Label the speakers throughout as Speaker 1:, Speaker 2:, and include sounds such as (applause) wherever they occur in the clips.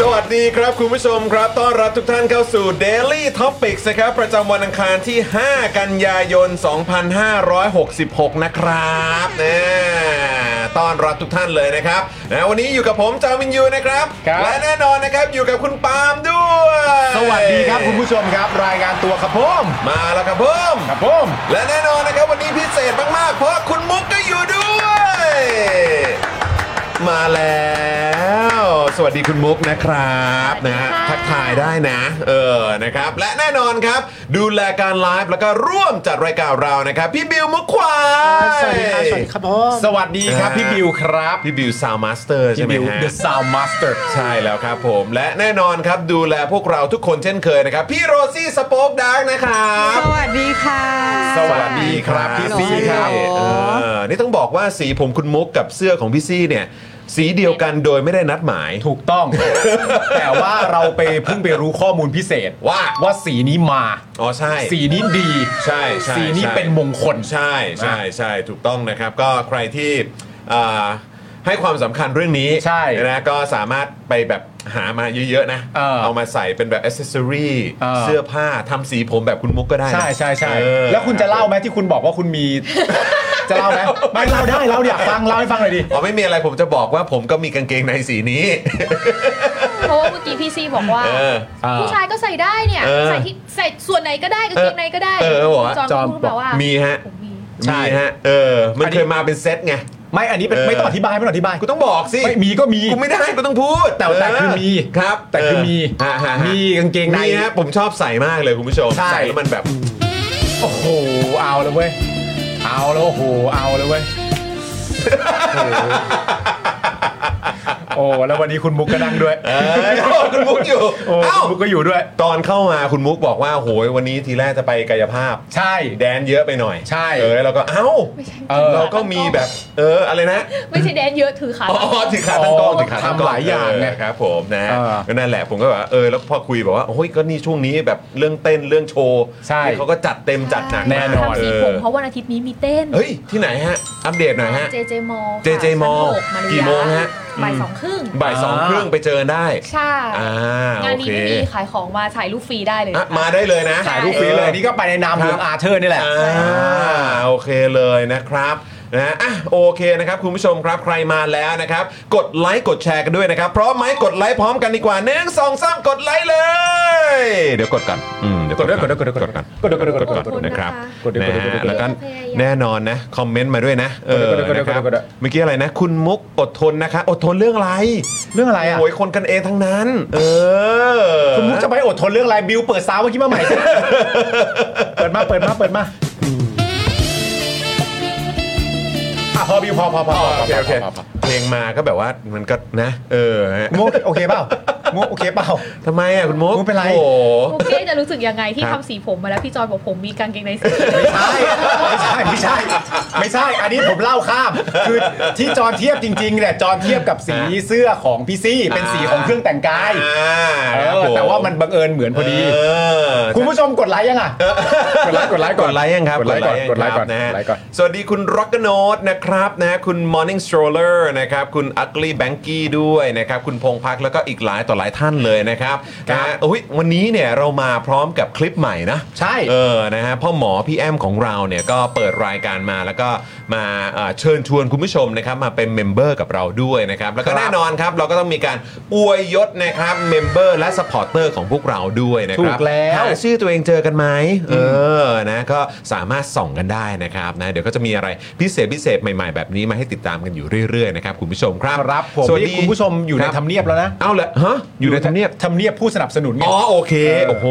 Speaker 1: สวัสดีครับคุณผู้ชมครับ ต้อนรับทุกท่านเข้าสู่ Daily Topics นะครับ ประจำวันอังคารที่ 5 กันยายน 2566 นะครับนะต้อนรับทุกท่านเลยนะครับนะวันนี้อยู่กับผมจามินยูนะครับ
Speaker 2: ครับ
Speaker 1: และแน่นอนนะครับอยู่กับคุณปาล์มด้วย
Speaker 2: สวัสดีครับคุณผู้ชมครับ รายงานตัวครับผม
Speaker 1: มาแล้วครับผม
Speaker 2: ครับผม
Speaker 1: และแน่นอนนะครับวันนี้พิเศษมาก ๆ เพราะคุณมุกก็อยู่ด้วย มาแล้ว สวัสดีคุณมุกนะครับนะฮะทักทายได้นะ เออนะครับ และแน่นอนครับ ดูแลการไลฟ์แล้วก็ร่วมจัดรายการเรานะครับ พี่บิวมุกควาย
Speaker 3: ม
Speaker 2: สวัสดีครับพี่บิวครับ
Speaker 1: พี่บิวซาวมาสเตอร์ใช่
Speaker 2: พี่
Speaker 1: ไหม
Speaker 2: บิว
Speaker 1: ฮะ
Speaker 2: The Sound Master
Speaker 1: ใช่แล้วครับผม และแน่นอนครับดูแลพวกเราทุกคนเช่นเคยนะครับ พี่โรซี่สป็อคดักนะครับ
Speaker 4: สวัสดีค่ะ
Speaker 2: สวัสดีครับพี่ซี่ครับ
Speaker 1: เออนี่ต้องบอกว่าสีผมคุณมุกกับเสื้อของพี่ซี่เนี่ย สีเดียวกันโดยไม่ได้นัดหมาย
Speaker 2: ถูกต้อง แต่ว่าเราไปเพิ่งไปรู้ข้อมูลพิเศษ
Speaker 1: ว่า
Speaker 2: ว่าสีนี้มา
Speaker 1: อ๋อใช่
Speaker 2: สีนี้ดี
Speaker 1: ใช่ใช่
Speaker 2: สีนี้
Speaker 1: ใช่
Speaker 2: เป็นมงคล
Speaker 1: ใช่ใช่ใช่ถูกต้องนะครับ ก็ใครที่อ่าให้ความสำคัญเรื่องนี้
Speaker 2: ใช่
Speaker 1: นะก็สามารถไปแบบหามาเยอะๆนะ
Speaker 2: เออ
Speaker 1: มาใส่เป็นแบบอ c เซอรี่
Speaker 2: เออ
Speaker 1: เสื้อผ้าทำสีผมแบบคุณมุกก็ได้นะ
Speaker 2: ใช่ใช่ใช่
Speaker 1: เออ
Speaker 2: แล้วคุณจะเล่าไหมที่คุณบอกว่าคุณมี จะเล่าไหมไม่เล่าได้เราอยากฟังเล่าให้ฟังหน่อยดิ
Speaker 1: อ๋อไม่มีอะไรผมจะบอกว่าผมก็มีกางเกงในสีนี้
Speaker 5: เพราะว่าเมื่อกี้พี่ซีบอกว่า
Speaker 1: เออ
Speaker 5: ผู้ชายก็ใส่ได้เนี่ย
Speaker 1: เออ
Speaker 5: ใส่ที่ใส่ส่วนไหนก็ได้กางเกงในก็ได้
Speaker 1: เออเออบอกว่า
Speaker 5: จอมพูดแบบว่า
Speaker 1: มีฮะ
Speaker 5: ผมมี
Speaker 2: ใช่
Speaker 1: มีฮะเออ มันเคยมาเป็นเซตไง
Speaker 2: ไม่อันนี้เป็น
Speaker 1: เออ
Speaker 2: ไม่ต้องอธิบายไม่ต้องอธิบาย
Speaker 1: กูต้องบอกสิ
Speaker 2: ไม่มีก็มี
Speaker 1: กูไม่ได้กูต้องพูด
Speaker 2: แต่แต่คือมี
Speaker 1: ครับ
Speaker 2: แต่คือมี
Speaker 1: เออฮะฮะ
Speaker 2: มีกางเกงใน
Speaker 1: มีนะผมชอบใส่มากเลยคุณผู้ชม
Speaker 2: ใช่
Speaker 1: ใส่แล้วมันแบบ
Speaker 2: โอ้โห เอาแล้วเว้ย เอาแล้วโอ้โห เอาแล้วเว้ย โอ้โหแล้ววันนี้คุณมุกก็นั่งด้วย
Speaker 1: เอ้ยโอ้ (laughs) คุณมุกอยู่
Speaker 2: โอ้
Speaker 1: เอ้า
Speaker 2: คุณมุกก็อยู่ด้วย
Speaker 1: ตอนเข้ามาคุณมุกบอกว่าโหยวันนี้ทีแรกจะไปกายภาพ
Speaker 2: ใช่
Speaker 1: แดนเยอะไปหน่อย
Speaker 2: ใช่
Speaker 1: เออแล้วก็เอ้า
Speaker 2: เออ
Speaker 1: เราก็มีแบบ เอออะไรนะ
Speaker 5: ไม่ใช่แดนเยอะถือขา
Speaker 1: อ๋อถือขาตั้งกล้องถือขาตั้งกล้
Speaker 2: ทำหลายอย่างไง
Speaker 1: เครับผมนะ
Speaker 2: เออ
Speaker 1: ก็นั่นแหละผมก็แบบว่าเออแล้วพอคุยบอกว่าโอ้ยก็นี่ช่วงนี้แบบเรื่องเต้นเรื่องโชว์
Speaker 2: ใช่
Speaker 1: นี่เขาก็จัดเต็มจัดหนักมาก
Speaker 2: แน่นอน
Speaker 5: ทำสีผมเพราะวันอาทิตย์นี้มีเต้น
Speaker 1: เฮ้ยที่ไหนฮะ อัปเดตหน่อยฮะ
Speaker 5: เจเจมอ
Speaker 1: JJ Mall กี่โมงฮะ
Speaker 5: บ่ายสองครึ่ง
Speaker 1: บ่ายสองครึ่งไปเจอได้
Speaker 5: ใช่
Speaker 1: อ่าง
Speaker 5: า
Speaker 1: โอน
Speaker 5: นี้
Speaker 1: เค
Speaker 5: ไม่มีขายของมาถ่ายรูปฟรีได้เลย
Speaker 1: อ่ะ
Speaker 5: นะคะ
Speaker 1: มาได้เลยนะ
Speaker 2: ถ่ายรูปฟรีเลย นี่ก็ไปในนามเมืองอาเธอร์นี่แหละ
Speaker 1: อ่าโอเคเลยนะครับนะอ่ะโอเคนะครับ คุณผู้ชมครับใครมาแล้วนะครับ กดไลค์กดแชร์กันด้วยนะครับพร้อมไหมกดไลค์พร้อมกันดีกว่าหนึ่งสองสามกดไลค์เลย เดี๋ยวกดก่อนอืมเดี๋ยวกดก่อน
Speaker 2: กดด้วยกดด้วยกดด้วย
Speaker 1: ก่อน
Speaker 2: กดด้วยกดด้วยกดด้ว
Speaker 1: ก
Speaker 2: ย
Speaker 1: ดด้วยนะครับ
Speaker 2: กดด้วยกดด้วยกดด้วย
Speaker 1: นะฮะแล้วก็
Speaker 5: กดด้วย
Speaker 1: แน่นอนนะคอมเมนต์มาด้วยนะเออก
Speaker 2: ดด้วยกดด้วย
Speaker 1: นะครับ
Speaker 2: กดด้วยกดด้วย
Speaker 1: เมื่อกี้อะไรนะ คุณมุกอดทนนะคะ อดทนเรื่องอะไร
Speaker 2: เรื่องอะไรอ่ะ
Speaker 1: โอ้ยคนกันเองทั้งนั้น เออ
Speaker 2: คุณมุกจะไปอดทนเรื่องอะไรบิวเปิดซาวเมื่อกี้มาใหม่สิเปิดมาเปิดมาเปิดมาอ่ะพอบิวพอพอพอพอ
Speaker 1: โอเคโอเค
Speaker 2: พอพอพอ
Speaker 1: เพลงมาก็แบบว่ามันก็นะ เออฮะ
Speaker 2: มุกโอเคเปล่า
Speaker 6: มุกโอเคเปล่า
Speaker 2: ทำไมอ่ะคุณมุก
Speaker 6: มุกเป็นไร
Speaker 2: โอ้โห
Speaker 1: มุกเก้จะรู้สึกยังไงที่
Speaker 2: ครั
Speaker 1: ทำ
Speaker 2: บ
Speaker 1: สีผมมาแล้วพี่จอยบอกผมมีกางเกงในสี
Speaker 6: ไม่ใช่ไม่ใช่ไม่ใช่ ไม่ใช่ อันนี้ผมเล่าข้าม คือที่จอนเทียบจริงๆเนี่ยจอนเทียบกับสีเสื้อของพี่ซี่เป็นสีของเครื่องแต่งกาย
Speaker 2: อ่า
Speaker 6: เอ
Speaker 2: ครับ
Speaker 6: อ
Speaker 2: ผ
Speaker 6: แต่ว่ามันบังเอิญเหมือนพอดี
Speaker 2: เออ
Speaker 6: คุณผู้ชมกดไลค์ยังอ่ะกดไลค์กดไลค์
Speaker 2: ก
Speaker 6: ก่อน
Speaker 2: ดไลค์ยังครับ
Speaker 6: กดไลค์ก่อนกดไลค์ก่อน
Speaker 2: นะฮะ
Speaker 6: กดไลค์ก่อน
Speaker 2: สวัสดีคุณ r o c k n o t e นะครับนะฮะคุณ Morning Stroller นะครับคุณ Ugly Banky ด้วยนะครับคุณพงพักแล้วก็อีกหลายต่อหลายท่านเลยนะครับ
Speaker 6: ครับ
Speaker 2: นะฮะอุ๊ยวันนี้เนี่ยเรามาพร้อมกับคลิปใหม่นะ
Speaker 6: ใช่
Speaker 2: เออนะฮะพ่อหมอพี่แอมของเราเนี่ยก็เปิดรายการมาแล้วก็มาเอ่อเชิญชวนคุณผู้ชมนะครับมาเป็นเมมเบอร์กับเราด้วยนะครับแล้วก็
Speaker 6: ครับ
Speaker 2: แน่นอนครับเราก็ต้องมีการอวยยศนะครับเมมเบอร์และสปอร์เตอร์ของพวกเราด้วยนะ
Speaker 6: ถูกแล้ว
Speaker 2: หาชื่อตัวเองเจอกันไหมเออนะก็สามารถส่องกันได้นะครับนะเดี๋ยวก็จะมีอะไรพิเศษพิเศษใหม่ๆแบบนี้มาให้ติดตามกันอยู่เรื่อยๆนะครับคุณผู้ชมครับ
Speaker 6: ครับผม
Speaker 2: สวัสดี
Speaker 6: นี่คุณผู้ชมอยู่
Speaker 2: ค
Speaker 6: ใน
Speaker 2: รับ
Speaker 6: ทำเนียบแล้วนะ
Speaker 2: เอาเลยฮะอยู่ในทำเนียบ
Speaker 6: ทำเนียบผู้สนับสนุนไง
Speaker 2: อ๋อโอเคโอ้โห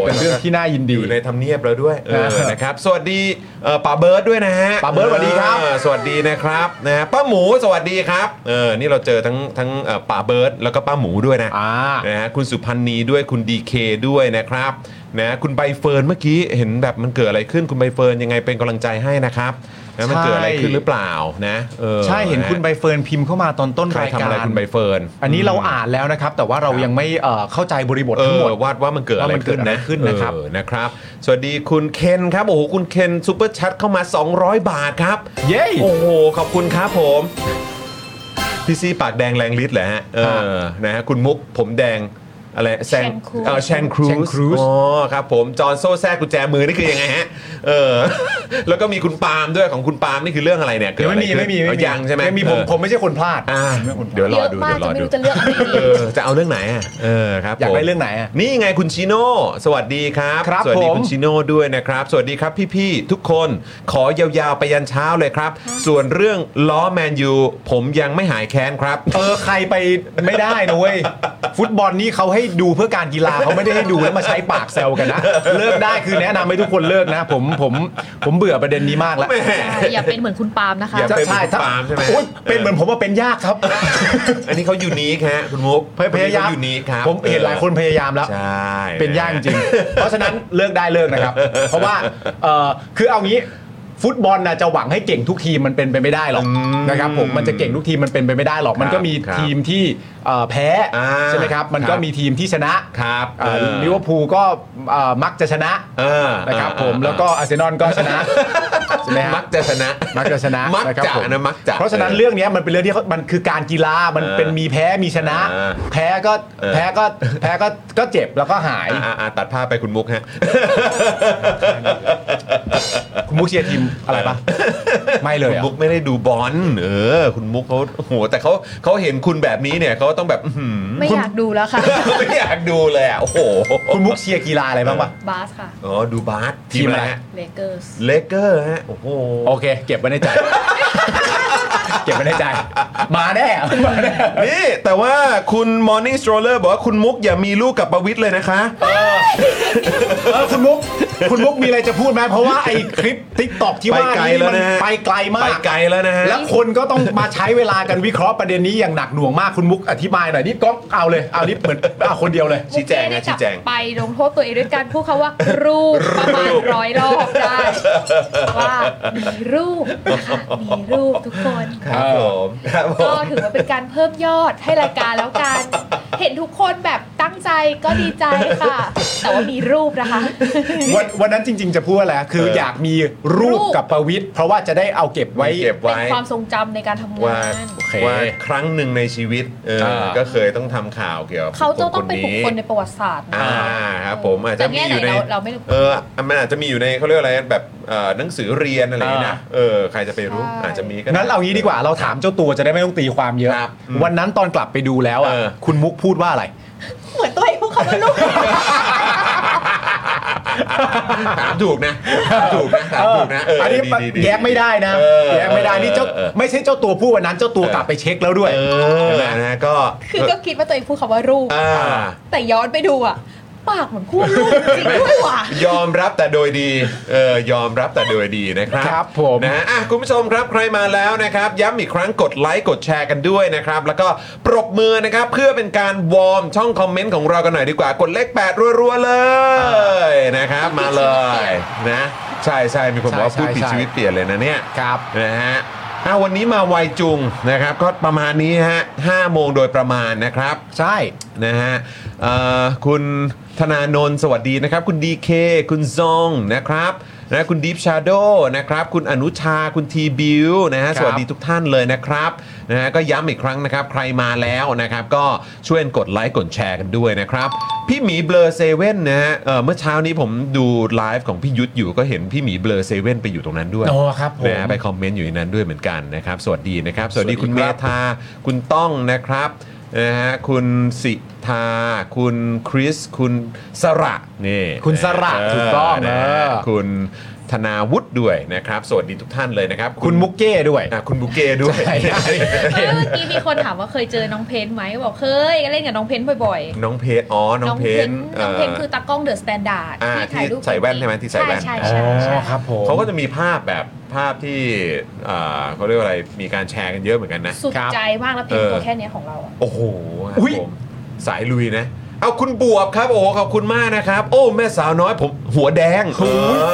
Speaker 6: เป็นเรื่องที่น่ายิน
Speaker 2: อ
Speaker 6: ดี
Speaker 2: ยู่ในทำเนียบแล้วด้วยเออ
Speaker 6: เออ
Speaker 2: นะครับสวัสดีเอ่อป่าเบิร์ดด้วยนะฮะ
Speaker 6: ป่าเบิร์ดสวัสดีครับ
Speaker 2: เออสวัสดีนะครับนะฮะป้าหมูสวัสดีครับเออนี่เราเจอทั้งทั้งเอ่อป่าเบิร์ดแล้วก็ป้าหมูด้วยนะ
Speaker 6: อ่า
Speaker 2: นะฮะคุณสุพันธ์นีด้วยคุณดีเคด้วยนะครับนะคุณใบเฟิร์นเมื่อกี้เห็นแบบมันเกิดอะไรขึ้นคุณใบเฟิร์นยังไงเป็นกำลังใจให้นะครับนะมัน
Speaker 6: ใช่
Speaker 2: เกิดอะไรขึ้นหรือเปล่านะเออ
Speaker 6: ใช่เห็นคุณใบเฟิร์นพิมพ์เข้ามาตอนต้น
Speaker 2: ใคร
Speaker 6: ราย
Speaker 2: ทำ
Speaker 6: กา
Speaker 2: อะไร
Speaker 6: ร
Speaker 2: คุณใบเฟิร์น
Speaker 6: อันนี้เราอ่านแล้วนะครับ แต่ว่าเรายังไม่เอ่อเข้าใจบริบท
Speaker 2: เอ
Speaker 6: ทั้งหมด
Speaker 2: อวาดว่ามันเกิดอะไร
Speaker 6: ว่ามันเกิ
Speaker 2: ขึ้
Speaker 6: ด
Speaker 2: น
Speaker 6: อะไร
Speaker 2: นะ
Speaker 6: ขึ้นนะครับ
Speaker 2: เออนะครับ สวัสดีคุณเคนครับโอ้โหคุณเคนซูเปอร์แชทเข้ามา 200 บาทครับ
Speaker 6: เย้
Speaker 2: โอ้โห ขอบคุณครับผม พี่ซีปากแดงแรงฤทธิ์เหรอฮะ เออ นะฮะ คุณมุกผมแดง อะไรแซง
Speaker 1: Shang Cruz
Speaker 2: เออแชงครู
Speaker 6: แชง
Speaker 2: ส
Speaker 6: Cruz
Speaker 2: อ๋อ ครับผม จอห์นโซ่แทรกกุญแจมือ นี่คือยังไงฮะ เออ (laughs) แล้วก็มีคุณปาล์มด้วยของคุณปาล์มนี่คือเรื่องอะไรเนี่ย เกิด
Speaker 6: เดี๋ยว
Speaker 2: อะไร
Speaker 6: ไม่มี
Speaker 2: ขึ้น
Speaker 6: ไม่มีไม่มี
Speaker 2: เอายังใช่ไหม
Speaker 6: ไม่มีผม
Speaker 2: เออ
Speaker 6: ผมไม่ใช่คนพลาด
Speaker 2: อ่า
Speaker 6: ไม่ใช่คนพลาด
Speaker 2: เดี๋ยวร
Speaker 1: เย
Speaker 2: อ
Speaker 1: อะ
Speaker 2: ดู
Speaker 1: มากจะไม่
Speaker 2: เดี๋ยวรอดู
Speaker 1: รู้จะเลือกอะไรดี
Speaker 2: เออจะเอาเรื่องไหนอ่ะ เออ ครับ
Speaker 6: อยาก
Speaker 2: ผม
Speaker 6: ได้เรื่องไหนอ่ะ
Speaker 2: นี่ไงคุณชิโน่สวัสดีครับ
Speaker 6: ครับ
Speaker 2: สวัสดี
Speaker 6: ผม
Speaker 2: คุณชิโน่ด้วยนะครับ สวัสดีครับพี่ๆทุกคนขอยาวๆไปยันเช้าเลยครับ ส่วนเรื่องล้อแมนยูผมยังไม่หายแค้นครับ
Speaker 6: เออใครไปไม่ได้นะเว้ย (laughs) ฟุตบอลนี่เขาให้ดูเพื่อการกีฬาเขาไม่ได้ให้ดูแล้วมาใช้ปากแซวกัน
Speaker 2: (laughs)
Speaker 6: นะ เลิกได้คือแนะนำให้ทุกคนเลิกนะ ผมผมผมเบื่อประเด็นนี้มากแล้ว
Speaker 1: อย่าเป็นเหมือนคุณปาล์มนะคะ
Speaker 2: อย่า เป็น
Speaker 6: ถ้า
Speaker 2: ปาล์มใช่ไหม
Speaker 6: โอ๊ยเป็นเหมือนผมว่าเป็นยาก
Speaker 2: (laughs)
Speaker 6: ครับ
Speaker 2: อันนี้เขายูนิคฮะคุณมุก
Speaker 6: พยายาม
Speaker 2: ยูนิคครับ
Speaker 6: ผมเห็นหลายคนพยายามแล้ว
Speaker 2: ใช่
Speaker 6: เป็นยากจริง เพราะฉะนั้นเลิกได้เลิก
Speaker 2: (laughs)
Speaker 6: นะครับ เพราะว่าเอ่อคือเอางี้ฟุตบอลนะจะหวังให้เก่งทุกทีมมันเป็นไปไม่ได้หรอกนะครับผมมันจะเก่งทุกทีมมันเป็นไปไม่ได้หรอกมันก็มี
Speaker 2: ครับ
Speaker 6: ทีมที่เอ่อแพ้
Speaker 2: อ่า
Speaker 6: ใช่ไหมครับมัน
Speaker 2: ค
Speaker 6: ก็
Speaker 2: รับ
Speaker 6: มีทีมที่ชนะครับ เอ่อลิเวอร์พูลก็เอ่อมักจะชนะ
Speaker 2: เออ
Speaker 6: นะครับ
Speaker 2: เออ
Speaker 6: ผม
Speaker 2: เออ
Speaker 6: แล้วก็อาร์เซนอลก็ช
Speaker 2: (laughs)
Speaker 6: นะใช่ไหมฮะ
Speaker 2: มักจะชนะ
Speaker 6: (laughs) มักจะชนะ
Speaker 2: มัก
Speaker 6: นครับ
Speaker 2: จะ
Speaker 6: ผม
Speaker 2: นะมักจะ
Speaker 6: เพราะฉะนั้น
Speaker 2: เออ
Speaker 6: เรื่องเนี้ยมันเป็นเรื่องที่เขามันคือการกีฬา มัน
Speaker 2: เออ
Speaker 6: เป็นมีแพ้มีชนะ
Speaker 2: เออ
Speaker 6: แพ้ก็
Speaker 2: เออ
Speaker 6: แพ้ก็แพ้ก็ก็เจ็บแล้วก็หาย
Speaker 2: อ่ะอ่ะอ่ะตัดภาพไปคุณมุกฮะ
Speaker 6: คุณมุกเชียร์ทีมอะไรปะไม่เลย
Speaker 2: คุณ
Speaker 6: อะ
Speaker 2: มุกไม่ได้ดูบอลเออ คุณมุกเขาโอ้โหแต่เขาเขาเห็นคุณแบบนี้เนี่ยเขาต้องแบบอื้อหื (laughs) อ
Speaker 1: ไม่อยากดูแล้วค่ะ
Speaker 2: ไม่อยากดูเลยอ่ะ โอ้โห
Speaker 6: คุณมุกเชียร์กีฬาอะไรบ้างปะ
Speaker 1: บาสค่ะ
Speaker 2: อ๋อดูบาส
Speaker 6: ทีมอะไร
Speaker 2: ฮะ
Speaker 1: เลเกอร์ส
Speaker 2: เลเกอร์ฮะ โอ้โห
Speaker 6: โอเค เก็บไว้
Speaker 2: (laughs)
Speaker 6: ในใจ เก็บไว้ในใจ มาแน่มาแน่
Speaker 2: นี่ แต่ว่าคุณ Morning Stroller บอกว่าคุณมุกอย่ามีลูกกับประวิทย์เลยนะคะ
Speaker 6: เออคุณมุก คุณมุกมีอะไรจะพูดไหมเพราะว่าไอ้คลิปทิกตอกที่
Speaker 2: ไป
Speaker 6: ว่า
Speaker 2: ไกล
Speaker 6: นี่
Speaker 2: แล้ว
Speaker 6: มัน
Speaker 2: นะฮะ
Speaker 6: ไปไกลมาก
Speaker 2: ไปไกลแล้วนะฮะ
Speaker 6: แล้วคนก็ต้องมาใช้เวลากันวิเคราะห์ประเด็นนี้อย่างหนักหน่วงมากคุณมุกอธิบายหน่อยนี่ก้องเอาเลยเอานี่เหมือนเอาคนเดี
Speaker 1: (laughs)
Speaker 6: ยวเลย
Speaker 2: ชี้แจงนะชี้แจง
Speaker 1: มุกเก้ได้กลับไปลงโทษตัวเองด้วยการพูดคาว่า รูปประมาณร้อยรอบได้ว่ามีรูปนะคะมีรูปทุกคน
Speaker 2: ครับผมครับผ
Speaker 1: ก็
Speaker 2: ม
Speaker 1: ถือว่าเป็นการเพิ่มยอดให้รายการแล้วกัน เห็นทุกคนแบบตั้งใจก็ดีใจค่ะ แต่ว่ามีรูปนะคะ
Speaker 6: วันวันนั้นจริง ๆ จะพูดว่าอะไรคือ
Speaker 2: เอออ
Speaker 6: อยากมีรูป
Speaker 1: รูป
Speaker 6: กับประวิทย์เพราะว่าจะได้เอาเก็บไว้
Speaker 2: เก็บ
Speaker 1: เป็น
Speaker 2: ไว้
Speaker 1: ความทรงจำในการทำง
Speaker 2: ว่า
Speaker 1: าน
Speaker 6: โอเค
Speaker 2: ว่าครั้งหนึ่งในชีวิตเออ
Speaker 6: เออ
Speaker 2: ก็เคยต้องทำข่าวเกี่ยวกับ
Speaker 1: เขาจะต้อง
Speaker 2: ค
Speaker 1: เป็นบุคคลในประวัติศาสตร์นะ
Speaker 2: อ่าครับผมอาจจะมีอยู่ใน
Speaker 1: แต่แง่ไหนเราเราไม่รู้
Speaker 2: เออมันอาจจะมีอยู่ในเขาเรียกอะไรแบบเอ่อหนังสือเรียนอะไรอย่างเงี้ยนะเออใครจะไปรู้
Speaker 1: ใช่
Speaker 2: อาจจะมีก็ได้
Speaker 6: งั้นเอางี้ดีกว่าเราถามเจ้าตัวจะได้ไม่ต้องตีความเยอะ
Speaker 2: ครับ
Speaker 6: วันนั้นตอนกลับไปดูแล้วอ่ะ
Speaker 2: เออ
Speaker 6: คุณมุกพูดว่าอะไร
Speaker 1: เหมือนตัวเองพูดคำว่ารูป
Speaker 2: ถามถูกนะถามถูกนะถามถูกนะเ
Speaker 6: อันนี้
Speaker 2: ดีๆๆ
Speaker 6: แย้งไม่ได้นะ
Speaker 2: เออ
Speaker 6: แย้งไม่ได้นี่เจ้า
Speaker 2: เออเออ
Speaker 6: ไม่ใช่เจ้าตัวพูดวันนั้นเจ้าตัวกลับไปเช็คแล้วด้วย
Speaker 2: เออนะฮะก็
Speaker 1: คือก็คิดว่าตัวเองพูดคำว่ารูป
Speaker 2: อ่า
Speaker 1: แต่ย้อนไปดูอ่ะ ปากเหมือนพูดลูกจริงด้วยว่ะ
Speaker 2: ยอมรับแต่โดยดี เออยอมรับแต่โดยดีนะครับ
Speaker 6: ครับผม
Speaker 2: นะฮะอ่ะคุณผู้ชมครับใครมาแล้วนะครับ ย้ำอีกครั้งกดไลค์กดแชร์กันด้วยนะครับ แล้วก็ปรบมือนะครับ เพื่อเป็นการวอร์มช่องคอมเมนต์ของเรากันหน่อยดีกว่ากดเลข8รัวๆเลยนะครับ มาเลยนะใช่ใช่มีคนบอกว่าพูดผิดชีวิตเปลี่ยนเลยนะเนี่ย
Speaker 6: ครับ
Speaker 2: นะฮะอ่ะวันนี้มาไวจุงนะครับ ก็ประมาณนี้ฮะ5โมงโดยประมาณนะครับ
Speaker 6: ใช่
Speaker 2: นะฮะเอ่อคุณธนาโนนสวัสดีนะครับ คุณดีเคคุณซองนะครับนะคุณดีฟชาโดนะครับ คุณอนุชาคุณทีบิวนะฮะ
Speaker 6: ครับ
Speaker 2: สวัสดีทุกท่านเลยนะครับนะฮะก็ย้ำอีกครั้งนะครับ ใครมาแล้วนะครับ ก็ช่วยกดไลค์กดแชร์กันด้วยนะครับ พี่หมีเบลอเซเว่นนะฮะเอ่อเมื่อเช้านี้ผมดูไลฟ์ของพี่ยุทธอยู่ก็เห็นพี่หมีเบลอเซเว่นไปอยู่ตรงนั้นด้วย
Speaker 6: อ๋อครับผม
Speaker 2: นะฮะไปคอมเมนต์อยู่ในนั้นด้วยเหมือนกันนะครับ สวัสดีนะครับ สวัสดี
Speaker 6: สวัสดี
Speaker 2: คุณเม
Speaker 6: ครับ
Speaker 2: ธาคุณต้องนะครับนะฮะคุณสิทา คุณคริส คุณสระนี่
Speaker 6: คุณสระ
Speaker 2: เ
Speaker 6: ถูกต้อง
Speaker 2: นะ
Speaker 6: เอ
Speaker 2: ฮะ
Speaker 6: อ
Speaker 2: คุณธนาวุฒิด้วยนะครับ สวัสดีทุกท่านเลยนะครับ
Speaker 6: คุณมุกเก้ด้วย
Speaker 2: อ่ะคุณบุกเก้ด้วย
Speaker 6: ใช่ (laughs)
Speaker 1: เอ้ยเมื่อกี้มีคนถามว่าเคยเจอน้องเพนไหมบอกเคยก็เล่นกับน้องเพนบ่อย
Speaker 2: (laughs) น้องเพนอ๋อ
Speaker 1: ๆ
Speaker 2: น้องเพน
Speaker 1: น้องเพน
Speaker 2: เ
Speaker 1: คือตากล้องเดอะสแตนดาร์ด
Speaker 2: อ่า
Speaker 1: ที่ถ่ายรูป
Speaker 2: ที่ใส่แว่นใช่ไหมที่ใส่แว่น
Speaker 1: ใช่
Speaker 6: อ๋
Speaker 1: ใช่ใช่
Speaker 6: อครับผม
Speaker 2: เขาก็จะมีภาพแบบภาพที่อ่าเขาเรียกว่าอะไรมีการแชร์กันเยอะเหมือนกันนะ
Speaker 1: สุด
Speaker 6: ครับ
Speaker 1: ใจมากแล้วเพน
Speaker 2: เออ
Speaker 1: ตัวแค่เนี้ยของเราอะ
Speaker 2: โอ้โหครับ
Speaker 6: อุ๊ย
Speaker 2: ผมสายลุยนะ เอาคุณบวบครับ โอ้โหขอบคุณมากนะครับ โอ้ แม่สาวน้อยผมหัวแดงเอ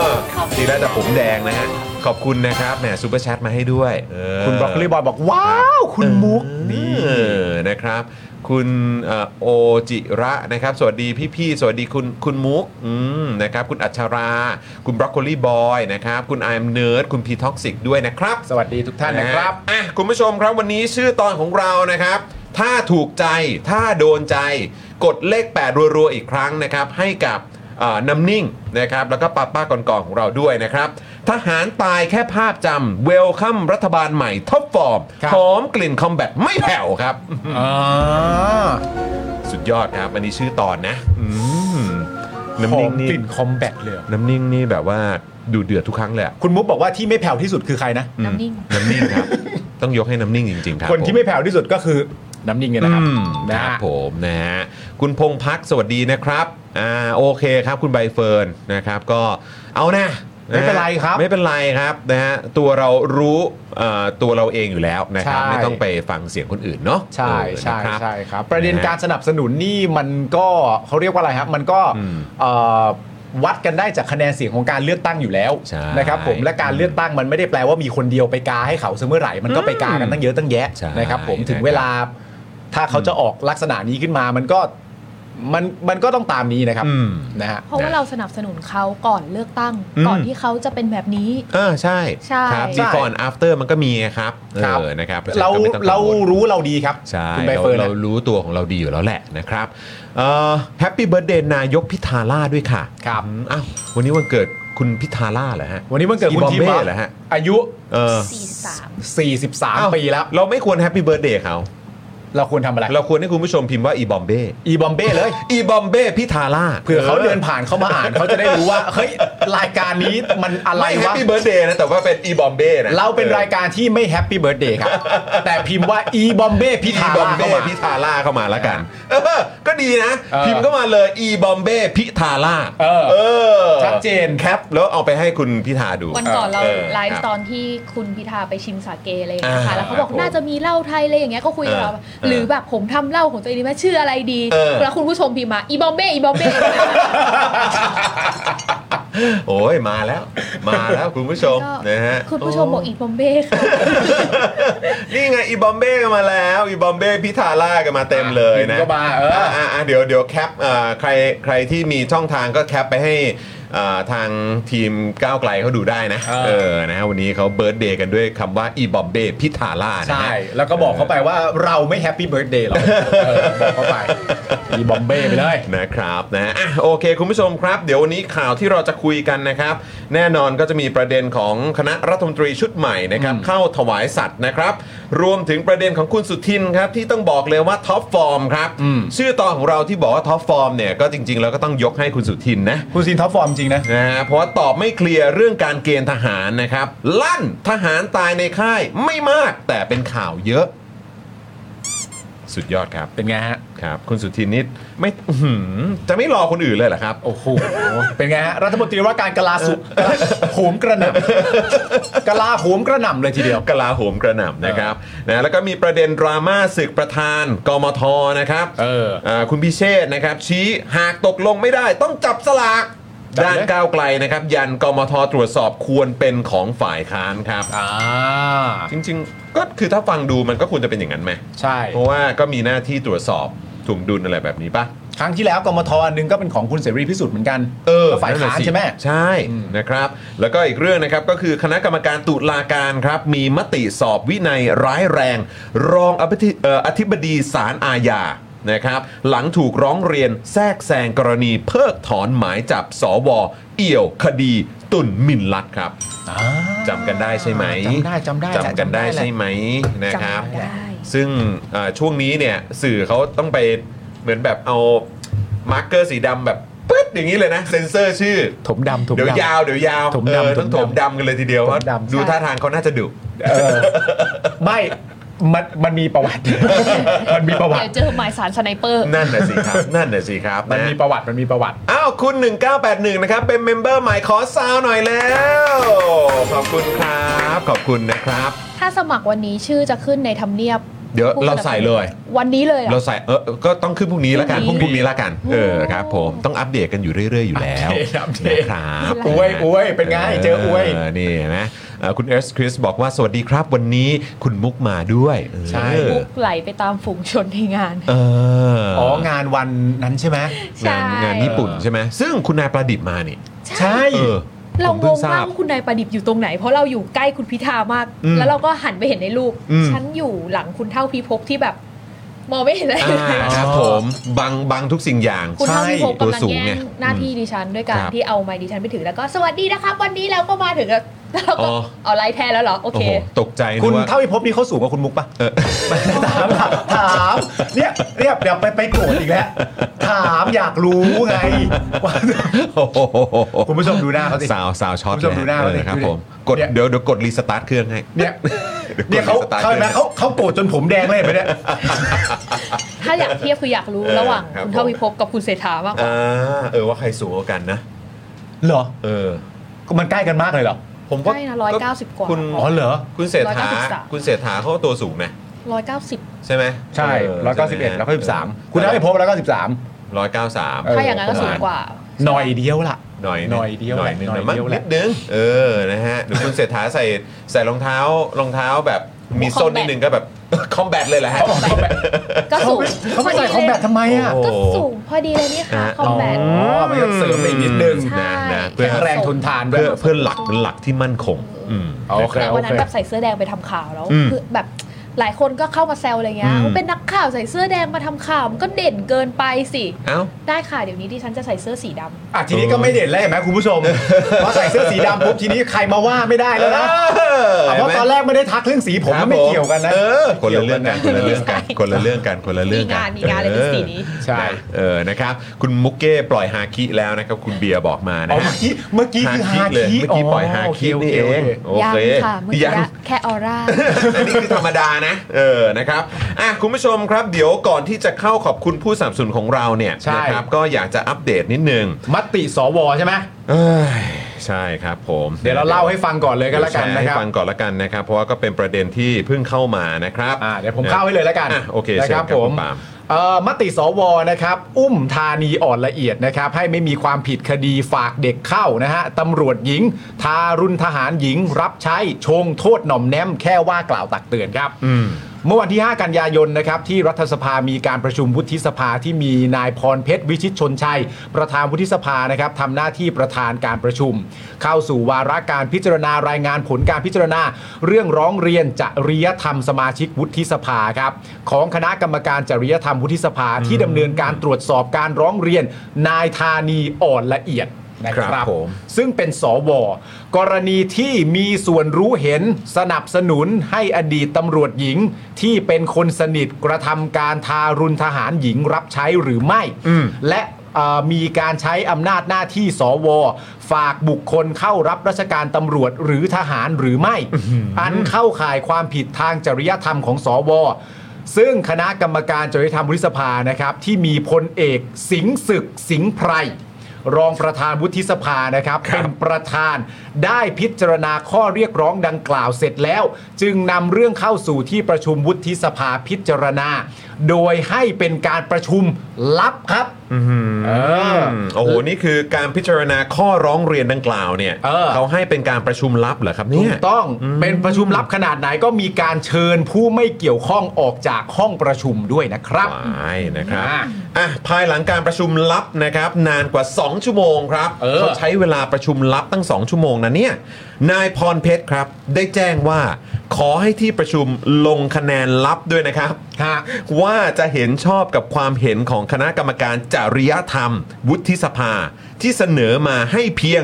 Speaker 2: อทีแรกแต่ผมแดงนะฮะ ขอบคุณนะครับแหมซูเปอร์แชทมาให้ด้วยเ
Speaker 6: คุณบรอกโคลีบอยบอกว้าว คุณมุก
Speaker 2: นี่
Speaker 6: นี่
Speaker 2: นะครับ คุณเอ่อโอจิระนะครับ สวัสดีพี่ๆสวัสดีคุณคุณมุกอืมนะครับ คุณอัชรา คุณบรอกโคลีบอยนะครับ คุณไอมเนิร์ดคุณพีท็อกซิกด้วยนะครับ
Speaker 6: สวัสดีทุกท่านนะครับ
Speaker 2: อ่ะคุณผู้ชมครับวันนี้ชื่อตอนของเรานะครับ ถ้าถูกใจถ้าโดนใจ กดเลข 8 รัวๆ อีกครั้งนะครับ ให้กับเอ่อน้ำนิ่งนะครับ แล้วก็ป้าป้ากอนๆของเราด้วยนะครับ ทหารตายแค่ภาพจำเวลคัมรัฐบาลใหม่ท็อปฟอร์ม
Speaker 6: ครับ
Speaker 2: หอมกลิ่นคอมแบทไม่แผ่วครับ
Speaker 6: อ่า
Speaker 2: สุดยอดครับ อันนี้ชื่อตอนนะอืมน้ำ
Speaker 6: หอ
Speaker 2: นิ่ง
Speaker 6: ม
Speaker 2: นี่
Speaker 6: กลิ่นคอมแบทเลยเหรอ
Speaker 2: น้ำนิ่งนี่แบบว่าดูเดือดทุกครั้งเลยอะ
Speaker 6: คุณมุกบอกว่าที่ไม่แผ่วที่สุดคือใครนะ
Speaker 1: น้ำนิ่ง
Speaker 2: น้ำนิ่งครับ ต้องยกให้น้ำนิ่งจริงๆครับ
Speaker 6: คน
Speaker 2: ผม
Speaker 6: ที่ไม่แผ่วที่สุดก็คือน้ำนิ่งเนี่ยนะครับ
Speaker 2: อืม
Speaker 6: นะครับ
Speaker 2: ผมนะฮะคุณพงพักสวัสดีนะครับอ่าโอเคครับคุณใบเฟิร์นนะครับก็เอานะ
Speaker 6: ไม่เป็นไรครับ
Speaker 2: ไม่เป็นไรครับนะฮะตัวเรารู้เอ่อตัวเราเองอยู่แล้วนะครับ
Speaker 6: ใช่
Speaker 2: ไม่ต้องไปฟังเสียงคนอื่นเนาะ
Speaker 6: ใช่
Speaker 2: เออ
Speaker 6: ใช่
Speaker 2: นะครับ
Speaker 6: ใช่ครับ ประเด็นการสนับสนุนนี่มันก็เขาเรียกว่าอะไรครับ มันก็
Speaker 2: อืม
Speaker 6: เอ่อวัดกันได้จากคะแนนเสียงของการเลือกตั้งอยู่แล้ว
Speaker 2: ใช่
Speaker 6: นะครับผมและการเลือกตั้งมันไม่ได้แปลว่ามีคนเดียวไปกาให้เขาเสมอไหร่มันก็ไปกากันตั้งเยอะตั้งแยะ
Speaker 2: ใช่
Speaker 6: นะครับผมถึ
Speaker 2: นะครั
Speaker 6: ง
Speaker 2: บ
Speaker 6: เวลาถ้าเขาจะออกลักษณะนี้ขึ้นมามันก็มันมันก็ต้องตามนี้นะครับ
Speaker 2: อืม
Speaker 6: นะฮะ
Speaker 1: เพราะว่าเราสนับสนุนเขาก่อนเลือกตั้ง ก่อนที่เขาจะเป็นแบบนี้
Speaker 2: เออใช่
Speaker 1: ใช่
Speaker 2: ครับ before and after มันก็มีครับ
Speaker 6: ครับ
Speaker 2: เออนะครับพะฉะ
Speaker 6: เรา
Speaker 2: นั้นก็ไม่ต้องกั
Speaker 6: เรา
Speaker 2: งวล
Speaker 6: รู้เราดีครับ
Speaker 2: ใช่
Speaker 6: คุณใบ
Speaker 2: เรา
Speaker 6: เฟิร์น
Speaker 2: เรา
Speaker 6: อะ
Speaker 2: รู้ตัวของเราดีอยู่แล้วแหละนะครับแฮปปี้เบิร์ดเดย์นายกพิธาล่าด้วยค่ะ
Speaker 6: ครับ
Speaker 2: อืมอ้าววันนี้วันเกิดคุณพิธาล่าเหรอฮะ
Speaker 6: วันนี้วันเกิดคุณ
Speaker 2: อีบอม
Speaker 6: ที
Speaker 2: เบ้
Speaker 6: มะ
Speaker 2: เหรอฮะ
Speaker 6: อายุ
Speaker 2: เออ
Speaker 1: สี่สาม
Speaker 2: อ้าว
Speaker 6: 43ปีแล้ว
Speaker 2: เราไม่ควรแฮปปี้เบิร์ดเดย์เขา
Speaker 6: เราควรทำอะไร
Speaker 2: เราควรให้คุณผู้ชมพิมพ์ว่าอีบอมเบ้
Speaker 6: อีบอมเบ้เลย
Speaker 2: อีบอมเบ้พิธาล่า
Speaker 6: เผื่อเขาเดินผ่านเข้ามาอ่าน เขาจะได้รู้ว่า เฮ้ย รายการนี้มันอะไร
Speaker 2: ไม่แฮป
Speaker 6: วะ
Speaker 2: ปี้เบิร์ดเดย์นะแต่ว่าเป็นอีบอมเบ้นะ
Speaker 6: เราเป็นรายการที่ไม่แฮปปี้เบิร์ดเดย์ครับ แต่พิมพ์ว่าอีบอมเบ้พิ
Speaker 2: อี
Speaker 6: ธา
Speaker 2: บอม
Speaker 6: เข้า
Speaker 2: เบ้
Speaker 6: มา
Speaker 2: พิธาล่าเข้ามาแล้วกันเออก็ดีนะ
Speaker 6: เออ
Speaker 2: พิมพ์เข้ามาเลยอีบอมเบ้พิธาล่า
Speaker 6: เออ
Speaker 2: เออ
Speaker 6: ชัดเจนครับ
Speaker 2: แล้วเอาไปให้คุณพิธาดู
Speaker 1: วันก่อนเรา
Speaker 2: เออ
Speaker 1: ไลฟ์
Speaker 2: ครับ
Speaker 1: ตอนที่คุณพิธาไปชิมสาเกอะไรอย่างเงี้ยค่ะ
Speaker 2: อ่า
Speaker 1: แล้วเขาบอก
Speaker 2: ครับ
Speaker 1: น่าจะมีเหล้าไทยอะไรอย่างเงี้ยก็คุยกับเรา
Speaker 2: เออ
Speaker 1: หรือแบบผมทำเหล้าของตัวเองดีไหมชื่ออะไรดี
Speaker 2: เออ
Speaker 1: แล้วคุณผู้ชมพิมพ์มาอีบอมเบ้อีบอมเบ้
Speaker 2: โอ้ยมาแล้ว มาแล้วคุณผู้ชม
Speaker 1: ก็
Speaker 2: นะฮะ
Speaker 1: คุณผู้ชมบอกอีบอมเบ้ค่ะ
Speaker 2: นี่ไงอีบอมเบ้กันมาแล้วอีบอมเบ้พิธาล่ากันมาเต็มเลยนะ
Speaker 6: ก็มาเอออ่
Speaker 2: ะอ่ะเดี๋ยวเดี๋ยวแคปอ่าใครใครที่มีช่องทางก็แคปไปให้อ่าทางทีมก้าวไกลเขาดูได้นะเออนะฮะวันนี้เขาเบิร์ดเดย์กันด้วยคำว่าอีบอมเบ้พิธาล่านะ
Speaker 6: ใช่
Speaker 2: ฮะ
Speaker 6: แล้วก็บอกเขาไปว่าเราไม่แฮปปี้เบิร์ดเดย์หรอกเออบอกเขาไป อีบอมเบ้ไปเลย
Speaker 2: นะครับนะอ่ะโอเค คุณผู้ชมครับ เดี๋ยววันนี้ข่าวที่เราจะคุยกันนะครับ แน่นอนก็จะมีประเด็นของคณะรัฐมนตรีชุดใหม่นะครับ เข้าถวายสัตว์นะครับ รวมถึงประเด็นของคุณสุทินครับ ที่ต้องบอกเลยว่าท็อปฟอร์มครับ ชื่อตอนของเราที่บอกว่าท็อปฟอร์มเนี่ยก็จริง ๆ แล้วก็ต้องยกให้คุณสุทินนะ
Speaker 6: คุณซินท็อปฟอร์มจริงนะ
Speaker 2: นะฮะเพราะว่าตอบไม่เคลียร์เรื่องการเกณฑ์ทหารนะครับ ลั่นทหารตายในค่ายไม่มากแต่เป็นข่าวเยอะ สุดยอดครับ
Speaker 6: เป็นไงฮะ
Speaker 2: ครับ คุณสุทินนิดไม่อื้อหือจะไม่รอคนอื่นเลยเหรอครับ
Speaker 6: โอ้โห เป็นไงฮะ รัฐมนตรีว่าการกลาสุโหมกระหน่ำกลาโหมกระหน่ำเลยทีเดียว
Speaker 2: กลาโหมกระหน่ำนะครับนะแล้วก็มีประเด็นดราม่าศึกประธานกมทนะครับ
Speaker 6: เออ
Speaker 2: อคุณพิเชษนะครับ ชี้หากตกลงไม่ได้ต้องจับสลาก
Speaker 6: จับเลย
Speaker 2: ด้านก้าวไกลนะครับ ยันกมทตรวจสอบควรเป็นของฝ่ายค้านครับ
Speaker 6: อ่า
Speaker 2: จริงๆ ก็คือถ้าฟังดูมันก็ควรจะเป็นอย่างนั้นไหม
Speaker 6: ใช่
Speaker 2: เพราะว่าก็มีหน้าที่ตรวจสอบถุงดุลอะไรแบบนี้ปะ
Speaker 6: ครั้งที่แล้วกมทอันหนึงก็เป็นของคุณเสรีพิสุทธิ์เหมือนกันก็ฝ่าย
Speaker 2: ะ
Speaker 6: ค้าน
Speaker 2: สิ
Speaker 6: ใช่ไหม
Speaker 2: ใช่นะครับ แล้วก็อีกเรื่องนะครับก็คือคณะกรรมการตุลาการครับ มีมติสอบวินัยร้ายแรง รองอธิเอ่ออธิบดีศาลอาญานะครับ หลังถูกร้องเรียนแทรกแซงกรณีเพิกถอนหมายจับสวเอี่ยวคดีตุนหมิ่นลัดครับจำกันได้ใช่ไหม
Speaker 6: จำได้จำได้แหละ
Speaker 2: จำกันได้
Speaker 6: จำได้แหละ
Speaker 2: ใช่ไหมนะครับ
Speaker 1: จำได้
Speaker 2: ซึ่งเอ่อช่วงนี้เนี่ยสื่อเขาต้องไปเหมือนแบบเอามาร์กเกอร์สีดำแบบปึ๊ดอย่างนี้เลยนะ เซ็นเซอร์ชื่อ
Speaker 6: ถมดำถม
Speaker 2: เดี๋ยว
Speaker 6: ดำ
Speaker 2: ยาวเดี๋ยวยาว
Speaker 6: ถม
Speaker 2: เอ
Speaker 6: ดำ
Speaker 2: อต้อง
Speaker 6: ถ
Speaker 2: ถ
Speaker 6: ม
Speaker 2: ม
Speaker 6: ดำ
Speaker 2: ดำกันเลยทีเดียวว่า
Speaker 6: ถมดำ
Speaker 2: ดูท่าทางเขาน่าจะดุ
Speaker 6: ไม่มันมันมีประวัติ (laughs) มันมีประวัติ
Speaker 1: เดี๋ยวเจอหมายสารสไนเปอร์
Speaker 2: นั่นน่ะสิ
Speaker 6: (laughs)
Speaker 2: ครับ นั่นน่ะสิครับ
Speaker 6: มัน
Speaker 2: นะ
Speaker 6: มีประวัติมันมีประวัติ
Speaker 2: อ้าวคุณ 1981 นะครับ เป็นเมมเบอร์ใหม่ขอซาวหน่อยแล้ว ขอบคุณครับ ขอบคุณนะครับ
Speaker 1: ถ้าสมัครวันนี้ชื่อจะขึ้นในทำเนียบ
Speaker 2: เดี๋ยว
Speaker 1: ผู้
Speaker 2: เราใส่เลย
Speaker 1: วันนี้เลยเหรอ
Speaker 2: เราใส่เออก็ต้องขึ้นพรุ่งนี้ละกันพ
Speaker 1: พรุ่งนี้
Speaker 2: รุ่งพรุ่งนี้ละกัน เออ
Speaker 1: โอ้
Speaker 2: ครับผมต้องอัปเดตกันอยู่เรื่อย ๆ อยู่แล้ว
Speaker 6: อัปเดตอัปเดต
Speaker 2: นะครับ
Speaker 6: อวยอวยเป็นไงเจออวย
Speaker 2: นี่นะเอ่อคุณเอสคริสบอกว่าสวัสดีครับวันนี้คุณมุกมาด้วยเออ
Speaker 6: ใช่
Speaker 1: บุกไหลไปตามฝูงชนในงาน
Speaker 2: เออ
Speaker 6: อ๋องานวันนั้นใช่ไหม
Speaker 1: ใช่
Speaker 2: งานงานญี่ปุ่นใช่ไหมซึ่งคุณนายประดิษฐ์มานี่
Speaker 6: ใช่
Speaker 2: เออ
Speaker 1: เรา
Speaker 2: ผม
Speaker 1: ง
Speaker 2: เพิ่
Speaker 1: ง
Speaker 2: งทราม
Speaker 1: าก
Speaker 2: บ
Speaker 1: ว่าคุณนายประดิษฐ์อยู่ตรงไหน เพราะเราอยู่ใกล้คุณพิธามาก
Speaker 2: อืม
Speaker 1: แล้วเราก็หันไปเห็นในรูป
Speaker 2: อืม
Speaker 1: ฉันอยู่หลังคุณเท่าพิภพที่แบบ มองไม่เห็นอะไร
Speaker 2: อ่
Speaker 1: เลย
Speaker 2: าครับผมบังบังทุกสิ่งอย่าง
Speaker 1: คุณเท่าพิภพ
Speaker 2: ใช่ตัว
Speaker 1: กำลัง
Speaker 2: สูง
Speaker 1: แย่
Speaker 2: ไง
Speaker 1: งหน้าที่ดิฉันด้วยการ
Speaker 2: ครับ
Speaker 1: ที่เอาไม้ดิฉันไปถือแล้วก็สวัสดีนะครับ วันนี้เราก็มาถึงแล้วแล้วเรา
Speaker 2: อ๋
Speaker 1: ก็
Speaker 2: อ
Speaker 1: เอาไลน์แทนแล้วเหรอโอ
Speaker 2: โอ้
Speaker 1: เค
Speaker 2: โหตกใจนึก
Speaker 6: คุณ
Speaker 2: ว่า
Speaker 6: เท่าพิภพนี่เขาสูงกว่าคุณมุกปะถามถามถามเนี่ยเรียบเดี๋ยวไปไปโกรธอีกแล้ว ถามอยากรู้ไงว่า คุณผู้ชมดูหน้าเขาสิ
Speaker 2: สาวสาวช็อต
Speaker 6: คุณผู้ชมดูหน้าเขาสิ
Speaker 2: เลยครับ
Speaker 6: ดูดิ
Speaker 2: ผมกด
Speaker 6: เนี่ย
Speaker 2: เดี๋ยวเดี๋ยวกดรีสตาร์ทเครื่องให้
Speaker 6: เนี่ย
Speaker 2: เดี๋ยว
Speaker 6: เนี่ยเขา
Speaker 2: กดรีสตาร์ท
Speaker 6: เขาเห็นไหม
Speaker 2: เลย
Speaker 6: เขาเขาโกรธจนผมแดงเลยเห็นไหมเนี่ย
Speaker 1: ถ้าอยากเทียบคืออยากรู้
Speaker 2: เออ
Speaker 1: ระหว่าง
Speaker 2: ครับ
Speaker 1: คุณเท่า
Speaker 2: ผม
Speaker 1: พิภพกับคุณเศรษฐามากกว่า
Speaker 2: อ่าเออว่าใครสูงกว่ากันนะ
Speaker 6: เหรอ
Speaker 2: เออ
Speaker 6: ก็มันใกล้กันมากเลยเหรอ
Speaker 2: ผมว่า
Speaker 1: ใช่นะร้อยเก้าสิบกว่า
Speaker 2: คุณ
Speaker 6: อ๋อเหรอ
Speaker 2: คุณเศรษฐา
Speaker 1: 193
Speaker 2: คุณเศรษฐาเขาตัวสูงนะ
Speaker 1: ร้อยเก้าสิบ
Speaker 2: ใช่ไหม
Speaker 6: ใช่ร้อยเก้าสิบเอ็ดร้อยเก้าสิบสามคุณได้พบร้อยเก้าสิบสาม
Speaker 2: ร้อยเก้าสาม
Speaker 6: เออ
Speaker 1: ถ้าอย่างนั้นก็สูงกว่า
Speaker 6: หน่อยเดียวล่ะ
Speaker 2: หน่อย
Speaker 6: หน่อยเดียว
Speaker 2: หน่อยนึง
Speaker 6: หน่อย
Speaker 2: นะมั้ง
Speaker 6: เดียวแห
Speaker 2: นิ
Speaker 6: ละ
Speaker 2: ดนึงเออนะฮะหรือคุณเศรษฐาใส่ใส่รองเท้ารองเท้าแบบมีส้นนิดนึงก็แบบ (laughs) คอมแบทเลยแหละฮะ
Speaker 1: ก็สูง
Speaker 6: เขาไม่ใส่คอมแบททำไมอ่ะ
Speaker 2: โอ้
Speaker 1: ก็สูงพอดีเลยนี่ค่ะคอมแบท
Speaker 6: อ๋อมันก็เสริมไปอีกนิดนึง
Speaker 1: ใช่
Speaker 2: นะนะเพื่อ
Speaker 6: แข็งแรงทนทานด้ว
Speaker 2: เพื่
Speaker 6: ย
Speaker 2: อเพื่อหลักหลักที่มั่นคงอืม
Speaker 6: โอเค
Speaker 1: แต่วันนั้นแบบใส่เสื้อแดงไปทำข่าวแล้ว
Speaker 2: อืม
Speaker 1: คือแบบหลายคนก็เข้ามาแซวอะไรเงี้ย
Speaker 2: อืม
Speaker 1: เป็นนักข่าวใส่เสื้อแดงมาทำข่าวมันก็เด่นเกินไปสิ
Speaker 2: เอ้า
Speaker 1: ได้ค่ะเดี๋ยวนี้ดิฉันจะใส่เสื้อสีดำ
Speaker 6: อ่ะทีนี้ก็ไม่เด่นแล้วเห็นไหมคุณผู้ชม พอใส่เสื้อสีดำปุ๊บทีนี้ใครมาว่าไม่ได้แล้วนะอ่ะเพราะตอนแรกไม่ได้ทักเรื่องสีผม
Speaker 2: ครับ
Speaker 6: ไม่เกี่ยวกันนะ
Speaker 2: เออคนละเรื่องกันคนละเรื่องกันคนละเรื่องกันคนละเรื่
Speaker 1: มี
Speaker 2: องกั
Speaker 1: งานมีงานเลยเป็นสีนี้
Speaker 6: ใช่
Speaker 2: นะเออนะครับ คุณมุกเก้ปล่อยฮาคิแล้วนะครับ คุณเบียร์บอกมานะ
Speaker 6: อ๋อเมื่อกี้เมื่อกี้คือฮา
Speaker 2: เลย
Speaker 6: คิ
Speaker 2: เมื่อกี้ปล่อยฮาคินี่เองโอ
Speaker 1: ยัง
Speaker 2: เค
Speaker 1: ค่ะเมื่อกี้
Speaker 2: ยัง
Speaker 1: แค่ออร่า
Speaker 2: อันนี้คือธรรมดานะ เออ นะครับ อ่ะ คุณผู้ชมครับ เดี๋ยวก่อนที่จะเข้าขอบคุณผู้สนับสนุนของเราเนี่ยนะครับ ก็อยากจะอัปเดตนิดนึง
Speaker 6: มติสวใช่ไหม
Speaker 2: เอ้ยใช่ครับผม
Speaker 6: เดี๋ยวเราเล่าให้ฟังก่อนเลยกันละกัน
Speaker 2: เดี๋ยวแช
Speaker 6: นะ
Speaker 2: ให้
Speaker 6: ครับ
Speaker 2: ฟังก่อนละกันนะครับ เพราะว่าก็เป็นประเด็นที่เพิ่งเข้ามานะครับ
Speaker 6: อ่าเดี๋ยวผมเข้าให้เลยละกัน
Speaker 2: อ่ะโอเค
Speaker 6: นะ
Speaker 2: เชิญค
Speaker 6: ค
Speaker 2: รั
Speaker 6: รั
Speaker 2: บบ
Speaker 6: ผม
Speaker 2: คุณปาล์ม
Speaker 6: เอ่อมติสวนะครับ อุ้มธานีอ่อนละเอียดนะครับ ให้ไม่มีความผิดคดีฝากเด็กเข้านะฮะตำรวจหญิง ทารุณทหารหญิง รับใช้ชงโทษหน่อมแนมแค่ว่ากล่าวตักเตือนครับ
Speaker 2: อืม
Speaker 6: เมื่อวันที่ 5 กันยายนนะครับที่รัฐสภามีการประชุมวุฒิสภาที่มีนายพรเพชรวิชิตชนชัย ประธานวุฒิสภานะครับทำหน้าที่ประธานการประชุม เข้าสู่วาระการพิจารณารายงานผลการพิจารณา เรื่องร้องเรียนจริยธรรมสมาชิกวุฒิสภาครับของคณะกรรมการจริยธรรมวุฒิสภาที่ดำเนินการตรวจสอบการร้องเรียน นายธานีอ่อนละเอียดนะค
Speaker 2: ครั
Speaker 6: รั
Speaker 2: บบ ผม
Speaker 6: ซึ่งเป็นสว กรณีที่มีส่วนรู้เห็นสนับสนุนให้อดีตตำรวจหญิง ที่เป็นคนสนิทกระทำการทารุณทหารหญิงรับใช้หรือไม่ และเอ่อมีการใช้อำนาจหน้าที่สว ฝากบุคคลเข้ารับราชการตำรวจหรือทหารหรือไม่ อันเข้าข่ายความผิดทางจริยธรรมของสว ซึ่งคณะกรรมการจริยธรรมวุฒิสภานะครับที่มีพลเอกสิงห์ศึกสิงห์ไพร รองประธานวุฒิสภานะครับ เป็นประธานได้พิจารณาข้อเรียกร้องดังกล่าวเสร็จแล้ว จึงนำเรื่องเข้าสู่ที่ประชุมวุฒิสภาพิจารณา โดยให้เป็นการประชุมลับครับ เออ
Speaker 2: โอ้โห นี่คือการพิจารณาข้อร้องเรียนดังกล่าวเนี่ย
Speaker 6: เออ
Speaker 2: เขาให้เป็นการประชุมลับเหรอครับ
Speaker 6: ถู
Speaker 2: เนี่ย
Speaker 6: กต้องเป็นประชุมลับขนาดไหนก็มีการเชิญผู้ไม่เกี่ยวข้องออกจากห้องประชุมด้วยนะครับ
Speaker 2: วายนะครับ
Speaker 6: อ่า
Speaker 2: อ่ะภายหลังการประชุมลับนะครับ นานกว่า 2 ชั่วโมงครับ
Speaker 6: เออ
Speaker 2: เขาใช้เวลาประชุมลับตั้ง 2 ชั่วโมงนะเนี่ยนายพรเพชรครับ ได้แจ้งว่า ขอให้ที่ประชุมลงคะแนนลับด้วยนะครับ
Speaker 6: ฮะ
Speaker 2: ว่าจะเห็นชอบกับความเห็นของคณะกรรมการจริยธรรม วุฒิสภา ที่เสนอมาให้เพียง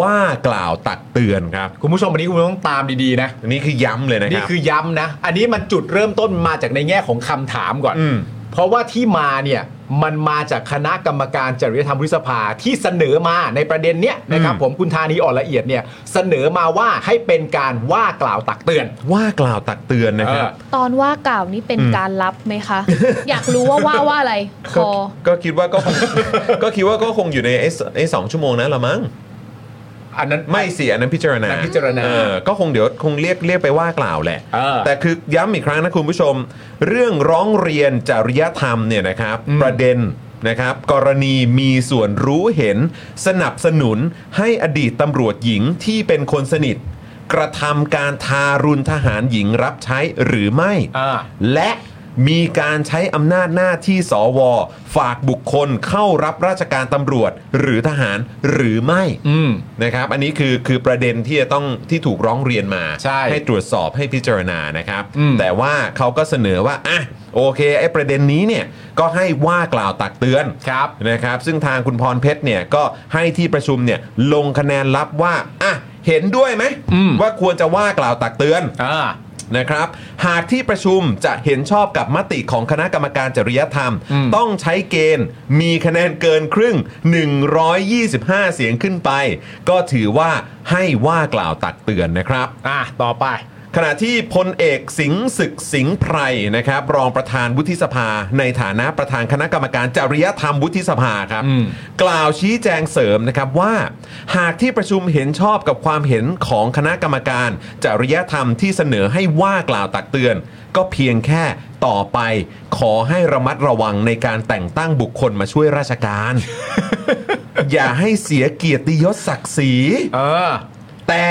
Speaker 2: ว่ากล่าวตักเตือนครับ
Speaker 6: คุณผู้ชมวันนี้คุณต้องตามดีๆนะ
Speaker 2: อันนี่คือย้ำเลยนะค
Speaker 6: นี่
Speaker 2: รับ
Speaker 6: คือย้ำนะ อันนี้มันจุดเริ่มต้นมาจากในแง่ของคำถามก่อน
Speaker 2: อืม
Speaker 6: เพราะว่าที่มาเนี่ยมันมาจากคณะกรรมการจริยธรรมวุฒิสภาที่เสนอมาในประเด็นเนี้ยนะครับผมคุณธานีอ่อนละเอียดเนี่ยเสนอมาว่าให้เป็นการว่ากล่าวตักเตือน
Speaker 2: ว่ากล่าวตักเตือนนะครับ
Speaker 6: เอ
Speaker 1: ตอนว่ากล่าวนี่เป็นการลับไหมคะ อยากรู้ว่าว่าว่าอะไร ค
Speaker 2: ก็
Speaker 1: อ
Speaker 2: ก็คิดว่าก็คง ก็คิดว่าก็คงอยู่ในไอ้สไอ้สองชั่วโมงนั้นละมั้ง
Speaker 6: อันนั้น
Speaker 2: ไม่สิอันนั้นพิจารณา
Speaker 6: อันนั้นพิจารณา
Speaker 2: เออก็คงเดี๋ยวคงเรียกเรียกไปว่ากล่าวแหละ
Speaker 6: เออ
Speaker 2: แต่คือย้ำอีกครั้งนะคุณผู้ชม เรื่องร้องเรียนจริยธรรมเนี่ยนะครับ
Speaker 6: อืม
Speaker 2: ประเด็นนะครับ กรณีมีส่วนรู้เห็น สนับสนุนให้อดีตตำรวจหญิงที่เป็นคนสนิท กระทำการทารุณทหารหญิงรับใช้หรือไม่
Speaker 6: อ่า
Speaker 2: และมีการใช้อำนาจหน้าที่สว ฝากบุคคลเข้ารับราชการตำรวจหรือทหารหรือไม่
Speaker 6: อืม
Speaker 2: นะครับ อันนี้คือคือประเด็นที่จะต้องที่ถูกร้องเรียนมา
Speaker 6: ใช่
Speaker 2: ตรวจสอบให้พิจารณานะครับ
Speaker 6: อืม
Speaker 2: แต่ว่าเขาก็เสนอว่าอ่ะโอเคไอ้ประเด็นนี้เนี่ยก็ให้ว่ากล่าวตักเตือน
Speaker 6: ครับ
Speaker 2: นะครับซึ่งทางคุณพรเพชรเนี่ยก็ให้ที่ประชุมเนี่ยลงคะแนนรับว่าอ่ะเห็นด้วยไหม
Speaker 6: อืม
Speaker 2: ว่าควรจะว่ากล่าวตักเตือน
Speaker 6: อ่า
Speaker 2: นะครับหากที่ประชุมจะเห็นชอบกับมติของคณะกรรมการจริยธรรม
Speaker 6: อืม
Speaker 2: ต้องใช้เกณฑ์ มีคะแนนเกินครึ่ง 125 เสียงขึ้นไป ก็ถือว่าให้ว่ากล่าวตักเตือนนะครับ
Speaker 6: อ่าต่อไป
Speaker 2: ขณะที่พลเอกสิงห์ศึกสิงห์ไพรนะครับ รองประธานวุฒิสภา ในฐานะประธานคณะกรรมการจริยธรรมวุฒิสภาครับ
Speaker 6: อืม
Speaker 2: กล่าวชี้แจงเสริมนะครับว่า หากที่ประชุมเห็นชอบกับความเห็นของคณะกรรมการ จริยธรรมที่เสนอให้ว่ากล่าวตักเตือน ก็เพียงแค่ต่อไป ขอให้ระมัดระวังในการแต่งตั้งบุคคลมาช่วยราชการ
Speaker 6: (laughs)
Speaker 2: อย่าให้เสียเกียรติยศศักดิ์ศรี
Speaker 6: เออ
Speaker 2: แต่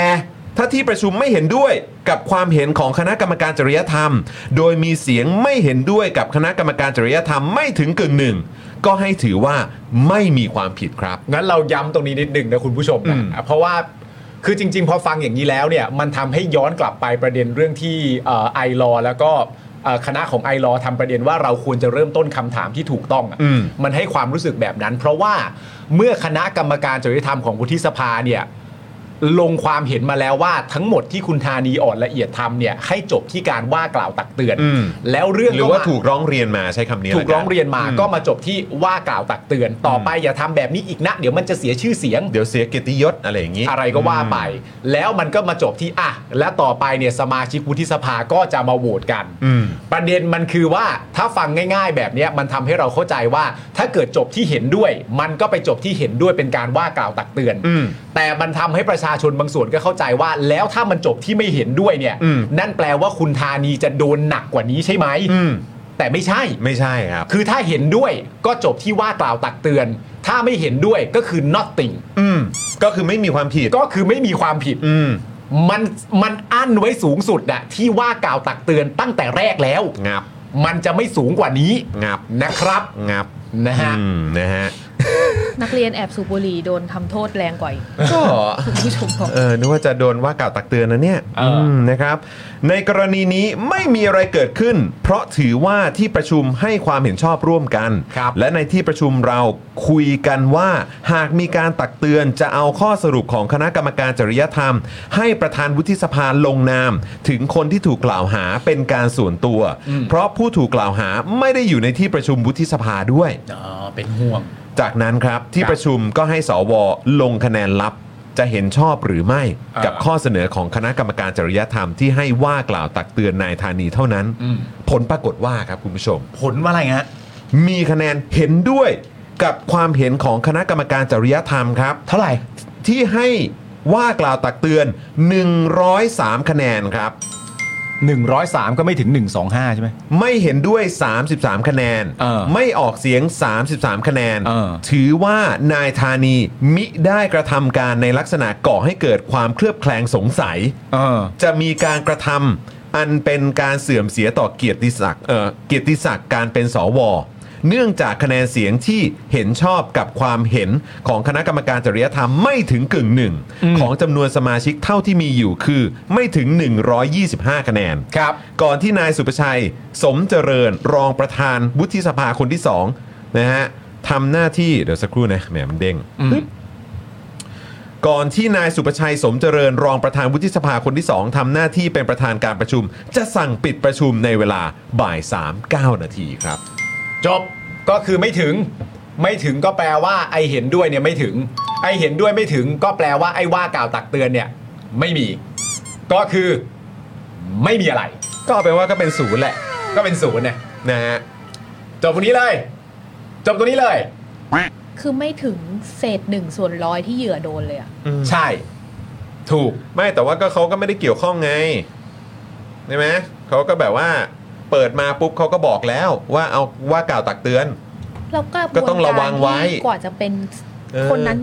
Speaker 2: ถ้าที่ประชุมไม่เห็นด้วยกับความเห็นของคณะกรรมการจริยธรรม โดยมีเสียงไม่เห็นด้วยกับคณะกรรมการจริยธรรมไม่ถึงกึ่งหนึ่ง ก็ให้ถือว่าไม่มีความผิดครับ
Speaker 6: งั้นเราย้ำตรงนี้นิดหนึ่งนะคุณผู้ชมนะ
Speaker 2: อืม
Speaker 6: เพราะว่าคือจริง ๆ พอฟังอย่างนี้แล้วเนี่ยมันทำให้ย้อนกลับไปประเด็นเรื่องที่ไอรอ ILAW แล้วก็เอ่อคณะของไอรอทำประเด็นว่าเราควรจะเริ่มต้นคำถามที่ถูกต้องอะ
Speaker 2: อืม
Speaker 6: มันให้ความรู้สึกแบบนั้น เพราะว่าเมื่อคณะกรรมการจริยธรรมของวุฒิสภาเนี่ยลงความเห็นมาแล้วว่าทั้งหมดที่คุณธานีอ่อนละเอียดทำเนี่ยให้จบที่การว่ากล่าวตักเตือน แล้วเรื่อง
Speaker 2: หรือว่า
Speaker 6: ก็ม
Speaker 2: ถูกร้องเรียนมาใช้คำนี้
Speaker 6: ถู
Speaker 2: แล้ว
Speaker 6: ก
Speaker 2: น
Speaker 6: ร้องเรียนมา
Speaker 2: อืม
Speaker 6: ก็มาจบที่ว่ากล่าวตักเตือน ต่อไปอย่าทำแบบนี้อีกนะ เดี๋ยวมันจะเสียชื่อเสียง
Speaker 2: เดี๋ยวเสียเกียรติยศอะไรอย่างนี้
Speaker 6: อะไรก็ว่าไป แล้วมันก็มาจบที่อ่ะและต่อไปเนี่ยสมาชิกวุฒิสภาก็จะมาโหวตกัน
Speaker 2: อืม
Speaker 6: ประเด็นมันคือว่าถ้าฟังง่าย ๆ แบบเนี้ยมันทำให้เราเข้าใจว่า ถ้าเกิดจบที่เห็นด้วย มันก็ไปจบที่เห็นด้วยเป็นการว่ากล่าวตักเตือน
Speaker 2: อืม
Speaker 6: แต่มันทำให้ประชาชนบางส่วนก็เข้าใจว่า แล้วถ้ามันจบที่ไม่เห็นด้วยเนี่ย
Speaker 2: อืม
Speaker 6: นั่นแปลว่าคุณธานีจะโดนหนักกว่านี้ใช่ไหม
Speaker 2: อืม
Speaker 6: แต่ไม่ใช่
Speaker 2: ไม่ใช่ครับ
Speaker 6: คือถ้าเห็นด้วยก็จบที่ว่ากล่าวตักเตือน ถ้าไม่เห็นด้วยก็คือ nothing
Speaker 2: อืมก็คือไม่มีความผิด
Speaker 6: ก็คือไม่มีความผิด
Speaker 2: อืม
Speaker 6: มันมันอั้นไว้สูงสุดอะที่ว่ากล่าวตักเตือนตั้งแต่แรกแล้ว
Speaker 2: งับ
Speaker 6: มันจะไม่สูงกว่านี้
Speaker 2: งับ
Speaker 6: นะครับ
Speaker 2: งับ
Speaker 6: นะฮะ
Speaker 2: อืมนะฮะ
Speaker 1: นักเรียนแอบสูบบุหรี่โดนทำโทษแรงกว่าอีก
Speaker 2: ก็
Speaker 1: คุณผู้ชมบอก
Speaker 2: เออนึกว่าจะโดนว่ากล่าวตักเตือนนะเนี่ย
Speaker 6: เอออื
Speaker 2: มนะครับ ในกรณีนี้ไม่มีอะไรเกิดขึ้น เพราะถือว่าที่ประชุมให้ความเห็นชอบร่วมกัน
Speaker 6: ครับ
Speaker 2: และในที่ประชุมเราคุยกันว่าหากมีการตักเตือนจะเอาข้อสรุปของคณะกรรมการจริยธรรม ให้ประธานวุฒิสภาลงนาม ถึงคนที่ถูกกล่าวหาเป็นการส่วนตัว เพราะผู้ถูกกล่าวหาไม่ได้อยู่ในที่ประชุมวุฒิสภาด้วย
Speaker 6: อ๋อเป็นห่วง
Speaker 2: จากนั้นครับที่
Speaker 6: ครับ
Speaker 2: ประชุมก็ให้สวลงคะแนนลับ จะเห็นชอบหรือไม่
Speaker 6: อ่ากั
Speaker 2: กับข้อเสนอของคณะกรรมการจริยธรรมที่ให้ว่ากล่าวตักเตือนนายธานีเท่านั้น
Speaker 6: อืม
Speaker 2: ผลปรากฏว่าครับคุณผู้ชม
Speaker 7: ผลว่าอะไรฮะ
Speaker 2: มีคะแนนเห็นด้วยกับความเห็นของคณะกรรมการจริยธรรมครับ
Speaker 7: เท่าไหร่
Speaker 2: ที่ให้ว่ากล่าวตักเตือน 103 คะแนนครับ
Speaker 6: 103 ก็ไม่ถึง 125 ใช่ไหม
Speaker 2: ไม่เห็นด้วย 33 คะแนน
Speaker 6: เออ
Speaker 2: ไม่ออกเสียง 33 คะแนน
Speaker 6: เออ
Speaker 2: ถือว่านายธานีมิได้กระทำการในลักษณะก่อให้เกิดความเคลือบแคลงสงสัย
Speaker 6: เออ
Speaker 2: จะมีการกระทำอันเป็นการเสื่อมเสียต่อเกียรติศักดิ์เอ่อเกียรติศักดิ์การเป็นสว เนื่องจากคะแนนเสียงที่เห็นชอบกับความเห็นของคณะกรรมการจริยธรรมไม่ถึงกึ่งหนึ่ง ของจำนวนสมาชิกเท่าที่มีอยู่คือไม่ถึง 125 คะแนน
Speaker 6: ครับ
Speaker 2: ก่อนที่นายสุประชัย สมเจริญรองประธานวุฒิสภาคนที่สองนะฮะทำหน้าที่เดี๋ยวสักครู่นะแหมมันเด้งปึ๊บก่อนที่นายสุประชัยสมเจริญรองประธานวุฒิสภาคนที่ 2ทำหน้าที่เป็นประธานการประชุม จะสั่งปิดประชุมในเวลาบ่าย3 9นาทีครับ
Speaker 6: จบก็คือไม่ถึงไม่ถึงก็แปลว่า ไอเห็นด้วยเนี่ยไม่ถึง ไอเห็นด้วยไม่ถึง ก็แปลว่าไอว่ากล่าวตักเตือนเนี่ย ไม่มี ก็คือไม่มีอะไร
Speaker 2: ก็เอาเป็นว่าก็เป็นศูนย์แหละ
Speaker 6: ก็เป็นศูนย์เนี่ย
Speaker 2: นะฮะ
Speaker 6: จบตรงนี้เลย จบตรงนี้เลย
Speaker 1: คือไม่ถึงเศษหนึ่งส่วนร้อยที่เหยื่อโดนเลยอะ
Speaker 6: ใช่ ถูก
Speaker 2: ไม่แต่ว่าก็เขาก็ไม่ได้เกี่ยวข้องไงใช่ไหมเขาก็แบบว่าเปิดมาปุ๊บเขาก็บอกแล้ว ว่าเอาว่ากล่าวตักเตือน
Speaker 1: แล้วก็
Speaker 2: ก็ต้องระวังไว้
Speaker 1: ที่กว่าจะเป็น
Speaker 2: เออ
Speaker 1: คนนั้น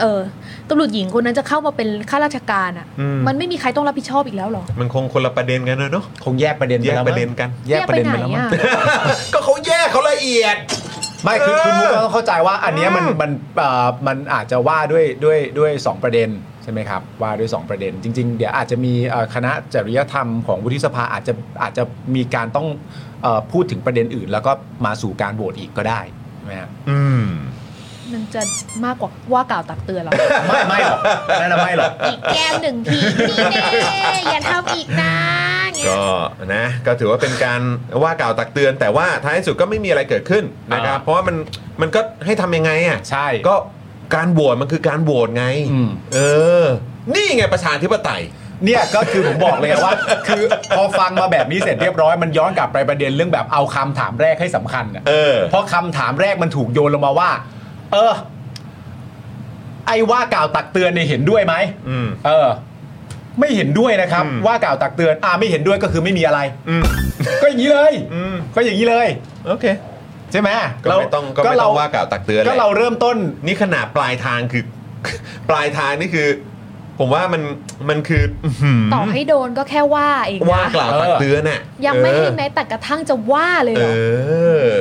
Speaker 1: เออตำรวจหญิงคนนั้นจะเข้ามาเป็นข้าราชการอะ
Speaker 2: อืม
Speaker 1: มันไม่มีใครต้องรับผิดชอบอีกแล้วเหรอ
Speaker 2: มันคงคนละประเด็นกันนะเนาะ
Speaker 6: คงแยกประเด็นไป
Speaker 2: แยก
Speaker 6: แล้ว
Speaker 2: ป
Speaker 6: มั้ง
Speaker 2: ระเด็นกัน
Speaker 6: แยกประเด็นไปแล้วมั้ง
Speaker 1: แยกไปไหนอะ
Speaker 2: ก็เขาแยกเขาละเอียด
Speaker 6: ไม่คือ
Speaker 2: เออ
Speaker 6: คุณมุกก็ต้องเข้าใจว่าอันเนี้ยมัน
Speaker 2: อืม
Speaker 6: มันเอ่อมันอาจจะว่าด้วยด้วยด้วยสองประเด็นใช่ไหมครับ ว่าด้วยสองประเด็น จริง ๆ เดี๋ยวอาจจะมีเอ่อคณะจริยธรรมของวุฒิสภาอาจจะอาจจะมีการต้องเอ่อพูดถึงประเด็นอื่น แล้วก็มาสู่การโหวตอีกก็ได้ใช่ไหมฮะ
Speaker 2: อืม
Speaker 1: มันจะมากกว่าว่ากล่าวตักเตือนเหรอ
Speaker 6: ไม่ไม่หรอกนั่นนะไม่หรอก
Speaker 1: อีกแก้มหนึ่งทีนี่แน่อย่าทำอีกนะเงี้ย
Speaker 2: ก็นะ ก็ถือว่าเป็นการว่ากล่าวตักเตือน แต่ว่าท้ายสุดก็ไม่มีอะไรเกิดขึ้นนะครับ
Speaker 6: อ่า
Speaker 2: เพราะว่ามันมันก็ให้ทำยังไงอ่ะ
Speaker 6: ใช่
Speaker 2: ก็การโหวตมันคือการโหวตไง
Speaker 6: อืม
Speaker 2: เออ นี่ไงประชาธิปไตย
Speaker 6: เนี่ยก็คือผมบอกเลยว่า คือพอฟังมาแบบนี้เสร็จเรียบร้อยมันย้อนกลับไปประเด็นเรื่องแบบเอาคำถามแรกให้สำคัญอะ
Speaker 2: เออ
Speaker 6: เพราะคำถามแรกมันถูกโยนลงมาว่า เออ ไอ้ว่ากล่าวตักเตือนเนี่ยเห็นด้วยไหม
Speaker 2: อืม
Speaker 6: เออ ไม่เห็นด้วยนะครับ
Speaker 2: อืม
Speaker 6: ว่ากล่าวตักเตือน อ่าไม่เห็นด้วยก็คือไม่มีอะไร
Speaker 2: อืม
Speaker 6: ก็อย่างนี้เลย
Speaker 2: อืม
Speaker 6: ก็อย่างนี้เลย
Speaker 2: โอเค
Speaker 6: ใช่ไหม
Speaker 2: ก็ไม่ต้องก็ไม่
Speaker 6: เร
Speaker 2: ต้องว่ากล่าวตักเตือนแห
Speaker 6: ก็
Speaker 2: ละ
Speaker 6: เราเริ่มต้น
Speaker 2: นี่ขนาดปลายทางคือ (laughs) ปลายทางนี่คือ ผมว่ามันมันคืออื้อหือ
Speaker 1: ต่อให้โดนก็แค่ว่าเอง
Speaker 2: ว่า
Speaker 1: นะ
Speaker 2: กล่าวตักเตือนอ่ะ
Speaker 1: ยังไม่ให้
Speaker 2: เออ
Speaker 1: แม้แต่กระทั่งจะว่าเลยเหรอ
Speaker 2: อ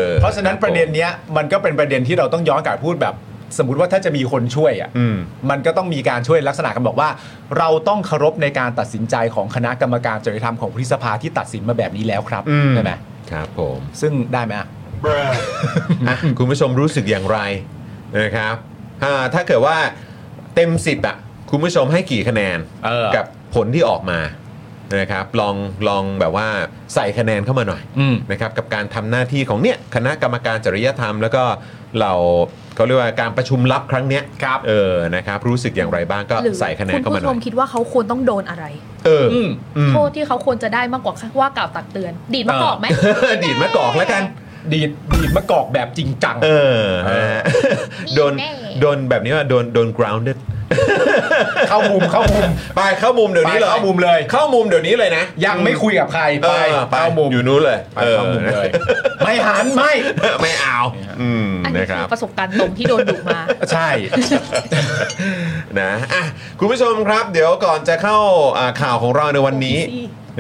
Speaker 2: อ
Speaker 6: เพราะฉะนั้นประเด็นเนี้ย มันก็เป็นประเด็นที่เราต้องย้อนกลับพูดแบบ สมมติว่าถ้าจะมีคนช่วยอ่ะ
Speaker 2: อืม
Speaker 6: มันก็ต้องมีการช่วยลักษณะกันบอกว่า เราต้องเคารพในการตัดสินใจของคณะกรรมการจริยธรรมของผู้ที่สภาที่ตัดสินมาแบบนี้แล้วครับ
Speaker 2: อืม
Speaker 6: ใช่ไหม
Speaker 2: ครับผม
Speaker 6: ซึ่งได้ไหมอ่ะ
Speaker 2: อ
Speaker 6: (laughs)
Speaker 2: ่ะคุณผู้ชมรู้สึกอย่างไรนะครับอ่าถ้าเกิดว่าเต็ม 10อ่ะคุณผู้ชมให้กี่คะแนน
Speaker 6: เออ
Speaker 2: กับผลที่ออกมานะครับลองลองแบบว่าใส่คะแนนเข้ามาหน่อย
Speaker 6: อืม
Speaker 2: นะครับกับการทำหน้าที่ของเนี่ยคณะกรรมการจริยธรรม แล้วก็เราเขาเรียกว่าการประชุมลับครั้งเนี้ย
Speaker 6: ครับ
Speaker 2: เออนะครับรู้สึกอย่างไรบ้างก็
Speaker 1: หรือ
Speaker 2: ใส่คะแนนเข้า
Speaker 1: คุณ
Speaker 2: มาห
Speaker 1: ผู้ช
Speaker 2: น่อ
Speaker 1: ม
Speaker 2: ย
Speaker 1: คิดว่าเขาควรต้องโดนอะไร
Speaker 2: เออ
Speaker 6: อืม
Speaker 2: อืม
Speaker 1: โทษที่เขาควรจะได้มากกว่าว่ากล่าวตักเตือน ดีดมากอกไหม
Speaker 2: ดีดมะกอกแล้วกัน
Speaker 6: ดีดดีดมะกอกแบบจริงจัง
Speaker 2: เออนะฮะโดน
Speaker 1: แน่
Speaker 2: โดนแบบนี้ว่าโดนโดน grounded
Speaker 6: เข้ามุมเข้ามุม
Speaker 2: ไปเข้ามุมเดี๋ยวนี้เลย
Speaker 6: ไปเข้ามุมเลย
Speaker 2: เข้ามุมเดี๋ยวนี้เลยนะ
Speaker 6: ยังไม่คุยกับใคร
Speaker 2: เอ
Speaker 6: ไป
Speaker 2: อไป
Speaker 6: เข้ามุม
Speaker 2: อยู่นู้นเลย
Speaker 6: ไปเข้ามุมเลย ไม่หันไม่
Speaker 2: เออไม่เอาอืม
Speaker 1: อันนี้
Speaker 2: นะค
Speaker 1: คื
Speaker 2: รับ
Speaker 1: อประสบการณ์ตรงที่โดนดุมา
Speaker 6: ใช่
Speaker 2: นะอ่ะคุณผู้ชมครับ เดี๋ยวก่อนจะเข้าอ่าข่าวของเราในวันนี้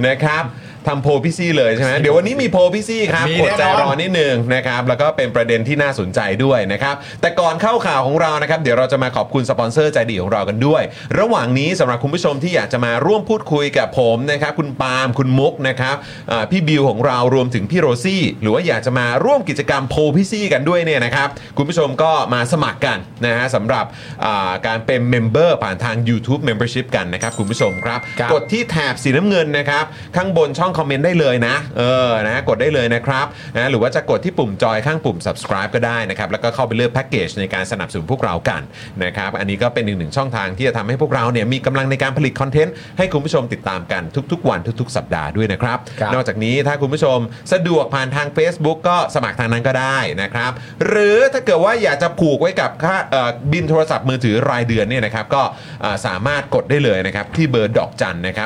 Speaker 2: นะครับทำโพลพี่ซี่เลยใช่ไหมเดี๋ยววันนี้มีโพลพี่ซี่ครับอดใจรอนิดนึงนะครับ แล้วก็เป็นประเด็นที่น่าสนใจด้วยนะครับ แต่ก่อนเข้าข่าวของเรานะครับ เดี๋ยวเราจะมาขอบคุณสปอนเซอร์ใจดีของเรากันด้วย ระหว่างนี้สำหรับคุณผู้ชมที่อยากจะมาร่วมพูดคุยกับผมนะครับ คุณปาล์มคุณมุกนะครับอ่าพี่บิวของเรารวมถึงพี่โรซี่ หรือว่าอยากจะมาร่วมกิจกรรมโพลพี่ซี่กันด้วยเนี่ยนะครับคุณผู้ชมก็มาสมัครกันนะฮะสำหรับอ่าการเป็นเมมเบอร์ผ่านทาง YouTube Membership กันนะครับคุณผู้ชมครับ กดที่แถบสีน้ำเงินนะครับ ข้างบนช่อง คอมเมนต์ได้เลยนะ เออนะกดได้เลยนะครับนะหรือว่าจะกดที่ปุ่มจอยข้างปุ่ม subscribe ก็ได้นะครับ แล้วก็เข้าไปเลือกแพ็กเกจในการสนับสนุนพวกเรากันนะครับ อันนี้ก็เป็นอีกหนึ่งช่องทางที่จะทำให้พวกเราเนี่ยมีกำลังในการผลิตคอนเทนต์ให้คุณผู้ชมติดตามกันทุกๆ วันทุก ๆ สัปดาห์ด้วยนะครับ
Speaker 6: ครับ
Speaker 2: นอกจากนี้ถ้าคุณผู้ชมสะดวกผ่านทาง Facebook ก็สมัครทางนั้นก็ได้นะครับ หรือถ้าเกิดว่าอยากจะผูกไว้กับค่าเอ่อบินโทรศัพท์มือถือรายเดือนเนี่ยนะครับก็เอ่อสามารถกดได้เลยนะครับที่เบอร์ดอกจันนะครั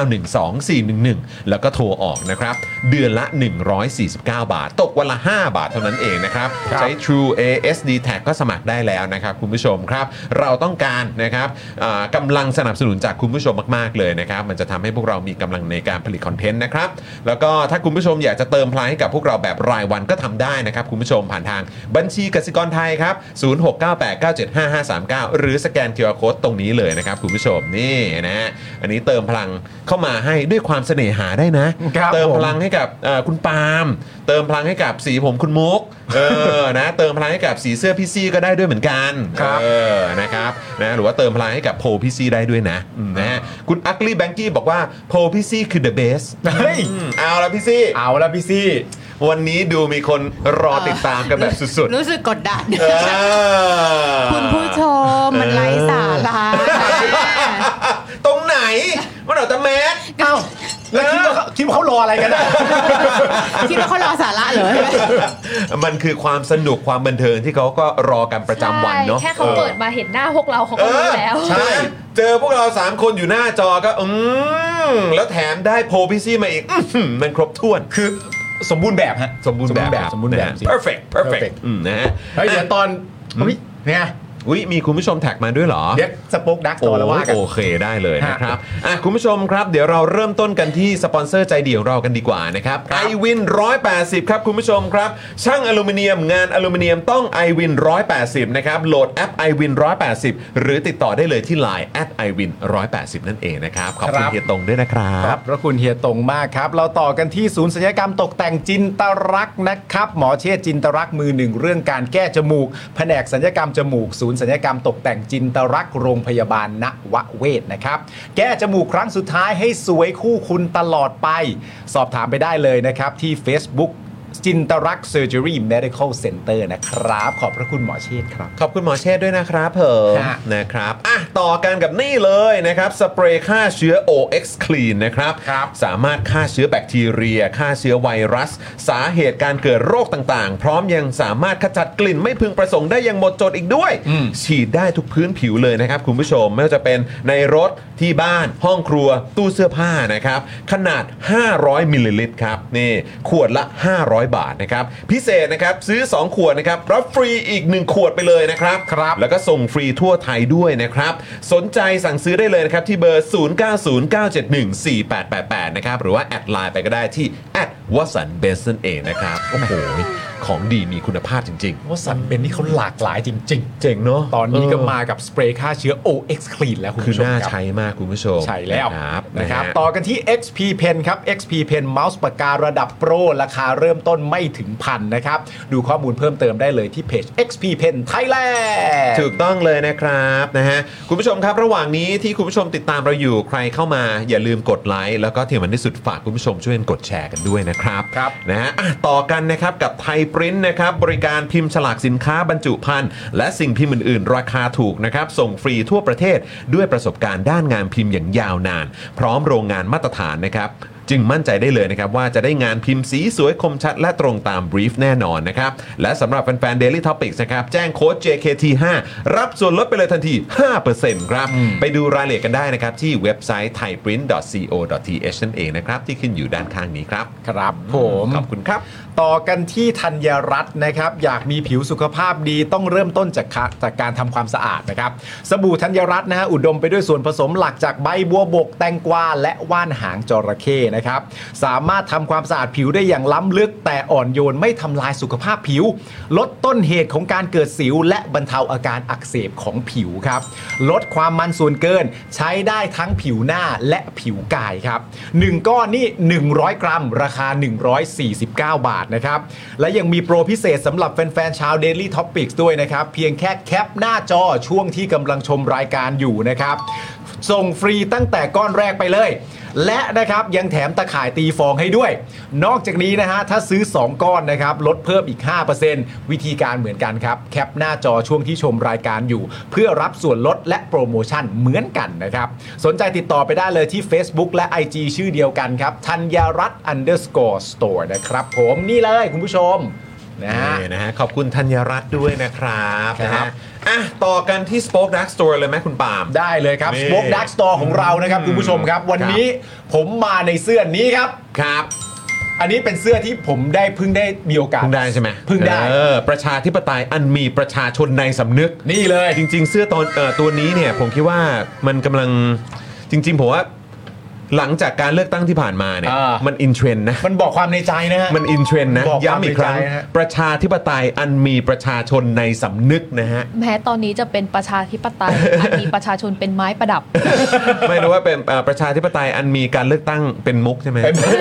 Speaker 2: บ 489912411 แล้วก็โทรออกนะครับ เดือนละ 149 บาท ตกวันละ 5 บาทเท่านั้นเองนะครับ ใช้ True ASD Tag ก็สมัครได้แล้วนะครับคุณผู้ชมครับ เราต้องการนะครับอ่ากำลังสนับสนุนจากคุณผู้ชมมาก ๆ เลยนะครับ มันจะทำให้พวกเรามีกำลังในการผลิตคอนเทนต์นะครับ แล้วก็ถ้าคุณผู้ชมอยากจะเติมพลังให้กับพวกเราแบบรายวันก็ทำได้นะครับ คุณผู้ชมผ่านทางบัญชีกสิกรไทยครับ 0698975539 หรือสแกน QR Code ตรงนี้เลยนะครับ คุณผู้ชมนี่นะฮะอันนี้เติมพลังเข้ามาให้ด้วยความเสน่หาได้นะ
Speaker 6: ครับ
Speaker 2: เติม
Speaker 6: ผม
Speaker 2: พลัง ให้กับเอ่อคุณปาล์มเติมพลังให้กับสีผมคุณมุก (laughs) เออ นะเติมพลังให้กับสีเสื้อพี่ซี่ก็ได้ด้วยเหมือนกัน
Speaker 6: ครับ
Speaker 2: เออนะครับนะหรือว่าเติมพลังให้กับโพลพี่ซี่ได้ด้วยนะอืมนะฮะคุณอัคลี่แบงกี้บอกว่าโพลพี่ซี่คือ the best
Speaker 6: เฮ้ย
Speaker 2: อืมเอาละพี่ซี่
Speaker 6: เอาละพี่ซี่
Speaker 2: วันนี้ดูมีคนรอติดตามกันแบบสุด
Speaker 7: รู้สึกกดดัน
Speaker 2: ๆเออ
Speaker 7: คุณผู้ชมมันไร้สาระ
Speaker 2: ตรงไหนมันเอาแต่แม
Speaker 6: (laughs)
Speaker 2: ส
Speaker 7: เอ้า
Speaker 6: แล้วคิดว่าเขาคิดว่าเขารออะไรกันนะ
Speaker 7: คิดว่าเขารอสาระเหรอ
Speaker 2: มันคือความสนุกความบันเทิงที่เขาก็รอกันประจำวันเนาะ
Speaker 1: ใช่แค่เขาเปิดมาเห็นหน้าพวกเราเขา
Speaker 2: เอ
Speaker 1: ก็รู้
Speaker 2: อ
Speaker 1: แล้ว
Speaker 2: ใช่ เจอพวกเรา 3 คนอยู่หน้าจอก็อืมแล้วแถมได้โพลพี่ซี่มาอีกอื้อหือมันครบถ้วน
Speaker 6: คือสมบูรณ์แบบฮะ
Speaker 2: สมบูรณ์แบบ
Speaker 6: สมบูรณ์แบ
Speaker 2: นะ
Speaker 6: บ
Speaker 2: ฮะ
Speaker 6: สิ
Speaker 2: perfect perfect
Speaker 6: perfect
Speaker 2: อืมนะฮะ
Speaker 6: เฮ้ยเดี๋ยวตอนเฮ้ยเนี่ย
Speaker 2: อุ้ยมีคุณผู้ชมแท็กมาด้วยเหรอ
Speaker 6: เดี๋ยวสปอคดักตอนแล้วว่ากัน
Speaker 2: โอเคได้เลยนะครับอ่ะคุณผู้ชมครับ เดี๋ยวเราเริ่มต้นกันที่สปอนเซอร์ใจดีของเรากันดีกว่านะครับไอวิน180 ครับคุณผู้ชมครับ ช่างอลูมิเนียมงานอลูมิเนียมต้อง i w วิน180 นะครับ โหลดแอป i w วิน180 หรือติดต่อได้เลยที่ Line แอด i w วิน180 นั่นเองนะครับ ขอบคุ
Speaker 6: ค
Speaker 2: ณ
Speaker 6: รับ
Speaker 2: เฮียตงด้วยนะครับ
Speaker 6: ครับพระคุณเฮียตงมากครับ เราต่อกันที่ศูนย์ศัลยกรรมตกแต่งจินตรักษณ์นะครับ หมอเชษจินตรักษณ์มือหนึ่งเรื่องการแก้จมูก แผนกศัลยกรรมจมูก ศูนย์ศัลยกรรมตกแต่งจินตรักษณ์โรงพยาบาลนวเวศนะครับ แก้จมูกครั้งสุดท้ายให้สวยคู่คุณตลอดไป สอบถามไปได้เลยนะครับ ที่ Facebook จินตรักเซอร์เจอรี่เมดิคอลเซ็นเตอร์นะครับ ขอบพระคุณหมอเชษครับ
Speaker 2: ขอบคุณหมอเชษฐ์ด้วยนะครับเผม
Speaker 6: ฮะ
Speaker 2: นะครับอ่ะต่อกันกับนี่เลยนะครับสเปรย์ฆ่าเชื้อ OX Clean นะครับ
Speaker 6: ครับ
Speaker 2: สามารถฆ่าเชื้อแบคทีเรียฆ่าเชื้อไวรัส สาเหตุการเกิดโรคต่างๆ พร้อมยังสามารถขจัดกลิ่นไม่พึงประสงค์ได้อย่างหมดจดอีกด้วย
Speaker 6: อืม
Speaker 2: ฉีดได้ทุกพื้นผิวเลยนะครับคุณผู้ชม ไม่ว่าจะเป็นในรถที่บ้านห้องครัวตู้เสื้อผ้านะครับ ขนาด 500มิลลิลิตรครับนี่ขวดละ 500 บาทนะครับ พิเศษนะครับซื้อ 2 ขวดนะครับ รับฟรีอีก 1 ขวดไปเลยนะครับ
Speaker 6: ครับ
Speaker 2: แล้วก็ส่งฟรีทั่วไทยด้วยนะครับ สนใจสั่งซื้อได้เลยนะครับ ที่เบอร์ 0909714888 นะครับ หรือว่าแอดไลน์ไปก็ได้ที่แอดวัสันเบสนั่นเองนะครับโอ้
Speaker 6: (laughs)
Speaker 2: โหของดีมีคุณภาพจริง
Speaker 6: ว่าสันเป็นนี่เขาหลากหลายจริง
Speaker 2: ๆ เจ๋งเนาะ
Speaker 6: ๆ ตอนนี้ก็มากับสเปรย์ฆ่าเชื้อ OX Clean แล้วคุณ
Speaker 2: คือ
Speaker 6: ผู้ชม
Speaker 2: น่า
Speaker 6: ครับ
Speaker 2: ใช้มากคุณผู้ชม
Speaker 6: ใช่แล้ว
Speaker 2: นะครับ
Speaker 6: นะครับ
Speaker 2: ฮ
Speaker 6: ต่อกันที่ XP Pen ครับ XP Pen เมาส์ปากการะดับโปร ราคาเริ่มต้นไม่ถึงพันนะครับ ดูข้อมูลเพิ่มเติมได้เลยที่เพจ XP Pen Thailand
Speaker 2: ถูกต้องเลยนะครับนะฮะคุณผู้ชมครับระหว่างนี้ที่คุณผู้ชมติดตามเราอยู่ใครเข้ามาอย่าลืมกดไลค์แล้วก็ที่มันที่สุดฝากคุณผู้ชมช่วยกันกดแชร์กันด้วยนะครับ
Speaker 6: ครับ
Speaker 2: นะฮะอ่ะต่อกันนะครับกับไทยปริ้นนะครับบริการพิมพ์ฉลากสินค้าบรรจุภัณฑ์และสิ่งพิมพ์อื่น ๆ ราคาถูกนะครับส่งฟรีทั่วประเทศด้วยประสบการณ์ด้านงานพิมพ์อย่างยาวนาน พร้อมโรงงานมาตรฐานนะครับ จึงมั่นใจได้เลยนะครับ ว่าจะได้งานพิมพ์สีสวยคมชัดและตรงตามบรีฟแน่นอนนะครับ และสำหรับแฟนๆ Daily Topics นะครับ แจ้งโค้ด JKT5 รับส่วนลดไปเลยทันที 5%ครับ ไปดูรายละเอียดกันได้นะครับ ที่เว็บไซต์ thaiprint.co.th นั่นเองนะครับ ที่ขึ้นอยู่ด้านข้างนี้ครับ
Speaker 6: ครับผม
Speaker 2: ขอบคุณครับ
Speaker 6: ต่อกันที่ธัญรัตน์นะครับ อยากมีผิวสุขภาพดีต้องเริ่มต้นจากค่ะจากการทำความสะอาดนะครับ สบู่ธัญรัตน์นะฮะอุดมไปด้วยส่วนผสมหลักจากใบบัวบกแตงกวาและว่านหางจระเข้นะครับ สามารถทำความสะอาดผิวได้อย่างล้ำลึก แต่อ่อนโยนไม่ทำลายสุขภาพผิว ลดต้นเหตุของการเกิดสิว และบรรเทาอาการอักเสบของผิวครับ ลดความมันส่วนเกินใช้ได้ทั้งผิวหน้าและผิวกายครับหนึ่งก้อนนี่ 100 กรัม ราคา 149 บาทนะครับ และยังมีโปรพิเศษสำหรับแฟน ๆ ชาว Daily Topics ด้วยนะครับ เพียงแค่แคปหน้าจอช่วงที่กำลังชมรายการอยู่นะครับ ส่งฟรีตั้งแต่ก้อนแรกไปเลย และนะครับยังแถมตะข่ายตีฟองให้ด้วย นอกจากนี้นะฮะถ้าซื้อ 2 ก้อนนะครับลดเพิ่มอีก 5%วิธีการเหมือนกันครับ แคปหน้าจอช่วงที่ชมรายการอยู่ เพื่อรับส่วนลดและโปรโมชั่นเหมือนกันนะครับ สนใจติดต่อไปได้เลยที่ Facebook และ IG ชื่อเดียวกันครับธัญรัตน์ underscore store นะครับผมนี่เลยคุณผู้ชมนะฮะ
Speaker 2: นี่นะฮะขอบคุณธัญรัตน์ด้วยนะครับ
Speaker 6: ครับ
Speaker 2: นะฮะอ่ะต่อกันที่ Spoke Dark Store เลยไหมคุณปาล์ม
Speaker 6: ได้เลยครับ
Speaker 2: นี่
Speaker 6: สป็อกดักสตอร์ของเรานะครับ
Speaker 2: อืม
Speaker 6: คุณผู้ชมครับ วัน
Speaker 2: ครับ
Speaker 6: นี้ผมมาในเสื้อนี้ครับ
Speaker 2: ครับ
Speaker 6: อันนี้เป็นเสื้อที่ผมได้เพิ่งได้มีโอกาส
Speaker 2: เพึ่งได้ใช่ไหม
Speaker 6: เพิ่งได้
Speaker 2: เออประชาธิปไตยอันมีประชาชนในสำนึก
Speaker 6: นี่เลย
Speaker 2: จริง ๆ เสื้อตอนเอ่อตัวนี้เนี่ยผมคิดว่ามันกำลังจริง ๆ ผมว่าหลังจากการเลือกตั้งที่ผ่านมาเนี่ย
Speaker 6: อ่ามั
Speaker 2: มันอินเทรนด์นะ
Speaker 6: มันบอกความในใจนะฮะ
Speaker 2: มันอินเทรนด์นะ
Speaker 6: บอกความ
Speaker 2: ย้ำอีกครั้ง
Speaker 6: ในใจนะฮะ
Speaker 2: ประชาธิปไตยอันมีประชาชนในสำนึกนะ
Speaker 6: (laughs)
Speaker 2: ฮะ
Speaker 5: แม้ตอนนี้จะเป็นประชาธิปไตย อันมีประชาชนเป็นไม้ประดับ
Speaker 2: ไม่รู้ว่าเป็นเอ่อประชาธิปไตยอันมีการเลือกตั้งเป็นมุกใช่ไหม
Speaker 6: เป็นมุก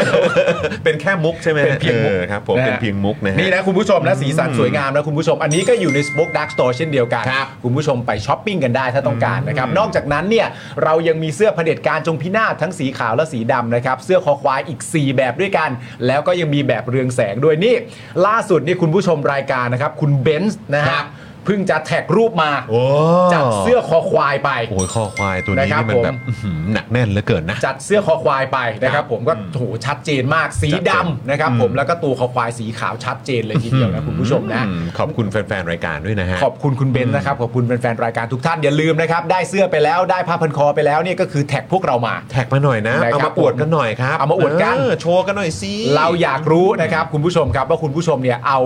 Speaker 2: เป็นแค่มุกใช่ไหม
Speaker 6: เป็นเพียงมุก
Speaker 2: ออครับผมเป็นเพียงมุกนะฮะ
Speaker 6: นี่นะคุณผู้ชมนะสีสันสวยงามนะคุณผู้ชม อันนี้ก็อยู่ใน Spoke Dark Store เช่นเดียวกัน
Speaker 2: ครับ
Speaker 6: คุณผู้ชมไปช้อปปิ้งกันได้ถ้าต้องการนะครับ นอกจากนั้นเนี่ยเรายังมีเสื้อเผด็จการจงพินาศทั้งสีขาวและสีดำนะครับ เสื้อคอควายอีก 4 แบบด้วยกัน แล้วก็ยังมีแบบเรืองแสงด้วยนี่ ล่าสุดนี่คุณผู้ชมรายการนะครับ คุณเบนซ์นะ
Speaker 2: ค
Speaker 6: ฮะ
Speaker 2: รับ
Speaker 6: เพิ่งจะแท็กรูปมา
Speaker 2: โอ้
Speaker 6: จับเสื้อคอควายไป
Speaker 2: โอ้ยคอควายตัวนี้
Speaker 6: นะครับ
Speaker 2: นี่มันแบบ
Speaker 6: ผม
Speaker 2: อื้อหือหนักแน่นเหลือเกินนะ
Speaker 6: จัดเสื้อคอควายไปนะครับผมก็โหชัดเจนมากสี
Speaker 2: ชัดเจน
Speaker 6: ดำนะครับผมแล้วก็ตัวคอควายสีขาวชัดเจนเลยทีเดียวนะคุณผู้ชมนะ
Speaker 2: อืมขอบคุณแฟนๆรายการด้วยนะฮะ
Speaker 6: ขอบคุณคุณเบนซ์นะครับ ขอบคุณแฟนๆรายการทุกท่าน อย่าลืมนะครับ ได้เสื้อไปแล้วได้ผ้าพันคอไปแล้วเนี่ยก็คือแท็กพวกเรามา
Speaker 2: แท็กมาหน่อยนะ
Speaker 6: ได้ครับ
Speaker 2: เอามาอวดกันหน่อยครับ
Speaker 6: เอามาอวดกัน
Speaker 2: เโชว์กันหน่อยสิ
Speaker 6: เราอยากรู้นะครับ คุณผู้ชมครับว่าคุณผู้ชมเนี่ยเอา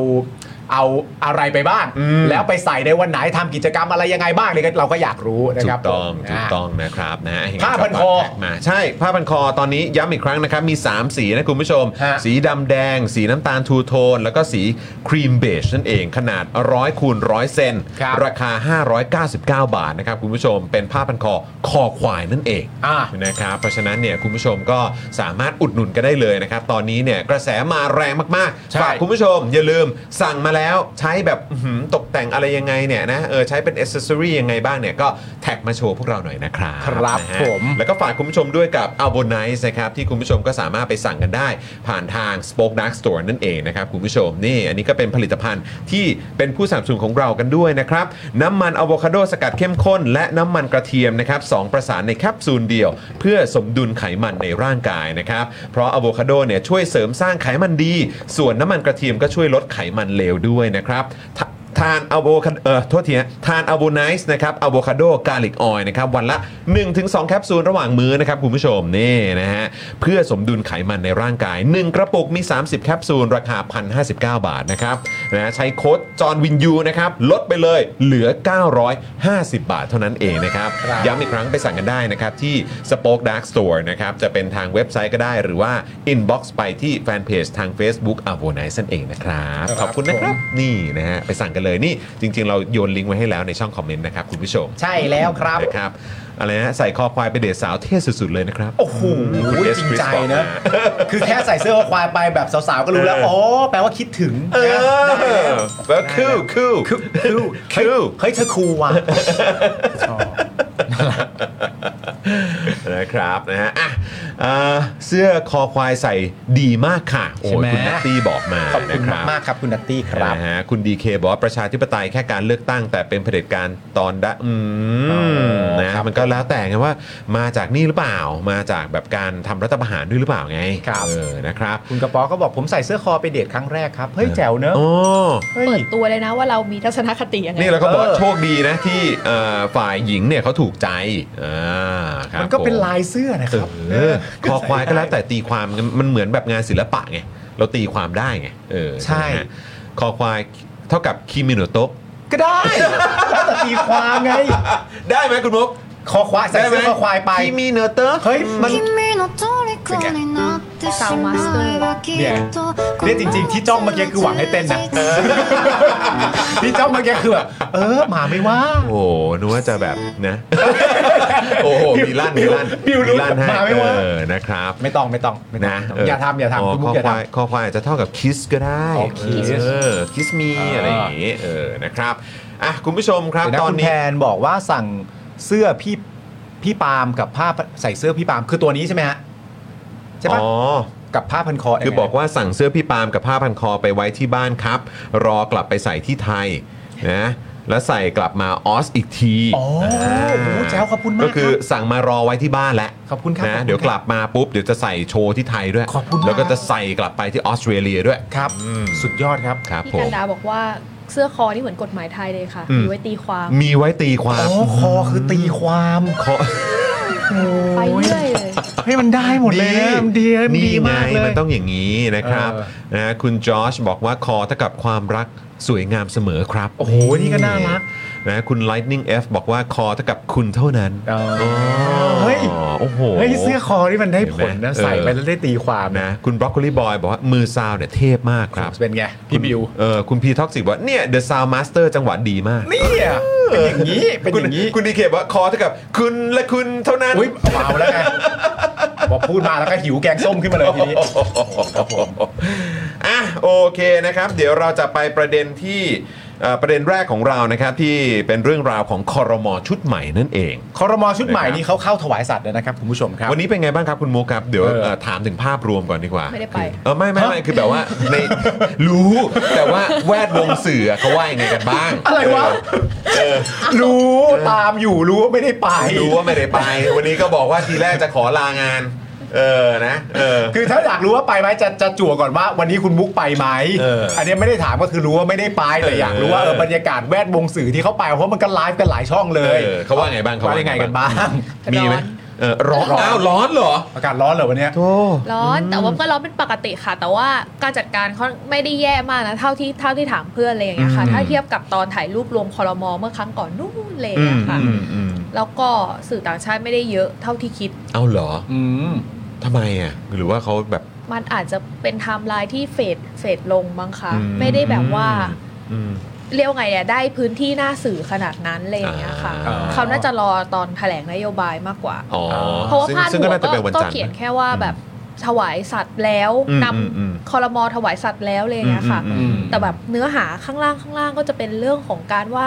Speaker 6: เอาอะไรไปบ้าง แล้วไปใส่ในวันไหนทำกิจกรรมอะไรยังไงบ้างเนี่ยเราก็อยากรู้นะ
Speaker 2: ถู
Speaker 6: ครั
Speaker 2: ก
Speaker 6: บ
Speaker 2: ต้อง
Speaker 6: ผม
Speaker 2: ถูกต้องนะครับนะยังไง
Speaker 6: ผ้าพันคอ
Speaker 2: ก็ฝากแท็กมาใช่ ผ้าพันคอตอนนี้ย้ำอีกครั้งนะครับ มี 3 สีนะคุณผู้ชม
Speaker 6: ฮะ
Speaker 2: สีดำแดง สีน้ำตาลทูโทน แล้วก็สีครีมเบจนั่นเองขนาด 100คูณ100 เซน
Speaker 6: ครับ
Speaker 2: คา 599 บาทนะครับคุณผู้ชมเป็นผ้าพันคอคอควายนั่นเอง
Speaker 6: อ่า
Speaker 2: นะครับเพราะฉะนั้นเนี่ยคุณผู้ชมก็สามารถอุดหนุนกันได้เลยนะครับ ตอนนี้เนี่ยกระแสมาแรงมาก
Speaker 6: ใช่
Speaker 2: ๆฝากคุณผู้ชม อย่าลืมสั่งมาแล้วใช้แบบอื้อหือตกแต่งอะไรยังไงเนี่ยนะเออใช้เป็นอ c เซสซอรี่ยังไงบ้างเนี่ยก็แท็กมาโชว์พวกเราหน่อยนะครับ
Speaker 6: ครับ
Speaker 2: นะฮะ
Speaker 6: ผม
Speaker 2: แล้วก็ฝากคุณผู้ชมด้วยกับ a l b o n i c e นะครับ ที่คุณผู้ชมก็สามารถไปสั่งกันได้ ผ่านทาง Spoke Dark Store นั่นเองนะครับ คุณผู้ชมนี่ อันนี้ก็เป็นผลิตภัณฑ์ที่เป็นผู้สนับสนุนของเรากันด้วยนะครับ น้ำมันอะโวคาโดสกัดเข้มข้น และน้ำมันกระเทียมนะครับสองประสานในแคปซูลเดียว เพื่อสมดุลไขมันในร่างกายนะครับ เพราะอะโวคาโดเนี่ยช่วยเสริมสร้างไขมันดี ส่วนน้ำมันกระเทียมก็ช่วยลดไขมันเลวด้วยนะครับทะ ทานอะโวคาเอ่อโทษทีฮะทานอะโวไนซ์นะครับอะโวคาโดกาลิกออยนะครับ วันละ 1-2 แคปซูลระหว่างมื้อนะครับ คุณผู้ชม นี่นะฮะ เพื่อสมดุลไขมันในร่างกาย 1 กระปุกมี 30 แคปซูล ราคา 1,059 บาทนะครับนะฮะใช้โค้ดจอห์นวินยูนะครับ ลดไปเลยเหลือ 950 บาทเท่านั้นเองนะครับ
Speaker 6: ครับ
Speaker 2: ย้ำอีกครั้งไปสั่งกันได้นะครับ ที่ Spoke Dark Store นะครับ จะเป็นทางเว็บไซต์ก็ได้หรือว่า inbox ไปที่แฟนเพจทาง Facebook a v o n i c e นั่นเองนะครับ ขอบคุณนะครับ นี่นะฮะ ไปสั่งกันเลยนี่จริง ๆ เราโยนลิงก์ไว้ให้แล้วในช่องคอมเมนต์นะครับ คุณผู้ชม
Speaker 6: ใช่แล้วครับ
Speaker 2: นะครับอะไรนะใส่คอควายไปเดทสาวเท่สุด ๆ เลยนะครับ
Speaker 6: โอ้โห
Speaker 2: คุณ
Speaker 6: จ
Speaker 2: S
Speaker 6: ริง
Speaker 2: Chris
Speaker 6: ใจ
Speaker 2: บอก
Speaker 6: นะ
Speaker 2: นะ
Speaker 6: คือแค่ใส่เสื้อคอควายไปแบบสาวๆก็รู้แล้ว
Speaker 2: เอออ๋
Speaker 6: อ๋อแปลว่าคิดถึง
Speaker 2: เอ
Speaker 6: นะได้แล้
Speaker 2: อ
Speaker 6: ว
Speaker 2: แล้วคู่คู่
Speaker 6: คือคือ
Speaker 2: คื
Speaker 6: เฮ้ย
Speaker 2: อ
Speaker 6: เฮ้ยเธอครูว่ะ
Speaker 2: นะครับนะฮะอ่ะเอ่อเสื้อคอควายใส่ดีมากค่ะโอ้
Speaker 6: ใช่
Speaker 2: ย
Speaker 6: ไหม
Speaker 2: คุณนัตตี้บอกมา
Speaker 6: ขอบคุณ
Speaker 2: นะรั
Speaker 6: มากๆครับคุณนัตตี้ครับ
Speaker 2: นะฮะคุณดีเคบอกว่าประชาธิปไตยแค่การเลือกตั้ง แต่เป็นเผด็จการตอนดะอืม
Speaker 6: อ๋อ
Speaker 2: นะฮะมันก็แล้วแต่ไงว่ามาจากนี่หรือเปล่า มาจากแบบการทำรัฐประหารด้วยหรือเปล่าไง
Speaker 6: ครับ
Speaker 2: เออนะครับ
Speaker 6: คุณกระป๋อก็บอกผมใส่เสื้อคอไปเดทครั้งแรกครับ เฮ้ยแจ๋วเนอะ
Speaker 2: โอ้
Speaker 6: เฮ้ย
Speaker 5: เปิดตัวเลยนะว่าเรามีทัศนคติยังไง
Speaker 2: นี่เราก็บอกว่า
Speaker 6: เออ
Speaker 2: โชคดีนะที่เอ่อฝ่ายหญิงเนี่ยเขาถูกใจอ่าครับ
Speaker 6: มันก็เป็น
Speaker 2: ผม
Speaker 6: ลายเสื้อนะค
Speaker 2: เอ
Speaker 6: รั
Speaker 2: อ
Speaker 6: บ
Speaker 2: คอควายก็แล้วแต่ตีความมันเหมือนแบบงานศิลปะไงเราตีความได้ไงเออไหมฮะคอควายเท่ากับคิมิโนโตะ
Speaker 6: ก็ได้ (laughs) แล้วแต่ตีความไง
Speaker 2: ได้ไหมคุณมุก
Speaker 6: คอควายใส่เสื้อคอควายไป
Speaker 2: คิมิเนเตอร์
Speaker 6: เฮ้ยมัน
Speaker 8: 君の虜になってしまえばきっと
Speaker 6: เนี่ยจริง ๆ ที่จ้องเมื่อกี้คือหวังให้เต้นนะ (laughs) ที่จ้องเมื่อกี้คือแบบเออมาไม่ว่า
Speaker 2: โอ้โหนึกว่าจะแบบนะ (laughs) โอ้โห มีลั่น มีลั่น
Speaker 6: บิวรู้
Speaker 2: มีลั่นให้
Speaker 6: มาไม่ว่า
Speaker 2: เออนะครับ
Speaker 6: ไม่ต้องไม่ต้องไม่ต้อง
Speaker 2: นะ
Speaker 6: อย่าทำอย่าทำคุณ
Speaker 2: ค
Speaker 6: มุ
Speaker 2: อก
Speaker 6: อย่า
Speaker 2: ค
Speaker 6: ท
Speaker 2: วายคอควายอาจจะเท่ากับคิสก็ได้
Speaker 6: อ๋อ kiss
Speaker 2: เออคิสมีอะไรอย่างงี้เออนะครับอ่ะคุณผู้ชมค
Speaker 6: ำ
Speaker 2: รับ
Speaker 6: เดี๋ยวนะ
Speaker 2: ตอน
Speaker 6: คุณแท
Speaker 2: นี้
Speaker 6: นบอกว่าสั่งเสื้อพี่พี่ปาล์มกับผ้าใส่เสื้อพี่ปาล์มคือตัวนี้ใช่ไหมฮะ ใช่ปะ
Speaker 2: อ๋อ
Speaker 6: กับผ้าพันคอ
Speaker 2: คือบอกว่าสั่งเสื้อพี่ปาล์มกับผ้าพันคอไปไว้ที่บ้านครับ รอกลับไปใส่ที่ไทยนะแล้วใส่กลับมาออสอีกที
Speaker 6: อ๋อโอ้โหแจ๋วขอบคุณมาก
Speaker 2: ก็คือ
Speaker 6: รับ
Speaker 2: สั่งมารอไว้ที่บ้านแล้ว
Speaker 6: ขอบคุณครับขอบคุ
Speaker 2: นะ
Speaker 6: ณ
Speaker 2: เดี๋ยวกลับมาปุ๊บเดี๋ยวจะใส่โชว์ที่ไทยด้วย
Speaker 6: ขอบคุณมาก
Speaker 2: แล้วก็จะใส่กลับไปที่ออสเตรเลียด้วย
Speaker 6: ครับ
Speaker 2: อืม
Speaker 6: สุดยอดครับ
Speaker 2: ครับ
Speaker 5: พี่
Speaker 2: ผ
Speaker 5: กั
Speaker 2: ม
Speaker 5: นดาบอกว่าเสื้อคอนี่เหมือนกฎหมายไทยเลยค่ะ
Speaker 2: อืม
Speaker 5: มีไว้ตีความ
Speaker 2: มีไว้ตีควา
Speaker 6: อ๋
Speaker 2: ม
Speaker 6: อ คอคือตีความ
Speaker 2: ขอ
Speaker 5: ไปเรื่อยเลย
Speaker 6: ให้ยมันได้หมดเลยนะมันดีนะมัน
Speaker 2: นี่
Speaker 6: ดี
Speaker 2: ไง
Speaker 6: มากเลย
Speaker 2: มันต้องอย่างนี้นะครับ
Speaker 6: เออ
Speaker 2: นะคุณจอชบอกว่าคอเท่ากับความรักสวยงามเสมอครับ
Speaker 6: โอ้โห นี่ก็น่ารัก
Speaker 2: นะคุณ Lightning F บอกว่าคอเท่ากับคุณเท่านั้น
Speaker 6: อ๋อ
Speaker 2: อ๋อ
Speaker 6: เฮ้ย
Speaker 2: โอ้โห
Speaker 6: เฮ้ยเสื้อคอนี่มันได้ผล
Speaker 2: เห็นไหม
Speaker 6: นะ ใส่ไป
Speaker 2: เออ
Speaker 6: แล้วได้ตีความ
Speaker 2: นะคุณ Broccoli Boy บอกว่ามือซาวเนี่ยเทพมากครับ
Speaker 6: เป็นไง พี่บิว
Speaker 2: เออคุณพีท็อกซิบอกว่าเนี่ย The Sound Master จังหวะดีมาก
Speaker 6: นี่อะเป็นอย่างนี้ เป็นอย่างนี้
Speaker 2: คุณดีเคบอกว่าคอเท่ากับคุณและคุณเท่านั้น
Speaker 6: อุ้ยเบาแล้วไงพอพูดมาแล้วก็หิวแกงส้มขึ้นมาเลยทีนี้ ครับผม
Speaker 2: (laughs) อ่ะโอเคนะครับ เดี๋ยวเราจะไปประเด็นที่เอ่อประเด็นแรกของเรานะครับ ที่เป็นเรื่องราวของคอรมอชุดใหม่นั่นเอง
Speaker 6: คอรมอชุดใหม่นี้เขาเข้าถวายสัตว์แล้วนะครับคุณผู้ชมครับ
Speaker 2: วันนี้เป็นไงบ้างครับคุณโมกครับ เดี๋ยว
Speaker 6: เออ
Speaker 2: เอ่อถามถึงภาพรวมก่อนดีกว่า
Speaker 5: ไม่ได้ไป
Speaker 2: เออไม่ไม่ไม่คือแบบ
Speaker 5: (laughs)
Speaker 2: ว่าในรู้แต่ว่าแวดวงสื่อเขาว่ายังไงกันบ้าง
Speaker 6: อะไรวะ รู้ตามอยู่รู้ว่าไม่ได้ไป
Speaker 2: เออรู้ว่าไม่ได้ไป วันนี้ก็บอกว่าทีแรกจะขอลางาน เออนะเออ
Speaker 6: คือถ้าอยากรู้ว่าไปไหมจะจะจั่วก่อนว่าวันนี้คุณมุกไปไหม
Speaker 2: เอออั
Speaker 6: นนี้ไม่ได้ถามก็คือรู้ว่าไม่ได้ไปแต่อยากรู้ว่าเออบรรยากาศแวดวงสื่อที่เขาไปเพราะมันก็ไลฟ์กันหลายช่องเลย
Speaker 2: เออเขาว่าไงบ้างเขาว่า
Speaker 6: ว่า
Speaker 2: ไง
Speaker 6: ไง
Speaker 2: บ้า
Speaker 6: กั
Speaker 2: ง
Speaker 6: นบ้าง
Speaker 2: มีไหม
Speaker 5: ร้อน
Speaker 2: เออร้อน
Speaker 6: ร้อน
Speaker 2: อ้าวร้อนเหรอ
Speaker 6: อากาศร้อนเหรอวันเนี้ย
Speaker 2: โอ้
Speaker 5: ร้อนแต่ว่าก็ร้อนเป็นปกติค่ะ แต่ว่าการจัดการเขาไม่ได้แย่มากนะเท่าที่เท่าที่ถามเพื่อนอะไรอย่างเงี้ยค่ะ ถ้าเทียบกับตอนถ่ายรูปรวมคอรมอเมื่อครั้งก่อนนู่นเลย
Speaker 2: อืม
Speaker 5: อะค่ะ
Speaker 2: อืมอืม
Speaker 5: แล้วก็สื่อต่างชาติไม่ได้เยอะเท่าที่คิด
Speaker 2: เอาเหรอ
Speaker 6: อืม
Speaker 2: ทำไมอ่ะหรือว่าเขาแบบ
Speaker 5: มันอาจจะเป็นไทม์ไลน์ที่เฟดเฟดลงมั้งคะ
Speaker 2: อืม
Speaker 5: ไม่ได้แบบว่า
Speaker 2: อืม
Speaker 5: เรียกว่าไงเนี่ยได้พื้นที่หน้าสื่อขนาดนั้นอะไรอย่างเงี้ยค่ะ
Speaker 2: อ่า
Speaker 5: เขาน่าจะรอตอนแถลงนโยบายมากกว่า
Speaker 2: อ๋อ
Speaker 5: เพราะว่า
Speaker 2: ซึ่ง
Speaker 5: พาด
Speaker 2: ซึ่ง
Speaker 5: หั
Speaker 2: ก็
Speaker 5: ว
Speaker 2: น่าจะเป็นวัน
Speaker 5: ก็
Speaker 2: จันทร์
Speaker 5: เขียน
Speaker 2: นะ
Speaker 5: แค่ว่าแบบถวายสัตว์แล้ว
Speaker 2: อืม
Speaker 5: นำ
Speaker 2: อืมอืม
Speaker 5: คอรมอถวายสัตว์แล้วอะไรอย่างเงี้ยค่ะ
Speaker 2: อืมอืมอืม
Speaker 5: แต่แบบเนื้อหาข้างล่างข้างล่างก็จะเป็นเรื่องของการว่า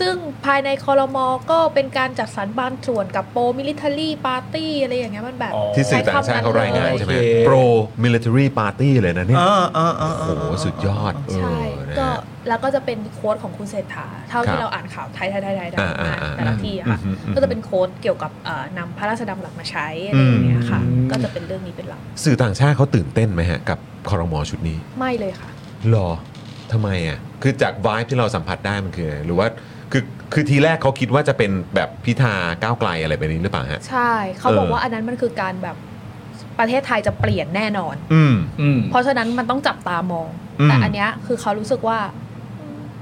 Speaker 5: ซึ่งภายในคอรมอก็เป็นการจัดสรรบางส่วนกับโปรมิลิเทอรี่ปาร์ตี้อะไรอย่างเงี้ยมันแบบ
Speaker 6: อ๋อ
Speaker 2: ที่สื่อต่างชาติเขารายงานใช่ไหม
Speaker 6: โอเค
Speaker 2: โปรมิลิเตอรี่ปาร์ตี้เลยนะเนี่ย
Speaker 6: อ่าอ่าอ่า
Speaker 2: โอ้โห สุดยอดเออ
Speaker 5: ใช่
Speaker 2: นะ
Speaker 5: ก็
Speaker 2: ฮะ
Speaker 5: แล้วก็จะเป็นโค้ดของคุณเศรษฐา เท่า
Speaker 2: ครั
Speaker 5: ที่
Speaker 2: บ
Speaker 5: เราอ่านข่าวไทยไทยไทยไทย
Speaker 2: อ่าอ่าอ่า
Speaker 5: แต่ละที่อะค่ะ
Speaker 2: อืมอืม
Speaker 5: ก็จะเป็นโค้ดเกี่ยวกับเอ่อนำพระราชดำรัสมาใช้อะไรอย่างเงี้ยค่ะ
Speaker 2: อืม
Speaker 5: ก็จะเป็นเรื่องนี้เป็นหลัก
Speaker 2: สื่อต่างชาติเขาตื่นเต้นไหมฮะ กับคอรมอชุดนี้
Speaker 5: ไม่เลยค่ะ
Speaker 2: หรอทำไมอ่ะ คือจากวายที่เราสัมผัสได้มันคืออะไรหรือว่าคือคือทีแรกเขาคิดว่าจะเป็นแบบพิธาก้าวไกลอะไรแบบนี้หรือเปล่าฮะ
Speaker 5: ใช่เขา
Speaker 2: เออ
Speaker 5: บอกว่าอันนั้นมันคือการแบบประเทศไทยจะเปลี่ยนแน่นอน
Speaker 2: อืม
Speaker 6: อืม
Speaker 5: เพราะฉะนั้นมันต้องจับตามอง
Speaker 2: อืม
Speaker 5: แต่อันเนี้ยคือเขารู้สึกว่า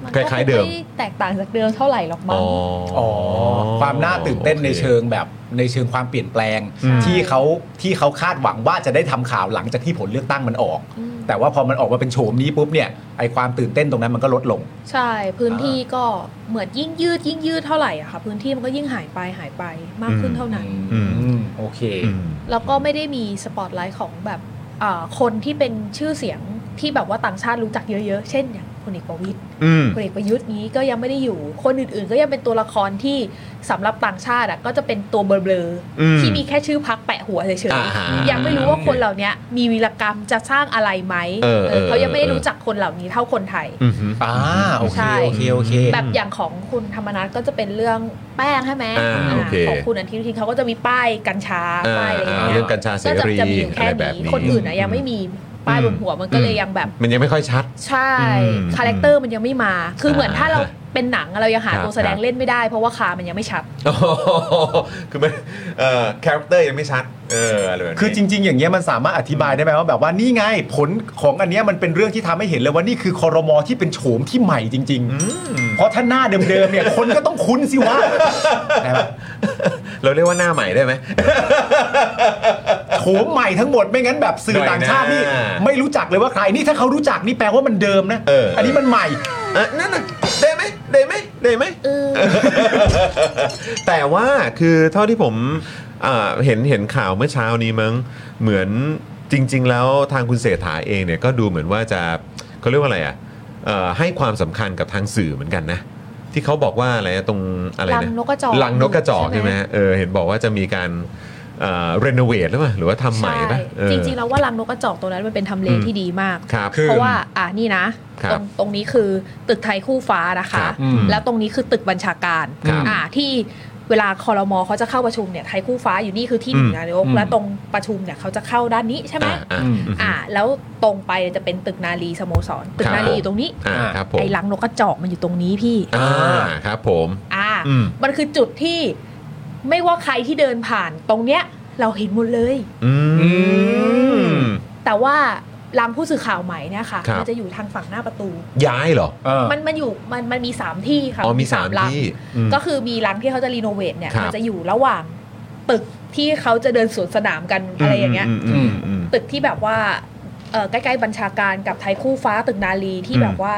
Speaker 5: มันก็
Speaker 2: คล้ายๆเดิม
Speaker 5: ไแตกต่างจากเดิมเท่าไหร่หรอกมั้
Speaker 2: อ๋
Speaker 5: ง
Speaker 2: อ
Speaker 6: อ๋อความน่าตื่นเต้นในเชิงแบบในเชิงความเปลี่ยนแปลง
Speaker 5: ใช่
Speaker 6: ที่เขาที่เขาคาดหวังว่าจะได้ทำข่าวหลังจากที่ผลเลือกตั้งมันออก
Speaker 5: อืม
Speaker 6: แต่ว่าพอมันออกมาเป็นโฉมนี้ปุ๊บเนี่ยไอความตื่นเต้นตรงนั้นมันก็ลดลง
Speaker 5: ใช่พื้นที่ก็เหมือนยิ่งยืดยิ่งยืดเท่าไหร่อะค่ะ พื้นที่มันก็ยิ่งหายไปหายไปมากขึ้นเท่านั้น
Speaker 6: อืมโอเค
Speaker 2: อืม
Speaker 5: แล้วก็ไม่ได้มีสปอตไลท์ของแบบอ่าคนที่เป็นชื่อเสียงที่แบบว่าต่างชาติรู้จักเยอะๆ เช่นอย่างพลเอกประวิตย
Speaker 2: อืม
Speaker 5: พลเอกประยุทธ์นี้ก็ยังไม่ได้อยู่ คนอื่นๆ ก็ยังเป็นตัวละครที่สำหรับต่างชาติอะก็จะเป็นตัวเบลอ
Speaker 2: อืม
Speaker 5: ๆที่มีแค่ชื่อพักแปะหัวเฉย
Speaker 2: อ่าฮะ
Speaker 5: ๆยังไม่รู้ว่าคนเหล่าเนี้ยมีวีรกรรมจะสร้างอะไรไหม
Speaker 2: เออเออ
Speaker 5: เออเขายังไม่ได้รู้จักคนเหล่านี้เท่าคนไทย
Speaker 2: อืมฮึ
Speaker 6: อ่าโอเค
Speaker 5: ใช่
Speaker 6: โอเคโอเค
Speaker 5: แบบอย่างของคุณธรรมนัทก็จะเป็นเรื่องแป้งใช่ไหม
Speaker 2: อ่า
Speaker 5: า
Speaker 2: โอเค
Speaker 5: ของคุณอนุทินเขาก็จะมีป้ายกัญชา
Speaker 2: อ่า
Speaker 5: ป้ายอะไรอย่าง
Speaker 2: อ่า
Speaker 5: เงี้ย
Speaker 2: เรื่องกัญชาเส
Speaker 5: ก็จะ
Speaker 2: รี
Speaker 5: จะมีอยู่
Speaker 2: อะ
Speaker 5: แค่
Speaker 2: ไรแบบ
Speaker 5: นี้
Speaker 2: นี้
Speaker 5: คนอื่นนะยังไม่มีป้ายบนหัวมันก็เลยยังแบบ
Speaker 2: มันยังไม่ค่อยชัด
Speaker 5: ใช่
Speaker 2: อืม
Speaker 5: คาแรคเตอร์มันยังไม่มา คือเหมือนถ้าเรา
Speaker 2: อ่า
Speaker 5: เป็นหนังเรายังหา
Speaker 2: ครับ
Speaker 5: ตัวแส
Speaker 2: ค
Speaker 5: ดง
Speaker 2: รับ
Speaker 5: เล่นไม่ได้ เพราะว่าคามันยังไม่ชัด
Speaker 2: โอ้โหคือมันเอ่อคาแรคเตอร์ยังไม่ชัด เอออะไรแบบนี้
Speaker 6: คือจริง ๆ อย่างเงี้ยมันสามารถอธิบายได้ไหมว่าแบบว่านี่ไงผลของอันเนี้ยมันเป็นเรื่องที่ทำให้เห็นเลยว่านี่คือคอรมอที่เป็นโฉมที่ใหม่จริง ๆ เพราะถ้าหน้าเดิมๆเนี่ย คนก็ต้องคุ้นสิว (laughs) ะได้ปะ
Speaker 2: (laughs) เราเรียกว่าหน้าใหม่ได้ไหม
Speaker 6: โฉมใหม่ทั้งหมดไม่งั้นแบบสื่อต่างชาตินี่
Speaker 2: หน่อยนะ
Speaker 6: ไม่รู้จักเลยว่าใครนี่ถ้าเขารู้จักนี่แปลว่ามันเดิมนะ
Speaker 2: เออ
Speaker 6: นนี้มันใหม่
Speaker 2: อ่ะนั่นน่ะได้ไหมได้ไหมได้ไหม
Speaker 5: เออ
Speaker 2: แต่ว่าคือเท่าที่ผมเอ่อเห็นเห็นข่าวเมื่อเช้านี้มั้งเหมือนจริง ๆ แล้วทางคุณเศรษฐาเองเนี่ยก็ดูเหมือนว่าจะเขาเรียกว่าอะไรอ่ะเอ่อให้ความสำคัญกับทางสื่อเหมือนกันนะที่เขาบอกว่าอะไรนะตรงอะไรนะ
Speaker 5: รังนกกระจอก
Speaker 2: ลังนกกระจอกใช่ไหม
Speaker 5: ใช่ไหม
Speaker 2: เออเห็นบอกว่าจะมีการ เรโนเวทหรือเปล่าหรือว่าทำใหม่ปะเออ
Speaker 5: จริงๆแล้วว่ารังนกกระจอกตรงนั้นมันเป็นทำเล
Speaker 2: อืม
Speaker 5: ที่ดีมาก
Speaker 2: ครับ
Speaker 6: คือ
Speaker 5: เพราะว่าอ่ะนี่นะ
Speaker 2: ครับ
Speaker 5: ตรงตรงนี้คือตึกไทยคู่ฟ้านะ
Speaker 2: ค
Speaker 5: คะ
Speaker 2: รับ
Speaker 6: อืม
Speaker 5: แล้วตรงนี้คือตึกบัญชาการ
Speaker 2: ครับ
Speaker 5: อ่ะที่เวลาคอรมอเขาจะเข้าประชุมเนี่ยไทยคู่ฟ้าอยู่นี่คือที่
Speaker 2: อืม
Speaker 5: หนึ่งนายก
Speaker 6: อืม
Speaker 5: และตรงประชุมเนี่ยเขาจะเข้าด้านนี้ใช่ไหม
Speaker 2: อ่าอ่า
Speaker 6: อืม
Speaker 5: อ่ะแล้วตรงไปจะเป็นตึกนาลีสโมสรตึกนาลีอยู่ตรงนี้
Speaker 2: อ่าครับผม
Speaker 5: ไอ้รังนกกระจอกมันอยู่ตรงนี้พี่
Speaker 2: อ่าครับผม
Speaker 5: อ่ะ
Speaker 2: อืม
Speaker 5: มันคือจุดที่ไม่ว่าใครที่เดินผ่านตรงเนี้ยเราเห็นหมดเลย
Speaker 2: อืม
Speaker 5: แต่ว่าลำผู้สื่อข่าวใหม่เนี่ยค่ะ
Speaker 2: ครับ
Speaker 5: มัจะอยู่ทางฝั่งหน้าประตู
Speaker 2: ย้ายเหรอ
Speaker 6: เออ
Speaker 5: มันมันอยู่มันมันมีสามที่ค่ะ
Speaker 2: อ๋อมี
Speaker 5: ส
Speaker 2: สาม
Speaker 5: ล
Speaker 2: ที่อืม
Speaker 5: ำก็คือมีลำที่เขาจะรีโนเวทเนี่ย
Speaker 2: ครับ
Speaker 5: มัจะอยู่ระหว่างตึกที่เขาจะเดินสวนสนามกันอะไรอย่างเงี้ย
Speaker 2: มอืมอืม
Speaker 5: ตึกที่แบบว่าเอ่อใกล้ๆบัญชาการกับไทยคู่ฟ้าตึกนาลีที่
Speaker 2: อืม
Speaker 5: แบบว่า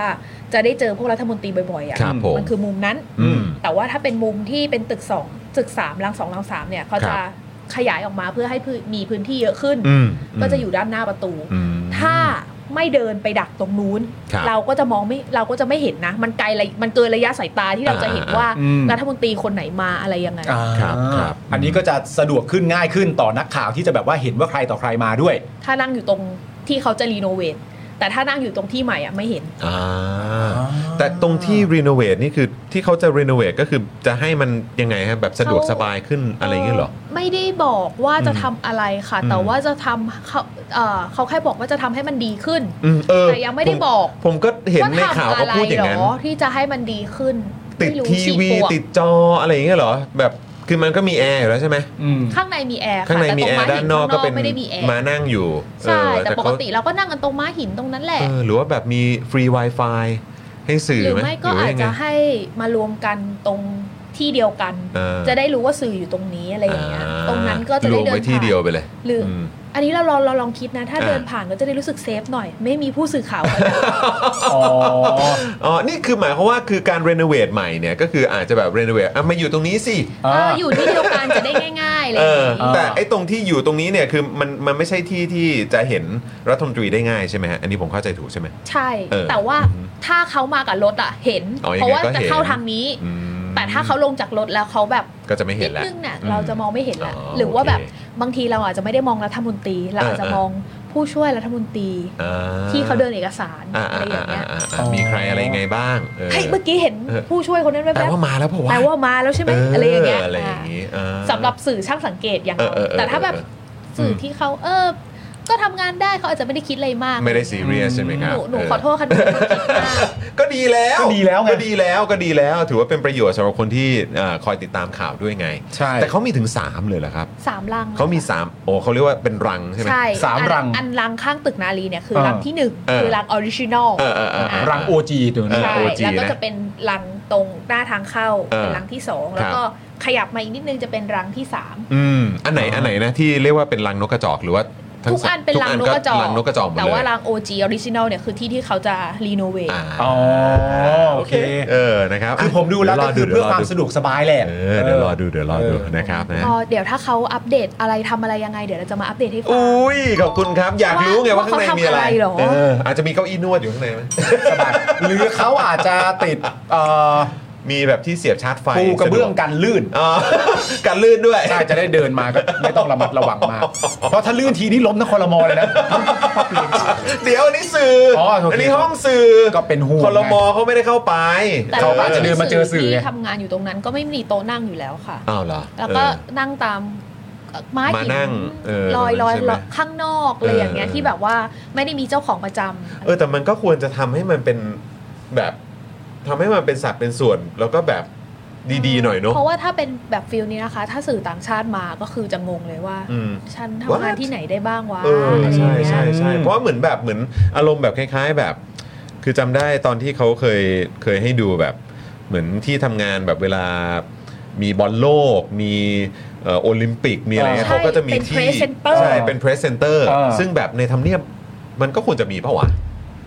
Speaker 5: จะได้เจอพวกรัฐมนตรีบ่อยๆอ่ะ
Speaker 2: ครับผม
Speaker 5: มันคือมุมนั้น
Speaker 2: อืม
Speaker 5: แต่ว่าถ้าเป็นมุมที่เป็นตึกสองตึกสามลังสองลังสามเนี่ยเขาจะ
Speaker 2: ครับ
Speaker 5: ขยายออกมาเพื่อให้พื้นมีพื้นที่เยอะขึ้น
Speaker 2: อืมม
Speaker 5: ก็จะอยู่ด้านหน้าประตู
Speaker 2: อืม
Speaker 5: ถ้าไม่เดินไปดักตรงนู้น
Speaker 2: ครับ
Speaker 5: เราก็จะมองไม่เราก็จะไม่เห็นนะ มันไกลระยมันเกินระยะสายตาที่เราจะเห็นว่า
Speaker 6: อืม
Speaker 5: รัฐมนตรีคนไหนมาอะไรยังไง
Speaker 6: อ่า
Speaker 2: ครับครับ
Speaker 6: อันนี้ก็จะสะดวกขึ้นง่ายขึ้นต่อนักข่าวที่จะแบบว่าเห็นว่าใครต่อใครมาด้วย
Speaker 5: ถ้านั่งอยู่ตรงที่เขาจะรีโนเวทแต่ถ้านั่งอยู่ตรงที่ใหม่อ่ะไม่เห็น
Speaker 2: อ่าแต่ตรงที่รีโนเวทนี่คือที่เขาจะรีโนเวทก็คือจะให้มันยังไงฮะแบบสะดวก
Speaker 5: เขา
Speaker 2: สบายขึ้นอะไรอย่างเงี้ยเหรอ
Speaker 5: ไม่ได้บอกว่าจะทำอะไรค่ะ
Speaker 2: อืม
Speaker 5: แต่ว่าจะทำเขาเอ่อเขาแค่บอกว่าจะทำให้มันดีขึ้น
Speaker 2: อืมเออ
Speaker 5: แต่ยังไม่ได้
Speaker 2: ผ
Speaker 5: บอก
Speaker 2: ผมก็เห็นในข่าว
Speaker 5: ว่า
Speaker 2: เขา
Speaker 5: ทำอะไร
Speaker 2: พูดอย่าง
Speaker 5: หร
Speaker 2: นั้น
Speaker 5: อที่จะให้มันดีขึ้น
Speaker 2: ติด
Speaker 5: ไม่รู้
Speaker 2: ที
Speaker 5: ชี้
Speaker 2: วี
Speaker 5: ปวก
Speaker 2: ติดจออะไรอย่างเงี้ยเหรอ แบบคือมันก็มีแอร์อยู่แล้วใช่ไหม
Speaker 6: อืม
Speaker 5: ข้างในมีแอร์ค่ะ
Speaker 2: ข้างในมี
Speaker 5: ต่
Speaker 2: แอ
Speaker 5: ต
Speaker 2: ร์
Speaker 5: ง
Speaker 2: ด้านนอกก็เป็น
Speaker 5: ไม่ได้มีแอร์
Speaker 2: มานั่งอยู่
Speaker 5: ใช่
Speaker 2: เออ
Speaker 5: แต่ป
Speaker 2: เขา
Speaker 5: กติเราก็นั่งกันตรงม้าหินตรงนั้นแหละ
Speaker 2: เออหรือว่าแบบมีฟรี Wi-Fi ให้สื่อ
Speaker 5: หรือ
Speaker 2: ไหม
Speaker 5: ไม่ก็อาจ
Speaker 2: ยังไง
Speaker 5: จะให้มารวมกันตรงที่เดียวกัน
Speaker 2: เออ
Speaker 5: จะได้รู้ว่าสื่ออยู่ตรงนี้อะไรอย่างเงี้ยตรงนั้นก็จะ
Speaker 2: ร
Speaker 5: ได้
Speaker 2: วม
Speaker 5: เดิ
Speaker 2: ไว้
Speaker 5: น
Speaker 2: ที่
Speaker 5: ผ่าน
Speaker 2: เดียวไปเลย
Speaker 5: หรืออ
Speaker 2: ม
Speaker 5: อันนี้เราลองเราลองคิดนะ ถ้า
Speaker 2: อ่า
Speaker 5: เดินผ่านก็จะได้รู้สึกเซฟหน่อย ไม่มีผู้สื่อข่าวไป
Speaker 6: อ๋อ
Speaker 2: อ๋อ นี่คือหมายความว่าคือการรีโนเวทใหม่เนี่ย ก็คืออาจจะแบบรีโนเวทอ่ะมาอยู่ตรงนี้สิ
Speaker 5: เอออยู่ที่เดียวกันจะได้ง่ายๆอะไร
Speaker 2: เอ
Speaker 5: อย่าง
Speaker 2: อ
Speaker 5: เงี้ย
Speaker 2: แต่ไอ้ตรงที่อยู่ตรงนี้เนี่ยคือมันมันไม่ใช่ที่ที่จะเห็นรัฐมนตรีได้ง่ายใช่ไหมฮะ อันนี้ผมเข้าใจถูกใช่ไหม
Speaker 5: ใช่
Speaker 2: เออ
Speaker 5: แต่ว่าถ้าเขามากับรถอ่ะเห็น
Speaker 2: อ๋อยังไง
Speaker 5: เพราะว่า
Speaker 2: ก็
Speaker 5: จะ
Speaker 2: เห็น
Speaker 5: เข้าทางนี้
Speaker 2: อืม
Speaker 5: แต่ถ้าเขาลงจากรถแล้วเขาแบบ
Speaker 2: ก็จะไม่เห็
Speaker 5: นิ
Speaker 2: น
Speaker 5: ด
Speaker 2: แล้ว
Speaker 5: นึงเนี่ยเราจะมองไม่เห็นแล้ว
Speaker 2: อ๋อ
Speaker 5: หรือว่า
Speaker 2: โอเค
Speaker 5: แบบบางทีเราอาจจะไม่ได้มองรัฐมนตรีเราอาจจะ
Speaker 2: เออเออ
Speaker 5: มองผู้ช่วยรัฐมนตรี
Speaker 2: อ่
Speaker 5: ที่เขาเดินเอกสาร
Speaker 2: อ่า
Speaker 5: อะไร
Speaker 2: อ่า
Speaker 5: อ
Speaker 2: อ่า
Speaker 5: ย่างเงี้ย
Speaker 2: อ่าอ่ามีใครอะไรยังไงบ้างเออ
Speaker 5: เฮ้ยเมื่อกี้เห็น
Speaker 2: เออ
Speaker 5: ผู้ช่วยคนนั้นแวบๆ
Speaker 2: แต่ว่ามาแล้วเพราะว่า
Speaker 5: แปลว่ามาแล้วใช่ไหมอะไรอย่างเงี้ย
Speaker 2: อะไรอย่างงี้อ่า
Speaker 5: สำหรับสื่อช่างสังเกตอย่าง
Speaker 2: เอ
Speaker 5: เรา
Speaker 2: อเออเออ
Speaker 5: แต่ถ้าแบบ
Speaker 2: เออ
Speaker 5: สื่อที่เขาเออ ก็ทำงานได้เขาอาจจะไม่ได้คิดอะไรมาก
Speaker 2: ไม่ได้ซีเรียสใช่ไหมค
Speaker 5: ห
Speaker 2: รับ
Speaker 5: นูหนู
Speaker 2: เ
Speaker 5: ขอโทษค่ะหนูเป็นคนคิดมาก
Speaker 2: ก็ดีแล้ว
Speaker 6: ก็ดีแล้วไง
Speaker 2: ก็ดีแล้วก็ดีแล้ว ถือว่าเป็นประโยชน์สำหรับคนที่เอ่อคอยติดตามข่าวด้วยไง
Speaker 6: ใช่
Speaker 2: แต่เขามีถึง 3 เลยเหรอครับ
Speaker 5: สามลัง
Speaker 2: เขามี 3 โอ้เขาเรียกว่าเป็นรังใช่ไหม
Speaker 5: ใช่
Speaker 6: สามรัง
Speaker 5: อันรังข้างตึกนาลีเนี่ยคือ
Speaker 6: เออ
Speaker 5: รังที่หนึ่ง
Speaker 2: เออ
Speaker 5: คือรังออริจินอล
Speaker 2: เออเออเออเออ
Speaker 6: รังโอจีตัวนี้
Speaker 2: เออ
Speaker 5: ใช่
Speaker 2: OG
Speaker 5: แล้วก็
Speaker 2: นะ
Speaker 5: จะเป็นรังตรงหน้าทางเข้า
Speaker 2: เออ
Speaker 5: เป็นรังที่สองแล้ว
Speaker 2: ครับ
Speaker 5: ก็ขยับมาอีกนิดนึงจะเป็นรังที่สาม
Speaker 2: อืมอันไหนอันไหนนะที่เรียกว่าเป็นรังนกกระจอกหรือว่าทั้
Speaker 5: ทุกอันเป็นรังนกกระจอก
Speaker 2: รังนกกระจอกหมด
Speaker 5: แต่
Speaker 2: เลย
Speaker 5: ว่ารัง OG Original เนี่ยคือที่ที่เขาจะรีโนเวท
Speaker 2: า
Speaker 6: อ๋อโอเค
Speaker 2: เออนะครับ
Speaker 6: คือผมดูแล้วก็คือเพื่อความสะดวกสบายแหละ
Speaker 2: เออเดี๋ยวรอดูเดี๋ยวรอดู
Speaker 6: เออ
Speaker 2: นะครับนะ
Speaker 5: ก็เดี๋ยวถ้าเขาอัปเดตอะไรทำอะไรยังไง เดี๋ยวเราจะมาอัปเดตให้ฟัง
Speaker 2: อุ้ยขอบคุณครับอยากรู้ไงว่า
Speaker 5: ว่า
Speaker 2: ข้างในมีอะไร
Speaker 5: เขาทำอะไรเหรอ
Speaker 2: เอออาจจะมีเก้าอี้นวดอยู่ข้างในไหม
Speaker 6: สบายหรือเขาอาจจะติดเอ่อ
Speaker 2: มีแบบที่เสียบชาร์จไฟ
Speaker 6: ปูกระเบื้อ
Speaker 2: ส
Speaker 6: ง
Speaker 2: ดว
Speaker 6: กันลื่น
Speaker 2: อ๋ (laughs) อกันลื่นด้วย
Speaker 6: ใช่จะได้เดินมาก็ไม่ต้องระมัดระวังมาก เพราะถ้าลื่นทีนี่ล้มนครมอเลยนะ
Speaker 2: เดี๋ยวอันนี้สื่ออ
Speaker 6: อโอเค
Speaker 2: อันนี้ห้องสื่อ
Speaker 6: ก็เป็นห่วง
Speaker 2: คอรมอเขาไม่ได้เข้าไป
Speaker 5: แต่
Speaker 6: เขาอาจจะเดินมาเจอสื่อไง
Speaker 5: ที่ทำงานอยู่ตรงนั้นก็ไม่มีโต๊ะนั่งอยู่แล้วค่ะ
Speaker 2: อ้าวเหรอ
Speaker 5: แล้วก็
Speaker 2: เออ
Speaker 5: นั่งตามเอ่อไม้
Speaker 2: มา
Speaker 5: หิน
Speaker 2: นั่งเออ
Speaker 5: ลอยลอย
Speaker 2: ใช่ไหม
Speaker 5: ข้างนอกอะไรอย่างเงี้ย
Speaker 2: เออ
Speaker 5: ที่แบบว่าไม่ได้มีเจ้าของประจำ
Speaker 2: เออแต่มันก็ควรจะทำให้มันเป็นแบบทำให้มันเป็นสัดเป็นส่วน แล้วก็แบบดีๆหน่อยเนอะ
Speaker 5: เพราะว่าถ้าเป็นแบบฟิลนี้นะคะ ถ้าสื่อต่างชาติมาก็คือจะงงเลยว่า
Speaker 2: อืม
Speaker 5: ฉัน
Speaker 2: What?
Speaker 5: ทำงานที่ไหนได้บ้างวะ
Speaker 2: เออ
Speaker 5: อะไรอ
Speaker 2: ใช่
Speaker 5: ย่างเงี้
Speaker 2: ใช่
Speaker 5: ย
Speaker 2: ใช่เพราะว่าเหมือนแบบเหมือนอารมณ์แบบคล้าย ๆแบบ คือจำได้ตอนที่เขาเคยเคยให้ดูแบบ เหมือนที่ทำงานแบบเวลามีบอลโลก มีเอ่อโอลิมปิกมีอะไรเงี้ย
Speaker 5: ใช่
Speaker 2: เขาก็จะมี
Speaker 5: เป็น
Speaker 2: ที่
Speaker 5: presenter
Speaker 2: ใช่เป็นเพรสเซนเตอร์
Speaker 6: อ่า
Speaker 2: ซึ่งแบบในทำเนียบมันก็ควรจะมีเปล่าวะ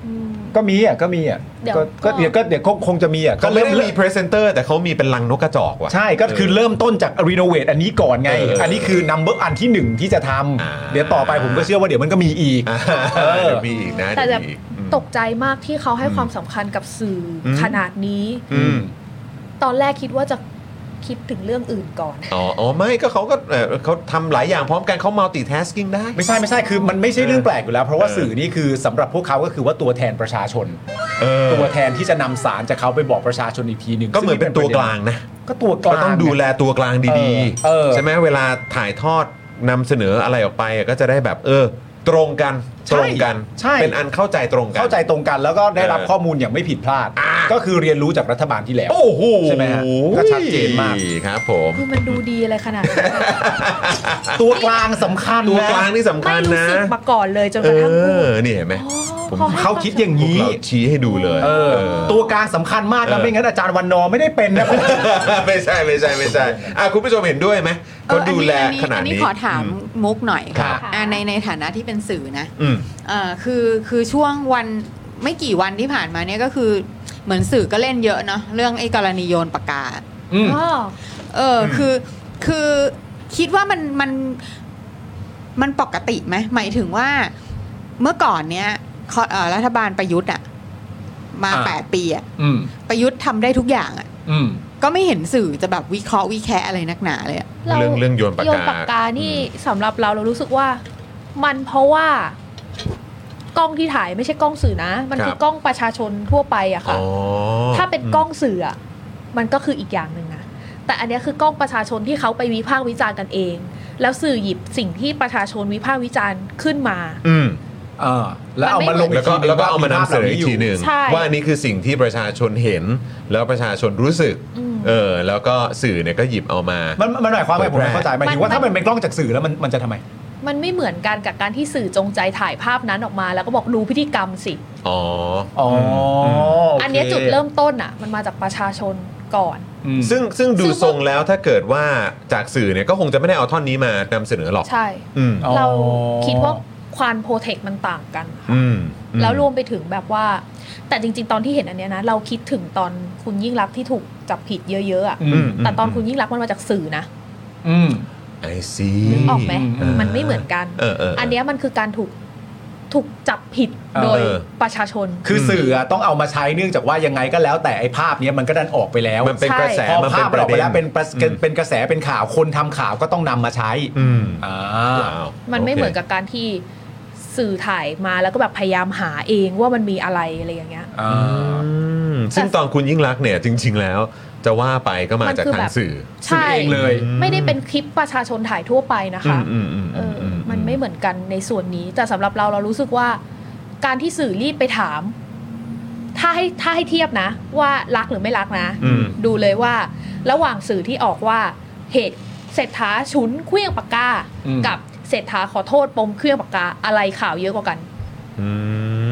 Speaker 5: อืม
Speaker 6: ก็มีอ่ะก็มีอ่ะ
Speaker 5: เดี๋ยว
Speaker 6: ก็ก็
Speaker 5: ก็
Speaker 6: เดี๋ยวก็เดี๋ยวก็คงจะมีอ่ะ
Speaker 2: ก็
Speaker 6: ก็
Speaker 2: ไม่
Speaker 6: เริ่ม
Speaker 2: ได้มีเพรสเซนเตอร์แต่เขามีเป็นลังนกกระจอกว่ะ
Speaker 6: ใช่ก็คือเริ่มต้นจากรีโนเวทอันนี้ก่อนไง
Speaker 2: เอออั
Speaker 6: อันนี้คือนัมเบอร์อันที่หนึ่งที่จะท
Speaker 2: อ่า
Speaker 6: ำเดี๋ยวต่อไปผมก็เชื่อว่าเดี๋ยวมันก็มีอีก
Speaker 2: อ่า
Speaker 6: เออ
Speaker 2: เดี๋ยวมีอีกนะ
Speaker 5: แต่
Speaker 2: เดี๋ย
Speaker 5: แบบ
Speaker 2: วมีอีกอืม
Speaker 5: ตกใจมากที่เขาให้ความสำคัญกับสื่ออ
Speaker 2: ม
Speaker 5: ขนาดนี้
Speaker 2: อืม
Speaker 5: ตอนแรกคิดว่าจะ คิดถึงเรื่องอื่นก่อน
Speaker 2: อ๋ออ๋อไม่ก็เขาก็เอ่อเขาทำหลายอย่างพร้อมกันเขา multitasking ได้
Speaker 6: ไม่ใช่ไม่ใช่คือมันไม่ใช่เรื่องแปลกอยู่แล้ว เพราะว่า
Speaker 2: เออ
Speaker 6: สื่อนี่คือสำหรับพวกเขาก็คือว่าตัวแทนประชาชน
Speaker 2: เออ
Speaker 6: ตัวแทนที่จะนำสารจากเขาไปบอกประชาชนอีกทีหนึ่ง
Speaker 2: ก็เหมือนเป็นตัวกลางนะ
Speaker 6: ก็ตัวก
Speaker 2: ก็
Speaker 6: ลาง
Speaker 2: ต้องดูแลตัวกลางดี
Speaker 6: เออเออ
Speaker 2: ใช่ไหมเวลาถ่ายทอดนำเสนออะไรออกไปก็จะได้แบบเออ ตรงกันตรงกัน
Speaker 6: ใช่
Speaker 2: เป็นอันเข้าใจตรงกัน
Speaker 6: เข้าใจตรงกันแล้วก็ได้รับ
Speaker 2: เออ
Speaker 6: ข้อมูลอย่างไม่ผิดพลาด
Speaker 2: อ่า
Speaker 6: ก็คือเรียนรู้จากรัฐบาลที่แล้ว
Speaker 2: โอ้โห
Speaker 6: ใช่ไหมฮะก็ชัดเจนมาก
Speaker 2: ครับผม
Speaker 5: คือมันดูดีอะไรขนาดนั้นอะ
Speaker 6: ตัวกลางสำคัญ
Speaker 2: ตัว
Speaker 6: นะ
Speaker 2: กลาง (laughs) นี่สำคั
Speaker 5: ไม่
Speaker 2: ญ
Speaker 5: รู้
Speaker 2: นะ
Speaker 5: สึกมาก่อนเลยจน
Speaker 2: เอก
Speaker 5: ระทั่งพู
Speaker 2: อ
Speaker 5: ด
Speaker 2: นี่เห็นไหม
Speaker 5: อ๋อ
Speaker 2: ผม
Speaker 5: ให้
Speaker 6: เขาคิดอย่างนี้
Speaker 2: เราชี้ให้ดูเลย
Speaker 6: เออ
Speaker 2: เออ
Speaker 6: ตัวกลางสำคัญมากนะไม่งั้นอาจารย์วันนอร์ไม่ได้เป็นนะ
Speaker 2: (laughs) ไม่ใช่ไม่ใช่ไม่ใช่อ่ะคุณผู้ชมเห็นด้วยไหมเขาดูแล
Speaker 7: อันนี้
Speaker 2: ขนา
Speaker 7: อั
Speaker 2: ด
Speaker 7: นนี้
Speaker 2: นี้
Speaker 7: ขอถามมุกหน่อย
Speaker 2: ครับ
Speaker 7: อ่าในในฐานะที่เป็นสื่อนะ
Speaker 2: อืม
Speaker 7: เอ่อคือคือช่วงวันไม่กี่วันที่ผ่านมาเนี่ยก็คือเหมือนสื่อก็เล่นเยอะเนาะเรื่องไอ้กรณีโยนปากกา
Speaker 5: อ๋อ
Speaker 7: เอออคือคือคิดว่ามันมันมันปกติไหมหมายถึงว่าเมื่อก่อนเนี้ยคอเอ่อรัฐบาลประยุทธ์อะมา
Speaker 6: อ่า
Speaker 7: แปดปีอะ
Speaker 6: อืม
Speaker 7: ประยุทธ์ทำได้ทุกอย่างอะ
Speaker 6: อืม
Speaker 7: ก็ไม่เห็นสื่อจะแบบวิเคราะห์วิแคะอะไรนักหนาเลยอะ
Speaker 5: เรา
Speaker 2: เรื่องเรื่องโยนปาก
Speaker 5: โย
Speaker 2: กา
Speaker 5: นปากกานี่สำหรับเราเรารู้สึกว่า มันเพราะว่า กล้องที่ถ่ายไม่ใช่กล้องสื่อนะ มัน
Speaker 2: ครับ
Speaker 5: คือกล้องประชาชนทั่วไปอะ
Speaker 2: อ๋
Speaker 5: ค่ะ
Speaker 2: อ
Speaker 5: ถ้าเป็นกล้องสื่ออะมันก็คืออีกอย่างหนึ่งนะแต่อันเนี้ยคือกล้องประชาชนที่เขาไปวิพากษ์วิจารณ์กันเอง แล้วสื่อหยิบสิ่งที่ประชาชนวิพากษ์วิจารณ์ขึ้นมา
Speaker 2: อืม
Speaker 6: เออแล้วเอามาลง
Speaker 2: แล้วก็
Speaker 6: อีทีหนึ่ง
Speaker 2: แล้วก็เอามานำเสนออีกทีหนึ่ง
Speaker 5: ใช่
Speaker 2: ว่าอันนี้คือสิ่งที่ประชาชนเห็น แล้วประชาชนรู้สึก
Speaker 5: อืม
Speaker 2: เออ แล้วก็สื่อเนี่ยก็หยิบเอามา
Speaker 6: มันมันหมายความว่าผมไม่เข้าใจหมายถึงว่า
Speaker 5: มัน
Speaker 6: ถ้ามันเป็นกล้องจากสื่อแล้วมันมันจะทำไม
Speaker 5: มันไม่เหมือนกันกับการที่สื่อจงใจถ่ายภาพนั้นออกมา แล้วก็บอกรู้พฤติกรรมสิ
Speaker 2: อ๋อ
Speaker 6: อ๋ออ
Speaker 2: ม
Speaker 6: โค
Speaker 5: อันเนี้ยจุดเริ่มต้นอ่ะ มันมาจากประชาชนก่อน
Speaker 6: อืม
Speaker 2: ซึ่งซึ่งดู
Speaker 5: ซึ่ง
Speaker 2: ทรงแล้วถ้าเกิดว่าจากสื่อเนี่ยก็คงจะไม่ได้เอาท่อนนี้มานำเสนอหรอก
Speaker 5: ใช่
Speaker 2: อืม
Speaker 6: อ๋อ
Speaker 5: เราคิดว่าความโปรเทคมันต่างกันค่ะ
Speaker 2: อืมอืม
Speaker 5: แล้วรวมไปถึงแบบว่า แต่จริง ๆ ตอนที่เห็นอันเนี้ยนะ เราคิดถึงตอนคุณยิ่งรักษณ์ที่ถูกจับผิดเยอะ ๆอ่ะ
Speaker 6: อื
Speaker 2: อื
Speaker 6: ม
Speaker 2: ม
Speaker 5: แต่ตอนคุณยิ่งรักษณ์มันมาจากสื่อนะ
Speaker 6: อืม
Speaker 2: ไอซี
Speaker 5: นึกออกไหม
Speaker 6: อืม
Speaker 5: มันไม่เหมือนกัน
Speaker 2: เออเออเออ
Speaker 5: อันเนี้ยมันคือการถูกถูกจับผิด
Speaker 6: เออ
Speaker 5: โดย
Speaker 2: เออ
Speaker 5: ประชาชน
Speaker 6: คือสื่ออะต้องเอามาใช้เนื่องจากว่ายังไงก็แล้วแต่ไอ้ภาพเนี้ยมันก็ดันออกไปแล้ว
Speaker 2: มันเป็น
Speaker 5: ใช่
Speaker 2: กระแส
Speaker 6: พอ
Speaker 2: มัน
Speaker 6: ภา
Speaker 2: เป็นป
Speaker 6: พอ
Speaker 2: ระ
Speaker 6: อกไป
Speaker 2: เด็น
Speaker 6: แล้วเป็นประ
Speaker 2: อืม
Speaker 6: เป็นกระแสเป็นข่าวคนทำข่าวก็ต้องนำมาใช้
Speaker 2: อืม
Speaker 6: อ่า
Speaker 5: มันไม่
Speaker 2: โค
Speaker 5: เหมือนกับการที่สื่อถ่ายมาแล้วก็แบบพยายามหาเองว่ามันมีอะไรอะไรอย่างเงี้ย
Speaker 6: อ่า
Speaker 2: อืมซึ่งตอนคุณยิ่งรักษณ์เนี่ยจริง ๆ แล้วจะว่าไปก็มาม
Speaker 5: น
Speaker 2: จาก
Speaker 5: คือ
Speaker 2: ทาง
Speaker 5: แบบ
Speaker 2: สื่อ
Speaker 6: สื่อเองเลย
Speaker 5: ไม่ได้เป็นคลิปประชาชนถ่ายทั่วไปนะ
Speaker 2: อื
Speaker 5: คะ
Speaker 2: มอืมอืม
Speaker 5: เอ
Speaker 2: อื
Speaker 5: อ
Speaker 2: มอื
Speaker 5: อมันไม่เหมือนกันในส่วนนี้ แต่สำหรับเราเรารู้สึกว่า การที่สื่อรีบไปถาม ถ้าให้ถ้าให้เทียบนะ ว่ารักหรือไม่รักนะ
Speaker 2: อืม
Speaker 5: ดูเลยว่า ระหว่างสื่อที่ออกว่าเหตุเศรษฐาฉุนเครื่องปากกา
Speaker 6: อืม
Speaker 5: กับเศรษฐาขอโทษปมเครื่องปากกาอะไรข่าวเยอะกว่ากัน
Speaker 2: อื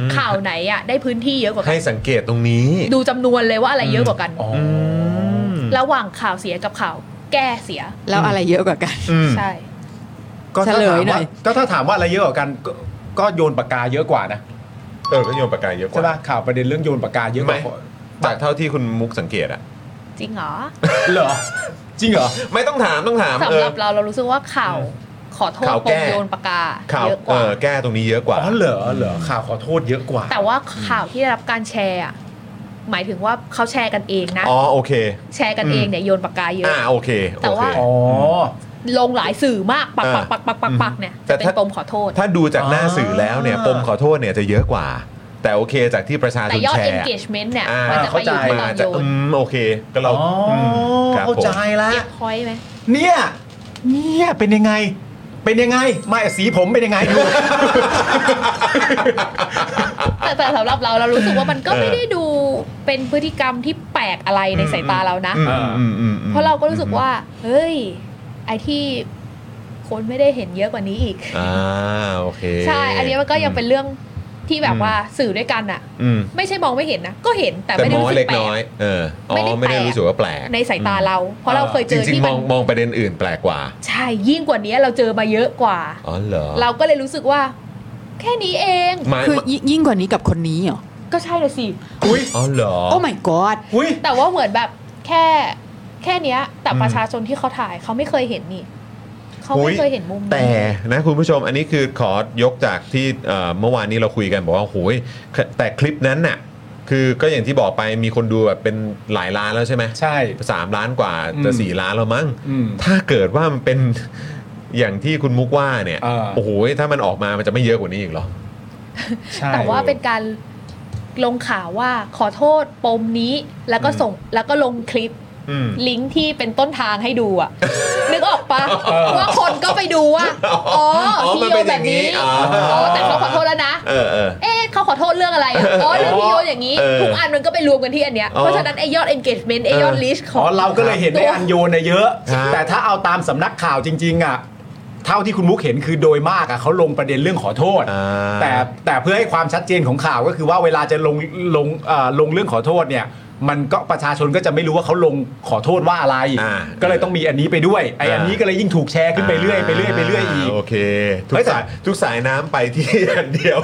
Speaker 2: ม
Speaker 5: ข่าวไหนอะได้พื้นที่เยอะกว่ากั
Speaker 2: ให้
Speaker 5: น
Speaker 2: สังเกตตรงนี้
Speaker 5: ดูจำนวนเลยว่าอะไรเยอะกว่ากัน
Speaker 6: อ๋ออ
Speaker 2: ม
Speaker 5: ระหว่างข่าวเสียกับข่าว แก้เสีย
Speaker 7: แล้วอะไรเยอะกว่ากัน
Speaker 2: อืม
Speaker 5: ใช่
Speaker 6: ก็ถ้า
Speaker 7: เฉล
Speaker 6: ถาม
Speaker 7: ยหน่
Speaker 6: ว่า
Speaker 7: อย
Speaker 6: ก็ถ้าถามว่าอะไรเยอะกว่ากันก็ก็โยนปากกาเยอะกว่านะ
Speaker 2: เออก็โยนปากกาเยอะก
Speaker 6: ใช่
Speaker 2: ว่า
Speaker 6: ป่ะข่าวประเด็นเรื่องโยนปากกาเยอะก
Speaker 2: ไม่
Speaker 6: ว่า
Speaker 2: จากเท่าที่คุณมุกสังเกตอะ
Speaker 5: จริงเหรอ
Speaker 6: เหรอ จริงเหรอ
Speaker 2: ไม่ต้องถามต้องถามเอ
Speaker 5: สำห
Speaker 2: อ
Speaker 5: รับเราเรารู้สึกว่าข่าวขอโทษ
Speaker 2: ข่าว
Speaker 5: ป
Speaker 2: แก้
Speaker 5: มโยนปากกา
Speaker 2: ข่าว
Speaker 5: เยอะก
Speaker 2: เอ
Speaker 5: ว่า
Speaker 2: อแก้ตรงนี้เยอะกว่า
Speaker 6: อ๋อเหรอเหรอข่าวขอโทษเยอะกว่า
Speaker 5: แต่ว่าข่าวที่ได้รับการแชร์อะหมายถึงว่าเขาแชร์กันเองนะ
Speaker 2: อ๋อโอเค
Speaker 5: แชร์กันเองเนี่ยโยนปากกาเยอะ
Speaker 2: อ่าโอเค
Speaker 5: แต่
Speaker 2: โอเค
Speaker 5: ว่า
Speaker 6: อ๋อ
Speaker 5: ลงหลายสื่อมากปัก
Speaker 2: อ่า
Speaker 5: ปักปักปักปักปักเนี่ย
Speaker 2: แต่
Speaker 5: จะเป็น
Speaker 2: ถ้า
Speaker 5: ปมขอโทษ
Speaker 2: ถ้าดูจากหน้าสื่อแล้วเนี่ย
Speaker 6: อ่า
Speaker 2: ปมขอโทษเนี่ยจะเยอะกว่า แต่โอเคจากที่ประชาช
Speaker 5: แต่
Speaker 2: น
Speaker 5: ยอด
Speaker 2: แชร์
Speaker 5: engagement เนี่ย
Speaker 2: อ่า
Speaker 5: มันจะไปอยู่ที่ต
Speaker 2: มา
Speaker 5: อน
Speaker 2: จะ
Speaker 5: โย
Speaker 2: อื
Speaker 5: น
Speaker 2: มโอเคก็เรา
Speaker 6: อ๋ออ
Speaker 2: มครับ
Speaker 6: เข้า
Speaker 2: ผม
Speaker 6: ใจละ
Speaker 5: เก็บพอยต์ไหม
Speaker 6: เนี่ยเนี่ยเป็นยังไง เป็นยังไงไม่สีผมเป็นยังไงดู (laughs)
Speaker 5: แต่แต่สำหรับเราเรารู้สึกว่ามันก็ไม่ได้ดูเป็นพฤติกรรมที่แปลกอะไรในสายตาเรานะ
Speaker 2: อืมอืมอืมอืม
Speaker 5: เพราะเราก็รู้สึกว่า เฮ้ย ไอที่คนไม่ได้เห็นเยอะกว่านี้อีก
Speaker 2: อ่าโอเค
Speaker 5: ใช่ อันนี้มันก็ยังเป็นเรื่องที่แบบว่าสื่อด้วยกันอะ
Speaker 2: อืม
Speaker 5: ไม่ใช่มองไม่เห็นนะ ก็เห็นแต่
Speaker 2: แต่
Speaker 5: ไม่ได้
Speaker 2: มอง
Speaker 5: รู้
Speaker 2: ว่า
Speaker 5: สึ
Speaker 2: เล็
Speaker 5: ก
Speaker 2: ก
Speaker 5: แปล
Speaker 2: น้อย
Speaker 5: ก
Speaker 2: เอออ๋อ
Speaker 5: ไม่
Speaker 2: ไม่
Speaker 5: ได้แปลก
Speaker 2: ได้รู้สึกว่าแปลก
Speaker 5: ในสายตาเรา เพราะเราเคย
Speaker 2: จ
Speaker 5: เจอ
Speaker 2: ริง
Speaker 5: ที่
Speaker 2: ๆม
Speaker 5: มั
Speaker 2: อน งมองประเด็นอื่นแปลกกว่า
Speaker 5: ใช่ยิ่งกว่านี้เราเจอมาเยอะกว่า
Speaker 2: อ๋อเหรอ
Speaker 5: เราก็เลยรู้สึกว่า แค่นี้เอง
Speaker 2: หมาย
Speaker 7: คือยิ่งยิ่งกว่านี้กับคนนี้เหรอ
Speaker 5: ก็ใช่เลยสิ
Speaker 6: อุ้ย
Speaker 2: อ๋อเหรอ
Speaker 7: โอ้ my god
Speaker 6: อุ้ย
Speaker 5: แต่ว่าเหมือนแบบแค่แค่เนี้ย แต่
Speaker 2: อืม
Speaker 5: ประชาชนที่เขาถ่ายเขาไม่เคยเห็นนี่เขาไม่เคยเห็นมุมนี้
Speaker 2: แต่นะคุณผู้ชมอันนี้คือขอยกจากที่เอ่อเมื่อวานนี้เราคุยกันบอกว่าโอ้ยแต่คลิปนั้นน่ะ คือก็อย่างที่บอกไปมีคนดูแบบเป็นหลายล้านแล้วใช่ไหม
Speaker 6: ใช่
Speaker 2: สามล้านกว่าจะ
Speaker 6: อืม
Speaker 2: สี่ล้านแล้วมั้ง
Speaker 6: อืม
Speaker 2: ถ้าเกิดว่ามันเป็น อย่างที่คุณมุกว่าเนี่ย
Speaker 6: เออ
Speaker 2: โอ้โหถ้ามันออกมามันจะไม่เยอะกว่านี้อีกเหรอ
Speaker 6: ใช่
Speaker 5: แต่ว่าเป็นการลงข่าวว่าขอโทษปมนี้แล้วก็ส่งแล้วก็ลงคลิป
Speaker 2: อืม
Speaker 5: ลิงก์ที่เป็นต้นทางให้ดู
Speaker 2: (laughs)
Speaker 5: อะ นึกออกปะว่าคนก็ไปดูว่า อ๋อ
Speaker 2: อ๋อ
Speaker 5: พี่
Speaker 2: มัน
Speaker 5: โย
Speaker 2: เป็นอ
Speaker 5: แบ
Speaker 2: ย่าง
Speaker 5: บ
Speaker 2: นี้
Speaker 5: นี้
Speaker 2: อ๋
Speaker 5: อ๋
Speaker 2: ออ๋ออ๋
Speaker 5: อ
Speaker 2: อ
Speaker 5: แต่เขาขอโทษแล้วนะ
Speaker 2: เออเออ
Speaker 5: เอ๊ะเขาขอโทษเรื่องอะไรอะอ๋อเรื่องพี่โยอย่างนี้
Speaker 2: เออ
Speaker 5: ทุกอันมันก็ไปรวมกันที่อันเนี้ย
Speaker 2: อ๋อ
Speaker 5: เพราะฉะนั้นไอยอด engagement ไอยอด reach ข
Speaker 6: อ๋
Speaker 5: อ
Speaker 6: อง เราก็เลยเห็นได้อันโยนน่ะเยอะ
Speaker 2: ครับ
Speaker 6: แต่ถ้าเอาตามสำนักข่าวจริง ๆ อ่ะ เท่าที่คุณมุกเห็นคือโดยมากอ่ะเขาลงประเด็นเรื่องขอโทษ
Speaker 2: อ่า
Speaker 6: แต่แต่เพื่อให้ความชัดเจนของข่าวก็คือว่าเวลาจะลงลงเอ่อลงเรื่องขอโทษเนี่ย มันก็ประชาชนก็จะไม่รู้ว่าเขาลงขอโทษว่าอะไร
Speaker 2: อ่า
Speaker 6: ก็เลยต้องมีอันนี้ไปด้วยไออันนี้ก็เลยยิ่งถูกแชร์ขึ้นไปเรื่อยไปเรื่อยไปเรื่อยอีก
Speaker 2: โอเค ทุก
Speaker 6: เฮ้ยแต่
Speaker 2: สายทุกสายน้ำไปที่อันเดียว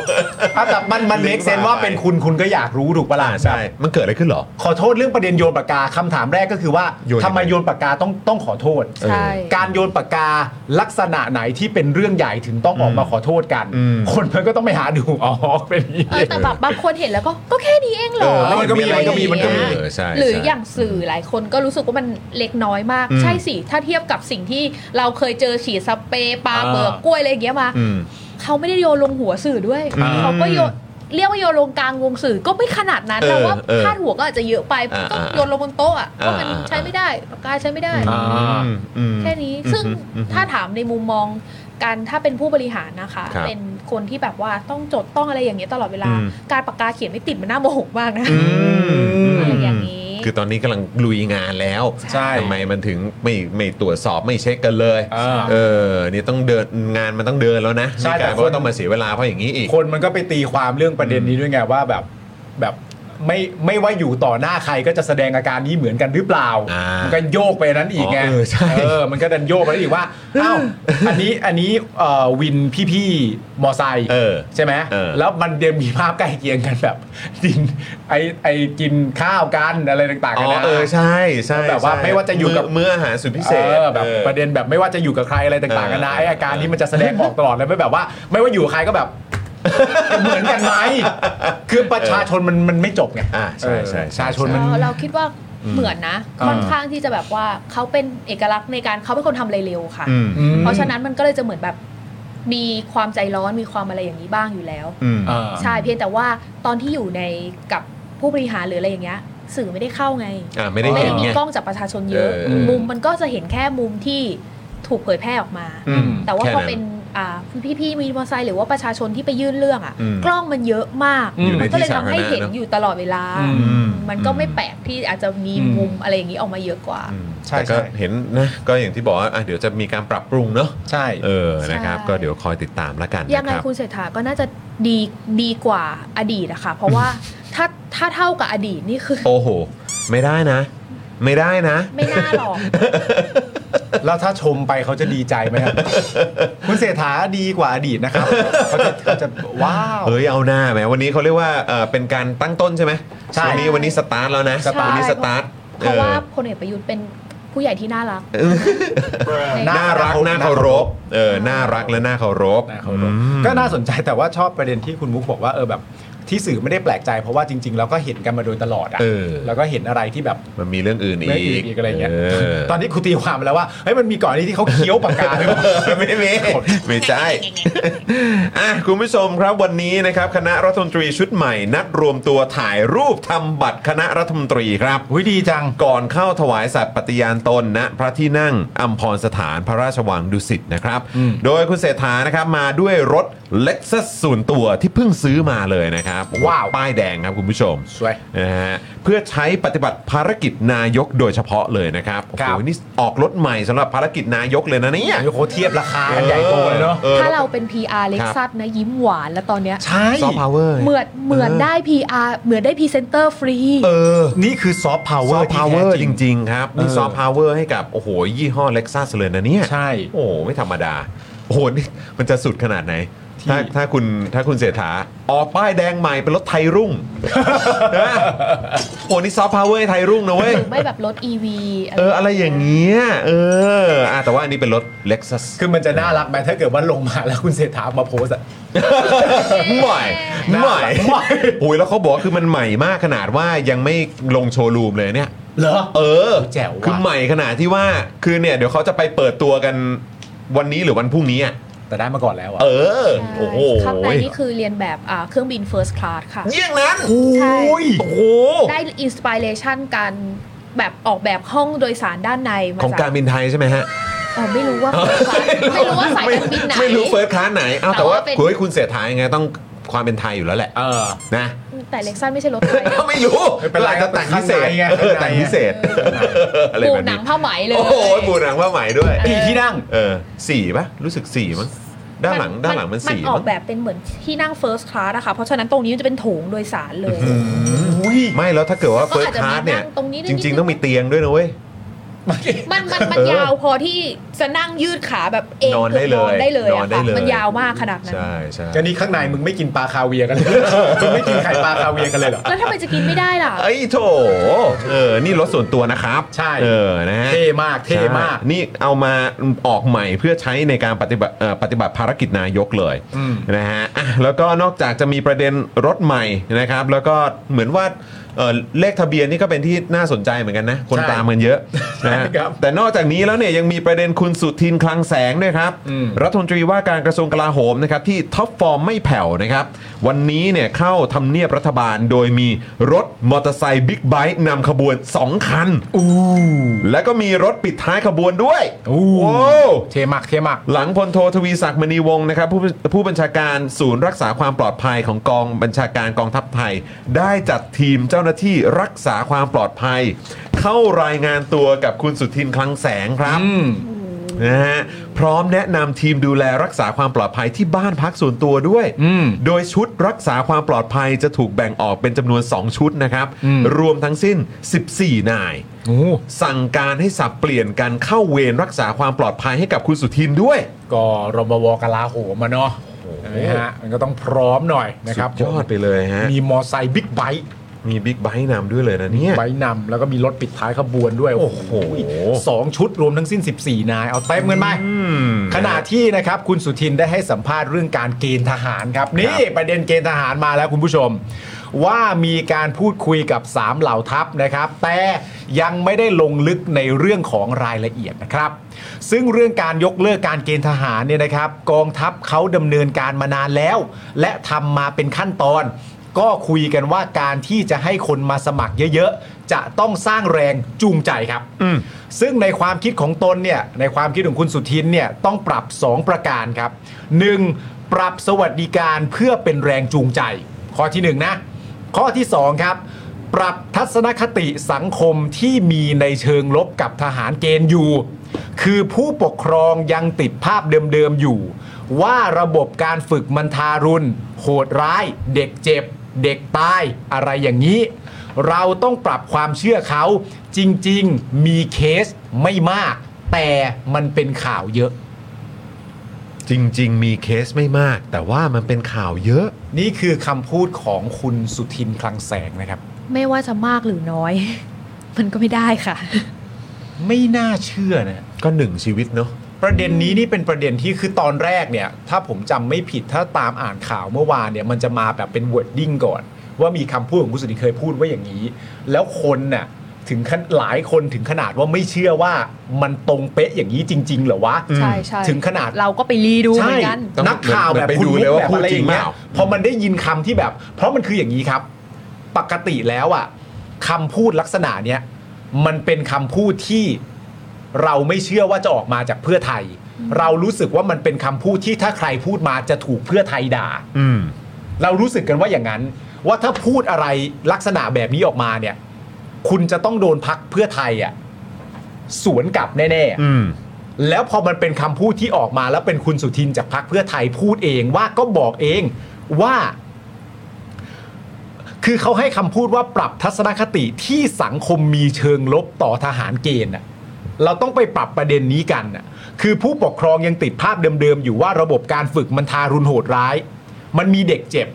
Speaker 6: อ่ะแต่มันมันเลกเซนว่าเป็นคุณคุณก็อยากรู้ถูกปะล่ะ
Speaker 2: ใช่ มันเกิดอะไรขึ้นเหรอ
Speaker 6: ขอโทษเรื่องประเด็นโยนปากกาคำถามแรกก็คือว่า
Speaker 2: โยนยังไง
Speaker 6: ทำไมโยนปากกาต้องต้องขอโทษ
Speaker 5: ใช่
Speaker 6: การโยนปากกาลักษณะไหนที่เป็นเรื่องใหญ่ถึงต้องออกมาขอโทษกัน
Speaker 2: อืม
Speaker 6: คนมันก็ต้องไปหาดูอ๋อเป็นอย่างนี้
Speaker 5: เออแต่แบบบางคนเห็นแล้วก็ก็แค่นี้เองเหรอ
Speaker 2: เออมันก็มี
Speaker 5: อะไร
Speaker 2: มันก็มีมันก็มี
Speaker 5: อย่างเงี้ย
Speaker 2: เออใช่
Speaker 5: หรือ
Speaker 2: ใช่
Speaker 5: อย่างสื่อหลายคนก็รู้สึกว่ามันเล็กน้อยมาก
Speaker 2: อืม
Speaker 5: ใช่สิ ถ้าเทียบกับสิ่งที่เราเคยเจอฉีดสเปรย์ปลาเปลือกกล้วยอะไรอย่างเงี้ยมา
Speaker 2: อืม
Speaker 5: เขาไม่ได้โยนลงหัวสื่อด้วย
Speaker 2: อืม
Speaker 5: เขาก็โยนเรียกว่าโยนลงกลางวงสื่อก็ไม่ขนาดนั้น
Speaker 2: เอ
Speaker 5: แต่
Speaker 2: อ
Speaker 5: ว่า
Speaker 2: เออ
Speaker 5: พาดหัวก็อาจจะเยอะไป
Speaker 2: อ่า
Speaker 5: ก็โยนลงบนโต๊ะอ่ะก็มัน
Speaker 2: อ่าอ่า
Speaker 5: ใช้ไม่ได้ปากกาใช้ไม่ได้
Speaker 6: อ่า
Speaker 2: อืมอืม
Speaker 5: แค่นี้ซึ่ง
Speaker 2: อืม
Speaker 5: ถ้าถามในมุมมองการถ้าเป็นผู้บริหารนะคะ
Speaker 2: ครับ
Speaker 5: เป็นคนที่แบบว่าต้องจดต้องอะไรอย่างเงี้ยตลอดเวลา
Speaker 2: อืม
Speaker 5: การปากกาเขียนไม่ติดมันน่าโมโหมากนะ
Speaker 2: อืม
Speaker 5: อะไรอย่างนี้
Speaker 2: คือตอนนี้กำลังลุยงานแล้ว
Speaker 6: ใช่
Speaker 2: ทำไมมันถึงไม่ไม่ตรวจสอบไม่เช็คกันเลย
Speaker 6: อ่า
Speaker 2: เออ นี่ต้องเดินงานมันต้องเดินแล้วนะ
Speaker 6: ใช่
Speaker 2: นี่กลายเป็น
Speaker 6: แต่คน
Speaker 2: ว่าต้องมาเสียเวลาเพราะอย่างนี้อีก
Speaker 6: คนมันก็ไปตีความเรื่องประเด็นนี้ด้วยไงว่าแบบแบบไม่ไม่ว่าอยู่ต่อหน้าใครก็จะแสดงอาการนี้เหมือนกันหรือเปล่า
Speaker 2: อ่ามั
Speaker 6: มันก็โยกไปนั้นอีกไง
Speaker 2: อ๋อเออใช่
Speaker 6: เออมันก็ดันโยกไปนั้นอีกว่าอ้าวอันนี้อันนี้เอ่อวินพี่พี่ๆมอไซค์
Speaker 2: เออ
Speaker 6: ใช่ไหม
Speaker 2: เออ
Speaker 6: แล้วมันเดมมีภาพใกล้เคียงกันแบบ (laughs) กินไอไอกินข้าวกันอะไรต่าง
Speaker 2: ๋
Speaker 6: ๆกัน
Speaker 2: อ
Speaker 6: นะ
Speaker 2: เออใช่ใช่
Speaker 6: แบบว่า
Speaker 2: ใช่
Speaker 6: ไม่ว่าจะอยู่กับ
Speaker 2: มื้ออาหารสุดพิเศษ
Speaker 6: ออแบบประเด็นแบบไม่ว่าจะอยู่กับใครอะไรต่างๆกันานะ
Speaker 2: เออ
Speaker 6: ไออาการนี้มันจะแสดงออกตลอดเลยไม่แบบว่า ไม่ว่าอยู่กับใครก็แบบ เหมือนกันไหมคือประชาชนมันมันไม่จบไง
Speaker 2: อ่าใช่ใช่
Speaker 6: เออป
Speaker 2: ใช่
Speaker 6: ระชาชนมัน
Speaker 5: เราเราคิดว่าเหมือนนะ
Speaker 6: อ่า
Speaker 5: ค่อนข้างที่จะแบบว่าเขาเป็นเอกลักษณ์ในการเขาเป็นคนทำอะไรเร็วค่ะ
Speaker 2: อืม
Speaker 6: อืม
Speaker 5: เพราะฉะนั้นมันก็เลยจะเหมือนแบบมีความใจร้อนมีความอะไรอย่างนี้บ้างอยู่แล้ว
Speaker 2: อืม
Speaker 6: เออ
Speaker 5: ใช่เพียงแต่ว่าตอนที่อยู่ในกับผู้บริหารหรืออะไรอย่างเงี้ย สื่อไม่ได้เข้าไง
Speaker 2: อ่าไม่ได้
Speaker 5: ไม่
Speaker 2: เห็
Speaker 5: ได้
Speaker 2: น
Speaker 5: มี
Speaker 2: ไง
Speaker 5: กล้องจากประชาชนเยอะ
Speaker 2: เออ
Speaker 5: มุมมันก็จะเห็นแค่มุมที่ถูกเผยแพร่ออกมา
Speaker 2: อืม
Speaker 5: แต่ว่า
Speaker 2: แค่
Speaker 5: พอ
Speaker 2: นั้น
Speaker 5: เป็นอ่าพี่ๆมีมอเตอร์ไซค์หรือว่าประชาชนที่ไปยื่นเรื่องอ่ะ
Speaker 2: อืม
Speaker 5: กล้องมันเยอะมาก
Speaker 6: อยู่ใน
Speaker 5: มันก็เลย
Speaker 2: ที่สา
Speaker 5: ทำ
Speaker 2: ธารณะ
Speaker 5: ให้เห็น
Speaker 2: เนอะ
Speaker 5: อยู่ตลอดเวลา
Speaker 6: อื
Speaker 2: อื
Speaker 5: มันก็ไม่แปลกที่อาจจะมี
Speaker 6: อืม
Speaker 5: มุมอะไรอย่างนี้ออกมาเยอะกว่า
Speaker 2: อืม
Speaker 6: ใช่
Speaker 2: แต่ก็
Speaker 6: ใช่
Speaker 2: เห็นนะก็อย่างที่บอกว่าอ่ะเดี๋ยวจะมีการปรับปรุงเนอะ
Speaker 6: ใช่
Speaker 2: เออนะครับ
Speaker 5: ใช่
Speaker 2: ก็เดี๋ยวคอยติดตามแล้วกัน
Speaker 5: ยังไง
Speaker 2: นะครับ
Speaker 5: คุณเศรษฐาก็น่าจะดีดีกว่าอดีตอะค่ะ เพราะ
Speaker 2: (laughs)
Speaker 5: ว่าถ้าถ้าเท่ากับอดีตนี่คือ (laughs)
Speaker 2: โอ้โห ไม่ได้นะ ไม่ได้นะ
Speaker 5: ไม่น่าหรอก
Speaker 2: (laughs)
Speaker 6: แล้วถ้าชมไปเขาจะดีใจไหม
Speaker 2: (laughs)
Speaker 6: ครับ คุณเศรษฐาดีกว่าอดีตนะครับเขาจะเขาจะว้าว
Speaker 2: เอ้ยเอาหน้าแหมวันนี้เขาเรียกว่าเอ่อเป็นการตั้งต้นใช่ไหม
Speaker 6: ใช่
Speaker 2: วันนี้วันนี้สตาร์ทแล้วนะ
Speaker 6: สตาร์ท
Speaker 2: วันนี้สตาร์ท
Speaker 5: เพราะว่า
Speaker 2: ออ
Speaker 5: พลเอกประยุทธ์เป็นผู้ใหญ่ที่น่ารัก
Speaker 6: น่า
Speaker 2: น่า
Speaker 6: รั
Speaker 2: รั
Speaker 6: ก
Speaker 2: กน่าเคารพเออน่ารักและน่าเคารพ
Speaker 6: น่าเคารพก็น่าสนใจแต่ว่าชอบประเด็นที่คุณมุกบอกว่าเออแบบที่สื่อไม่ได้แปลกใจเพราะว่าจริง ๆ แล้วก็เห็นกันมาโดยตลอดอะ
Speaker 2: เออ
Speaker 6: แล้วก็เห็นอะไรที่แบบ
Speaker 2: มันมีเรื่องอื่นอี
Speaker 6: ไม่
Speaker 2: ก
Speaker 6: อีกอะไรเงี้ย
Speaker 2: อ
Speaker 6: ตอนนี้ครูตีความมาแล้วว่าเฮ้ยมันมีก่อนนี้ที่เขาเคี้ยวปากกาด้วย
Speaker 2: (laughs) ไม่ไม่ไม่ใช่ อ่ะคุณผู้ชมครับวันนี้นะครับคณะรัฐมนตรีชุดใหม่ นัดรวมตัวถ่ายรูปทำบัตรคณะรัฐมนตรีครับ
Speaker 6: อุ้ยดีจัง
Speaker 2: ก่อนเข้าถวายสัตย์ปฏิญาณตนณพระที่นั่งอัมพรสถานพระราชวังดุสิตนะครับ โดยคุณเศรษฐานะครับมาด้วยรถ Lexus ส่วนตัวที่เพิ่งซื้อมาเลยนะครับ
Speaker 6: ว้าว
Speaker 2: ป้ายแดงครับคุณผู้ชม
Speaker 6: (laughs) สวย
Speaker 2: นะฮะเพื่อใช้ปฏิบัติภารกิจนายกโดยเฉพาะเลยนะครับโอ้
Speaker 6: ครับ
Speaker 2: โหนี่ออกรถใหม่สำหรับภารกิจนายกเลยนะเนี่ย
Speaker 6: โอ้โหเทียบราคากันใหญ่โตเลยเนาะ
Speaker 2: ออ
Speaker 5: ถ้าเราเป็น PR เล็กซัสนะ ยิ้มหวานแล้วตอนเนี้ย
Speaker 6: ใช่
Speaker 2: ซอฟต์พาวเวอร์
Speaker 5: เหมือนเหมือน
Speaker 2: เออ
Speaker 5: ได้ PR เหมือนได้พรีเซนเตอร์ฟรี
Speaker 2: เออ
Speaker 6: นี่คือซอฟต์พาวเว
Speaker 2: ซ
Speaker 6: อ
Speaker 2: อฟ
Speaker 6: ร์
Speaker 2: ต์
Speaker 6: ที่
Speaker 2: พาวเว
Speaker 6: แท้
Speaker 2: อร์
Speaker 6: จ
Speaker 2: จ
Speaker 6: ริง
Speaker 2: ริง ๆ ครับ นี่
Speaker 6: เออ
Speaker 2: ซอฟต์พาวเวอร์ให้กับ โอ้โห ยี่ห้อเล็กซัสเลยนะเนี่ย
Speaker 6: ใช่
Speaker 2: โอ้โห ไม่ธรรมดา โอ้โหนี่มันจะสุดขนาดไหน
Speaker 6: ที่
Speaker 2: ถ้าถ้าคุณถ้าคุณเศรษฐาออกป้ายแดงใหม่เป็นรถไทยรุ่ง (laughs) นะโหนี่ซอฟต์พาวเวอร์ไทยรุ่งนะเว้ย
Speaker 5: หรือไม่แบบรถ EV
Speaker 2: (laughs) เออ อะไรอย่างเงี้ยเอออ่ะแต่ว่าอันนี้เป็นรถ Lexus
Speaker 6: คือมันจะน่ารักไหมถ้าเกิดว่าลงมา (laughs) แล้วคุณเศรษฐามาโพสอะ
Speaker 2: (laughs) ใหม่ใหม่ (laughs) โอ้ยแล้วเขาบอกว่าคือมันใหม่มากขนาดว่ายังไม่ลงโชว์รูมเลยเนี่ย
Speaker 6: เหรอ
Speaker 2: เออ
Speaker 6: แจ๋วว่ะ
Speaker 2: คือใหม่ขนาดที่ว่าคือเนี่ย เดี๋ยวเขาจะไปเปิดตัวกันวันนี้หรือวันพรุ่งนี้อ่ะ
Speaker 6: แต่ได้มาก่อนแล้วอะ
Speaker 2: เออ
Speaker 5: ใช่
Speaker 2: โอ้โห
Speaker 5: ข้างในนี่คือเรียนแบบอ่าเครื่องบิน First Class ค่ะ
Speaker 2: เยี่ยงนั้น
Speaker 5: ใช่
Speaker 2: โอ้โห
Speaker 5: ได้อินสปิเรชันการแบบออกแบบห้องโดยสารด้านในมา
Speaker 2: ของ
Speaker 5: จาก
Speaker 2: การบินไทยใช่ไหมฮะ
Speaker 5: เออไม่รู้ว่า first class ไม่รู้ว่าสายการบินไหน
Speaker 2: ไม่รู้เฟิร์สคลาสไหนอ้าวแต่ว่า
Speaker 5: แต่ว่าเป็น
Speaker 2: คุยคุณเสียทายยังไงต้องความเป็นไทยอยู่แล้วแหละ
Speaker 6: เออ
Speaker 2: นะ
Speaker 5: แต่เล็กซันไม่ใช่รถไฟ
Speaker 2: ไม่รู้
Speaker 6: ไม่เป็นไร
Speaker 2: อาจจะแต่งพิเศษ
Speaker 6: ข้างในไง
Speaker 2: เออแต่งพิเศษอะไร
Speaker 5: ปู
Speaker 2: แบบ
Speaker 5: หนั
Speaker 2: นี้
Speaker 5: งผ้าไหมเลย
Speaker 2: โอ้โหปูหนังว่าใหม่ด้วย
Speaker 6: กี่ที่นั่ง
Speaker 2: เออสี่ปะรู้สึกสี่มั้งด้านหลังด้านหลังมันสี่
Speaker 5: ออ
Speaker 2: มั้ง
Speaker 5: กแบบเป็นเหมือนที่นั่ง first class นะคะ เพราะฉะนั้นตรงนี้มันจะเป็นโถงโดยสารเลย
Speaker 2: ไม่แล้วถ้าเกิดว่า
Speaker 5: ก็
Speaker 2: เฟิร์ส
Speaker 5: อาจจะ
Speaker 2: คลาสเนี่ย
Speaker 5: มีนั่งตรงนี้ด้วย
Speaker 2: จ
Speaker 5: นิ
Speaker 2: ริงๆ
Speaker 5: ดนึง
Speaker 2: ต้องมีเตียงด้วยนะเว้ย
Speaker 5: มันมันมัน
Speaker 2: เออย
Speaker 5: าวพอที่จะนั่งยืดขาแบบเอง
Speaker 2: นอนได้เลย
Speaker 5: กือบนอนได้เลย
Speaker 2: นอนได้
Speaker 5: อะ
Speaker 2: เลย
Speaker 5: ค่ะมันยาวมากขนาดนั้น
Speaker 2: ใช่ใช่
Speaker 6: ก็นี่ข้างในมึงไม่กินปลาคาเวียกัน (laughs) เลยมึงไม่กินไข่ปลาคาเวียกันเลยเหรอ
Speaker 5: แล้วทำไมจะกินไม่ได้ล่ะ
Speaker 2: ไอ้ยโถเออนี่รถส่วนตัวนะครับ
Speaker 6: ใช่
Speaker 2: เออนะฮะ
Speaker 6: เท่มากเท่มาก
Speaker 2: ใช่นี่เอามาออกใหม่เพื่อใช้ในการปฏิบัติเอ่อปฏิบัติภารกิจนายกเลย
Speaker 6: อืม
Speaker 2: นะฮะอ่ะแล้วก็นอกจากจะมีประเด็นรถใหม่นะครับ แล้วก็เหมือนว่าเอ่อเลขทะเบียนนี่ก็เป็นที่น่าสนใจเหมือนกันนะ คนตามกันเยอะนะฮะ
Speaker 6: ครับ
Speaker 2: แต่นอกจากนี้แล้วเนี่ยยังมีประเด็นคุณสุทินคลังแสงด้วยครับ
Speaker 6: อืม
Speaker 2: รัฐมนตรีว่าการกระทรวงกลาโหมนะครับที่ท็อปฟอร์มไม่แผ่วนะครับ วันนี้เนี่ยเข้าทำเนียบรัฐบาลโดยมีรถมอเตอร์ไซค์บิ๊กไบค์นำขบวน 2 คัน แล้วก็มีรถปิดท้ายขบวนด้วย
Speaker 6: อู้
Speaker 2: โอ้
Speaker 6: เท่มากเท่มาก
Speaker 2: หลังพลโททวีศักดิ์มณีวงศ์นะครับผู้ผู้บัญชาการศูนย์รักษาความปลอดภัยของกองบัญชาการกองทัพไทย ได้จัดทีมเจ้าหน้าที่รักษาความปลอดภัย เข้ารายงานตัวกับคุณสุทินคลังแสงครับ
Speaker 6: อืม
Speaker 2: นะฮะพร้อมแนะนำทีมดูแลรักษาความปลอดภัยที่บ้านพักส่วนตัวด้วย
Speaker 6: อืม
Speaker 2: โดยชุดรักษาความปลอดภัยจะถูกแบ่งออกเป็นจำนวน 2 ชุดนะครับ
Speaker 6: อืม
Speaker 2: รวมทั้งสิ้น 14 นาย
Speaker 6: โอ้
Speaker 2: สั่งการให้สับเปลี่ยนการเข้าเวรรักษาความปลอดภัยให้กับคุณสุทินด้วย
Speaker 6: ก็รบวกลาโหมมาเนาะนะฮะมันก็ต้องพร้อมหน่อยนะครับ
Speaker 2: สุดยอดไปเลยฮะ
Speaker 6: มีมอไซค์บิ๊กไบค์
Speaker 2: มีบิ๊กไบค์นำด้วยเลยนะเนี่ย
Speaker 6: ไบค์นำแล้วก็มีรถปิดท้ายขบวนด้วย โอ้โหสองชุดรวมทั้งสิ้น 14 นาย เอาเต็มเงินไป
Speaker 2: ม
Speaker 6: ขณะที่นะครับคุณสุทินได้ให้สัมภาษณ์เรื่องการเกณฑ์ทหารครับนี่ประเด็นเกณฑ์ทหารมาแล้วคุณผู้ชม ว่ามีการพูดคุยกับ 3 เหล่าทัพนะครับ แต่ยังไม่ได้ลงลึกในเรื่องของรายละเอียดนะครับ ซึ่งเรื่องการยกเลิกการเกณฑ์ทหารเนี่ยนะครับ กองทัพเขาดำเนินการมานานแล้ว และทำมาเป็นขั้นตอน ก็คุยกันว่าการที่จะให้คนมาสมัครเยอะๆ จะต้องสร้างแรงจูงใจครับ ซึ่งในความคิดของตนเนี่ย ในความคิดของคุณสุทินเนี่ย ต้องปรับ 2 ประการครับ 1. ปรับสวัสดิการเพื่อเป็นแรงจูงใจ ข้อที่ 1 นะ ข้อที่ 2 ครับ ปรับทัศนคติสังคมที่มีในเชิงลบกับทหารเกณฑ์อยู่ คือผู้ปกครองยังติดภาพเดิมๆอยู่ ว่าระบบการฝึกมันทารุณ โหดร้าย เด็กเจ็บ เด็กตายอะไรอย่างนี้ เราต้องปรับความเชื่อเขาจริงๆ มีเคสไม่มาก แต่มันเป็นข่าวเยอะ
Speaker 2: จริง ๆ มีเคสไม่มาก แต่ว่ามันเป็นข่าวเยอะ
Speaker 6: นี่คือคำพูดของคุณสุทินคลังแสงนะครับ
Speaker 1: ไม่ว่าจะมากหรือน้
Speaker 5: (laughs)
Speaker 1: อย มันก็ไม่ได้ค่ะ
Speaker 6: ไม่น่าเชื่อนะ
Speaker 2: ก็หนึ่งชีวิตเนาะ
Speaker 6: ประเด็นนี้นี่เป็นประเด็นที่คือตอนแรกเนี่ย ถ้าผมจำไม่ผิดถ้าตามอ่านข่าวเมื่อวานเนี่ย มันจะมาแบบเป็น wording ก่อน ว่ามีคำพูดของคุณสุนิเคยพูดว่าอย่างนี้ แล้วคนน่ะถึงขั้นหลายคนถึงขนาดว่าไม่เชื่อว่ามันตรงเป๊ะอย่างนี้จริง ๆ เหรอวะ
Speaker 5: ใช่ใช่
Speaker 6: ถึงขนาด
Speaker 5: เราก็ไปรีดูเหมือนกัน
Speaker 6: ใช่นักข่าวแบบ
Speaker 2: ไป
Speaker 6: คุณ
Speaker 2: ดู
Speaker 6: มุก
Speaker 2: เลยว่า
Speaker 6: แบบ
Speaker 2: พูด
Speaker 6: อะไร
Speaker 2: จริ
Speaker 6: องย่างเงี้ย
Speaker 2: เปล่า
Speaker 6: พอมันได้ยินคำที่แบบ เพราะมันคืออย่างนี้ครับ ปกติแล้วอ่ะคำพูดลักษณะเนี้ยมันเป็นคำพูดที่เราไม่เชื่อว่าจะออกมาจากเพื่อไทย เรารู้สึกว่ามันเป็นคำพูดที่ถ้าใครพูดมาจะถูกเพื่อไทยด่า
Speaker 2: อืม
Speaker 6: เรารู้สึกกันว่าอย่างนั้น ว่าถ้าพูดอะไรลักษณะแบบนี้ออกมาเนี่ย คุณจะต้องโดนพักเพื่อไทยอ่ะสวนกลับแน่ๆ
Speaker 2: อืม
Speaker 6: แล้วพอมันเป็นคำพูดที่ออกมาแล้วเป็นคุณสุทินจากพรรคเพื่อไทยพูดเองว่าก็บอกเองว่า คือเขาให้คำพูดว่าปรับทัศนคติที่สังคมมีเชิงลบต่อทหารเกณฑ์น่ะ เราต้องไปปรับประเด็นนี้กันน่ะคือผู้ปกครองยังติดภาพเดิมๆ อยู่ว่าระบบการฝึกมันทารุณโหดร้าย มันมีเด็กเจ็บ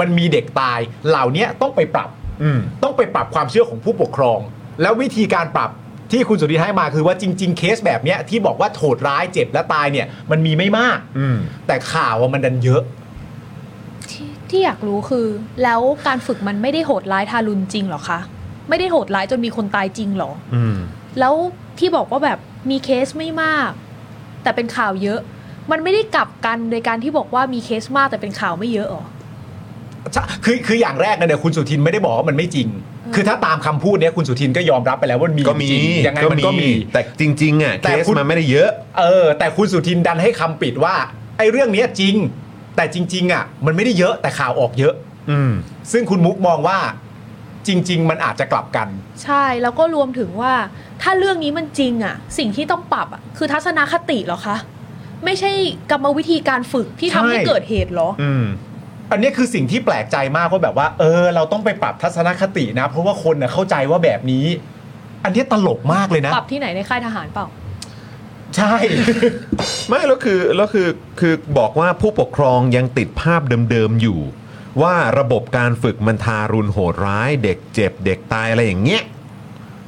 Speaker 6: มันมีเด็กตาย เหล่านี้ต้องไปปรับ
Speaker 2: อืม
Speaker 6: ต้องไปปรับความเชื่อของผู้ปกครอง แล้ววิธีการปรับที่คุณสุธินให้มาคือว่าจริง ๆ เคสแบบเนี้ยที่บอกว่าโหดร้ายเจ็บและตายเนี่ย มันมีไม่มาก
Speaker 2: อืม
Speaker 6: แต่ข่าวอะมันดันเยอะ
Speaker 5: ที่ที่อยากรู้คือ แล้วการฝึกมันไม่ได้โหดร้ายทารุณจริงเหรอคะ ไม่ได้โหดร้ายจนมีคนตายจริงเหรอ
Speaker 2: อืม
Speaker 5: แล้วที่บอกว่าแบบมีเคสไม่มาก แต่เป็นข่าวเยอะ มันไม่ได้กลับกันโดยการที่บอกว่ามีเคสมากแต่เป็นข่าวไม่เยอะเหรอ
Speaker 6: ใช่คือคืออย่างแรกนะเนี่ยคุณสุทินไม่ได้บอกว่ามันไม่จริง คือถ้าตามคำพูดเนี้ยคุณสุทินก็ยอมรับไปแล้วว่ามันมี
Speaker 2: ก็มี
Speaker 6: จริงยังไงมันก็มี
Speaker 2: แต่จริง ๆ อ่ะ เค
Speaker 6: แต่
Speaker 2: ส
Speaker 6: คุณ
Speaker 2: มันไม่ได้เยอะ
Speaker 6: เออ แต่คุณสุทินดันให้คำปิดว่าไอ้เรื่องเนี้ยจริง แต่จริง ๆ อ่ะ มันไม่ได้เยอะแต่ข่าวออกเยอะ
Speaker 2: อืม
Speaker 6: ซึ่งคุณมุกมองว่าจริง ๆ มันอาจจะกลับกัน
Speaker 5: ใช่แล้วก็รวมถึงว่าถ้าเรื่องนี้มันจริงอะสิ่งที่ต้องปรับอะคือทัศนคติเหรอคะ ไม่ใช่กรรมวิธีการฝึกที่ทำให้
Speaker 6: ใช่
Speaker 5: เกิดเหตุเหรอ
Speaker 2: อืม
Speaker 6: อันเนี้ยคือสิ่งที่แปลกใจมากว่าแบบว่า เออ เราต้องไปปรับทัศนคตินะ เพราะว่าคนน่ะเข้าใจว่าแบบนี้ อันเนี้ยตลกมากเลยนะ
Speaker 5: ปรับที่ไหนในค่ายทหารเปล่า
Speaker 6: ใช่
Speaker 2: ไม่แล้วคือแล้วคือคือบอกว่าผู้ปกครองยังติดภาพเดิมๆอยู่ ว่าระบบการฝึกมันทารุณโหดร้าย เด็กเจ็บ เด็กตายอะไรอย่างเงี้ย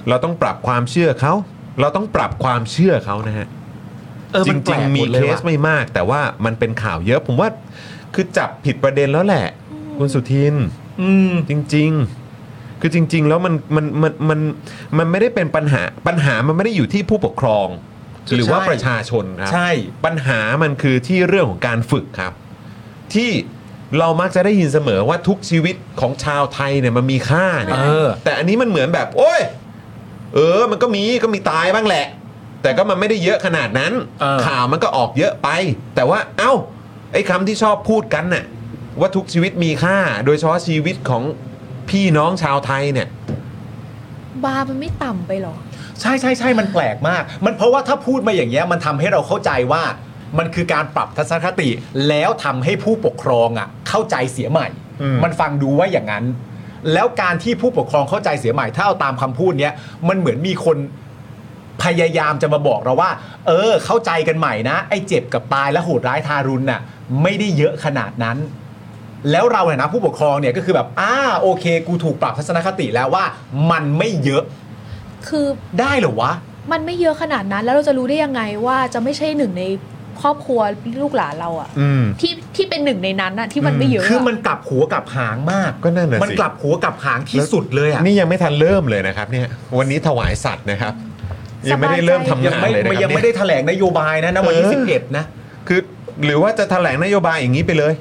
Speaker 2: เราต้องปรับความเชื่อเขาเราต้องปรับความเชื่อเขานะฮะ
Speaker 6: เออ
Speaker 2: จ
Speaker 6: มันแปล
Speaker 2: ริง
Speaker 6: ก
Speaker 2: ๆ
Speaker 6: ห
Speaker 2: มี
Speaker 6: ดล
Speaker 2: เค
Speaker 6: ยว่ะ
Speaker 2: สไม่มาก แต่ว่ามันเป็นข่าวเยอะผมว่าคือจับผิดประเด็นแล้วแหละ คุณสุทิน
Speaker 6: อืม
Speaker 2: จริง ๆ คือจริง ๆ แล้วมันมันมันมันมันไม่ได้เป็นปัญหาปัญหามันไม่ได้อยู่ที่ผู้ปกครอง หรือว่า
Speaker 6: ใช่
Speaker 2: ประชาชนครับ
Speaker 6: ใช่
Speaker 2: ปัญหามันคือที่เรื่องของการฝึกครับ ที่เรามักจะได้ยินเสมอว่าทุกชีวิตของชาวไทยเนี่ยมันมีค่าเนี่ย
Speaker 6: เออ
Speaker 2: แต่อันนี้มันเหมือนแบบ โอ้ยเออ มันก็มีก็มีตายบ้างแหละ แต่ก็มันไม่ได้เยอะขนาดนั้น
Speaker 6: เออ
Speaker 2: ข่าวมันก็ออกเยอะไป แต่ว่าเอ้า ไอ้คำที่ชอบพูดกันน่ะว่าทุกชีวิตมีค่า โดยเฉพาะชีวิตของพี่น้องชาวไทยเนี่ย
Speaker 5: บาร์มันไม่ต่ำไปเหรอ
Speaker 6: ใช่ใช่ใช่มันแปลกมาก มันเพราะว่าถ้าพูดมาอย่างเงี้ยมันทำให้เราเข้าใจว่า มันคือการปรับทัศนคติ แล้วทำให้ผู้ปกครองอ่ะ เข้าใจเสียใหม่
Speaker 2: อืม
Speaker 6: มันฟังดูว่าอย่างนั้น แล้วการที่ผู้ปกครองเข้าใจเสียใหม่ ถ้าเอาตามคำพูดเนี้ยมันเหมือนมีคนพยายามจะมาบอกเราว่า เออ เข้าใจกันใหม่นะ ไอ้เจ็บกับตายและโหดร้ายทารุณน่ะ ไม่ได้เยอะขนาดนั้น แล้วเราเนี่ยนะผู้ปกครองเนี่ยก็คือแบบอ่าโอเค กูถูกปรับทัศนคติแล้วว่า มันไม่เยอะ
Speaker 5: คือ
Speaker 6: ได้เหรอวะ
Speaker 5: มันไม่เยอะขนาดนั้น แล้วเราจะรู้ได้ยังไงว่าจะไม่ใช่หนึ่งในครอบครัวลูกหลานเราอะ
Speaker 2: อืม
Speaker 5: ที่ที่เป็นหนึ่งในนั้นอะที่มันไม่เยอะะ
Speaker 6: คือมันกลับหัวกลับหางมาก
Speaker 2: ก็นั่นน่ะสิ
Speaker 6: มันกลับหัวกลับหางที่สุดเลยอ่ะ
Speaker 2: นี่ยังไม่ทันเริ่มเลยนะครับ เนี่ย วันนี้ถวายสัตว์นะครับ ยังไม่ได้เริ่มทำ
Speaker 6: ยัง
Speaker 2: งาน
Speaker 6: ไม่
Speaker 2: เลยนะครับ
Speaker 6: ยังไม่
Speaker 2: เนี่
Speaker 6: ได้แถลงนโยบายนะนะวันที่
Speaker 2: เออ
Speaker 6: สิบเอ็ดนะ
Speaker 2: คือหรือว่าจะแถลงนโยบายอย่างนี้ไปเลย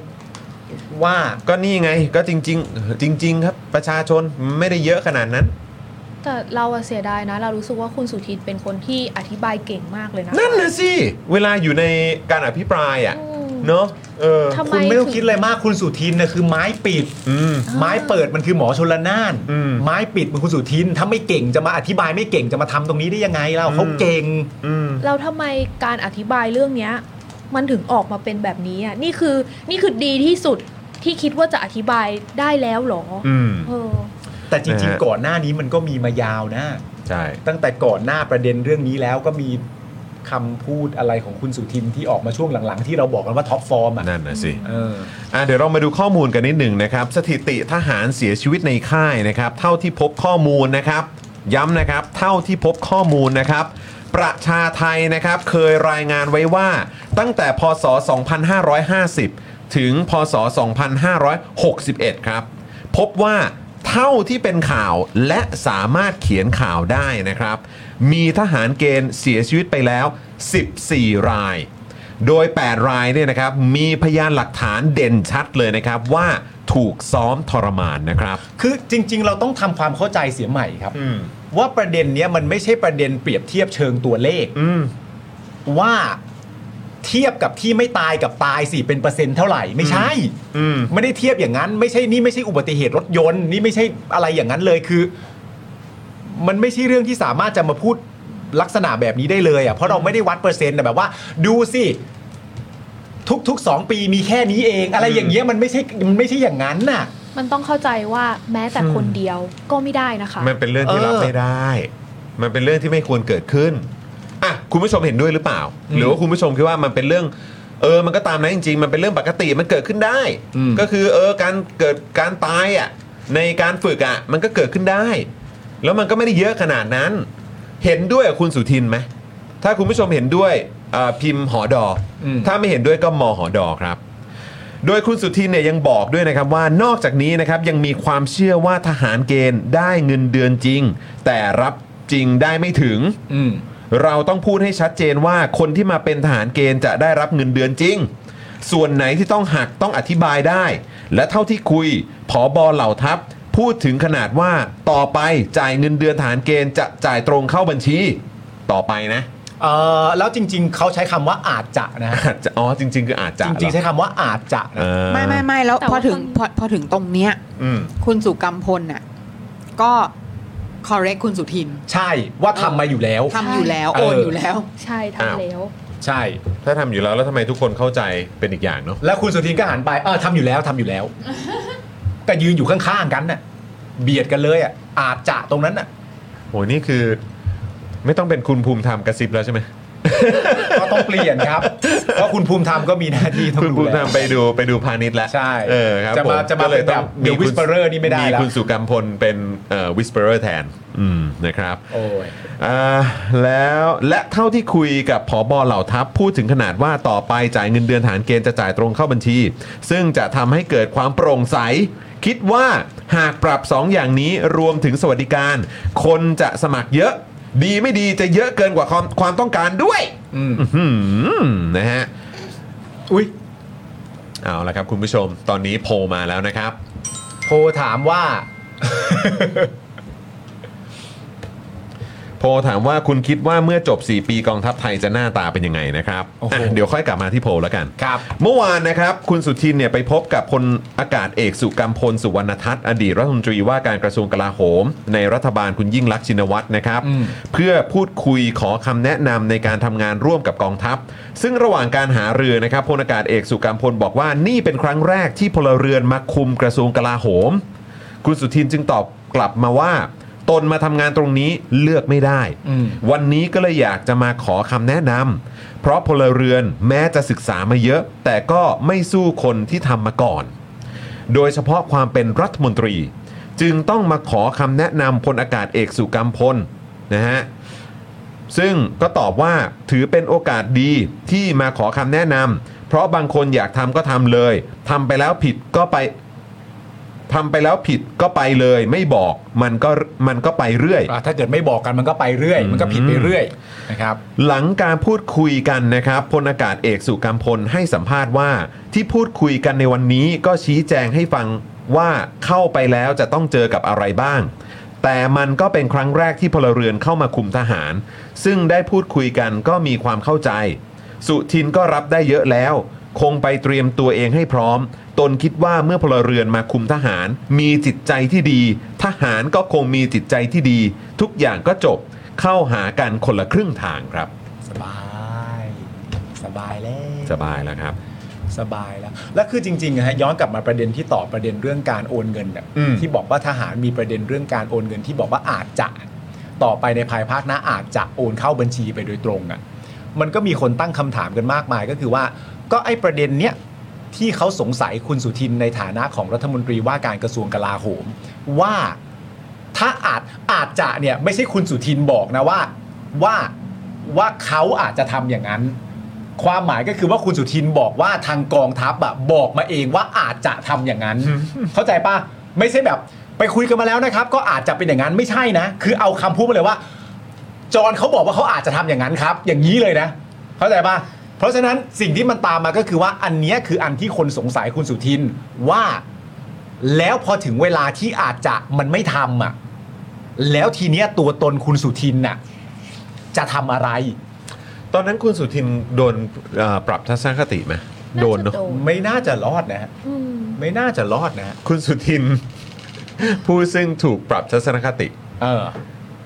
Speaker 6: ว่า
Speaker 2: ก็นี่ไงก็จริง ๆ จริง ๆ ครับ ประชาชนไม่ได้เยอะขนาดนั้น
Speaker 5: แต่เราอะเสียดายนะ เรารู้สึกว่าคุณสุทินเป็นคนที่อธิบายเก่งมากเลยนะ
Speaker 2: นั่นนะสิเวลาอยู่ในการอภิปรายอ่ะ
Speaker 5: อืม
Speaker 2: เนาะเออ
Speaker 5: ทำไม
Speaker 6: คุณไม่ต้อง
Speaker 5: ถึง
Speaker 6: คิดอะไรมากคุณสุทินนะคือไม้ปิด
Speaker 2: อืม
Speaker 6: ไม้เปิดมันคือหมอชนละนาน
Speaker 2: อืม
Speaker 6: ไม้ปิดมันคุณสุทินถ้าไม่เก่งจะมาอธิบายไม่เก่งจะมาทำตรงนี้ได้ยังไงเรา
Speaker 2: อืม
Speaker 6: เขาเก่ง
Speaker 2: อืม
Speaker 5: เราทำไมการอธิบายเรื่องเนี้ย มันถึงออกมาเป็นแบบนี้อ่ะนี่คือนี่คือดีที่สุดที่คิดว่าจะอธิบายได้แล้วเหรอ
Speaker 2: อืม
Speaker 5: เออ
Speaker 6: แต่จริง
Speaker 2: นะฮะ
Speaker 6: ๆ ก่อนหน้านี้มันก็มีมายาวนะ
Speaker 2: ใช่
Speaker 6: ตั้งแต่ก่อนหน้าประเด็นเรื่องนี้แล้วก็มีคำพูดอะไรของคุณสุทินที่ออกมาช่วงหลังๆ ที่เราบอกกันว่าท็อปฟอร์มอ่ะ
Speaker 2: นั่นนะสิ
Speaker 6: เออ
Speaker 2: อ่ะเดี๋ยวเรามาดูข้อมูลกันนิดหนึ่งนะครับ สถิติทหารเสียชีวิตในค่ายนะครับ เท่าที่พบข้อมูลนะครับ ย้ำนะครับ เท่าที่พบข้อมูลนะครับ ประชาไทยนะครับเคยรายงานไว้ว่า ตั้งแต่พศ 2550 ถึงพศ 2561 ครับ พบว่าเท่าที่เป็นข่าวและสามารถเขียนข่าวได้นะครับ มีทหารเกณฑ์เสียชีวิตไปแล้ว 14 ราย โดย 8 รายเนี่ยนะครับมีพยานหลักฐานเด่นชัดเลยนะครับ ว่าถูกซ้อมทรมานนะครับ
Speaker 6: คือจริง ๆ เราต้องทำความเข้าใจเสียใหม่ครับ
Speaker 2: อืม
Speaker 6: ว่าประเด็นเนี้ยมันไม่ใช่ประเด็นเปรียบเทียบเชิงตัวเลข
Speaker 2: อืม
Speaker 6: ว่าเทียบกับที่ไม่ตายกับตายสิเป็นเปอร์เซ็นต์เท่าไหร่ไม่ใช่
Speaker 2: อืม
Speaker 6: ไม่ได้เทียบอย่างนั้นไม่ใช่นี่ไม่ใช่อุบัติเหตุรถยนต์นี่ไม่ใช่อะไรอย่างนั้นเลยคือ มันไม่ใช่เรื่องที่สามารถจะมาพูดลักษณะแบบนี้ได้เลยอ่ะเพราะเราไม่ได้วัดเปอร์เซ็นต์นะแบบว่า ดูสิทุกๆสองปีมีแค่นี้เอง อะไรอย่างเงี้ยมันไม่ใช่มันไม่ใช่อย่างนั้นน่ะ
Speaker 5: มันต้องเข้าใจว่าแม้แต่คนเดียวก็ไม่ได้นะคะ
Speaker 2: มันเป็นเรื่องที่
Speaker 6: เออ
Speaker 2: รับไม่ได้ มันเป็นเรื่องที่ไม่ควรเกิดขึ้น อ่ะคุณผู้ชมเห็นด้วยหรือเปล่า หรือว่าคุณผู้ชมคิดว่ามันเป็นเรื่อง เออมันก็ตามนั้นจริง ๆ มันเป็นเรื่องปกติมันเกิดขึ้นได้
Speaker 6: อืม
Speaker 2: ก็คือเออการเกิดการตายอ่ะในการฝึกอ่ะมันก็เกิดขึ้นได้ แล้วมันก็ไม่ได้เยอะขนาดนั้น เห็นด้วยกับคุณสุทินไหมถ้าคุณผู้ชมเห็นด้วยเอ่อพิมพ์หอดออ
Speaker 6: ม
Speaker 2: ถ้าไม่เห็นด้วยก็มอหอดอครับ โดยคุณสุทินเนี่ยยังบอกด้วยนะครับว่านอกจากนี้นะครับยังมีความเชื่อว่าทหารเกณฑ์ได้เงินเดือนจริง แต่รับจริงได้ไม่ถึง
Speaker 6: อืม
Speaker 2: เราต้องพูดให้ชัดเจนว่าคนที่มาเป็นทหารเกณฑ์จะได้รับเงินเดือนจริง ส่วนไหนที่ต้องหักต้องอธิบายได้ และเท่าที่คุยผอบอเหล่าทัพ พูดถึงขนาดว่าต่อไปจ่ายเงินเดือนทหารเกณฑ์จะจ่ายตรงเข้าบัญชี ต่อไปนะ (laughs)
Speaker 6: เออแล้วจริง ๆ เขาใช้คำว่าอาจจะนะฮะ
Speaker 2: อาจจะอ๋อจริง ๆ คืออาจจะ
Speaker 6: จริง ๆ ใช้คำว่าอาจจะนะ
Speaker 7: ไม่ไม่ไม่แล้ว
Speaker 5: แต่
Speaker 7: พอ
Speaker 5: ว่า
Speaker 7: ถึง
Speaker 5: คน
Speaker 7: พอพอถึงตรงเนี้ย
Speaker 2: อืม
Speaker 7: คุณสุกำพลน่ะ ก็ correct คุณสุทิน
Speaker 6: ใช่ว่าทำมาอยู่แล้ว
Speaker 7: ทำอยู่แล้ว
Speaker 6: เอ
Speaker 7: โอ
Speaker 6: อ
Speaker 7: นอยู่แล้ว
Speaker 5: ใช่
Speaker 2: อ้าว
Speaker 5: ทำแล้ว
Speaker 6: ใช่
Speaker 2: ถ้าทำอยู่แล้วแล้วทำไมทุกคนเข้าใจเป็นอีกอย่างเนาะ
Speaker 6: แล้วคุณสุทินก็หันไปเออทำอยู่แล้วทำอยู่แล้ว ก็ยืนอยู่ข้างๆกันน่ะ เบียดกันเลยอ่ะอาจจะตรงนั้นน่ะ
Speaker 2: โหนี่คือ ไม่ต้องเป็นคุณภูมิธรรมกระซิบแล้วใช่ไหม
Speaker 6: ก็ต้องเปลี่ยน
Speaker 2: (laughs)
Speaker 6: ครับ เพราะคุณภูมิธรรมก็มีหน้าที่ต้อง
Speaker 2: คุณ
Speaker 6: ดู
Speaker 2: ภูมิ
Speaker 6: แล
Speaker 2: ธรรมไปดูไปดูพาณิชย์แล้ว
Speaker 6: ใช่
Speaker 2: เออครับ
Speaker 6: จะมา
Speaker 2: ผ
Speaker 6: จะมา
Speaker 2: ก็เลย
Speaker 6: เป็นแบบ
Speaker 2: มี
Speaker 6: The
Speaker 2: คุณ
Speaker 6: Whisperer นี่ไม่ได้
Speaker 2: มี
Speaker 6: ละ
Speaker 2: คุณสุกัมพลเป็นเอ่อ whisperer แทนอืมนะครับ
Speaker 6: โอ้ย
Speaker 2: อ่าแล้วและเท่าที่คุยกับผอบอเหล่าทัพพูดถึงขนาดว่าต่อไปจ่ายเงินเดือนฐานเกณฑ์จะจ่ายตรงเข้าบัญชี ซึ่งจะทำให้เกิดความโปร่งใส คิดว่าหากปรับ 2 อย่างนี้รวมถึงสวัสดิการ คนจะสมัครเยอะ ดีไม่ดีจะเยอะเกินกว่าความความต้องการด้วย
Speaker 6: อืม
Speaker 2: อหือนะฮะ
Speaker 6: อุ้ย
Speaker 2: เอาละครับคุณผู้ชมตอนนี้โพลมาแล้วนะครับ
Speaker 6: โพลถามว่า
Speaker 2: โพลถามว่าคุณคิดว่าเมื่อจบ 4 ปีกองทัพไทยจะหน้าตาเป็นยังไงนะครับ
Speaker 6: โอ้โห
Speaker 2: อ่ะเดี๋ยวค่อยกลับมาที่โพลแล้วกัน
Speaker 6: ครับ
Speaker 2: เมื่อวานนะครับ คุณสุทินเนี่ยไปพบกับพลอากาศเอกสุกัมพลสุวรรณทัศน์อดีตรัฐมนตรีว่าการกระทรวงกลาโหม ในรัฐบาลคุณยิ่งลักษณ์ชินวัตรนะครับ
Speaker 6: อืม
Speaker 2: เพื่อพูดคุยขอคำแนะนำในการทำงานร่วมกับกองทัพ ซึ่งระหว่างการหาเรือนะครับพลอากาศเอกสุกัมพลบอกว่านี่เป็นครั้งแรกที่พลเรือนมาคุมกระทรวงกลาโหม คุณสุทินจึงตอบกลับมาว่า ตนมาทำงานตรงนี้เลือกไม่ได้
Speaker 6: อืม
Speaker 2: วันนี้ก็เลยอยากจะมาขอคำแนะนำเพราะพลเรือนแม้จะศึกษามาเยอะ แต่ก็ไม่สู้คนที่ทำมาก่อน โดยเฉพาะความเป็นรัฐมนตรี จึงต้องมาขอคำแนะนำพลอากาศเอกสุกัมพลนะฮะ ซึ่งก็ตอบว่าถือเป็นโอกาสดีที่มาขอคำแนะนำเพราะบางคนอยากทำก็ทำเลยทำไปแล้วผิดก็ไปทำไปแล้วผิดก็ไปเลย ไม่บอกมันก็มันก็ไปเรื่อย
Speaker 6: อ่ะถ้าเกิดไม่บอกกันมันก็ไปเรื่อย มันก็ผิดไปเรื่อยนะครับ
Speaker 2: หลังการพูดคุยกันนะครับพลอากาศเอกสุกัมพลให้สัมภาษณ์ว่า ที่พูดคุยกันในวันนี้ก็ชี้แจงให้ฟังว่าเข้าไปแล้วจะต้องเจอกับอะไรบ้าง แต่มันก็เป็นครั้งแรกที่พลเรือนเข้ามาคุมทหาร ซึ่งได้พูดคุยกันก็มีความเข้าใจ สุทินก็รับได้เยอะแล้ว คงไปเตรียมตัวเองให้พร้อม ตนคิดว่าเมื่อพลเรือนมาคุมทหาร มีจิตใจที่ดี ทหารก็คงมีจิตใจที่ดี ทุกอย่างก็จบ เข้าหากันคนละครึ่งทางครับ
Speaker 6: สบาย สบายแล้ว
Speaker 2: สบายแล้วครับ
Speaker 6: สบายแล้ว และคือจริงๆนะฮะย้อนกลับมาประเด็นที่ต่อประเด็นเรื่องการโอนเงินน่ะ
Speaker 2: อืม
Speaker 6: ที่บอกว่าทหารมีประเด็นเรื่องการโอนเงินที่บอกว่าอาจจะต่อไปในภายภาคหน้าอาจจะโอนเข้าบัญชีไปโดยตรงอ่ะมันก็มีคนตั้งคำถามกันมากมายก็คือว่า ก็ไอ้ประเด็นเนี้ยที่เขาสงสัยคุณสุทินในฐานะของรัฐมนตรีว่าการกระทรวงกลาโหม ว่าถ้าอาจอาจจะเนี่ยไม่ใช่คุณสุทินบอกนะว่าว่าว่าเขาอาจจะทำอย่างนั้น ความหมายก็คือว่าคุณสุทินบอกว่าทางกองทัพอะบอกมาเองว่าอาจจะทำอย่างนั้น เข้าใจปะไม่ใช่แบบ ไปคุยกันมาแล้วนะครับ ก็อาจจะเป็นอย่างนั้นไม่ใช่นะ คือเอาคำพูดมาเลยว่า จอห์นเขาบอกว่าเขาอาจจะทำอย่างนั้นครับ อย่างนี้เลยนะ เข้าใจปะเพราะฉะนั้นสิ่งที่มันตามมาก็คือว่าอันเนี้ยคืออันที่คนสงสัยคุณสุทินว่า แล้วพอถึงเวลาที่อาจจะมันไม่ทำอ่ะ แล้วทีเนี้ยตัวตนคุณสุทินน่ะ จะทำอะไร
Speaker 2: ตอนนั้นคุณสุทินโดนเอ่อปรับทัศนคติไหมโดนเนาะ
Speaker 6: ไม่น่าจะรอดนะฮะ
Speaker 5: อืม
Speaker 6: ไม่น่าจะรอดนะฮะ
Speaker 2: คุณสุทิน (laughs) ผู้ซึ่งถูกปรับทัศนคติ
Speaker 6: เออ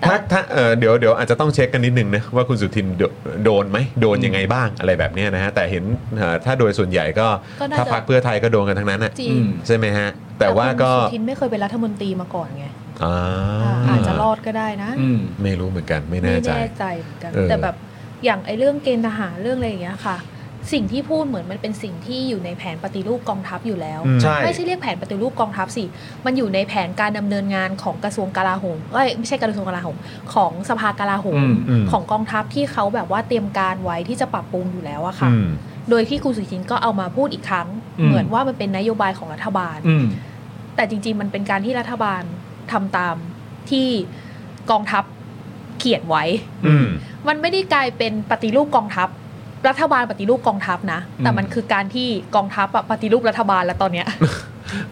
Speaker 2: ถ้าถ้าเอ่อเดี๋ยวเดี๋ยวอาจจะต้องเช็คกันนิดนึงนะว่าคุณสุทินโดโดนไหมโดนยังไงบ้างอะไรแบบเนี้ยนะฮะแต่เห็นเอ่อถ้าโดยส่วนใหญ่ก็
Speaker 5: ก็น่า
Speaker 2: ถ้า
Speaker 5: จะ
Speaker 2: พักเพื่อไทยก็โดนกันทั้งนั้นนะ
Speaker 5: จริ
Speaker 6: อื
Speaker 5: ง
Speaker 6: ม
Speaker 2: ใช่ไหมฮะ แต่ว่าก็
Speaker 5: คุณสุทินไม่เคยเป็นรัฐมนตรีมาก่อนไง
Speaker 2: อ่า
Speaker 5: อาจจะรอดก็ได้นะ
Speaker 6: อืม
Speaker 2: ไม่รู้เหมือนกันไม่
Speaker 5: ไม่
Speaker 2: แน่ใจ
Speaker 5: แน่ใจเหมือนกัน
Speaker 2: เออ
Speaker 5: แต่แบบ อย่างไอเรื่องเกณฑ์ทหารเรื่องอะไรอย่างเงี้ยค่ะ สิ่งที่พูดเหมือนมันเป็นสิ่งที่อยู่ในแผนปฏิรูปกองทัพอยู่แล้ว
Speaker 2: อืม
Speaker 6: ใช่
Speaker 5: ไม่ใช่เรียกแผนปฏิรูปกองทัพสิ มันอยู่ในแผนการดำเนินงานของกระทรวงกลาโหมเอ้ยไม่ใช่กระทรวงกลาโหม ของสภากลาโห
Speaker 6: อืม
Speaker 2: อืม
Speaker 5: ของกองทัพที่เขาแบบว่าเตรียมการไว้ที่จะปรับปรุงอยู่แล้วอะค่ะ
Speaker 2: อืม
Speaker 5: โดยที่คุณสุจินก็เอามาพูดอีกครั้ง
Speaker 6: อืม
Speaker 5: เหมือนว่ามันเป็นนโยบายของรัฐบาล
Speaker 6: อืม
Speaker 5: แต่จริงๆ มันเป็นการที่รัฐบาลทำตามที่กองทัพเขียนไว้
Speaker 2: อืม
Speaker 5: มันไม่ได้กลายเป็นปฏิรูปกองทัพ รัฐบาลปฏิรูปกองทัพนะ แต่
Speaker 6: อืม
Speaker 5: มันคือการที่กองทัพอะปฏิรูปรัฐบาลแล้วตอน
Speaker 2: (laughs)
Speaker 5: เนี้ย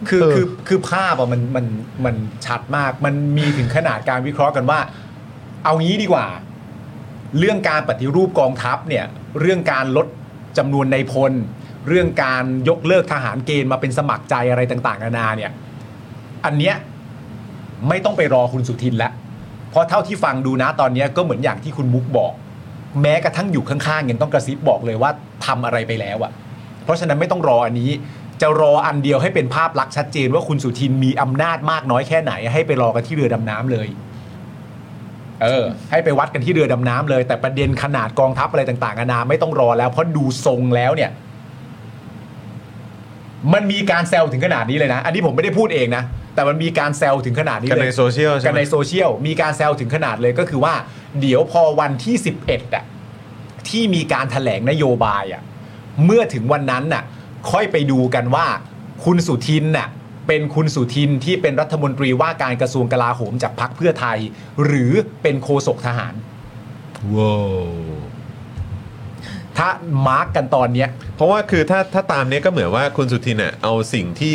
Speaker 6: คือ
Speaker 2: เออ
Speaker 6: คือคือภาพอะมันมันมันชัดมาก มันมีถึงขนาดการวิเคราะห์กันว่า เอางี้ดีกว่า เรื่องการปฏิรูปกองทัพเนี่ย เรื่องการลดจำนวนในายพล เรื่องการยกเลิกทหารเกณฑ์มาเป็นสมัครใจอะไรต่างๆนานาเนี่ย อันเนี้ยไม่ต้องไปรอคุณสุทินละเพราะเท่าที่ฟังดูนะตอนเนี้ยก็เหมือนอย่างที่คุณมุกบอก แม้กระทั่งอยู่ข้างๆยังต้องกระซิบบอกเลยว่าทำอะไรไปแล้วอะ เพราะฉะนั้นไม่ต้องรออันนี้ จะรออันเดียวให้เป็นภาพลักษณ์ชัดเจนว่าคุณสุทินมีอำนาจมากน้อยแค่ไหน ให้ไปรอกันที่เรือดำน้ำเลย เออ ให้ไปวัดกันที่เรือดำน้ำเลย แต่ประเด็นขนาดกองทัพอะไรต่างๆนานาไม่ต้องรอแล้ว เพราะดูทรงแล้วเนี่ย มันมีการแซวถึงขนาดนี้เลยนะ อันนี้ผมไม่ได้พูดเองนะ แต่มันมีการแซวถึงขนาดนี้
Speaker 2: กัน
Speaker 6: เล
Speaker 2: ใน
Speaker 6: ย
Speaker 2: โซเชียลใช่
Speaker 6: กัน
Speaker 2: ไหม
Speaker 6: ในโซเชียลมีการแซวถึงขนาดเลยก็คือว่า เดี๋ยวพอวันที่ 11อะที่มีการแถลงนโยบายอะเมื่อถึงวันนั้นน่ะค่อยไปดูกันว่า คุณสุทินน่ะเป็นคุณสุทินที่เป็นรัฐมนตรีว่าการกระทรวงกลาโหมจากพรรคเพื่อไทย หรือเป็นโฆษกทหาร
Speaker 2: ว้าว
Speaker 6: ถ้ามาร์กกันตอนเนี้ย
Speaker 2: เพราะว่าคือถ้าถ้าตามเนี้ยก็เหมือนว่าคุณสุทินเนี่ยเอาสิ่งที่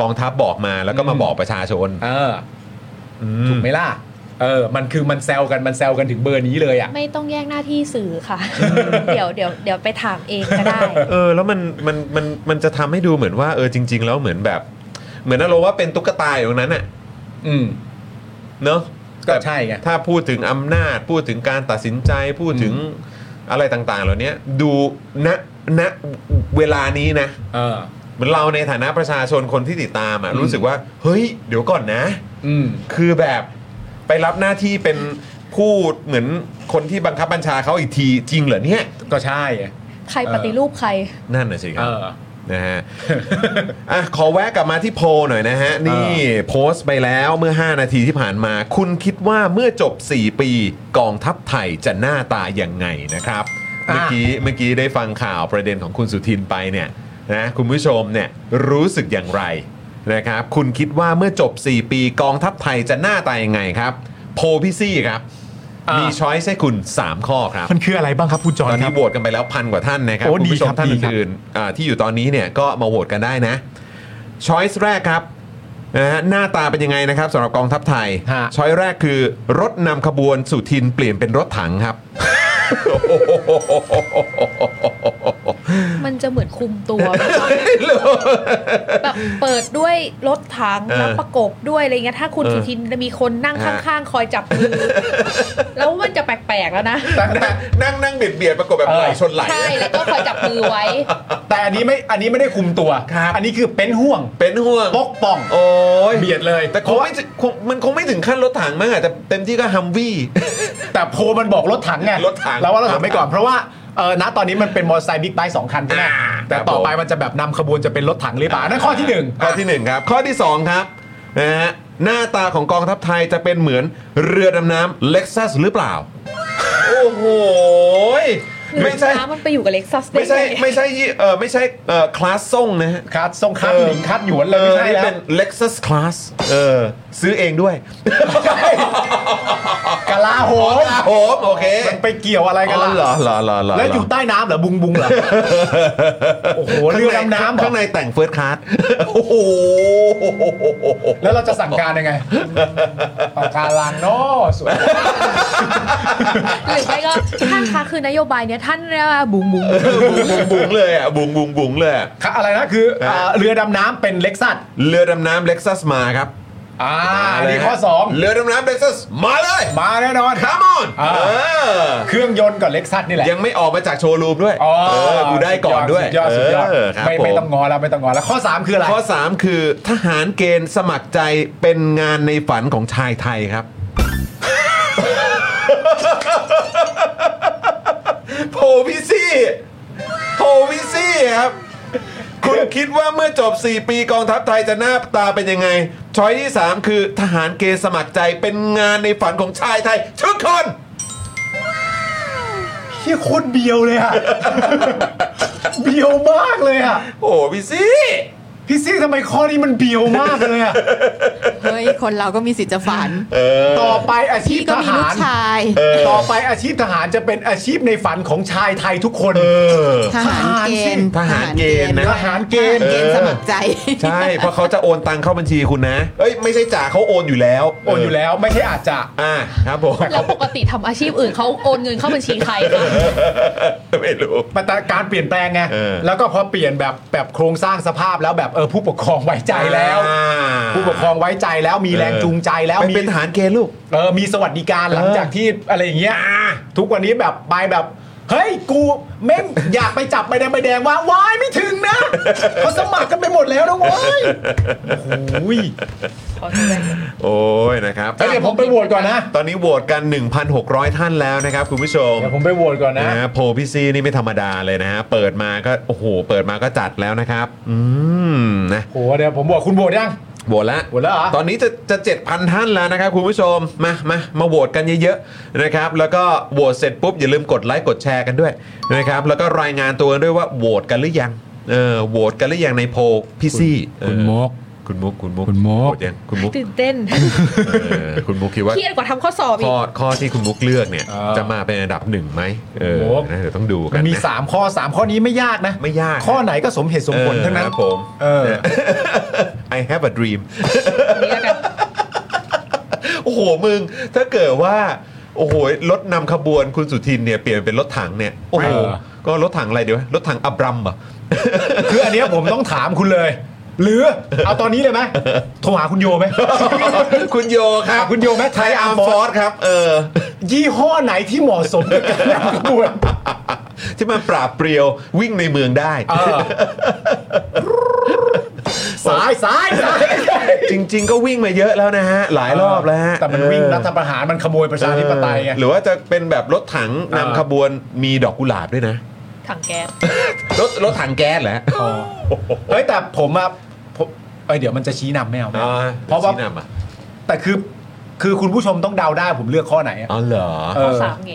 Speaker 2: กองทัพบอกมาแล้วก็มา
Speaker 6: อืม
Speaker 2: บอกประชาชน
Speaker 6: เออ
Speaker 2: อื
Speaker 6: ถูกไหมล่ะเออมันคือมันแซวกันมันแซวกันถึงเบอร์นี้เลยอะ
Speaker 5: ไม่ต้องแย่งหน้าที่สื่อค่ะ
Speaker 2: (laughs)
Speaker 5: เดี๋ยวเดี๋ยวเดี๋ยวไปถามเองก็ได้
Speaker 2: เออ แล้วมันมันมันมันจะทำให้ดูเหมือนว่าเออจริง ๆ แล้วเหมือนแบบ เหมือนอารมณ์ว่าเป็นตุ๊กตาอยู่ตรงนั้นน่ะ
Speaker 6: อืม
Speaker 2: เนอะ
Speaker 6: ก็ใช่ไง
Speaker 2: ถ้าพูดถึงอำนาจ พูดถึงการตัดสินใจพูดถึงอะไรต่าง ๆ เหล่านี้ดูณณเวลานี้นะ
Speaker 6: เออ
Speaker 2: เหมือนเราในฐานะประชาชนคนที่ติดตามอ่ะ
Speaker 6: อืม
Speaker 2: รู้สึกว่า เฮ้ย เดี๋ยวก่อนนะ
Speaker 6: อืม
Speaker 2: คือแบบไปรับหน้าที่เป็นผู้เหมือนคนที่บังคับบัญชาเขาอีกทีจริงเหรอเนี่ย
Speaker 6: ก็ใช่ไง
Speaker 5: ใครปฏิรูปใคร
Speaker 2: นั่นน่ะสิค
Speaker 6: เอ
Speaker 2: รับ
Speaker 6: อ
Speaker 2: นะฮะ อ่ะ ขอแวะกลับมาที่โพลหน่อยนะฮะ นี่โพสต์ไปแล้วเมื่อ 5 นาทีที่ผ่านมา คุณคิดว่าเมื่อจบ 4 ปีกองทัพไทยจะหน้าตาอย่างไงนะครับ
Speaker 6: อ่ะ
Speaker 2: เมื่อกี้เมื่อกี้ได้ฟังข่าวประเด็นของคุณสุทินไปเนี่ยนะคุณผู้ชมเนี่ยรู้สึกอย่างไรนะครับ คุณคิดว่าเมื่อจบ 4 ปีกองทัพไทยจะหน้าตายังไงครับ โพลพี่ซี่ครับ มีช้อยส์ให้คุณ 3 ข้อครับ
Speaker 6: มันคืออะไรบ้างครับคุณจอ
Speaker 2: ต
Speaker 6: ห์
Speaker 2: อน
Speaker 6: นค
Speaker 2: นี้
Speaker 6: รับ
Speaker 2: โหวตกันไปแล้วพันกว่าท่านนะครับ
Speaker 6: โอ้
Speaker 2: คุณผู้ชม
Speaker 6: ดีครับ
Speaker 2: ท่าน
Speaker 6: ดีครับ
Speaker 2: อื่นๆอ่าที่อยู่ตอนนี้เนี่ยก็มาโหวตกันได้นะช้อยส์แรกครับนะฮะหน้าตาเป็นยังไงนะครับสำหรับกองทัพไทย
Speaker 6: ฮะ
Speaker 2: ช้อยแรกคือรถนำขบวนสุทินเปลี่ยนเป็นรถถังครับ
Speaker 5: มันจะเหมือนคุม
Speaker 2: (laughs)
Speaker 5: ตัว แบบเปิดด้วยรถถัง
Speaker 2: เออ
Speaker 5: แล้วประกบด้วยอะไรเงี้ยถ้าคุณ
Speaker 2: เออ
Speaker 5: สุทินมีคนนั่ง
Speaker 2: ฮะ
Speaker 5: ข้างๆ คอยจับมื
Speaker 2: (laughs)
Speaker 5: อ แล้วมันจะแปลกๆแล้วนะ
Speaker 2: นั่งนั่งนั่งเบียดเบียดประกบแบบไหลชนไหล
Speaker 5: ใช่แล้วก็คอยจับมือไว้
Speaker 6: แต่อันนี้ไม่ อันนี้ไม่ได้คุมตัว
Speaker 2: ครับ
Speaker 6: อันนี้คือเป็นห่วง
Speaker 2: เป็นห่วง
Speaker 6: ปกป้อง
Speaker 2: โอ้ย
Speaker 6: เบียดเลย
Speaker 2: แต่ค
Speaker 6: เพ
Speaker 2: ง
Speaker 6: ราะว่า
Speaker 2: ไม่ถึงคงมันคงไม่ถึงขั้นรถถังมั้งอาจจะเต็มที่ก็ฮัมวี่
Speaker 6: แต่โพลมันบอกรถถังไง
Speaker 2: รถถัง
Speaker 6: แล้วว่ารถถังไปก่อน เพราะว่า เออณตอนนี้มันเป็นมอเตอร์ไซค์บิ๊กไบค์สองคันใช่ไหม
Speaker 2: อ่า
Speaker 6: แต่
Speaker 2: ครับ
Speaker 6: ต่อไป
Speaker 2: ผม
Speaker 6: มันจะแบบนำขบวนจะเป็นรถถังหรือเปล่า นั่นข้อที่หนึ่ง
Speaker 2: ข้อที่หนึ่งครับข้อที่สองครับนะฮะหน้าตาของกองทัพไทยจะเป็นเหมือนเรือดำน้ำเล็กซัสหรือเปล่า โอ้โหยไม่ใช่
Speaker 5: น้ำมันไปอยู่กับเล็กซัส
Speaker 2: ไม่ใช่ไม่ใช่ยี่เออไม่ใช่เออคลาสส่งนะฮะ
Speaker 6: คัดทรงคัดหลิงคัดหยวนเลย
Speaker 2: เออ
Speaker 6: ไม่ใช่
Speaker 2: นี่
Speaker 6: แล้ว
Speaker 2: เป็น Lexus Class เออซื้อเองด้วย
Speaker 6: กะลาโหม
Speaker 2: โอมโอเค
Speaker 6: มันไปเกี่ยวอะไร
Speaker 2: อ๋
Speaker 6: กัน
Speaker 2: อ
Speaker 6: ล่ะ
Speaker 2: เหรอเหรอเหรอเหรอ
Speaker 6: แล้วอยู่ใต้น้ำเหรอบุงบุง
Speaker 2: (laughs)
Speaker 6: เหรอ โอ้โหเรือดำน้ำเหร
Speaker 2: ข้าง
Speaker 6: อ
Speaker 2: ในแต่งเฟิร์สคลาส (laughs) โอ้โห
Speaker 6: แล้วเราจะสั่งการยังไงปากการังเนาะสวย
Speaker 5: หรือไม่ก็ท่านคะคือนโยบายเนี้ยท่านเรียกว่าบุ๋งบุ๋ง
Speaker 2: บุ๋งบุ๋งบุ๋งเลยอ่ะบุ๋งบุ๋งบุ๋งเลยอะ
Speaker 6: ครับอะไรนะคืออ่า
Speaker 2: ฮะ
Speaker 6: เรือดำน้ำเป็นเล็กซัส
Speaker 2: เรือดำน้ำเล็กซัสมาครับ
Speaker 6: อ่า
Speaker 2: มา
Speaker 6: อัน
Speaker 2: เลย
Speaker 6: นี้
Speaker 2: ฮะ
Speaker 6: ข้อ
Speaker 2: เรือดำน้ำเล็กซัสมาเลย
Speaker 6: 2 มาแน่นอน
Speaker 2: come on
Speaker 6: อ่า
Speaker 2: เออ
Speaker 6: เครื่องยนต์กับเล็กซัสนี่แหละ
Speaker 2: ยังไม่ออกมาจากโชว์รูมด้วย
Speaker 6: อ๋อ
Speaker 2: เออกูได้ก่อนด้วย
Speaker 6: สุยอดสุดยอด
Speaker 2: เครับ
Speaker 6: ไม่ไม่
Speaker 2: ผ
Speaker 6: ต้องงอแล้วไม่ต้องงอแล้วข้อ 3 คืออะไร
Speaker 2: ข้อ 3 คือทหารเกณฑ์สมัครใจเป็นงานในฝันของชายไทยครับ (laughs) โพพี่ซี่โพพี่ซี่ครับ คุณคิดว่าเมื่อจบ 4 ปีกองทัพไทยจะหน้าตาเป็นยังไง ช้อยที่ 3 คือทหารเกณฑ์สมัครใจเป็นงานในฝันของชายไทย ทุกคน
Speaker 6: เฮียโคตรเบียวเลย
Speaker 2: (laughs)
Speaker 6: อะเบียวมากเลยอะ
Speaker 2: โอ้พี่ซี่
Speaker 6: พี่ซี่ทำไมข้อนี้มันเบียวมากเลยอะ
Speaker 7: เฮ้ย คนเราก็มีสิทธิ์จะฝัน
Speaker 6: ต่อไปอาชี
Speaker 7: พี่
Speaker 6: พ
Speaker 7: ก็มี
Speaker 6: ท
Speaker 7: ลู
Speaker 6: หาก ร
Speaker 7: ชาย
Speaker 6: ต่อไปอาชีพทหารจะเป็นอาชีพในฝันของชายไทยทุกคน
Speaker 2: เออ
Speaker 7: ทหารเกณฑ์
Speaker 2: ทหารเกณฑ์นะ
Speaker 6: ทหารเกณฑ์
Speaker 7: ทหารเกณฑ์สมัครใจ
Speaker 2: ใช่ เพราะเขาจะโอนตังเข้าบัญชีคุณนะ เอ้ย ไม่ใช่จ่าเขาโอนอยู่แล้ว
Speaker 6: โอนอยู่แล้วไม่ใช่อาจจะ
Speaker 2: อ่าครับผม
Speaker 5: แล้วปกติทำอาชีพอื่นเขาโอนเงินเข้าบัญชีใครคะ
Speaker 2: ไม่รู้
Speaker 6: มันแต่การเปลี่ยนแปลงไง
Speaker 2: เออ
Speaker 6: แล้วก็พอเปลี่ยนแบบแบบโครงสร้างสภาพแล้วแบบเออผู้ปกครองไว้ใจแล้ว
Speaker 2: อ่า
Speaker 6: ผู้ปกครองไว้ใจแล้วมีแรงจูงใจแล้ว
Speaker 2: ไป
Speaker 6: มี
Speaker 2: เป็นทหารเกณฑ์ลูก
Speaker 6: เออมีสวัสดิการหลัง
Speaker 2: เออ
Speaker 6: จากที่อะไรอย่างเงี้ยทุกวันนี้แบบไปแบบ เฮ้ยกูเม่งอยากไปจับใบแดงใบแดงว่าวายไม่ถึง
Speaker 2: (laughs)
Speaker 6: นะเขาสมัครกันไปหมดแล้วนะเว้ยโอ้โหย
Speaker 5: ขอแสดง
Speaker 2: โอ้ยนะครับ
Speaker 6: เฮ้ยเดี๋ยวผมไปโหวตก่อนนะ
Speaker 2: ตอนนี้โหวตกัน 1,600 ท่านแล้วนะครับ คุณผู้ชม
Speaker 6: เดี๋ยวผมไปโหวตก่อนนะ
Speaker 2: นะฮะโพลพี่ซีนี่ไม่ธรรมดาเลยนะฮะเปิดมาก็โอ้โห เปิดมาก็จัดแล้วนะครับ อืมนะ
Speaker 6: โหเดี๋ยวผมโหวตคุณโหวตยัง
Speaker 2: โหวตละ
Speaker 6: โหวตแล้วเหรอ
Speaker 2: ตอนนี้จะจะ7,000 ท่านแล้วนะครับ คุณผู้ชมมามามาโหวตกันเยอะๆนะครับ แล้วก็โหวตเสร็จปุ๊บ อย่าลืมกดไลค์กดแชร์กันด้วยนะครับแล้วก็รายงานตัวกันด้วยว่าโหวตกันหรือยังเออโหวตกันหรือยังในโพลพี่ซี่
Speaker 6: คุณมุก
Speaker 2: คุณมุกคุณมุก
Speaker 6: คุณมุก
Speaker 2: โหวตยังคุณมุก
Speaker 5: ตื่นเต้น
Speaker 2: เออคุณมุกคิดว่า
Speaker 5: เครียดกว่าทำข้อสอบอี
Speaker 2: ข้
Speaker 5: ก
Speaker 2: อข้อที่คุณมุกเลือกเนี่ย
Speaker 6: เออ
Speaker 2: จะมาเป็นอันดับหนึ่งไหมเออ
Speaker 6: โอ้โห
Speaker 2: นะเดี๋ยวต้องดูกั
Speaker 6: มันนมี
Speaker 2: นะ
Speaker 6: 3 ข้อ 3 ข้อนี้ไม่ยากนะ
Speaker 2: ไม่ยาก
Speaker 6: ข้อไหนก็สมเหตุสมผลทั้งนั้น
Speaker 2: เออครับผม
Speaker 6: เออ
Speaker 2: (laughs) I have a
Speaker 6: (laughs)
Speaker 2: dream โอ้โหมึง ถ้าเกิดว่า โอ้โหรถนำขบวนคุณสุทินเนี่ยเปลี่ยนเป็นรถถังเนี่ย โอ้โห
Speaker 6: เออ
Speaker 2: ก็รถถังอะไรเดี๋ยว รถถังอับรัมเหรอ่ะ
Speaker 6: คืออันเนี้ยผมต้องถามคุณเลย
Speaker 2: (laughs)
Speaker 6: หรือเอาตอนนี้เลยไหมโทรหาคุณโยไหม
Speaker 2: คุณโยครับ
Speaker 6: อ่ (laughs) ะคุณโยไหม
Speaker 2: ไทยอาร์ม
Speaker 6: Armed
Speaker 2: ฟอ
Speaker 6: Force
Speaker 2: ร์สครับ เอ (laughs) อ
Speaker 6: ยี่ห้อไหนที่เหมาะสมกับการนำข
Speaker 2: (laughs)
Speaker 6: บวน
Speaker 2: ที่มันปราบเปรียววิ่งในเมืองได้
Speaker 6: เออสายสายสาย
Speaker 2: จริง ๆ ก็วิ่งมาเยอะแล้วนะฮะ หลายรอบแล้วฮะ
Speaker 6: แต่มันวิ่ง
Speaker 2: เออ
Speaker 6: รัฐประหารมันขโมยประชาธิปไตยไง
Speaker 2: หรือว่าจะเป็นแบบรถถัง
Speaker 6: อ่า
Speaker 2: นำขบวนมีดอกกุหลาบด้วยนะ
Speaker 5: ถังแก๊ส
Speaker 2: รถรถถังแก๊สแหละ
Speaker 6: อ๋อเฮ้ยแต่ผมอะผมเอ้ยเดี๋ยวมันจะชี้นำไม่เอาไม่เอาเพ
Speaker 2: เพราะ
Speaker 6: ราะ
Speaker 2: ว่า
Speaker 6: ว่าแต่คือคือคุณผู้ชมต้องเดาได้ผมเลือกข้อไหนอะ
Speaker 2: อ๋อเหรอ
Speaker 6: เออ
Speaker 5: สามแง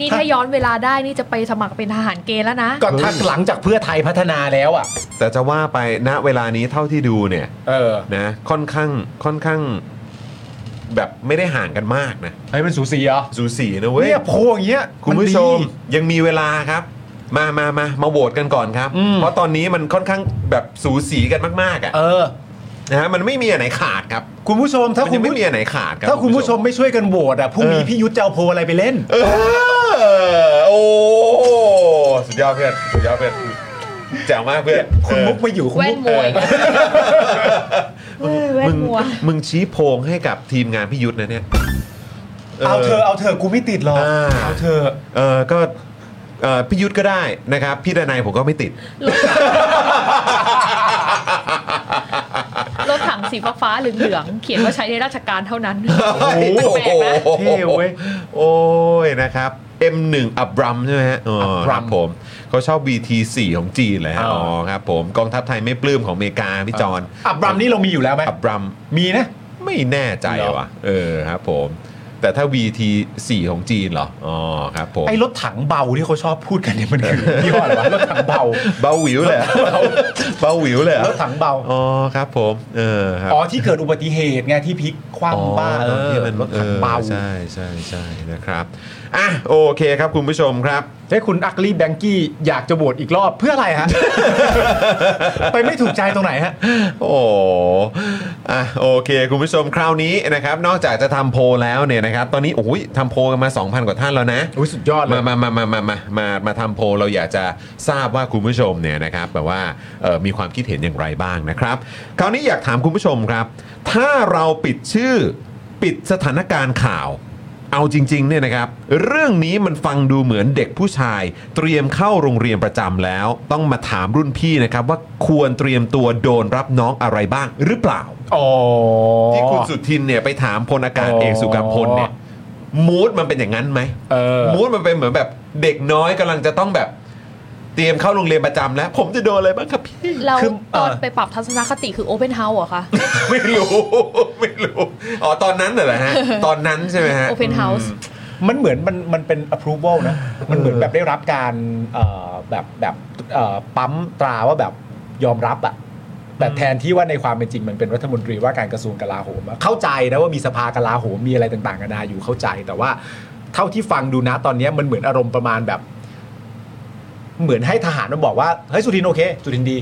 Speaker 5: นี่ถ้าย้อนเวลาได้นี่จะไปสมัครเป็นทหารเกณฑ์แล้วนะ
Speaker 6: ก็ทักหลังจากเพื่อไทยพัฒนาแล้วอ่ะ
Speaker 2: แต่จะว่าไปณเวลานี้เท่าที่ดูเนี่ย
Speaker 6: เออ
Speaker 2: นะ ค่อนข้างค่อนข้าง แบบไม่ได้ห่างกันมากนะ
Speaker 6: เฮ้ยมันสูสีเหรอ
Speaker 2: สูสีนะเว้ย
Speaker 6: เนี่ยโพลอย่างเงี้ย
Speaker 2: คุณผู้
Speaker 6: นดี
Speaker 2: ชมยังมีเวลาครับ มามามามาโหวตกันก่อนครับ
Speaker 6: อืม
Speaker 2: เพราะตอนนี้มันค่อนข้างแบบสูสีกันมากๆอ่ะ
Speaker 6: เออ
Speaker 2: นะฮะมันไม่มีอันไหนขาดครับ
Speaker 6: คุณผู้ชมถ้า
Speaker 2: มัน
Speaker 6: คุ
Speaker 2: ยัง
Speaker 6: ณ
Speaker 2: ไม่
Speaker 6: ผู้
Speaker 2: มีอันไหนขาดครับ
Speaker 6: ถ้าคุณผู้ชมไม่ช่วยกันโหวตอ่ะพรุ่งนี้
Speaker 2: เออ
Speaker 6: พี่ยุทธจะเอาโพลอะไรไปเล่น
Speaker 2: เออโอ้สุดยอดเพื่อนสุดยอดเพื่อนแจ๋วมากเพื่อน
Speaker 6: คุณมุก
Speaker 2: เ
Speaker 6: มาอยู่คุณ
Speaker 5: แว่น
Speaker 6: มุก
Speaker 5: มวย
Speaker 2: ออ
Speaker 5: แว่
Speaker 2: มึ
Speaker 5: น
Speaker 2: ง
Speaker 5: มวย
Speaker 2: มึงชี้โพงให้กับทีมงานพี่ยุทธนะเนี่ย
Speaker 6: เอาเธอเอาเธอกูไม่ติดหรอก
Speaker 2: อ่า
Speaker 6: เอาเธอ
Speaker 2: เออก็เออพี่ยุทธก็ได้นะครับ พี่ดนายผมก็ไม่ติด
Speaker 5: รถถังสีฟ้าๆเหลืองๆเขียนว่าใช้ในราชการเท่านั้น
Speaker 2: โอ้
Speaker 5: แปลกๆนะ
Speaker 2: โหโอ้ยนะครับ M1 อับรัมใช่ไหมฮะอ๋อครับผมเขาชอบ VT4 ของจีนแหละฮะอ๋อครับผมกองทัพไทยไม่ปลื้มของอเมริกาพี่จอน
Speaker 6: อับรามนี่เรามีอยู่แล้วไหม
Speaker 2: อับรัม
Speaker 6: มีนะ
Speaker 2: ไม่แน่ใจ
Speaker 6: เหรอ
Speaker 2: ว่ะ เออครับผม แต่ถ้า VT 4 ของจีนเหรอ อ๋อครับผม
Speaker 6: ไอ้รถถังเบาที่เขาชอบพูดกันเนี่ยมัน
Speaker 2: (laughs)
Speaker 6: คือยี่ห้ออะไรวะรถถังเบา
Speaker 2: เบาหวิวเลยเหรอเบาหวิวเลยเหรอ
Speaker 6: รถถังเบา
Speaker 2: อ๋อครับผม เออครับ
Speaker 6: อ๋อที่เกิดอุบัติเหตุไงที่พลิกคว่ำบ้าเอ
Speaker 2: อ๋อ
Speaker 6: อ
Speaker 2: ที่มัน
Speaker 6: รถถังเบา
Speaker 2: ออใช่ใช่ใช่นะครับอ่ะโอเคครับคุณผู้ชมครับ (laughs)
Speaker 6: ให้คุณอักลีแบงกี้อยากจะโหวตอีกรอบเพื่ออะไรฮ (laughs) ะ ไปไม่ถูกใจตรงไหนฮะ
Speaker 2: โอ้อ่ะโอเค คุณผู้ชมคราวนี้นะครับ นอกจากจะทำโพลแล้วเนี่ยนะครับ ตอนนี้โอ้ยทำโพลกันมา 2,000 กว่าท่านแล้วนะ
Speaker 6: อุ้ยสุดยอดเลย
Speaker 2: มามามามามามามามาทำโพลเราอยากจะทราบว่าคุณผู้ชมเนี่ยนะครับแบบว่าเอ่อมีความคิดเห็นอย่างไรบ้างนะครับ คราวนี้อยากถามคุณผู้ชมครับ ถ้าเราปิดชื่อปิดสถานการณ์ข่าว เอาจริงๆเนี่ยนะครับ เรื่องนี้มันฟังดูเหมือนเด็กผู้ชาย เตรียมเข้าโรงเรียนประจำแล้ว ต้องมาถามรุ่นพี่นะครับว่าควรเตรียมตัวโดนรับน้องอะไรบ้างหรือเปล่า
Speaker 6: อ๋อ
Speaker 2: ที่คุณสุทินเนี่ยไปถามพลอากาศเอกสุกัมพลเนี่ย มูดมันเป็นอย่างนั้นไหม
Speaker 6: เออ
Speaker 2: มูดมันเป็นเหมือนแบบเด็กน้อยกำลังจะต้องแบบ เตรียมเข้าโรงเรียนประจำแล้ว ผมจะโดนอะไรบ้างครับพี่
Speaker 5: เรา
Speaker 2: คื
Speaker 5: ตอน
Speaker 2: เ
Speaker 5: ไปปรับทัศนคติคือโอเพนเฮาส์เหรอคะ
Speaker 2: ไม่รู้ ไม่รู้ อ๋อ ตอนนั้นน่ะเหรอฮ (laughs) ะ ตอนนั้นใช่ไหมฮะ
Speaker 5: Open House
Speaker 6: มันเหมือนมันมันเป็น approval นะ มันเหมือนแบบได้รับการเอ่อแบบแบบเอ่อปั๊มตราว่าแบบยอมรับอะแต่แทนที่ว่าในความเป็นจริงมันเป็นรัฐมนตรีว่าการกระทรวงกลาโหมอะเข้าใจนะว่ามีสภากลาโหมมีอะไรต่างๆกันานาอยู่เข้าใจ แต่ว่าเท่าที่ฟังดูนะตอนเนี้ยมันเหมือนอารมณ์ประมาณแบบ เหมือนให้ทหารมันบอกว่าเฮ้ยสุทินโอเค สุทินดี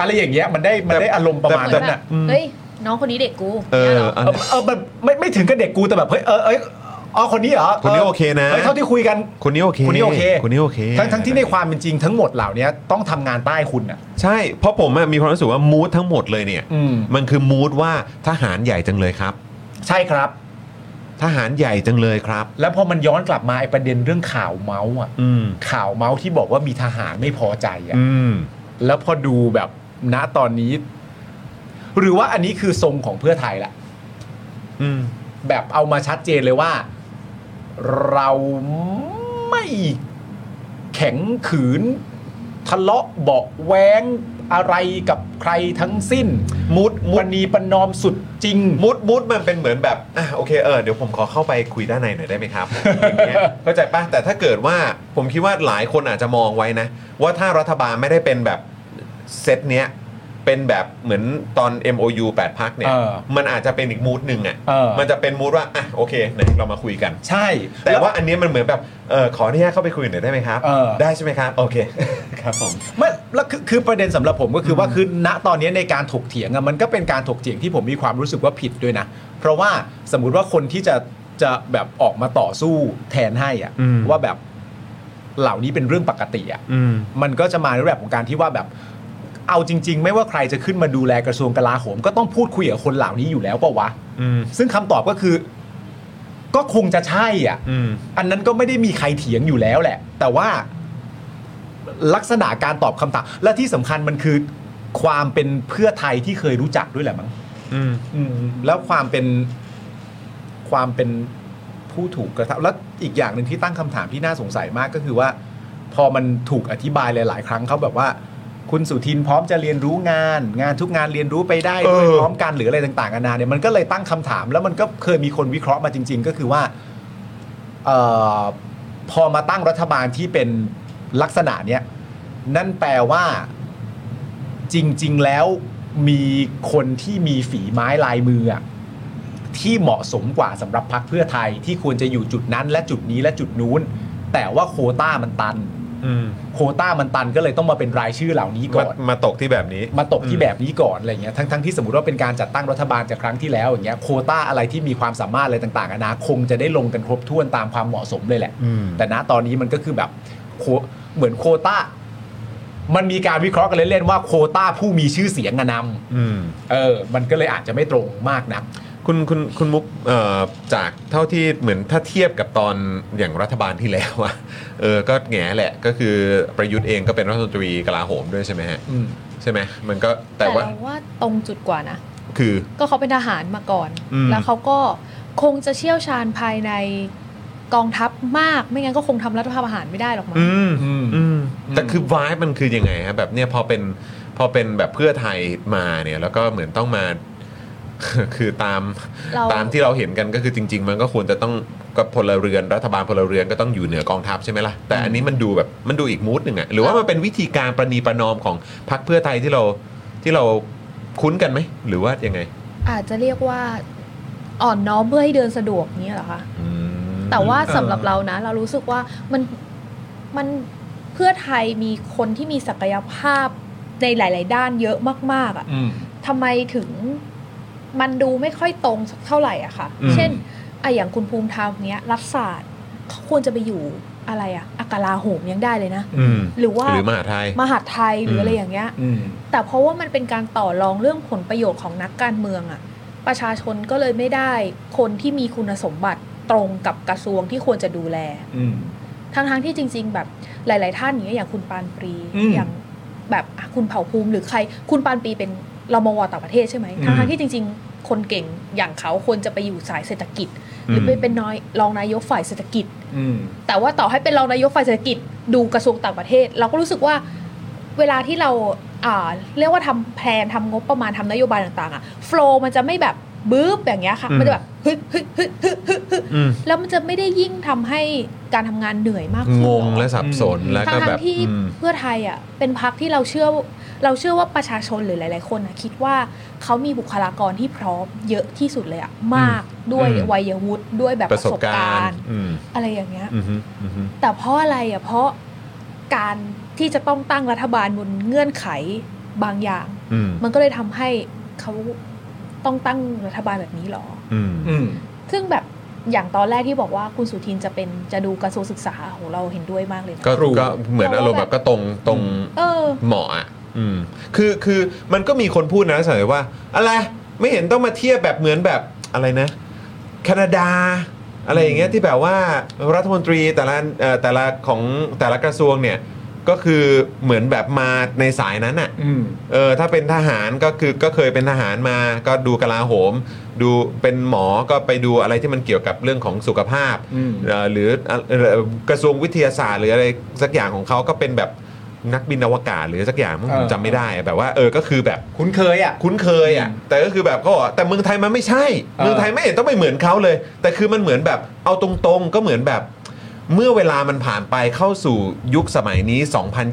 Speaker 6: อะไรอย่างเงี้ยมันได้มันได้อารมณ์ประมาณ
Speaker 5: เหมือ
Speaker 6: นั้น น
Speaker 5: แบ
Speaker 6: อะ
Speaker 5: บเฮ้ย น้องคนนี้เด็กกู
Speaker 2: เอ
Speaker 5: เนี่ย
Speaker 2: อ
Speaker 5: เหรอ
Speaker 2: อัน
Speaker 6: เออเออแบบไม่ไม่ถึงกับเด็กกูแต่แบบเฮ้ยเออเอยอ๋อคนนี้เหรอ
Speaker 2: คนนี้โอเคนะ
Speaker 6: เฮ้ยเท่าที่คุยกัน
Speaker 2: คนนี้โอเค
Speaker 6: คนนี้โอเค
Speaker 2: คนนี้โอเค
Speaker 6: ทั้งทั้งที่ในความเป็นจริงทั้งหมดเหล่านี้ต้องทำงานใต้คุณอ่ะ
Speaker 2: ใช่ เพราะผมอะมีความรู้สึกว่ามูดทั้งหมดเลยเนี่ย
Speaker 6: อืม
Speaker 2: มันคือมูดว่าทหารใหญ่จังเลยครับ
Speaker 6: ใช่ครับ
Speaker 2: ทหารใหญ่จังเลยครับ
Speaker 6: แล้วพอมันย้อนกลับมาไอ้ประเด็นเรื่องข่าวเมาส์อ่ะ
Speaker 2: อืม
Speaker 6: ข่าวเมาส์ที่บอกว่ามีทหารไม่พอใจอ่ะ
Speaker 2: อืม
Speaker 6: แล้วพอดูแบบณตอนนี้ หรือว่าอันนี้คือทรงของเพื่อไทยละ
Speaker 2: อืม
Speaker 6: แบบเอามาชัดเจนเลยว่า เราไม่แข็งขืน ทะเลาะเบาะแว้งอะไรกับใครทั้งสิ้น มุดมุนีประนอมสุดจริง
Speaker 2: มูดมูดมันเป็นเหมือนแบบอ่ะโอเคเออเดี๋ยวผมขอเข้าไปคุยด้านในหน่อยได้ไหมครับอย่างเงี้ยเข้าใจปะแต่ถ้าเกิดว่าผมคิดว่าหลายคนอาจจะมองไว้นะ ว่าถ้ารัฐบาลไม่ได้เป็นแบบเซตเนี้ยเป็นแบบเหมือนตอน MOU 8พักเนี่ย
Speaker 6: เออ
Speaker 2: มันอาจจะเป็นอีกมูดหนึ่งอ่ะ
Speaker 6: เออ
Speaker 2: มันจะเป็นมูดว่าอ่ะโอเคไหนเรามาคุยกัน
Speaker 6: ใช่
Speaker 2: แต่
Speaker 6: แต่
Speaker 2: ว่า
Speaker 6: ว่า
Speaker 2: อันนี้มันเหมือนแบบเออขออนุญาตเข้าไปคุยหน่อยได้ไหมครับ
Speaker 6: เออ
Speaker 2: ได้ใช่ไหมครับโอเค ครับผม
Speaker 6: ไม่แล้วคือคือประเด็นสำหรับผมก็คือว่าคือณตอนนี้ในการถกเถียงอะมันก็เป็นการถกเถียงที่ผมมีความรู้สึกว่าผิดด้วยนะ เพราะว่าสมมุติว่าคนที่จะจะแบบออกมาต่อสู้แทนให้อ่ะ
Speaker 2: อืม
Speaker 6: ว่าแบบเหล่านี้เป็นเรื่องปกติอ่ะ
Speaker 2: อืม
Speaker 6: มันก็จะมาในรูปแบบของการที่ว่าแบบ เอาจริง ๆ ไม่ว่าใครจะขึ้นมาดูแลกระทรวงกลาโหม ก็ต้องพูดคุยกับคนเหล่านี้อยู่แล้วเปล่าวะ
Speaker 2: อืม
Speaker 6: ซึ่งคำตอบก็คือ ก็คงจะใช่อ่ะ
Speaker 2: อืม
Speaker 6: อันนั้นก็ไม่ได้มีใครเถียงอยู่แล้วแหละ แต่ว่าลักษณะการตอบคำถามและที่สำคัญมันคือความเป็นเพื่อไทยที่เคยรู้จักด้วยแหละมั้ง
Speaker 2: อืม
Speaker 6: อืมแล้วความเป็นความเป็นผู้ถูกกระทำแล้วอีกอย่างหนึ่งที่ตั้งคำถามที่น่าสงสัยมากก็คือว่า พอมันถูกอธิบายหลาย ๆ ครั้งเขาแบบว่า คุณสุทินพร้อมจะเรียนรู้งาน งานทุกงานเรียนรู้ไปได้ด้วย
Speaker 2: เออ
Speaker 6: พร้อมกันหรืออะไรต่างๆนานาเนี่ยมันก็เลยตั้งคำถาม แล้วมันก็เคยมีคนวิเคราะห์มาจริง ๆ ก็คือว่า เออพอมาตั้งรัฐบาลที่เป็นลักษณะเนี้ยนั่นแปลว่าจริง ๆ แล้วมีคนที่มีฝีไม้ลายมืออะที่เหมาะสมกว่าสำหรับพรรคเพื่อไทยที่ควรจะอยู่จุดนั้น และจุดนี้และจุดนู้น แต่ว่าโควต้ามันตัน
Speaker 2: อืม
Speaker 6: โควต้ามันตันก็เลยต้องมาเป็นรายชื่อเหล่านี้ก่
Speaker 2: มา
Speaker 6: อน
Speaker 2: มาตกที่แบบนี้
Speaker 6: มาตกที่แบบนี้ก่อนอะไรเงี้ยทั้งทั้งที่สมมติว่าเป็นการจัดตั้งรัฐบาลจากครั้งที่แล้วอย่างเงี้ยโควต้าอะไรที่มีความสามารถอะไรต่างๆนานาคงจะได้ลงกันครบถ้วนตามความเหมาะสมเลยแหละ
Speaker 2: อืม
Speaker 6: แต่ณตอนนี้มันก็คือแบบโคเหมือนโควต้า มันมีการวิเคราะห์กันเล่นๆว่าโควต้าผู้มีชื่อเสียงอะน
Speaker 2: อืม
Speaker 6: ำเออ มันก็เลยอาจจะไม่ตรงมากนัก
Speaker 2: คุณคุณคุณมุกเอ่อจากเท่าที่เหมือนถ้าเทียบกับตอนอย่างรัฐบาลที่แล้วอะเออก็แง่แหละก็คือประยุทธ์เองก็เป็นรัฐมนตรีกลาโหมด้วยใช่ไหมฮะ
Speaker 6: อืม
Speaker 2: ใช่ไหมมันก็แต่
Speaker 5: แต่
Speaker 2: ว่า
Speaker 5: เราว่าตรงจุดกว่านะ
Speaker 2: คือ
Speaker 5: ก็เขาเป็นทหารมาก่อน
Speaker 2: อืม
Speaker 5: แล้วเขาก็คงจะเชี่ยวชาญภายในกองทัพมาก ไม่งั้นก็คงทำรัฐประหารไม่ได้หรอกมั้ง
Speaker 2: อืม
Speaker 6: อืม
Speaker 2: อืมแต่คือวายมันคือยังไงฮะแบบเนี้ยพอเป็นพอเป็นแบบเพื่อไทยมาเนี่ย แล้วก็เหมือนต้องมา (laughs) คือตาม
Speaker 5: เรา
Speaker 2: ตามที่เราเห็นกันก็คือจริง ๆ มันก็ควรจะต้องกับพลเรือนรัฐบาลพลเรือนก็ต้องอยู่เหนือกองทัพใช่ไหมล่ะแต่อันนี้มันดูแบบมันดูอีกมูดหนึ่งอะหรือว่ามันเป็นวิธีการประนีประนอมของพรรคเพื่อไทยที่เราที่เราคุ้นกันไหมหรือว่ายังไง
Speaker 5: อาจจะเรียกว่าอ่อนน้อมเพื่อให้เดินสะดวกเนี้ยเหรอคะ
Speaker 2: อืม
Speaker 5: แต่ว่าสำหรับเรานะ เรารู้สึกว่ามันมันเพื่อไทยมีคนที่มีศักยภาพในหลาย ๆ ด้านเยอะมาก ๆอะ
Speaker 6: อืม
Speaker 5: ทำไมถึงมันดูไม่ค่อยตรงสักเท่าไหร่อะค่ะ
Speaker 6: อืม
Speaker 5: เช่นอะอย่างคุณภูมิธรรมเนี้ยรัฐศาสตร์เขาควรจะไปอยู่อะไรอะอักกาลาโหมยังได้เลยนะ
Speaker 2: อืม
Speaker 5: หรือว่า
Speaker 2: หรือมหาไทย
Speaker 5: มหาดไทยหรือ
Speaker 2: ม
Speaker 5: อะไรอย่างเงี้ย
Speaker 6: อืม
Speaker 5: แต่เพราะว่ามันเป็นการต่อรองเรื่องผลประโยชน์ของนักการเมืองอะประชาชนก็เลยไม่ได้คนที่มีคุณสมบัติตรงกับกระทรวงที่ควรจะดูแล
Speaker 6: อืม
Speaker 5: ทั้งๆที่จริง ๆ แบบหลาย ๆ ท่านอย่างเงี้ยอย่างคุณปานปรี
Speaker 6: อืม
Speaker 5: อย่างแบบอ่ะคุณเผ่าภูมิหรือใคร คุณปานปรีเป็นรมวต่างประเทศใช่ไหม
Speaker 6: อืม
Speaker 5: ทั้งๆที่จริง ๆ คนเก่งอย่างเขาควรจะไปอยู่สายเศรษฐกิจ หรือไปเป็นน้อยรองนายกฝ่ายเศรษฐกิจ
Speaker 6: อืม
Speaker 5: แต่ว่าต่อให้เป็นรองนายกฝ่ายเศรษฐกิจดูกระทรวงต่างประเทศ เราก็รู้สึกว่าเวลาที่เราอ่าเรียกว่าทำแผนทำงบประมาณทำนโยบายต่างๆอะโฟล์มันจะไม่แบบบึ้บอย่างเงี้ยค่ะ
Speaker 2: อืม
Speaker 5: มันจะแบบฮึดฮึดฮึดฮึดฮึดฮึด
Speaker 2: อืม
Speaker 5: แล้วมันจะไม่ได้ยิ่งทำให้การทำงานเหนื่อยมากขึ้น
Speaker 2: ง
Speaker 5: หรอง
Speaker 2: และสับสนแล้วก็
Speaker 5: ทั้ง
Speaker 2: แบบ
Speaker 5: ๆที่
Speaker 2: อืม
Speaker 5: เพื่อไทยอ่ะเป็นพักที่เราเชื่อเราเชื่อว่าประชาชนหรือหลาย ๆ คนอะคิดว่าเขามีบุคลากรที่พร้อมเยอะที่สุดเลยอ่ะมากด้วย
Speaker 2: อืม
Speaker 5: วัยวุฒิด้วยแบบ
Speaker 2: ป
Speaker 5: ประ ระ
Speaker 2: ส
Speaker 5: ส
Speaker 2: บบ กา
Speaker 5: การ ร
Speaker 2: ณ์
Speaker 5: ณ์
Speaker 2: อืม
Speaker 5: อะไรอย่างเงี้ย
Speaker 2: อืมฮึอืมฮึ
Speaker 5: แต่เพราะอะไรอ่ะ เพราะการที่จะต้องตั้งรัฐบาลบนเงื่อนไขบางอย่าง
Speaker 2: อืม
Speaker 5: มันก็เลยทำให้เขาต้องตั้งรัฐบาลแบบนี้หรอ
Speaker 2: อืม
Speaker 6: อืม
Speaker 5: ซึ่งแบบอย่างตอนแรกที่บอกว่าคุณสุทินจะเป็นจะดูกระทรวงศึกษาของเราเห็นด้วยมากเลยนะ
Speaker 2: ก็
Speaker 6: ครู
Speaker 2: ก็เหมือนอารมณ์แบบก็ตรงตรง
Speaker 5: เออ
Speaker 2: เหมาะอ่ะอืมคือคือมันก็มีคนพูดนะสมัยว่า อะไรไม่เห็นต้องมาเทียบแบบเหมือนแบบอะไรนะ แคนาดา อะไรอย่างเงี้ยที่แบบว่ารัฐมนตรีแต่ละเอ่อแต่ละของแต่ละกระทรวงเนี่ย ก็คือเหมือนแบบมาในสายนั้นอ่ะ
Speaker 6: อืม
Speaker 2: เออถ้าเป็นทหารก็คือก็เคยเป็นทหารมาก็ดูกลาโหม ดูเป็นหมอก็ไปดูอะไรที่มันเกี่ยวกับเรื่องของสุขภาพ
Speaker 6: อืม
Speaker 2: เอ่อหรือเอ่อเอ่อกระทรวงวิทยาศาสตร์หรืออะไรสักอย่างของเขาก็เป็นแบบนักบินอวกาศหรือสักอย่างมั้งผมจำไม่ได้อะแบบว่าเออก็คือแบบ
Speaker 6: คุ้นเคยอ่ะ
Speaker 2: คุ้นเคยอ่ะ
Speaker 6: อืม
Speaker 2: แต่ก็คือแบบเขาบอกว่าแต่เมืองไทยมันไม่ใช่
Speaker 6: เออ
Speaker 2: เมืองไทยไม่เห็นต้องไปเหมือนเขาเลย แต่คือมันเหมือนแบบเอาตรงๆก็เหมือนแบบ เมื่อเวลามันผ่านไปเข้าสู่ยุคสมัยนี้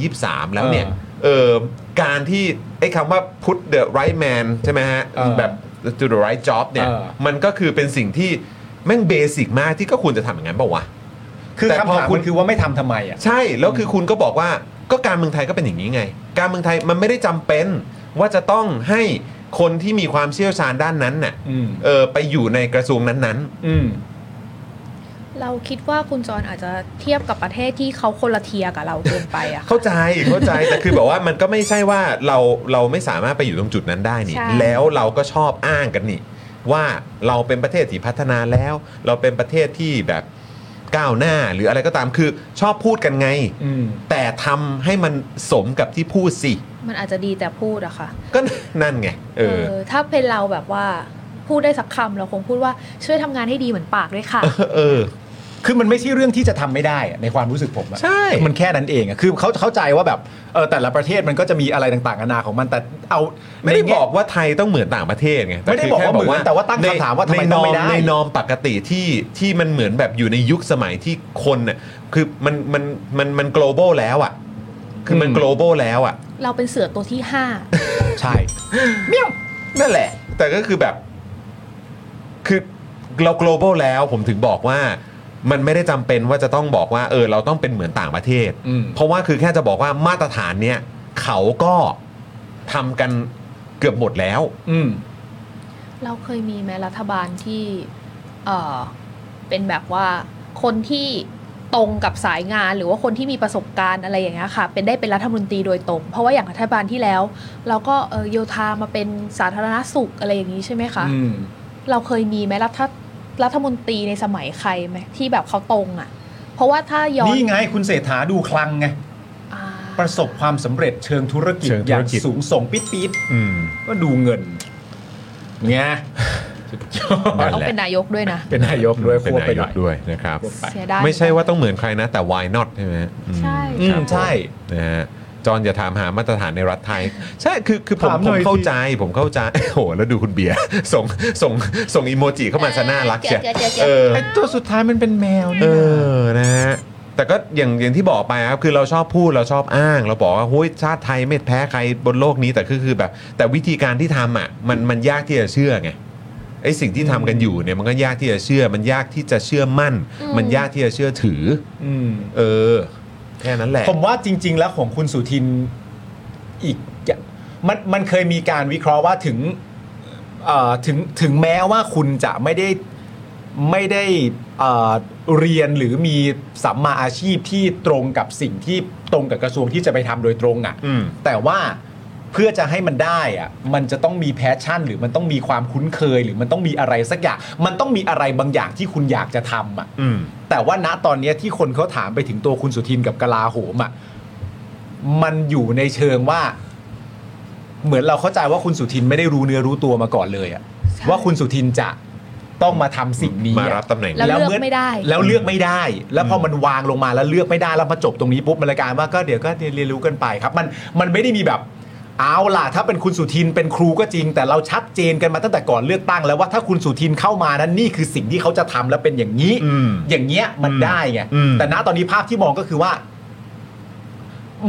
Speaker 2: 2023 แล้วเนี่ย เออการที่ไอ้คำว่า put the right man ใช่ไหมฮะ
Speaker 6: เออ
Speaker 2: แบบ to the right job เนี่ย
Speaker 6: เออ
Speaker 2: มันก็คือเป็นสิ่งที่แม่งเบสิกมากที่ก็ควรจะทำอย่างนั้นเปล่าวะ
Speaker 6: คือ
Speaker 2: แต่พอ
Speaker 6: คำถาม
Speaker 2: คุ
Speaker 6: คุณ ณคือว่าไม่ทำทำไมอ่ะ
Speaker 2: ใช่ แล้วคือคุณก็บอกว่าก็การเมืองไทยก็เป็นอย่างนี้ไง การเมืองไทยมันไม่ได้จำเป็น ว่าจะต้องให้คนที่มีความเชี่ยวชาญด้านนั้นน่ะ
Speaker 6: อืม
Speaker 2: เออไปอยู่ในกระทรวงนั้น
Speaker 6: อืม
Speaker 5: เราคิดว่าคุณจรอาจจะเทียบกับประเทศที่เขาคนละเทียกับเราเกินไป
Speaker 2: ๆ
Speaker 5: อะค่ะ
Speaker 2: เข้าใจเข้าใจ แต่คือแบบว่ามันก็ไม่ใช่ว่าเราเราไม่สามารถไปอยู่ตรงจุดนั้นได้นี่
Speaker 5: ใช่
Speaker 2: แล้วเราก็ชอบอ้างกันนี่ ว่าเราเป็นประเทศที่พัฒนาแล้ว เราเป็นประเทศที่แบบก้าวหน้าหรืออะไรก็ตามคือชอบพูดกันไง
Speaker 6: อืม
Speaker 2: แต่ทำให้มันสมกับที่พูดสิ
Speaker 5: มันอาจจะดีแต่พูดอะค่ะ
Speaker 2: ก็นั่นไง เออ
Speaker 5: เออถ้าเป็นเราแบบว่าพูดได้สักคำเราคงพูดว่าช่วยทำงานให้ดีเหมือนปากด้วย
Speaker 2: (laughs)
Speaker 5: ค่ะ
Speaker 2: เออ
Speaker 6: คือมันไม่ใช่เรื่องที่จะทำไม่ได้อะในความรู้สึกผมอะ
Speaker 2: ใช่
Speaker 6: มันแค่นั้นเองอะคือเขาเข้าใจว่าแบบเออแต่ละประเทศมันก็จะมีอะไรต่างๆนานาของมันแต่เอา
Speaker 2: ไม่ได้
Speaker 6: ในแง่
Speaker 2: บอกว่าไทยต้องเหมือนต่างประเทศไงแต่
Speaker 6: ไม่ได้
Speaker 2: คื
Speaker 6: บอกว่า
Speaker 2: ค่
Speaker 6: เหมือนแต่ว่าตั้งคำถามว่าทำไม
Speaker 2: ในน
Speaker 6: ต้อ
Speaker 2: อ
Speaker 6: งไม่
Speaker 2: ม
Speaker 6: ได้
Speaker 2: ในนอมปกติที่ที่มันเหมือนแบบอยู่ในยุคสมัยที่คนน่ะคือมันมันมันมัน global แล้วอ่ะ คือมัน global แล้วอ่ะ
Speaker 5: เราเป็นเสือตัวที่ห้า
Speaker 6: ใช่
Speaker 2: นั่นแหละ แต่ก็คือแบบ คือเรา global แล้วผมถึงบอกว่า มันไม่ได้จำเป็นว่าจะต้องบอกว่า เออ เราต้องเป็นเหมือนต่างประเทศ
Speaker 6: อืม
Speaker 2: เพราะว่าคือแค่จะบอกว่ามาตรฐานเนี้ยเขาก็ทำกันเกือบหมดแล้ว
Speaker 6: อืม
Speaker 5: เราเคยมีไหมรัฐบาลที่เออเป็นแบบว่าคนที่ตรงกับสายงานหรือว่าคนที่มีประสบการณ์อะไรอย่างเงี้ยค่ะ เป็นได้เป็นรัฐมนตรีโดยตรง เพราะว่าอย่างรัฐบาลที่แล้ว เราก็เออโยธามาเป็นสาธารณสุขอะไรอย่างนี้ใช่ไหมคะ
Speaker 6: อืม
Speaker 5: เราเคยมีไหมรัฐรัฐมนตรีในสมัยใครไหมที่แบบเขาตรงอะ่ะ เพราะว่าถ้าย้อน
Speaker 6: นี่ไงคุณเศรษฐาดูคลังไง
Speaker 5: อ่า
Speaker 6: ประสบความสำเร็จเชิงธุรกิจ
Speaker 2: เชิงธุรกิจ
Speaker 6: อย่างสูงส่งปิดปิด
Speaker 2: อืม
Speaker 6: ๆก็ดูเงินไง (laughs) สุดยอ
Speaker 2: นั่น
Speaker 6: ด
Speaker 5: ต้อง
Speaker 2: แหละ
Speaker 5: เป็นนายกด้วยนะ
Speaker 6: เป็นนายกด้วยควบไปหน่อย
Speaker 2: ด้วยนะครับ
Speaker 5: เสียดาย
Speaker 2: ไม่ใช่ว่าต้องเหมือนใครนะ แต่ why not ใช่ไหมฮะอืม
Speaker 5: ใช่
Speaker 6: อืม
Speaker 2: ครับ
Speaker 6: ใช่
Speaker 2: นะฮะจอนอย่าถามหามาตรฐานในรัฐไทย ใช่คือคือผม
Speaker 6: ถาม
Speaker 2: ผ
Speaker 6: หน่
Speaker 2: ม
Speaker 6: อยสิ
Speaker 2: เข้าใจผมเข้าใจ (laughs) โอ้โห แล้วดูคุณเบียร์ ส่งส่งส่งอีโมจิเข้ามาซะน่ารักเชียวเออ
Speaker 6: ไอตัวสุดท้ายมันเป็นแมว
Speaker 2: เออ
Speaker 6: เนี่ย
Speaker 2: นะฮะ แต่ก็อย่างอย่างที่บอกไปครับ คือเราชอบพูดเราชอบอ้าง เราบอกว่าหุ้ยชาติไทยไม่แพ้ใครบนโลกนี้ แต่คือคือแบบ แต่วิธีการที่ทำอ่ะ มันมันยากที่จะเชื่อไง ไอ้สิ่งที่ทำกันอยู่เนี่ยมันก็ยากที่จะเชื่อ มันยากที่จะเชื่อมั่น
Speaker 5: อืม
Speaker 2: มันยากที่จะเชื่อถือ
Speaker 6: อืม
Speaker 2: เออ แค่นั้นแหละ
Speaker 6: ผมว่าจริง ๆ แล้วของคุณสุทินอีกอย่างมันมันเคยมีการวิเคราะห์ว่าถึงเอ่อถึงถึงแม้ว่าคุณจะไม่ได้ไม่ได้เอ่อเรียนหรือมีสัมมาอาชีพที่ตรงกับสิ่งที่ตรงกับกระทรวงที่จะไปทำโดยตรงอะ่ะ
Speaker 2: อืม
Speaker 6: แต่ว่าเพื่อจะให้มันได้อะ่ะมันจะต้องมีแพชชั่น หรือมันต้องมีความคุ้นเคย หรือมันต้องมีอะไรสักอย่าง มันต้องมีอะไรบางอย่างที่คุณอยากจะทำอ่ะ
Speaker 2: อืม
Speaker 6: แต่ว่าณตอนเนี้ยที่คนเขาถามไปถึงตัวคุณสุทินกับกลาโหมอ่ะมันอยู่ในเชิงว่า เหมือนเราเข้าใจว่าคุณสุทินไม่ได้รู้เนื้อรู้ตัวมาก่อนเลยอ่ะ
Speaker 5: ใช่
Speaker 6: ว่าคุณสุทินจะต้องมาทำสิ่งนี้
Speaker 2: มารับตำแหน่ง
Speaker 5: แล้ว
Speaker 2: นี้
Speaker 5: เลือกไม่ได้
Speaker 6: แล้วเลือกไม่ได้ แล้วพอมันวางลงมาแล้วเลือกไม่ได้แล้วมาจบตรงนี้ปุ๊บมันรายกลารว่าก็เดี๋ยวก็เรียนรู้กันไปครับ มันมันไม่ได้มีแบบเอาล่ะ ถ้าเป็นคุณสุทินเป็นครูก็จริง แต่เราชัดเจนกันมาตั้งแต่ก่อนเลือกตั้งแล้วว่าถ้าคุณสุทินเข้ามานั้นนี่คือสิ่งที่เขาจะทำแล้วเป็นอย่างนี้
Speaker 2: อืม
Speaker 6: อย่างเงี้ยมันได้ไง
Speaker 2: อืม
Speaker 6: แต่ณตอนนี้ภาพที่มองก็คือว่า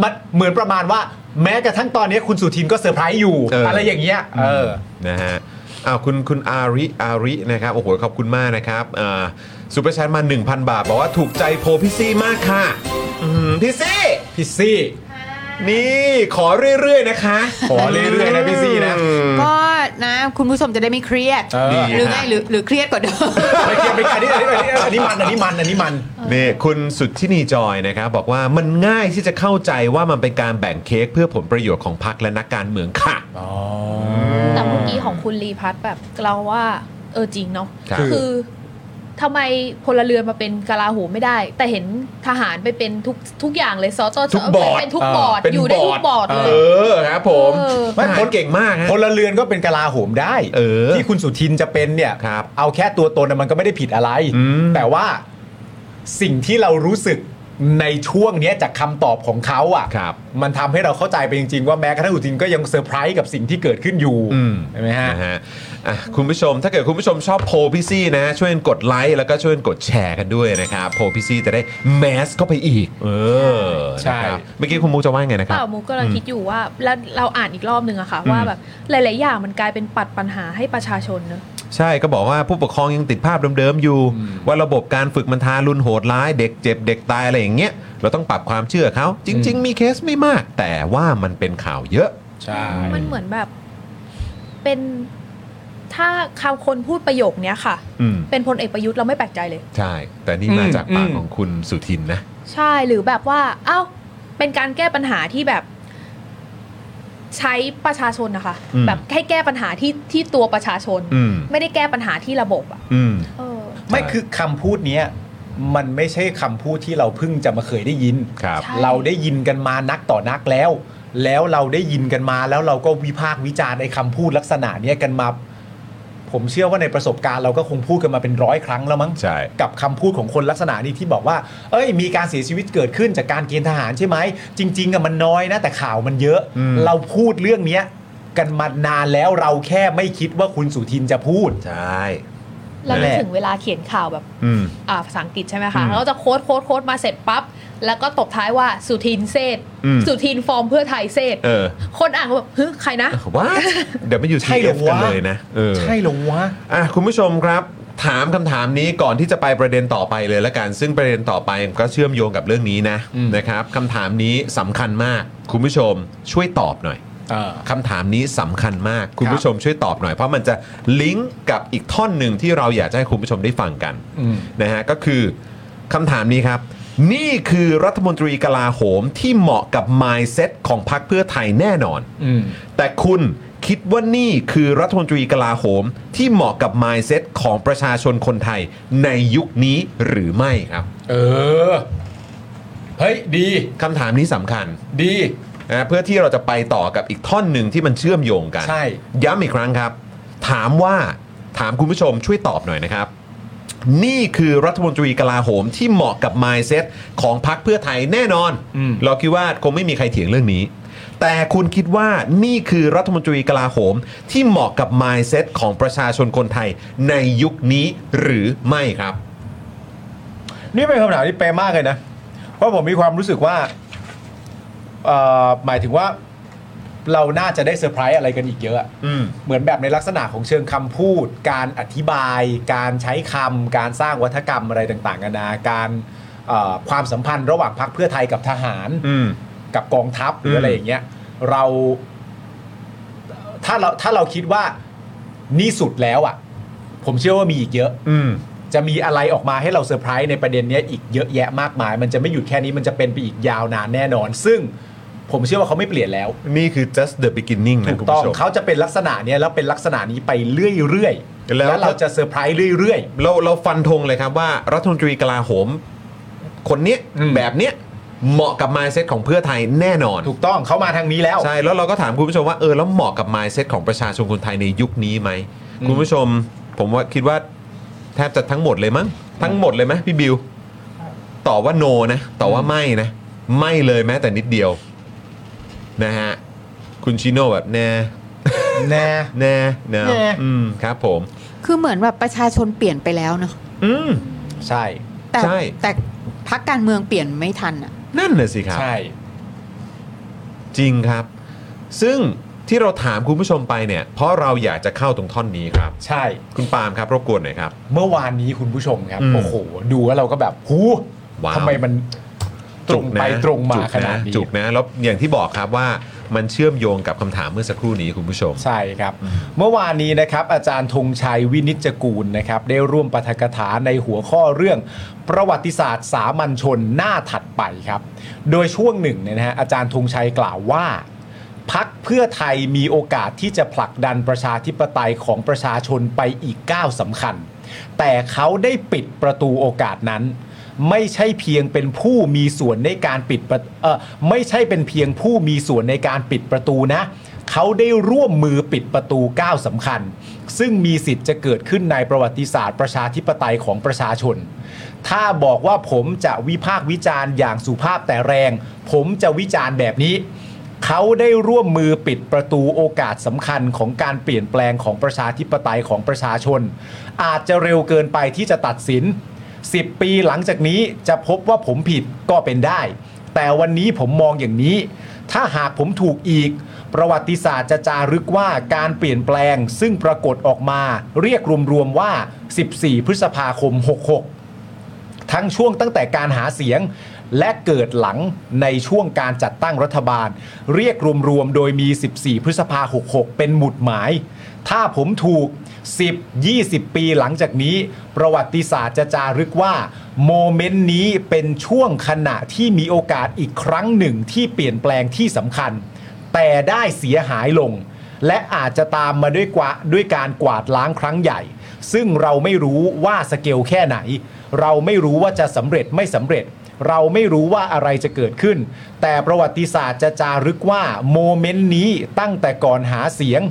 Speaker 6: มันเหมือนประมาณว่า แม้กระทั่งตอนนี้คุณสุทินก็เซอร์ไพรส์อยู่
Speaker 2: เอออ
Speaker 6: อะไรอย่างเงี้ยเออ
Speaker 2: นะฮะอ้าวคุณคุณอาริอารินะครับ โอ้โห ขอบคุณมากนะครับอ่าซูเปอร์แชทมา 1,000 บาท บอกว่าถูกใจโพลพี่ซี่มากค่ะอื้อหือพี่ซี่
Speaker 6: พี่ซี่
Speaker 2: นี่ขอเรื่อย ๆ นะคะ
Speaker 6: ขอเรื่อยๆนะพี่ซี่นะ
Speaker 7: ก็นะคุณผู้ชมจะได้ไม่เครียด
Speaker 6: เออ
Speaker 7: หรือไงหรือหรือเครียดกว่าเดิม
Speaker 6: ไปเกียร์ไปเกียร์นี่อันนี้อันนี้อันนี้มันอันนี้มัน
Speaker 2: นี่คุณสุดที่นีจอยนะครับบอกว่ามันง่ายที่จะเข้าใจว่ามันเป็นการแบ่งเค้กเพื่อผลประโยชน์ของพรรคและนักการเมืองค่ะ
Speaker 5: แต่เมื่อกี้ของคุณรีพัฒน์แบบเราว่า เออจริงเนาะ
Speaker 2: ครับ
Speaker 5: คือทำไมพลเรือนมาเป็นกลาโหมไม่ได้ แต่เห็นทหารไปเป็นทุกทุกอย่างเลยซอต
Speaker 2: ทุกบอร์ด
Speaker 5: เป็นทุกบอร์ดอยู่ได้ทุกบอร์ด
Speaker 2: เอ
Speaker 5: เลย
Speaker 2: อครับผม
Speaker 5: เออ
Speaker 2: ทหารเก่งมากฮะ
Speaker 6: พลเรือนก็เป็นกลาโหมได้
Speaker 2: เออ
Speaker 6: ที่คุณสุทินจะเป็นเนี่ย
Speaker 2: ครับ
Speaker 6: เอาแค่ตัวตนน่ะมันก็ไม่ได้ผิดอะไร
Speaker 2: อืม
Speaker 6: แต่ว่าสิ่งที่เรารู้สึกในช่วงเนี้ยจากคำตอบของเขาอ่ะ
Speaker 2: ครับ
Speaker 6: มันทำให้เราเข้าใจไปจริง ๆ ว่าแม้กระทั่งสุทินก็ยังเซอร์ไพรส์กับสิ่งที่เกิดขึ้นอยู่
Speaker 2: อืม
Speaker 6: ใช่ไหมฮะ
Speaker 2: นะฮะอ่ะคุณผู้ชมถ้าเกิดคุณผู้ชมชอบโพลพี่ซี่นะ ช่วยกดไลค์แล้วก็ช่วยกดแชร์กันด้วยนะครับโพลพี่ซี่จะได้แมสเข้าไปอีก เออ
Speaker 6: ใช่
Speaker 2: นะครับเมื่อกี้คุณมูจะว่าไงนะค
Speaker 5: เป
Speaker 2: รับ
Speaker 5: ล่ามูก็กำลังคิดอยู่ว่าแล้วเราอ่านอีกรอบนึงอะค่ะ ว่าแบบหลาย ๆ อย่างมันกลายเป็นปัดปัญหาให้ประชาชนเนอะ
Speaker 2: ใช่ก็บอกว่าผู้ปกครองยังติดภาพเดิมๆอยู่ ว่าระบบการฝึกมันทารุณโหดร้าย เด็กเจ็บเด็กตายอะไรอย่างเงี้ยเราต้องปรับความเชื่อเขาจริง ๆ มีเคสไม่มาก แต่ว่ามันเป็นข่าวเยอะ
Speaker 6: ใช่
Speaker 5: มันเหมือนแบบ เป็นถ้าคำคนพูดประโยคเนี้ยค่ะ
Speaker 2: อืม
Speaker 5: เป็นพลเอกประยุทธ์เราไม่แปลกใจเลย
Speaker 2: ใช่ แต่นี่มาจากปากของคุณสุทินนะ
Speaker 5: ใช่หรือแบบว่า เอ้า เป็นการแก้ปัญหาที่แบบ ใช้ประชาชนนะคะ
Speaker 2: อืม
Speaker 5: แบบให้แก้ปัญหาที่ที่ตัวประชาชน
Speaker 2: อืม
Speaker 5: ไม่ได้แก้ปัญหาที่ระบบอะ
Speaker 2: อืม
Speaker 5: เออ
Speaker 6: ไม่คือคำพูดเนี้ยมันไม่ใช่คำพูดที่เราเพิ่งจะมาเคยได้ยิน
Speaker 2: ครับ
Speaker 5: ใช่
Speaker 6: เราได้ยินกันมานักต่อนักแล้ว แล้วเราได้ยินกันมาแล้วเราก็วิพากษ์วิจารณ์ไอ้คำพูดลักษณะเนี้ยกันมา ผมเชื่อว่าในประสบการณ์เราก็คงพูดกันมาเป็นร้อยครั้งแล้วมั้ง
Speaker 2: ใช่
Speaker 6: กับคำพูดของคนลักษณะนี้ที่บอกว่า เอ้ย มีการเสียชีวิตเกิดขึ้นจากการเกณฑ์ทหารใช่ไหมจริง ๆอะมันน้อยนะ แต่ข่าวมันเยอะ
Speaker 2: อืม
Speaker 6: เราพูดเรื่องเนี้ย กันมานานแล้วเราแค่ไม่คิดว่าคุณสุทินจะพูด
Speaker 2: ใช่
Speaker 5: แล้วนึก
Speaker 6: แน่
Speaker 5: ถึงเวลาเขียนข่าวแบบ
Speaker 2: อืม
Speaker 5: อ่าภาษาอังกฤษใช่ไหมคะ
Speaker 2: อืม
Speaker 5: แล้วก็จะโค้ดโค้ดโค้ดมาเสร็จปั๊บ แล้วก็ตบท้ายว่าสุทินเซธ
Speaker 2: อืม
Speaker 5: สุทินฟอร์มเพื่อไทยเซธ
Speaker 2: เออ
Speaker 5: คนอ่านก็แบบเฮ้ยใครนะ
Speaker 2: (laughs) ว่า เดี๋ยวไม่อยู่ที
Speaker 6: ใช่เหร
Speaker 2: เอ
Speaker 6: อ
Speaker 2: ฟกัน
Speaker 6: วะ
Speaker 2: เลยนะเออ
Speaker 6: ใช่เหรอวะ
Speaker 2: อ่ะคุณผู้ชมครับ ถามคำถามนี้ก่อนที่จะไปประเด็นต่อไปเลยละกัน ซึ่งประเด็นต่อไปก็เชื่อมโยงกับเรื่องนี้นะ
Speaker 6: อืม
Speaker 2: นะครับคำถามนี้สำคัญมาก คุณผู้ชมช่วยตอบหน่อย คำถามนี้สำคัญมาก คุณผู้ชมช่วยตอบหน่อย เพราะมันจะลิงก์กับอีกท่อนหนึ่งที่เราอยากจะให้คุณผู้ชมได้ฟังกัน
Speaker 6: อืม
Speaker 2: นะฮะก็คือคำถามนี้ครับ นี่คือรัฐมนตรีกลาโหมที่เหมาะกับ mindset ของพรรคเพื่อไทยแน่นอน
Speaker 6: อืม
Speaker 2: แต่คุณคิดว่านี่คือรัฐมนตรีกลาโหมที่เหมาะกับ mindset ของประชาชนคนไทยในยุคนี้หรือไม่ครับ
Speaker 6: เออ เฮ้ย ดี
Speaker 2: คำถามนี้สำคัญ
Speaker 6: ดี
Speaker 2: นะเพื่อที่เราจะไปต่อกับอีกท่อนหนึ่งที่มันเชื่อมโยงกัน
Speaker 6: ใช่
Speaker 2: ย้ำอีกครั้งครับ ถามว่าถามคุณผู้ชมช่วยตอบหน่อยนะครับ นี่คือรัฐมนตรีกลาโหมที่เหมาะกับ mindset ของพรรคเพื่อไทยแน่นอน เราคิดว่าคงไม่มีใครเถียงเรื่องนี้ แต่คุณคิดว่านี่คือรัฐมนตรีกลาโหมที่เหมาะกับ mindset ของประชาชนคนไทยในยุคนี้หรือไม่ครับ
Speaker 6: นี่เป็นคำถามที่แปลมากเลยนะ เพราะผมมีความรู้สึกว่าเอ่อหมายถึงว่า เราน่าจะได้เซอร์ไพรส์อะไรกันอีกเยอะ
Speaker 2: อืม
Speaker 6: เหมือนแบบในลักษณะของเชิงคำพูด การอธิบาย การใช้คำ การสร้างวัฒกรรมอะไรต่างๆนานา การเอ่อความสัมพันธ์ระหว่างพรรคเพื่อไทยกับทหาร
Speaker 2: อืม
Speaker 6: กับกองทัพหรืออะไรอย่างเงี้ยเราถ้าเราถ้าเราคิดว่านี่สุดแล้วอะ่ะ ผมเชื่อว่ามีอีกเยอะ
Speaker 2: อืม
Speaker 6: จะมีอะไรออกมาให้เราเซอร์ไพรส์ในประเด็นเนี้ยอีกเยอะแยะมากมาย มันจะไม่หยุดแค่นี้มันจะเป็นไปอีกยาวนานแน่นอน ซึ่งผมเชื่อว่าเขาไม่เปลี่ยนแล้ว
Speaker 2: นี่คือ just the beginning นะ
Speaker 6: ถู
Speaker 2: คุ
Speaker 6: ก
Speaker 2: ณ
Speaker 6: ต้อง
Speaker 2: ผู้ชม
Speaker 6: เขาจะเป็นลักษณะเนี้ยแล้วเป็นลักษณะนี้ไปเรื่อยๆ
Speaker 2: แล้ว
Speaker 6: เราจะเซอร์ไพรส์เรื่อย
Speaker 2: เราเราฟันธงเลยครับว่ารัฐมนตรีกลาโหม คนเนี้ย
Speaker 6: อืม
Speaker 2: แบบเนี้ยเหมาะกับ mindset ของเพื่อไทยแน่นอน
Speaker 6: ๆ ถูกต้องเขามาทางนี้แล้ว
Speaker 2: ใช่แล้วเราก็ถามคุณผู้ชมว่าเออแล้วเหมาะกับ mindset ของประชาชนคนไทยในยุคนี้ไหม คุณผู้ชมผมว่าคิดว่าแทบจะทั้งหมดเลยมั้งทั้งหมดเลยไหมพี่บิวตอบว่าโนนะตอบว่าไม่นะ ไม่เลยแม้แต่นิดเดียวนะฮะคุณชิโน่แบบแน่
Speaker 6: แน่
Speaker 2: แน่แน่
Speaker 6: แน่
Speaker 2: อืมครับผม
Speaker 7: คือเหมือนแบบประชาชนเปลี่ยนไปแล้วเนาะ
Speaker 2: อืม
Speaker 6: ใช่
Speaker 7: แต่
Speaker 2: ใช่
Speaker 7: แต่พักการเมืองเปลี่ยนไม่ทันอ่ะ
Speaker 2: นั่นน่ะสิครับ
Speaker 6: ใช่
Speaker 2: จริงครับ ซึ่งที่เราถามคุณผู้ชมไปเนี่ย เพราะเราอยากจะเข้าตรงท่อนนี้ครับ
Speaker 6: ใช่
Speaker 2: คุณปาล์มครับรบกวนหน่อยครับ
Speaker 6: เมื่อวานนี้คุณผู้ชมครับ
Speaker 2: อืม
Speaker 6: โอ้โห ดูแล้วเราก็แบบหู
Speaker 2: ว้าว
Speaker 6: ทำไมมันตรงไปตรงมาขนาดนี้
Speaker 2: จุกนะ แล้วอย่างที่บอกครับว่ามันเชื่อมโยงกับคำถามเมื่อสักครู่นี้คุณผู้ชม
Speaker 6: ใช่ครับ เมื่อวานนี้นะครับ อาจารย์ธงชัยวินิจจกูลนะครับ ได้ร่วมปาฐกถาในหัวข้อเรื่องประวัติศาสตร์สามัญชนหน้าถัดไปครับ โดยช่วงหนึ่งเนี่ยนะฮะอาจารย์ธงชัยกล่าวว่า พักเพื่อไทยมีโอกาสที่จะผลักดันประชาธิปไตยของประชาชนไปอีกก้าวสำคัญ แต่เขาได้ปิดประตูโอกาสนั้น ไม่ใช่เพียงเป็นผู้มีส่วนในการปิดประเออไม่ใช่เป็นเพียงผู้มีส่วนในการปิดประตูนะ เขาได้ร่วมมือปิดประตูก้าวสำคัญ ซึ่งมีสิทธิ์จะเกิดขึ้นในประวัติศาสตร์ประชาธิปไตยของประชาชน ถ้าบอกว่าผมจะวิพากษ์วิจารณ์อย่างสุภาพแต่แรง ผมจะวิจารณ์แบบนี้ เขาได้ร่วมมือปิดประตูโอกาสสำคัญของการเปลี่ยนแปลงของประชาธิปไตยของประชาชน อาจจะเร็วเกินไปที่จะตัดสิน 10 ปีหลังจากนี้จะพบว่าผมผิดก็เป็นได้ แต่วันนี้ผมมองอย่างนี้ ถ้าหากผมถูกอีก ประวัติศาสตร์จะจารึกว่าการเปลี่ยนแปลงซึ่งปรากฏออกมา เรียกรวมๆว่า 14 พฤษภาคม 66 ทั้งช่วงตั้งแต่การหาเสียง และเกิดหลังในช่วงการจัดตั้งรัฐบาล เรียกรวมๆโดยมี 14 พฤษภา 66 เป็นหมุดหมาย ถ้าผมถูก 10 20 ปีหลังจากนี้ ประวัติศาสตร์จะจารึกว่า โมเมนต์นี้เป็นช่วงขณะที่มีโอกาสอีกครั้งหนึ่งที่เปลี่ยนแปลงที่สำคัญ แต่ได้เสียหายลง และอาจจะตามมาด้วยกว่าด้วยการกวาดล้างครั้งใหญ่ ซึ่งเราไม่รู้ว่าสเกลแค่ไหน เราไม่รู้ว่าจะสำเร็จไม่สำเร็จ เราไม่รู้ว่าอะไรจะเกิดขึ้น แต่ประวัติศาสตร์จะจารึกว่าโมเมนต์นี้ตั้งแต่ก่อนหาเสียง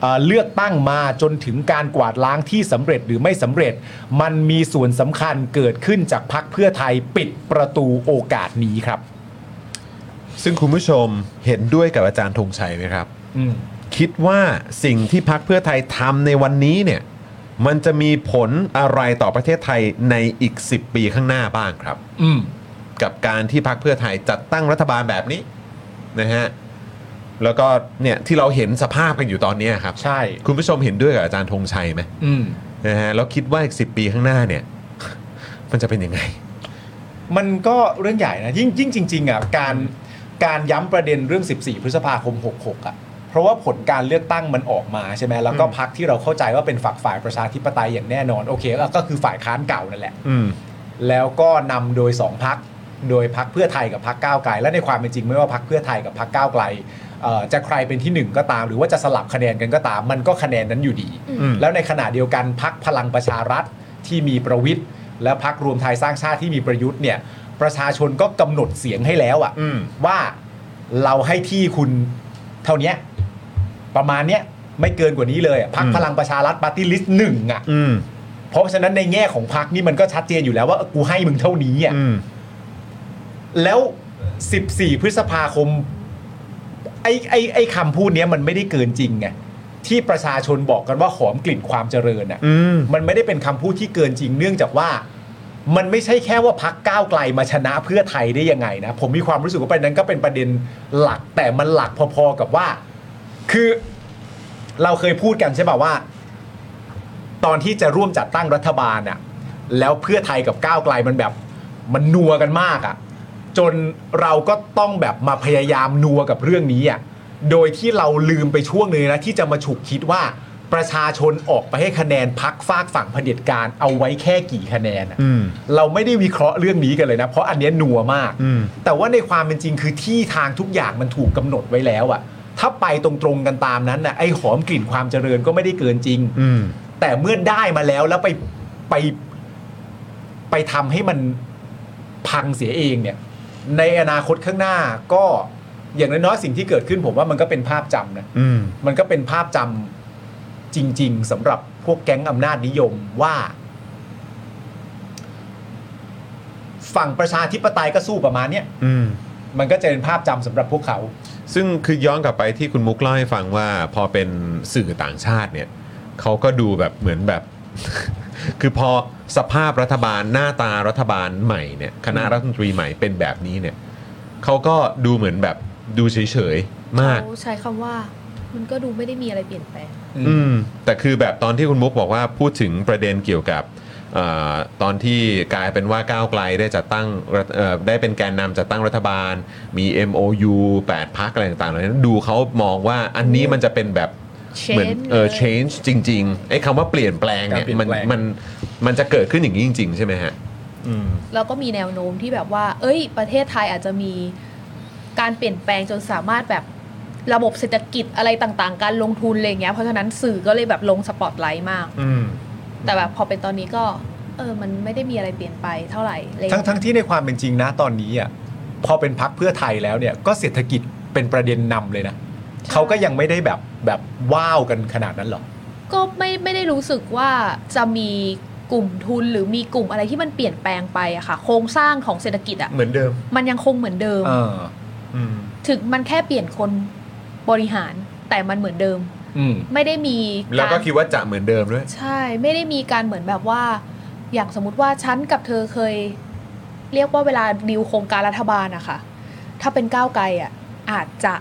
Speaker 6: เอ่อเลือกตั้งมาจนถึงการกวาดล้างที่สำเร็จหรือไม่สำเร็จ มันมีส่วนสำคัญเกิดขึ้นจากพักเพื่อไทยปิดประตูโอกาสนี้ครับ
Speaker 2: ซึ่งคุณผู้ชมเห็นด้วยกับอาจารย์ธงชัยไหมครับ
Speaker 6: อืม
Speaker 2: คิดว่าสิ่งที่พักเพื่อไทยทำในวันนี้เนี่ย มันจะมีผลอะไรต่อประเทศไทยในอีก 10 ปีข้างหน้าบ้างครับ
Speaker 6: อืม
Speaker 2: กับการที่พักเพื่อไทยจัดตั้งรัฐบาลแบบนี้นะฮะแล้วก็เนี่ยที่เราเห็นสภาพกันอยู่ตอนเนี้ยครับ
Speaker 6: ใช่
Speaker 2: คุณผู้ชมเห็นด้วยกับอาจารย์ธงชัยไหม
Speaker 6: อืม
Speaker 2: นะฮะแล้วคิดว่าอีกสิปีข้างหน้าเนี่ย (laughs) มันจะเป็นยังไง
Speaker 6: มันก็เรื่องใหญ่นะยิ่งยิ่งจริงๆอ่ะการการย้ำประเด็นเรื่อง 14 พฤษภาคม 66 อ่ะ เพราะว่าผลการเลือกตั้งมันออกมาใช่ไหมแล้วก็พักที่เราเข้าใจว่าเป็นฝักฝ่ายประชาธิปไตยอย่างแน่นอนโอเคก็ก็คือฝ่ายค้านเก่านั่นแหละ
Speaker 2: อืม
Speaker 6: แล้วก็นำโดยสองพัก โดยพักเพื่อไทยกับพักก้าวไกล และในความเป็นจริงไม่ว่าพักเพื่อไทยกับพักก้าวไกลเอ่อจะใครเป็นที่หนึ่งก็ตาม หรือว่าจะสลับคะแนนกันก็ตาม มันก็คะแนนนั้นอยู่ดี
Speaker 2: อืม
Speaker 6: แล้วในขณะเดียวกันพักพลังประชารัฐที่มีประวิทย์และพักรวมไทยสร้างชาติที่มีประยุทธ์เนี่ยประชาชนก็กำหนดเสียงให้แล้วอะ
Speaker 2: อืม
Speaker 6: ว่าเราให้ที่คุณเท่าเนี้ยประมาณเนี้ยไม่เกินกว่านี้เลยอะพัก
Speaker 2: อืม
Speaker 6: พลังประชารัฐปาร์ตี้ลิสต์หนึ่งอะ
Speaker 2: อืม
Speaker 6: เพราะฉะนั้นในแง่ของพักนี่มันก็ชัดเจนอยู่แล้วว่าเออกูให้มึงเท่านี้อ่ะ
Speaker 2: อืม
Speaker 6: แล้ว 14 พฤษภาคมไอ้ไอ้ไอ้คำพูดเนี้ยมันไม่ได้เกินจริงไงที่ประชาชนบอกกันว่าหอมกลิ่นความเจริญอ่ะ
Speaker 2: อืม
Speaker 6: มันไม่ได้เป็นคำพูดที่เกินจริงเนื่องจากว่า มันไม่ใช่แค่ว่าพักก้าวไกลมาชนะเพื่อไทยได้ยังไงนะผมมีความรู้สึกว่าประเด็นนั้นก็เป็นประเด็นหลักแต่มันหลักพอๆกับว่า คือเราเคยพูดกันใช่ป่ะว่า ตอนที่จะร่วมจัดตั้งรัฐบาลน่ะแล้วเพื่อไทยกับก้าวไกลมันแบบมันนัวกันมากอะ่ะจนเราก็ต้องแบบมาพยายามนัวกับเรื่องนี้อะ่ะโดยที่เราลืมไปช่วงหนึงนะที่จะมาฉุกคิดว่าประชาชนออกไปให้คะแนนพักฝากฝั่งเผด็จการเอาไว้แค่กี่คะแนนอะ
Speaker 2: อืม
Speaker 6: เราไม่ได้วิเคราะห์เรื่องนี้กันเลยนะ เพราะอันเนี้ยนัวมาก
Speaker 2: อืม
Speaker 6: แต่ว่าในความเป็นจริงคือที่ทางทุกอย่างมันถูกกำหนดไว้แล้วอะถ้าไปตรงๆกันตามนั้นนะไอ้หอมกลิ่นความเจริญก็ไม่ได้เกินจริง
Speaker 2: อืม
Speaker 6: แต่เมื่อได้มาแล้วแล้วไปไปไปทำให้มันพังเสียเองเนี่ย ในอนาคตข้างหน้าก็อย่างน้อยๆสิ่งที่เกิดขึ้นผมว่ามันก็เป็นภาพจำนะ
Speaker 2: อืม
Speaker 6: มันก็เป็นภาพจำ จริง ๆสำหรับพวกแก๊งอำนาจนิยมว่า ฝั่งประชาธิปไตยก็สู้ประมาณเนี้ย
Speaker 2: อืม
Speaker 6: มันก็จะเป็นภาพจำสำหรับพวกเขา
Speaker 2: ซึ่งคือย้อนกลับไปที่คุณมุกเล่าให้ฟังว่าพอเป็นสื่อต่างชาติเนี่ยเขาก็ดูแบบเหมือนแบบ (laughs) คือพอสภาพรัฐบาลหน้าตารัฐบาลใหม่เนี่ยคณะรัฐมนตรีใหม่เป็นแบบนี้เนี่ยเขาก็ดูเหมือนแบบดูเฉยๆมาก
Speaker 5: เขาใช้คำว่า มันก็ดูไม่ได้มีอะไรเปลี่ยนแปลง
Speaker 2: อืมแต่คือแบบตอนที่คุณมุกบอกว่าพูดถึงประเด็นเกี่ยวกับเออตอนที่กลายเป็นว่าก้าวไกลได้จัดตั้งรัฐเอ่อได้เป็นแกนนำจัดตั้งรัฐบาล มี MOU 8พักอะไรต่างๆเหล่านั้นดูเขามองว่าอันนี้มันจะเป็นแบบเหมือน
Speaker 5: Change
Speaker 2: เออ
Speaker 5: เลย
Speaker 2: change จริงๆไอ้คำว่าเปลี่ยนแปลงเนี่ย
Speaker 6: การเปลี่ยน
Speaker 2: มัน
Speaker 6: แปลง
Speaker 2: มันมันจะเกิดขึ้นอย่างนี้จริง ๆ ใช่ไหมฮะ
Speaker 5: แล้วก็มีแนวโน้มที่แบบว่า เอ้ย ประเทศไทยอาจจะมีการเปลี่ยนแปลงจนสามารถแบบระบบเศรษฐกิจอะไรต่างๆ การลงทุนอะไรอย่างเงี้ย เพราะฉะนั้นสื่อก็เลยแบบลงสปอตไลท์มาก
Speaker 2: อืม
Speaker 5: แต่แบบพอเป็นตอนนี้ก็ เออ มันไม่ได้มีอะไรเปลี่ยนไปเท่าไหร่เลย
Speaker 6: ทั้งทั้งที่ในความเป็นจริงนะตอนนี้อ่ะพอเป็นพักเพื่อไทยแล้วเนี่ยก็เศรษฐกิจเป็นประเด็นนำเลยนะเขาก็ยังไม่ได้แบบแบบว้าวกันขนาดนั้นหรอก
Speaker 5: ก็ไม่ไม่ได้รู้สึกว่าจะมีกลุ่มทุนหรือมีกลุ่มอะไรที่มันเปลี่ยนแปลงไปอะค่ะ โครงสร้างของเศรษฐกิจอะ
Speaker 6: เหมือนเดิม
Speaker 5: มันยังคงเหมือนเดิม
Speaker 6: เออ
Speaker 5: ถึงมันแค่เปลี่ยนคนบริหารแต่มันเหมือนเดิม
Speaker 6: อืม
Speaker 5: ไม่ได้มี
Speaker 2: แล้ว
Speaker 5: การ
Speaker 2: ก็คิดว่าจะเหมือนเดิมด้วย
Speaker 5: ใช่ ไม่ได้มีการเหมือนแบบว่า อย่างสมมติว่าฉันกับเธอเคย เรียกว่าเวลาดีลโครงการรัฐบาลอะค่ะ ถ้าเป็นก้าวไกลอะอาจจะ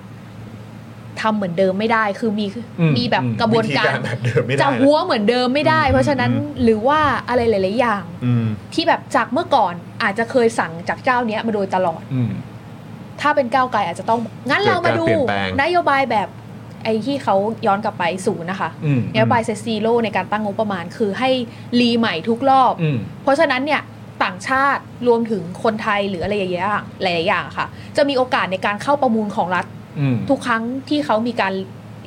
Speaker 5: ทำเหมือนเดิมไม่ได้ คือมี
Speaker 6: อืม
Speaker 5: มีแบบ
Speaker 6: อืม
Speaker 5: กระบวน
Speaker 2: วิธี
Speaker 5: การ
Speaker 2: การแบบเดิมไม่ได้
Speaker 5: จะ
Speaker 2: นะ
Speaker 5: หัวเหมือนเดิมไม่ได้ เพราะฉะนั้นหรือว่าอะไรหลาย ๆ อย่าง
Speaker 2: อืม
Speaker 5: ที่แบบจากเมื่อก่อนอาจจะเคยสั่งจากเจ้าเนี้ยมาโดยตลอด
Speaker 6: อืม
Speaker 5: ถ้าเป็นก้าวไกลอาจจะต้องงั้นเรามาดู
Speaker 2: เกิดการเปลี่ยนแปลง
Speaker 5: นโยบายแบบไอ้ที่เขาย้อนกลับไปศูนย์นะคะ
Speaker 6: อืม
Speaker 5: นโยบายเซซีโร่ในการตั้งงบประมาณคือให้รีใหม่ทุกรอบ
Speaker 6: อืม
Speaker 5: เพราะฉะนั้นเนี่ยต่างชาติรวมถึงคนไทยหรืออะไรอย่างเงี้ยหลายๆอย่างค่ะ จะมีโอกาสในการเข้าประมูลของรัฐ
Speaker 6: อืม
Speaker 5: ทุกครั้งที่เขามีการ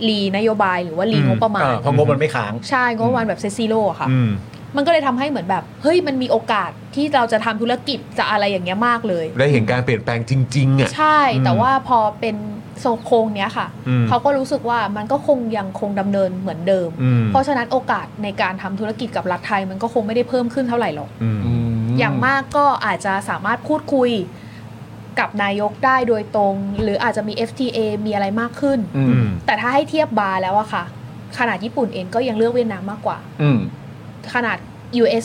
Speaker 5: รีนโยบายหรือว่ารีงบประมาณ
Speaker 6: อ่เพองบมันไม่ค้าง
Speaker 5: ใช่งบประมาณแบบเซซีโร่ค่ะ
Speaker 2: อืม
Speaker 5: มันก็เลยทำให้เหมือนแบบ เฮ้ยมันมีโอกาสที่เราจะทำธุรกิจจะอะไรอย่างเงี้ยมากเลย
Speaker 2: ได้เห็นการเปลี่ยนแปลงจริง ๆ อ่ะ
Speaker 5: ใช่แต่ว่าพอเป็นโซโครงเนี้ยค่ะ
Speaker 2: อืม
Speaker 5: เขาก็รู้สึกว่ามันก็คงยังคงดำเนินเหมือนเดิม
Speaker 2: อืม
Speaker 5: เพราะฉะนั้นโอกาสในการทำธุรกิจกับรัฐไทยมันก็คงไม่ได้เพิ่มขึ้นเท่าไหร่หรอก
Speaker 2: อืม
Speaker 5: อย่างมากก็อาจจะสามารถพูดคุยกับนายกได้โดยตรง หรืออาจจะมี FTA มีอะไรมากขึ้น
Speaker 6: อืม
Speaker 5: แต่ถ้าให้เทียบบาร์แล้วอะค่ะ ขนาดญี่ปุ่นเองก็ยังเลือกเวียดนามมากกว่า
Speaker 6: อืม
Speaker 5: ขนาด US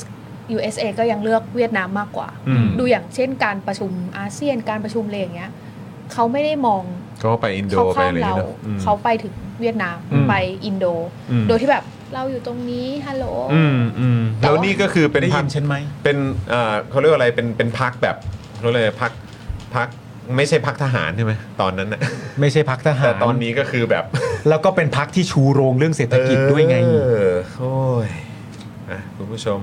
Speaker 5: USA ก็ยังเลือกเวียดนามมากกว่า
Speaker 2: อืม
Speaker 5: ดูอย่างเช่นการประชุมอาเซียนการประชุมอะไรอย่างเงี้ยเขาไม่ได้มอง
Speaker 2: ก็ไปอินโด
Speaker 5: เขา
Speaker 2: ไป
Speaker 5: ข้า
Speaker 2: อะ
Speaker 5: ม
Speaker 2: ไรอย่างเงี้ยเน
Speaker 5: เรา
Speaker 2: อะอืม
Speaker 5: เขาไปถึงเวียดนาม
Speaker 6: อืม
Speaker 5: ไปอินโด
Speaker 2: อืม
Speaker 5: โดยที่แบบเราอยู่ตรงนี้ฮัลโหล
Speaker 2: อืมอืม
Speaker 5: แต่
Speaker 2: แล้ว
Speaker 5: ว่า
Speaker 2: นี่ก็คือเป็น
Speaker 6: ได้
Speaker 2: พั
Speaker 6: ยิ
Speaker 2: ก
Speaker 6: นฉันไหม
Speaker 2: เป็นเอ่อเขาเรียกว่าอะไรเป็นเป็นพักแบบเขาเรียกอะไรพักพักไม่ใช่พักทหารใช่ไหมตอนนั้นนะ
Speaker 6: ไม่ใช่พักทหาร
Speaker 2: แต่ตอนนี้ก็คือแบบ
Speaker 6: แล้วก็เป็นพักที่ชูโรงเรื่องเศรษฐกิจด้วยไง
Speaker 2: เออโอ้ยอ่ะคุณผู้ชม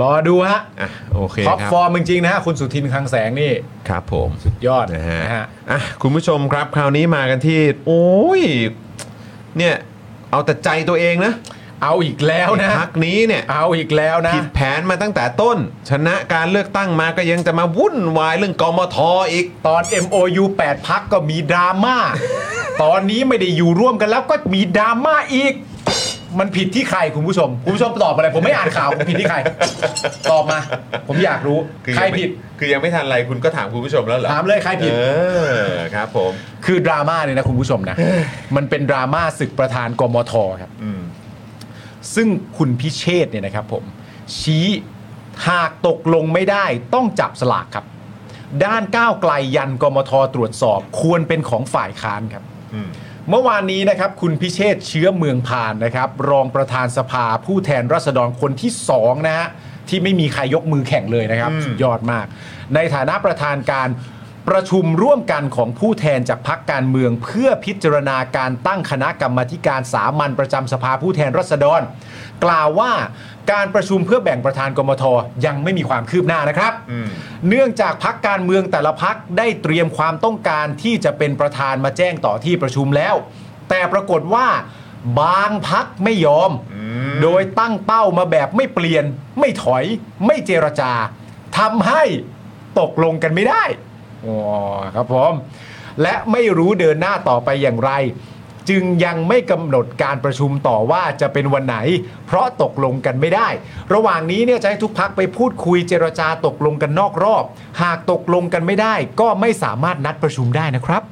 Speaker 6: รอดูฮะ
Speaker 2: อ่ะโอเค
Speaker 6: ท็อป
Speaker 2: ครับ
Speaker 6: ฟอร์มจริงๆนะฮะคุณสุทินคลังแสงนี่
Speaker 2: ครับผม
Speaker 6: สุดยอด
Speaker 2: นะฮะ
Speaker 6: นะฮะ
Speaker 2: อ่ะคุณผู้ชมครับคราวนี้มากันที่ โอ้ยเนี่ยเอาแต่ใจตัวเองนะ
Speaker 6: เอาอีกแล้วนะ
Speaker 2: พักนี้เนี่ย
Speaker 6: เอาอีกแล้วนะ
Speaker 2: ผิดแผนมาตั้งแต่ต้น ชนะการเลือกตั้งมาก็ยังจะมาวุ่นวายเรื่องกมทอีก
Speaker 6: ตอน MOU 8 พักก็มีดรา
Speaker 2: (laughs)
Speaker 6: ม่า ตอนนี้ไม่ได้อยู่ร่วมกันแล้วก็มีดราม่าอีก มันผิดที่ใครคุณผู้ชม คุณผู้ชมตอบอะไร ผมไม่อ่านข่าวผมผิดที่ใคร ตอบมา ผมอยากรู้
Speaker 2: อ
Speaker 6: ใคร
Speaker 2: ยังไม่
Speaker 6: ผิด
Speaker 2: คือยังไม่ทันไรคุณก็ถามคุณผู้ชมแล้วเหรอ
Speaker 6: ถามเลยใครผิด
Speaker 2: เออครับผม
Speaker 6: คือดราม่าเนี่ยนะคุณผู้ชมนะ มันเป็นดราม่าศึกประธานกมทครับ
Speaker 2: อืม
Speaker 6: ซึ่งคุณพิเชษเนี่ยนะครับผมชี้หากตกลงไม่ได้ต้องจับสลากครับ ด้านก้าวไกลยันกมทตรวจสอบควรเป็นของฝ่ายค้านครับ
Speaker 2: อืม
Speaker 6: เมื่อวานนี้นะครับคุณพิเชษเชื้อเมืองพานนะครับ รองประธานสภาผู้แทนราษฎรคนที่ 2 นะฮะ ที่ไม่มีใครยกมือแข่งเลยนะครับ
Speaker 2: อืม
Speaker 6: สุดยอดมาก ในฐานะประธานการประชุมร่วมกันของผู้แทนจากพักการเมือง เพื่อพิจารณาการตั้งคณะกรรมาธิการสามัญประจำสภาผู้แทนราษฎร กล่าวว่าการประชุมเพื่อแบ่งประธานกมทยังไม่มีความคืบหน้านะครับ
Speaker 2: อืม
Speaker 6: เนื่องจากพักการเมืองแต่ละพักได้เตรียมความต้องการที่จะเป็นประธานมาแจ้งต่อที่ประชุมแล้ว แต่ปรากฏว่าบางพักไม่ยอม
Speaker 2: ม
Speaker 6: โดยตั้งเป้ามาแบบไม่เปลี่ยน ไม่ถอย ไม่เจรจาทำให้ตกลงกันไม่ได้อ๋อครับผม และไม่รู้เดินหน้าต่อไปอย่างไร จึงยังไม่กำหนดการประชุมต่อว่าจะเป็นวันไหน เพราะตกลงกันไม่ได้ ระหว่างนี้เนี่ยจะให้ทุกพักไปพูดคุยเจรจาตกลงกันนอกรอบ หากตกลงกันไม่ได้ ก็ไม่สามารถนัดประชุมได้นะครับ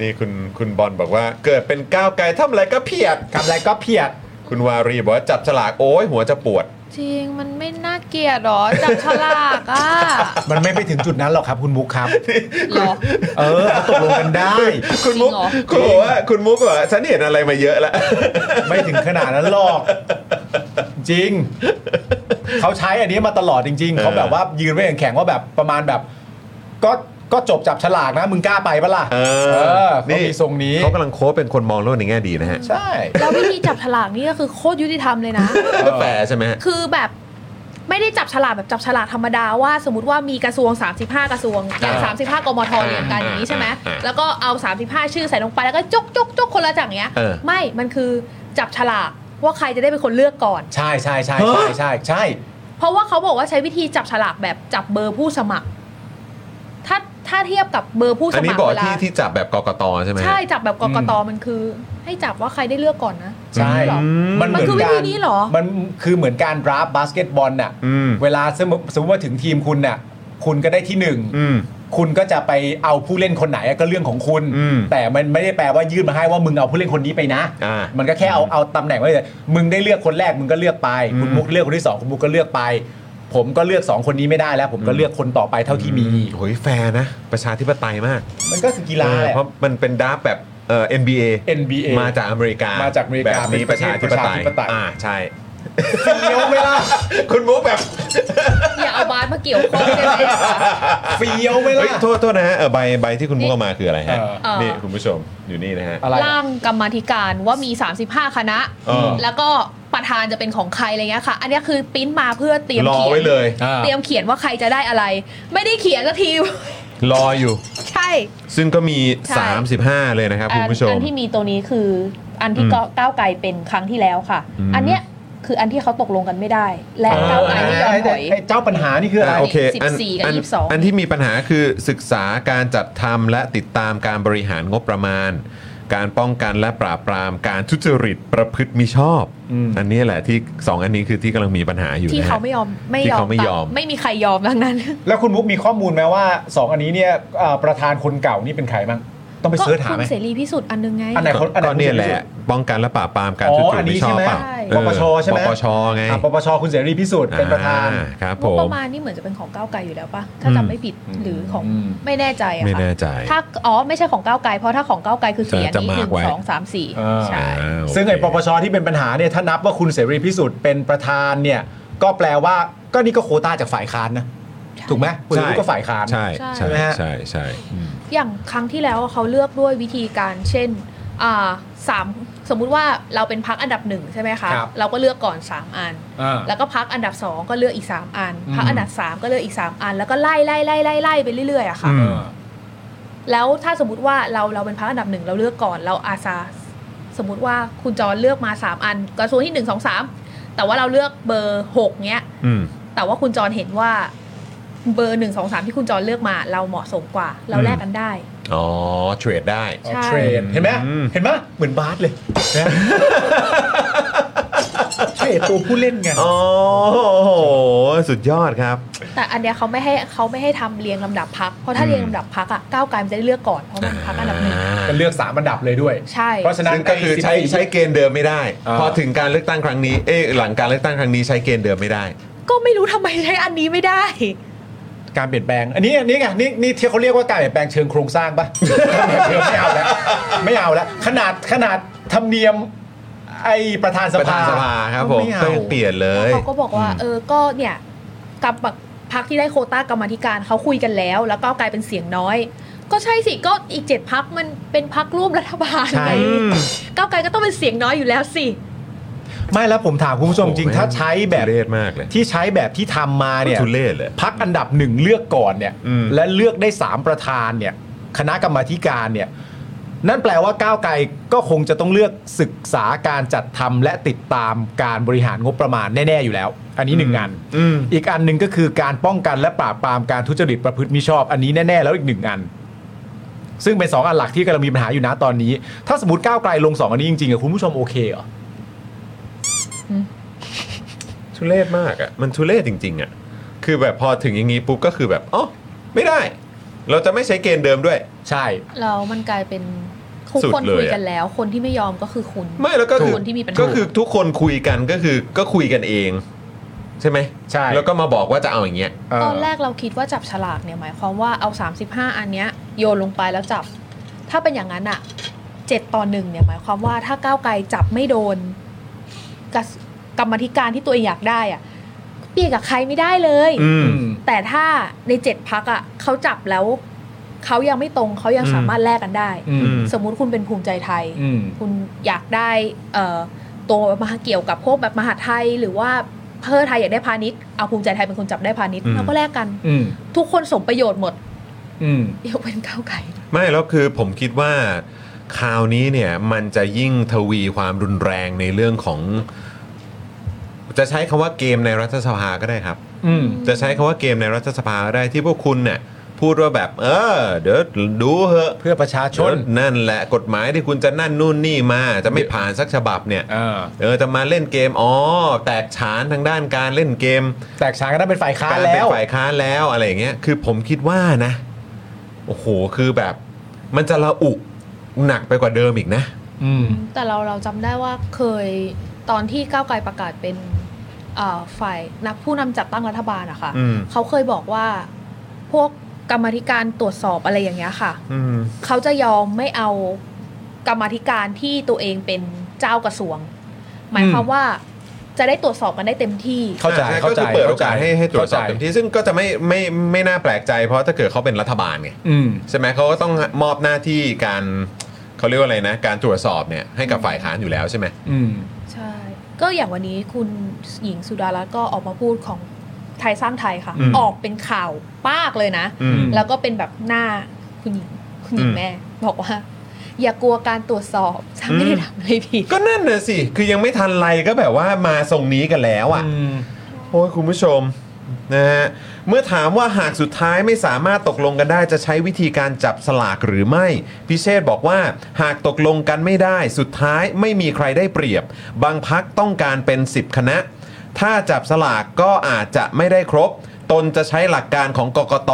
Speaker 2: นี่คุณคุณบอลบอกว่าเกิดเป็นก้าวไกลทำอะไรก็เพียด
Speaker 6: กับอะไรก็เพียด
Speaker 2: คุณวารีบอกว่าจับฉลากโอ้ยหัวจะปวด
Speaker 5: จริงมันไม่น่าเกลียดหรอจับฉลากอ่ะ
Speaker 6: มันไม่ไปถึงจุดนั้นหรอกครับคุณมุกครับ
Speaker 5: หรอ
Speaker 6: เออเขาตกลงกันได้
Speaker 2: คุณมุก
Speaker 5: จ
Speaker 2: คุ
Speaker 5: ริงเหรอ
Speaker 2: ณบอกว่าคุณมุกบอกว่าฉันเห็นอะไรมาเยอะแล้ว
Speaker 6: ไม่ถึงขนาดนั้นหรอก จริง เขาใช้อันนี้มาตลอดจริง ๆ เขาแบบว่ายืนไว้อย่างแข็งว่าแบบประมาณแบบ ก็ก็จบจับฉลากนะ มึงกล้าไปปะล่ะ
Speaker 2: เอ
Speaker 6: อเขามีทรงนี้
Speaker 2: เขากำลังโค้ชเป็นคนมองโลกในแง่ดีนะฮะ
Speaker 6: ใช่
Speaker 5: แล้ววิธีจับฉลากนี่ก็คือโคตรยุติธรรมเลยนะ
Speaker 2: แปลใช่ไหมฮะ
Speaker 5: คือแบบไม่ได้จับฉลากแบบจับฉลากธรรมดาว่า สมมติว่ามีกระทรวง 35 กระทรวงอย่าง
Speaker 2: อ่า
Speaker 5: 35 กมทเรียงกันอย่างนี้ใช่ไหม
Speaker 2: อ่า
Speaker 5: แล้วก็เอา 35 ชื่อใส่ลงไปแล้วก็จกจกจกคนละจากอย่างเงี้ย
Speaker 2: เออ
Speaker 5: ไม่มันคือจับฉลากว่าใครจะได้เป็นคนเลือกก่อน
Speaker 6: ใช่ใช่ใช่ใช่ใช่ใช่
Speaker 5: เพราะว่าเขาบอกว่าใช้วิธีจับฉลากแบบจับเบอร์ผู้สมัคร ถ้าถ้าเทียบกับเบอร์ผู้ส
Speaker 2: อันนี้
Speaker 5: มัคร
Speaker 2: บอก
Speaker 5: เวลา
Speaker 2: ที่ที่จับแบบกกตใช่ไหมฮะ
Speaker 5: ใช่จับแบบกกต
Speaker 6: อืม
Speaker 5: มันคือ ให้จับว่าใครได้เลือกก่อน
Speaker 2: (laughs)
Speaker 5: นะ
Speaker 6: ใช่
Speaker 5: เหรอ
Speaker 6: มันเหมือน
Speaker 5: มันคือวิ
Speaker 6: กา
Speaker 5: ธี
Speaker 6: ร
Speaker 5: นี้เหรอ
Speaker 6: มันคือเหมือนการดราฟบาสเกตบอลน่ะ
Speaker 2: อืม
Speaker 6: เวลาสมมติสมมติว่าถึงทีมคุณน่ะ คุณก็ได้ที่หนึ่ง
Speaker 2: อืม
Speaker 6: คุณก็จะไปเอาผู้เล่นคนไหนอะก็เรื่องของคุณ
Speaker 2: อืม
Speaker 6: แต่มันไม่ได้แปลว่ายื่นมาให้ว่ามึงเอาผู้เล่นคนนี้ไปนะ
Speaker 2: อ่า
Speaker 6: มันก็แค่เอาเอาตำแหน่งไว้เลยมึงได้เลือกคนแรกมึงก็เลือกไป
Speaker 2: อืม
Speaker 6: คุณมุกเลือกคนที่สองคุณมุกก็เลือกไป ผมก็เลือกสองคนนี้ไม่ได้แล้ว ผมก็
Speaker 2: อืม
Speaker 6: เลือกคนต่อไปเท่าที่มี
Speaker 2: โอ้ยแฟร์นะ ประชาธิปไตยมาก
Speaker 6: มันก็คือกีฬา
Speaker 2: เออ
Speaker 6: แหละ
Speaker 2: เพราะมันเป็นดราฟแบบเอ่อ NBA
Speaker 6: NBA
Speaker 2: มาจากอเมริกา
Speaker 6: มาจากอเมริกา
Speaker 2: แบบนี้
Speaker 6: เป็น
Speaker 2: ป
Speaker 6: ประ ระ
Speaker 2: ชาธิป
Speaker 6: เทศ
Speaker 2: ไตย
Speaker 6: ประชาธิปไตย
Speaker 2: อ่าใช่
Speaker 6: เฟี้ยวไหมล่ะ
Speaker 2: คุณมุกแบบ
Speaker 5: อย่าเอาบาสมาเกี่ยวข้องได้ไหม
Speaker 6: เฟี้ยวไหม
Speaker 2: เฮ้ย
Speaker 6: ล่ะ
Speaker 2: โทษโทษนะฮะเออใบใบที่คุณมุกเอามาคืออะไรฮะ
Speaker 5: เออ
Speaker 2: นี่คุณผู้ชมอยู่นี่นะฮะ
Speaker 6: อะไร
Speaker 5: ร่า
Speaker 6: อะ
Speaker 5: งกรรมาธิการว่ามี 35 คณะ
Speaker 2: เออ
Speaker 5: แล้วก็ประธานจะเป็นของใครอะไรเงี้ยค่ะ อันเนี้ยคือปริ้นมาเพื่อเตรียม
Speaker 2: รอ
Speaker 5: เขีย
Speaker 2: ไว้
Speaker 5: น
Speaker 2: เลย
Speaker 6: อ่า
Speaker 5: เตรียมเขียนว่าใครจะได้อะไร ไม่ได้เขียนสักที (laughs)
Speaker 2: รออยู่
Speaker 5: ใช่
Speaker 2: ซึ่งก็มี
Speaker 5: ใช่
Speaker 2: 35 เลยนะครับ คุณผู้ช
Speaker 5: อั
Speaker 2: ม
Speaker 5: ที่มีตัวนี้คืออันที่
Speaker 2: อืม
Speaker 5: ก้าวก้าวไกลเป็นครั้งที่แล้วค่ะ
Speaker 2: อืม
Speaker 5: อันเนี้ยคืออันที่เขาตกลงกันไม่ได้ และก้าวไกลไม่ยอมถอย
Speaker 6: ไอ้เจ้าปัญหานี่คืออะไร
Speaker 2: อ่ะโอเคอัน
Speaker 5: 14กับ
Speaker 2: อัน
Speaker 5: 22
Speaker 2: อันที่มีปัญหาคือศึกษาการจัดทำและติดตามการบริหารงบประมาณ การป้องกันและปราบปรามการทุจริตประพฤติมิชอบ อันนี้แหละที่สองอันนี้คือที่กำลังมีปัญหาอยู่
Speaker 5: ที่
Speaker 2: นะฮะ
Speaker 5: เขาไม่ยอมไม่
Speaker 2: ที่
Speaker 5: ยอม
Speaker 2: เขาไม่ยอม
Speaker 5: ไม่มีใครยอมทั้งนั้น
Speaker 6: แล้วคุณมุกมีข้อมูลไหมว่า 2 อันนี้เนี่ยเอ่อประธานคนเก่านี่เป็นใครบ้างต้องไป
Speaker 5: ก็
Speaker 6: เสิร์ชหา
Speaker 5: คุณ
Speaker 6: ไหม
Speaker 5: เสรีพิสุทธิ์อันนึงไง
Speaker 6: อันไหนคนอันไหน
Speaker 2: ก็เนี่ย
Speaker 6: คุณ
Speaker 2: แห
Speaker 6: สุ
Speaker 2: ละ
Speaker 6: ด
Speaker 2: ป้องกันและปราบปรามการ
Speaker 6: อ๋อ
Speaker 2: ทุจริต
Speaker 6: อันนี้
Speaker 2: มิชอบ
Speaker 6: ใช่ไหม
Speaker 2: เปล่า
Speaker 5: ใช่
Speaker 2: เออ
Speaker 6: ปปชใช่ไหม
Speaker 2: ปปชไง
Speaker 6: อ่ะปปชคุณเสรีพิสุทธิ์เป็นประธาน
Speaker 2: อ่ครับ
Speaker 5: ง
Speaker 2: ผ
Speaker 5: บป
Speaker 2: ม
Speaker 5: ระมาณนี่เหมือนจะเป็นของก้าวไกลอยู่แล้วปะถ้าจำไม่ผิดหรือของ
Speaker 6: อืม
Speaker 5: ไม่แน่ใจอะ
Speaker 2: ไม่
Speaker 5: ค่ะ
Speaker 2: แน่ใจ
Speaker 5: ถ้าอ๋อไม่ใช่ของก้าวไกลเพราะถ้าของก้าวไกลคือเสีย
Speaker 2: จะจะ
Speaker 5: นี้หนึ่
Speaker 2: มาร์ก
Speaker 5: ง
Speaker 2: ไว้
Speaker 5: สองสามสี่
Speaker 6: อ่า
Speaker 5: ใช่
Speaker 2: อ่าโเค
Speaker 6: ซึ่งไอ้ปปชที่เป็นปัญหาเนี่ยถ้านับว่าคุณเสรีพิสุทธิ์เป็นประธานเนี่ยก็แปลว่าก็นี่ก็โควต้าจากฝ่ายค้านนะถูกไหมคุณเสรีก็ฝ่ายค้าน
Speaker 2: ใช่
Speaker 5: ใช่
Speaker 2: ใช่
Speaker 6: ไหมฮะ
Speaker 2: ใช่ใช่
Speaker 5: อย่างครั้งที่แล้วเขาเลือกด้วยวิธีการเช่นอ่าสามสมมุติว่าเราเป็นพักอันดับหนึ่งใช่ไหมคะ
Speaker 6: ครับ
Speaker 5: เราก็เลือกก่อน 3 อัน
Speaker 6: อ่า
Speaker 5: แล้วก็พักอันดับ 2 ก็เลือกอีก 3 อัน
Speaker 6: อืม
Speaker 5: พักอันดับ 3 ก็เลือกอีก 3 อัน แล้วก็ไล่ไล่ไล่ไล่ไล่ไปเรื่อยๆอะค่ะ
Speaker 6: อืม
Speaker 5: แล้วถ้าสมมติว่าเราเราเป็นพักอันดับหนึ่งเราเลือกก่อนเราอาสาสมมติว่าคุณจรเลือกมา 3 อันกระทรวงที่ 1 2 3 แต่ว่าเราเลือกเบอร์6เนี้ย
Speaker 2: อืม
Speaker 5: แต่ว่าคุณจรเห็นว่าเบอร์หนึ่งสองสามที่คุณจรเลือกมา เราเหมาะสมกว่า เราแลกกันได้
Speaker 2: อ๋อ เทรดได้
Speaker 5: ใช่
Speaker 6: เทรนเห็นไหม
Speaker 2: อืม
Speaker 6: เห็นไหมเหมือนบาสเลยนะเทรดตัวผู้เล่นไง
Speaker 2: อ๋อสุดยอดครับ
Speaker 5: แต่อันเนี้ยเขาไม่ให้เขาไม่ให้ทำเรียงลำดับพักเพราะถ้า
Speaker 2: อืม
Speaker 5: เรียงลำดับพักอะก้าวไกลมันจะได้เลือกก่อนเพราะมันพักอันดับหนึ่ง
Speaker 6: มันเลือกสามอันดับเลยด้วย
Speaker 5: ใช่
Speaker 6: เพราะฉะนั้น
Speaker 2: ซึ่งก็คือใช้
Speaker 6: ไ14
Speaker 2: ใช้เกณฑ์เดิมไม่ได้
Speaker 6: อ่า
Speaker 2: พอถึงการเลือกตั้งครั้งนี้ เอ๊ะหลังการเลือกตั้งครั้งนี้ใช้เกณฑ์เดิมไม่ได้
Speaker 5: ก็ไม่รู้ทำไมใช้อันนี้ไม่ได้
Speaker 6: การเปลี่ยนแปลง อันนี้อันนี้ไงนี่นี่ที่เขาเรียกว่าการเปลี่ยนแปลงเชิงโครงสร้างปะ (laughs) ไม่เอาแล้วไม่เอาแล้วขนาดขนาดธรรมเนียมไอประธานส
Speaker 2: ประธา
Speaker 6: ภาน
Speaker 2: สภาครับผม
Speaker 6: ไม่เอา
Speaker 2: ต้องเปลี่ยนเลย
Speaker 5: เขาก็บอกว่า เออ ก็เนี่ยกับแบบพักที่ได้โควต้ากรรมาธิการเขาคุยกันแล้ว แล้วก็กลายเป็นเสียงน้อย ก็ใช่สิ ก็อีกเจ็ดพักมันเป็นพักร่วมรัฐบาล
Speaker 6: ใช่
Speaker 5: ไงก้าวไกลก็ต้องเป็นเสียงน้อยอยู่แล้วสิ
Speaker 6: ไม่แล้วผมถามคุณผู้ชมจริง
Speaker 2: โอ้โห
Speaker 6: ถ้าใช้แบบ
Speaker 2: ทุเรศมากเลย
Speaker 6: ที่ใช้แบบที่ทำมาเนี่ย
Speaker 2: ทุเรศเลย
Speaker 6: พักอันดับหนึ่งเลือกก่อนเนี่ย
Speaker 2: อืม
Speaker 6: และเลือกได้สามประธานเนี่ย คณะกรรมาธิการเนี่ย นั่นแปลว่าก้าวไกลก็คงจะต้องเลือกศึกษาการจัดทำและติดตามการบริหารงบประมาณแน่ๆอยู่แล้ว อันนี้หนึ่งงาน
Speaker 2: อืม
Speaker 6: อีกอันหนึ่งก็คือการป้องกันและปราบปรามการทุจริตประพฤติมิชอบ อันนี้แน่ ๆ แล้วอีกหนึ่งอัน ซึ่งเป็น 2 อันหลักที่กำลังมีปัญหาอยู่นะตอนนี้ ถ้าสมมติก้าวไกลลง 2 อันนี้จริงๆอะคุณผู้ชมโอเคเหรอ
Speaker 2: ทุเรศมากอะ่ะมันทุเรศจริง ๆอะ่ะคือแบบพอถึงอย่างนี้ปุ๊บก็คือแบบอ๋อไม่ได้ เราจะไม่ใช้เกณฑ์เดิมด้วย
Speaker 6: ใช่
Speaker 5: เรามันกลายเป็นทุก
Speaker 2: สุด
Speaker 5: คน
Speaker 2: เลย
Speaker 5: คุย
Speaker 2: อะ
Speaker 5: กันแล้ว คนที่ไม่ยอมก็คือคุณ
Speaker 2: ไม่แล้วก็คือ
Speaker 5: คนที่มีปัญหา
Speaker 2: ก็คือทุกคนคุยกันก็คือก็คุยกันเอง ใช่ไหม
Speaker 6: ใช่
Speaker 2: แล้วก็มาบอกว่าจะเอาอย่างเงี้ย
Speaker 6: เออ
Speaker 5: ตอนแรกเราคิดว่าจับฉลากเนี่ยหมายความว่าเอา 35 อันเนี้ยโยนลงไปแล้วจับ ถ้าเป็นอย่างนั้นอะเจ็ดต่อหนึ่งเนี่ยหมายความว่าถ้าก้าวไกลจับไม่โดนกับกรรมาธิการที่ตัวเองอยากได้อะเปรียบกับใครไม่ได้เลย
Speaker 2: อื
Speaker 6: อื
Speaker 2: ม
Speaker 6: ม
Speaker 5: แต่ถ้าในเจ็ดพักอะเขาจับแล้วเขายังไม่ตรงเขายัง
Speaker 2: อืม
Speaker 5: สามารถแลกกันได้
Speaker 6: อืม
Speaker 5: สมมุติคุณเป็นภูมิใจไทย
Speaker 6: อืม
Speaker 5: คุณอยากได้เอ่อตัวมาเกี่ยวกับพวกแบบมหาไทยหรือว่าเพื่อไทยอยากได้พาณิชย์เอาภูมิใจไทยเป็นคนจับได้พาณิชย์
Speaker 2: อืม
Speaker 5: เราก็แลกกัน
Speaker 6: อืม
Speaker 5: ทุกคนสมประโยชน์หมด
Speaker 6: อืม
Speaker 5: ยกเว้นก้าวไกล
Speaker 2: ไม่แล้วคือผมคิดว่าคราวนี้เนี่ยมันจะยิ่งทวีความรุนแรงในเรื่องของ จะใช้คำว่าเกมในรัฐสภาก็ได้ครับ
Speaker 6: อืม
Speaker 2: จะใช้คำว่าเกมในรัฐสภาก็ได้ที่พวกคุณเนี่ยพูดว่าแบบ เออ เดี๋ยวดูเหอะ
Speaker 6: เพื่อประชาชน
Speaker 2: นั่นแหละกฎหมายที่คุณจะนั่นนู่นนี่มาจะไม่ผ่านสักฉบับเนี่ย
Speaker 6: เออ
Speaker 2: เออจะมาเล่นเกมอ๋อแตกฉานทางด้านการเล่นเกม
Speaker 6: แตกฉานกันได้เป็นฝ่ายค้าน
Speaker 2: การเป็
Speaker 6: แล้
Speaker 2: น
Speaker 6: ว
Speaker 2: ฝ่ายค้านแล้วอะไรอย่างเงี้ย คือผมคิดว่านะ โอ้โห คือแบบ มันจะระอุหนักไปกว่าเดิมอีกนะ
Speaker 6: อืม
Speaker 5: แต่เราเราจำได้ว่าเคยตอนที่ก้าวไกลประกาศเป็นเอ่อฝ่ายนักผู้นำจัดตั้งรัฐบาลอะค่ะ
Speaker 2: อืม
Speaker 5: เขาเคยบอกว่าพวกกรรมาธิการตรวจสอบอะไรอย่างเงี้ยค่ะ
Speaker 2: อืม
Speaker 5: เขาจะยอมไม่เอากรรมาธิการที่ตัวเองเป็นเจ้ากระทรวง หมายความว่าจะได้ตรวจสอบกันได้เต็มที่
Speaker 6: เข้าใจ
Speaker 2: ช่
Speaker 6: เข้าใจ
Speaker 2: ก็คือเปิดโอ
Speaker 6: เข้าใจ
Speaker 2: กาสให้ให้ตรวจสอบ
Speaker 6: เข้าใจ
Speaker 2: เต็มที่ซึ่งก็จะไม่ไม่ไม่น่าแปลกใจ เพราะถ้าเกิดเขาเป็นรัฐบาลไง
Speaker 6: อืม
Speaker 2: ใช่ไหมเขาก็ต้องมอบหน้าที่การเขาเรียกว่าอะไรนะ การตรวจสอบเนี่ยให้กับฝ่ายค้านอยู่แล้วใช่ไหม
Speaker 6: อืม
Speaker 5: ใช่ ก็อย่างวันนี้คุณหญิงสุดารัตน์ก็ออกมาพูดของไทยสร้างไทยค่ะ
Speaker 6: อืม
Speaker 5: ออกเป็นข่าวปากเลยนะ
Speaker 2: อืม
Speaker 5: แล้วก็เป็นแบบหน้าคุณหญิงคุณหญิง
Speaker 2: อืม
Speaker 5: แม่ บอกว่า อย่ากลัวการตรวจสอบฉันไม่ได้ทำอะไรผิด
Speaker 2: ก็นั่นน่ะสิ คือยังไม่ทันไรก็แบบว่ามาทรงนี้กันแล้วอ่ะ
Speaker 6: อืม
Speaker 2: โอ้ยคุณผู้ชมนะฮะเมื่อถามว่าหากสุดท้ายไม่สามารถตกลงกันได้จะใช้วิธีการจับสลากหรือไม่ พิเชษบอกว่าหากตกลงกันไม่ได้ สุดท้ายไม่มีใครได้เปรียบ บางพักต้องการเป็น 10 คณะ ถ้าจับสลากก็อาจจะไม่ได้ครบ ตนจะใช้หลักการของกกต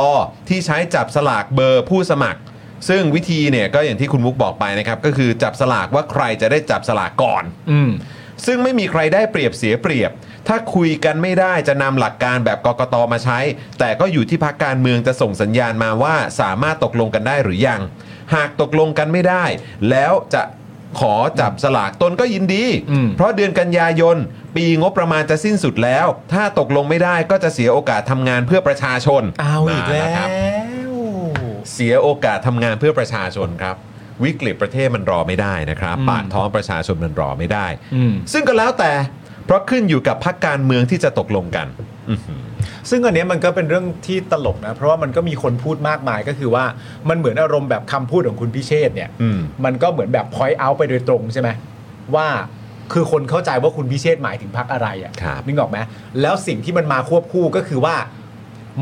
Speaker 2: ที่ใช้จับสลากเบอร์ผู้สมัคร ซึ่งวิธีเนี่ยก็อย่างที่คุณมุกบอกไปนะครับก็คือจับสลากว่าใครจะได้จับสลากก่อน
Speaker 6: อืม
Speaker 2: ซึ่งไม่มีใครได้เปรียบเสียเปรียบ ถ้าคุยกันไม่ได้จะนำหลักการแบบกกตมาใช้ แต่ก็อยู่ที่พักการเมืองจะส่งสัญญาณมาว่าสามารถตกลงกันได้หรือยัง หากตกลงกันไม่ได้ แล้วจะขอจับสลากตนก็ยินดี
Speaker 6: อืม
Speaker 2: เพราะเดือนกันยายน ปีงบประมาณจะสิ้นสุดแล้ว ถ้าตกลงไม่ได้ก็จะเสียโอกาสทำงานเพื่อประชาชน
Speaker 6: เอาอีก
Speaker 2: มา
Speaker 6: แล้
Speaker 2: ครั
Speaker 6: ว
Speaker 2: บ เสียโอกาสทำงานเพื่อประชาชนครับ วิกฤตประเทศมันรอไม่ได้นะครับ
Speaker 6: อืม
Speaker 2: ปากท้องประชาชนมันรอไม่ได้
Speaker 6: อืม
Speaker 2: ซึ่งก็แล้วแต่ เพราะขึ้นอยู่กับพรรคการเมืองที่จะตกลงกัน อื้อหือ
Speaker 6: ซึ่งอันเนี้ยมันก็เป็นเรื่องที่ตลกนะ เพราะว่ามันก็มีคนพูดมากมายก็คือว่ามันเหมือนอารมณ์แบบคำพูดของคุณพิเชษเนี่ย
Speaker 2: อืม
Speaker 6: นก็เหมือนแบบ point out ไปโดยตรงใช่ไหมว่าคือคนเข้าใจว่าคุณพิเชษหมายถึงพักอะไรอะ
Speaker 2: ครั่
Speaker 6: ะ
Speaker 2: บ
Speaker 6: นึกออกไหมแล้วสิ่งที่มันมาควบคู่ก็คือว่า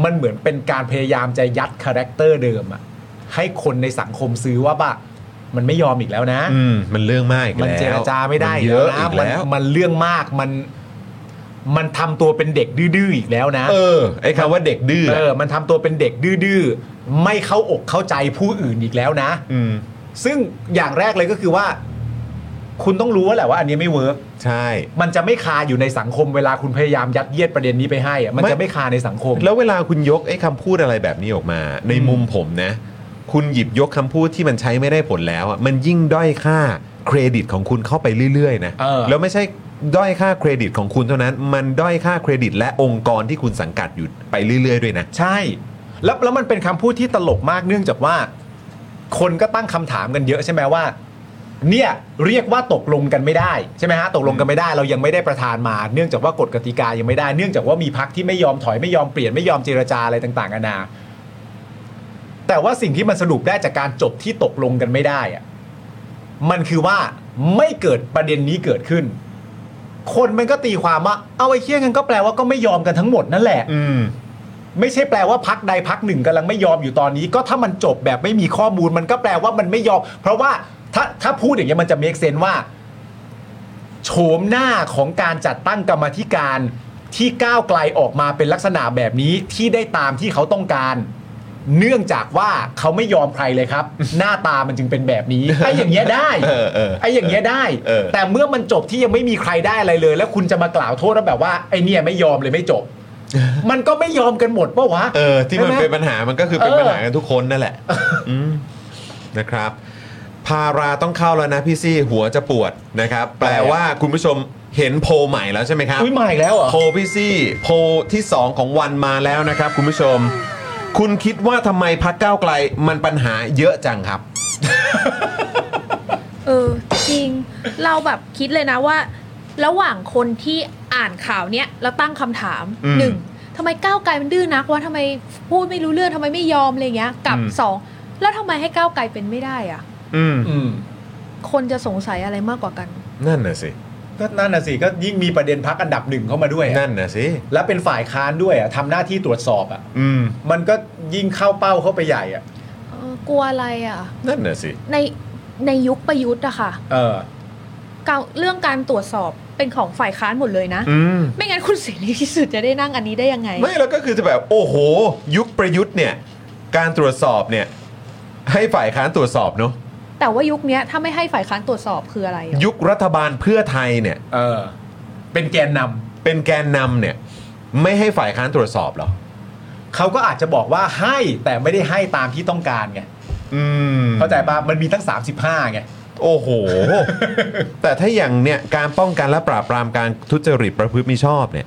Speaker 6: มันเหมือนเป็นการพยายามจะยัดคาแรคเตอร์เดิมอะให้คนในสังคมซื้อว่าบ้ามันไม่ยอมอีกแล้วนะ
Speaker 2: อืมมันเรื่องมากอีก
Speaker 6: มั
Speaker 2: แล้ว
Speaker 6: นเจรจาไม่ได้
Speaker 2: มัน
Speaker 6: ก
Speaker 2: เย
Speaker 6: แล้ว
Speaker 2: อะ
Speaker 6: นะ
Speaker 2: อีกแล้ว
Speaker 6: มันมันเรื่องมากมันมันทำตัวเป็นเด็กดื้อๆอีกแล้วนะ
Speaker 2: เออไอ้คำว่าเด็กดื้อ
Speaker 6: เออ มันทำตัวเป็นเด็กดื้อๆ ไม่เข้าอกเข้าใจผู้อื่นอีกแล้วนะ
Speaker 2: อืม
Speaker 6: ซึ่งอย่างแรกเลยก็คือว่า คุณต้องรู้แหละว่าอันนี้ไม่เวิร์ก
Speaker 2: ใช่
Speaker 6: มันจะไม่คาอยู่ในสังคมเวลาคุณพยายามยัดเยียดประเด็นนี้ไปให้อะมันจะไม่คาในสังคม
Speaker 2: แล้วเวลาคุณยกไอ้คำพูดอะไรแบบนี้ออกมา ในมุมผมนะ คุณหยิบยกคำพูดที่มันใช้ไม่ได้ผลแล้วอะมันยิ่งด้อยค่าเครดิตของคุณเข้าไปเรื่อยๆนะ
Speaker 6: เออ
Speaker 2: แล้วไม่ใช่ด้อยค่าเครดิตของคุณเท่านั้น มันด้อยค่าเครดิต และองค์กรที่คุณสังกัดอยู่ไปเรื่อยๆด้วยนะ
Speaker 6: ใช่ แล้วแล้วมันเป็นคำพูดที่ตลกมากเนื่องจากว่า คนก็ตั้งคำถามกันเยอะใช่ไหมว่า เนี่ยเรียกว่าตกลงกันไม่ได้ใช่ไหมฮะตกลงกันไม่ได้ เรายังไม่ได้ประธานมา เนื่องจากว่ากฎกติกายังไม่ได้เนื่องจากว่ามีพักที่ไม่ยอมถอยไม่ยอมเปลี่ยนไม่ยอมเจรจาอะไรต่างๆนานา แต่ว่าสิ่งที่มันสรุปได้จากการจบที่ตกลงกันไม่ได้อะมันคือว่าไม่เกิดประเด็นนี้เกิดขึ้น คนมันก็ตีความว่าเอาไอ้เชี่ยงันก็แปลว่าก็ไม่ยอมกันทั้งหมดนั่นแหละ
Speaker 2: อืม
Speaker 6: ไม่ใช่แปลว่าพักใดพักหนึ่งกำลังไม่ยอมอยู่ตอนนี้ ก็ถ้ามันจบแบบไม่มีข้อมูลมันก็แปลว่ามันไม่ยอม เพราะว่าถ้าถ้าพูดอย่างเงี้ยมันจะ make sense ว่า โฉมหน้าของการจัดตั้งกรรมาธิการที่ก้าวไกลออกมาเป็นลักษณะแบบนี้ที่ได้ตามที่เขาต้องการ เนื่องจากว่าเขาไม่ยอมใครเลย
Speaker 2: (laughs)
Speaker 6: ครับ หน้าตามันจึงเป็นแบบนี้ไอ้อย่างเงี้ยได้
Speaker 2: เออเออ
Speaker 6: ไอ้อย่างเงี้ยได้
Speaker 2: เออ
Speaker 6: แต่เมื่อมันจบที่ยังไม่มีใครได้อะไรเลย แล้วคุณจะมากล่าวโทษว่าแบบว่าไอ้เนี่ยไม่ยอมเลยไม่จบ มันก็ไม่ยอมกันหมดปะวะ
Speaker 2: เออที่มัน
Speaker 6: ใช่ไหม
Speaker 2: เป็นปัญหามันก็คือเป็น
Speaker 6: เออ
Speaker 2: ปัญหากันทุกคนนั่นแหละอืมนะครับ พาราต้องเข้าแล้วนะพี่ซี่หัวจะปวดนะครับ แปลว่าคุณผู้ชมเห็นโพลใหม่แล้วใช่ไหมครับ
Speaker 6: อุ้ยมาอีกแล้วเหรอ
Speaker 2: โพลพี่ซี่โพลที่ 2 ของวันมาแล้วนะครับ คุณผู้ชม คุณคิดว่าทำไมพักก้าวไกลมันปัญหาเยอะจังครับ
Speaker 5: เออจริงเราแบบคิดเลยนะว่า ระหว่างคนที่อ่านข่าวเนี้ยแล้วตั้งคำถาม
Speaker 2: อืม
Speaker 5: หนึ่งทำไมก้าวไกลมันดื้อนักวะทำไมพูดไม่รู้เรื่องทำไมไม่ยอมอะไรอย่างเงี้ยกับ
Speaker 2: อืม
Speaker 5: สองแล้วทำไมให้ก้าวไกลเป็นไม่ได้อ่ะ
Speaker 2: อืม
Speaker 6: อืม
Speaker 5: คนจะสงสัยอะไรมากกว่ากัน
Speaker 2: นั่นน่ะสิ
Speaker 6: ก็นั่นน่ะสิก็ยิ่งมีประเด็นพักอันดับหนึ่งเข้ามาด้วยอะ
Speaker 2: นั่นน่ะสิ
Speaker 6: และเป็นฝ่ายค้านด้วยอะทำหน้าที่ตรวจสอบอ่ะ
Speaker 2: อืม
Speaker 6: มันก็ยิ่งเข้าเป้าเข้าไปใหญ่อ่ะ
Speaker 5: เออกลัวอะไรอ่ะ
Speaker 2: นั่นน่ะสิ
Speaker 5: ในในยุคประยุทธ์อะค่ะ
Speaker 6: เออ
Speaker 5: เก่าเรื่องการตรวจสอบเป็นของฝ่ายค้านหมดเลยนะ
Speaker 2: อืม
Speaker 5: ไม่งั้นคุณเสรีพิสุทธิ์จะได้นั่งอันนี้ได้ยังไง
Speaker 2: ไม่แล้วก็คือจะแบบโอ้โห ยุคประยุทธ์เนี่ย การตรวจสอบเนี่ย ให้ฝ่ายค้านตรวจสอบเนอะ
Speaker 5: แต่ว่ายุคเนี้ยถ้าไม่ให้ฝ่ายค้านตรวจสอบคืออะไรอะ
Speaker 2: ยุครัฐบาลเพื่อไทยเนี่ย
Speaker 6: เออ เป็นแกนนำ
Speaker 2: เป็นแกนนำเนี่ย ไม่ให้ฝ่ายค้านตรวจสอบเหรอ
Speaker 6: เขาก็อาจจะบอกว่าให้แต่ไม่ได้ให้ตามที่ต้องการไง
Speaker 2: อืม
Speaker 6: เข้าใจป่ะ มันมีตั้ง 35ไง
Speaker 2: โอ้โห แต่ถ้าอย่างเนี่ยการป้องกันและปราบปรามการทุจริตประพฤติมิชอบเนี่ย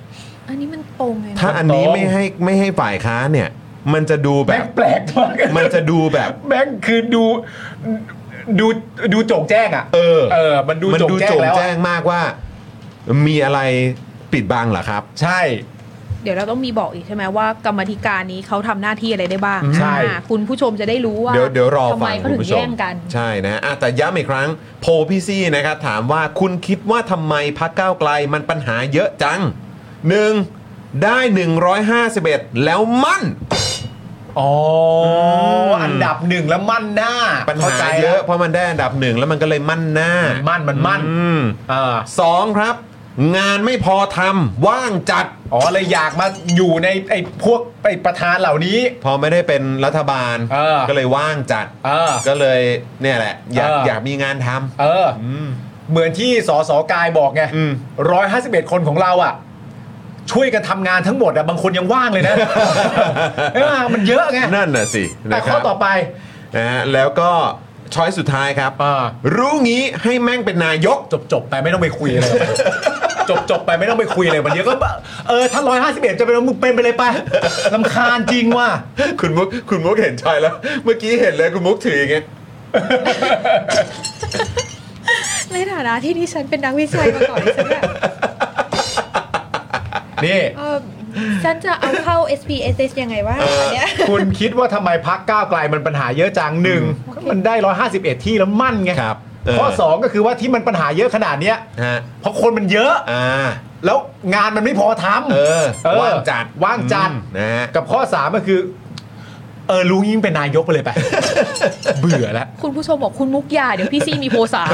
Speaker 5: อันนี้มันตรงเลยนะ
Speaker 2: ถ้าอันนี้ไม่ให้ไม่ให้ฝ่ายค้านเนี่ย มันจะดูแบ
Speaker 6: แม่ง
Speaker 2: บ
Speaker 6: แปลกมาก
Speaker 2: มันจะดูแบบ
Speaker 6: แม่งคือดู ดูดูโจงแจ้งอ่ะ
Speaker 2: เออ
Speaker 6: เออ มันดู
Speaker 2: มัน
Speaker 6: โจง
Speaker 2: ดู
Speaker 6: แจ้ง
Speaker 2: โจง
Speaker 6: แล้ว
Speaker 2: แจ้
Speaker 6: อะ
Speaker 2: งมากว่า มีอะไรปิดบังเหรอครับ
Speaker 6: ใช่
Speaker 5: เดี๋ยวเราต้องมีบอกอีกใช่ไหมว่ากรรมธิการนี้เขาทำหน้าที่อะไรได้บ้าง
Speaker 6: ใช่
Speaker 5: อ่าคุณผู้ชมจะได้รู้ว่า
Speaker 2: เดี๋ยวเดี๋ยวรอ
Speaker 5: ทำ
Speaker 2: ฟั
Speaker 5: ไม
Speaker 2: ง
Speaker 5: เขา
Speaker 2: คุณ
Speaker 5: ถึง
Speaker 2: ผู้ชม
Speaker 5: แย่งกัน
Speaker 2: ใช่นะอ่ะแต่ย้ำอีกครั้งโพลพี่ซี่นะครับถามว่าคุณคิดว่าทำไมพักก้าวไกลมันปัญหาเยอะจัง 1. ได้ 151 แล้วมั่น
Speaker 6: อ๋ออันดับหนึ่งแล้วมั่นหน้า
Speaker 2: ปัญ
Speaker 6: ข้
Speaker 2: หา
Speaker 6: ใจ
Speaker 2: เย
Speaker 6: แล้
Speaker 2: อะ
Speaker 6: ว
Speaker 2: เพราะมันได้อันดับหนึ่งแล้วมันก็เลยมั่นหน้า
Speaker 6: มั่นมันมั่น
Speaker 2: อืม
Speaker 6: เออ
Speaker 2: สองครับ งานไม่พอทำว่างจัด
Speaker 6: อ๋อเลยอยากมาอยู่ในไอ้พวกไอ้ประธานเหล่านี้
Speaker 2: พอไม่ได้เป็นรัฐบาล
Speaker 6: เออ
Speaker 2: ก็เลยว่างจัด
Speaker 6: เออ
Speaker 2: ก็เลยเนี่ยแหละ อยาก
Speaker 6: เอออ
Speaker 2: อยากมี (laughs) งานท
Speaker 6: เออ
Speaker 2: ำอืม
Speaker 6: เหมือนที่สสกายบอกไง
Speaker 2: อืม
Speaker 6: ร้อยห้าสิบเอ็ดคนของเราอ่ะ ช่วยกันทำงานทั้งหมดอ่ะ บางคนยังว่างเลย
Speaker 2: (laughs)
Speaker 6: นะ เออมันเยอะไง
Speaker 2: นั่นน่ะสิ
Speaker 6: แต่
Speaker 2: นะค
Speaker 6: ข้
Speaker 2: รั
Speaker 6: อบ ต่อไป
Speaker 2: นะฮะแล้วก็ช้อยสุดท้ายครับ
Speaker 6: อ่า
Speaker 2: รู้งี้ให้แม่งเป็นนายก
Speaker 6: จบจบๆไปไม่ต้องไปคุยเลย จ (laughs) บจบๆไปไม่ต้องไปคุยเลยมันเดี๋ยอะก็เออถ้าร้อยห้าสิบเอ็ดจะเป็นมึงเป็นไป (laughs) เลยไปลำคาญจริงว่ะ
Speaker 2: คุณมุกคุณมุกเห็นช้อยแล้ว เมื่อกี้เห็นเลยคุณมุกถืออย่างเงี้ย
Speaker 5: ในฐานะที่ดิฉันเป็นนักวิจัยมาก่อนดิฉันแบบ
Speaker 6: นี่
Speaker 5: เออฉันจะเอาเข้า SPSS ยังไงวะอันเนี้ย
Speaker 6: คุณคิดว่าทำไมพักก้าวไกลมันปัญหาเยอะจังหนึ่งมันได้ 151 ที่แล้วมั่นไง
Speaker 2: ครับเ
Speaker 6: ข้อ 2 ก็คือว่าที่มันปัญหาเยอะขนาดเนี้ย
Speaker 2: ฮะ
Speaker 6: เพราะคนมันเยอะ
Speaker 2: อ่า
Speaker 6: แล้วงานมันไม่พอทำ
Speaker 2: เออ
Speaker 6: เออ
Speaker 2: ว่างจัด
Speaker 6: ว่างจัด
Speaker 2: อืมนะฮะ (laughs)
Speaker 6: กับข้อ 3 ก็คือ เออลุงยิ่งเป็นนายกไปเลยไป (laughs) เบื่อแล้ว
Speaker 5: คุณผู้ชมบอกคุณมุกยาเดี๋ยวพี่ซี่มีโพสาม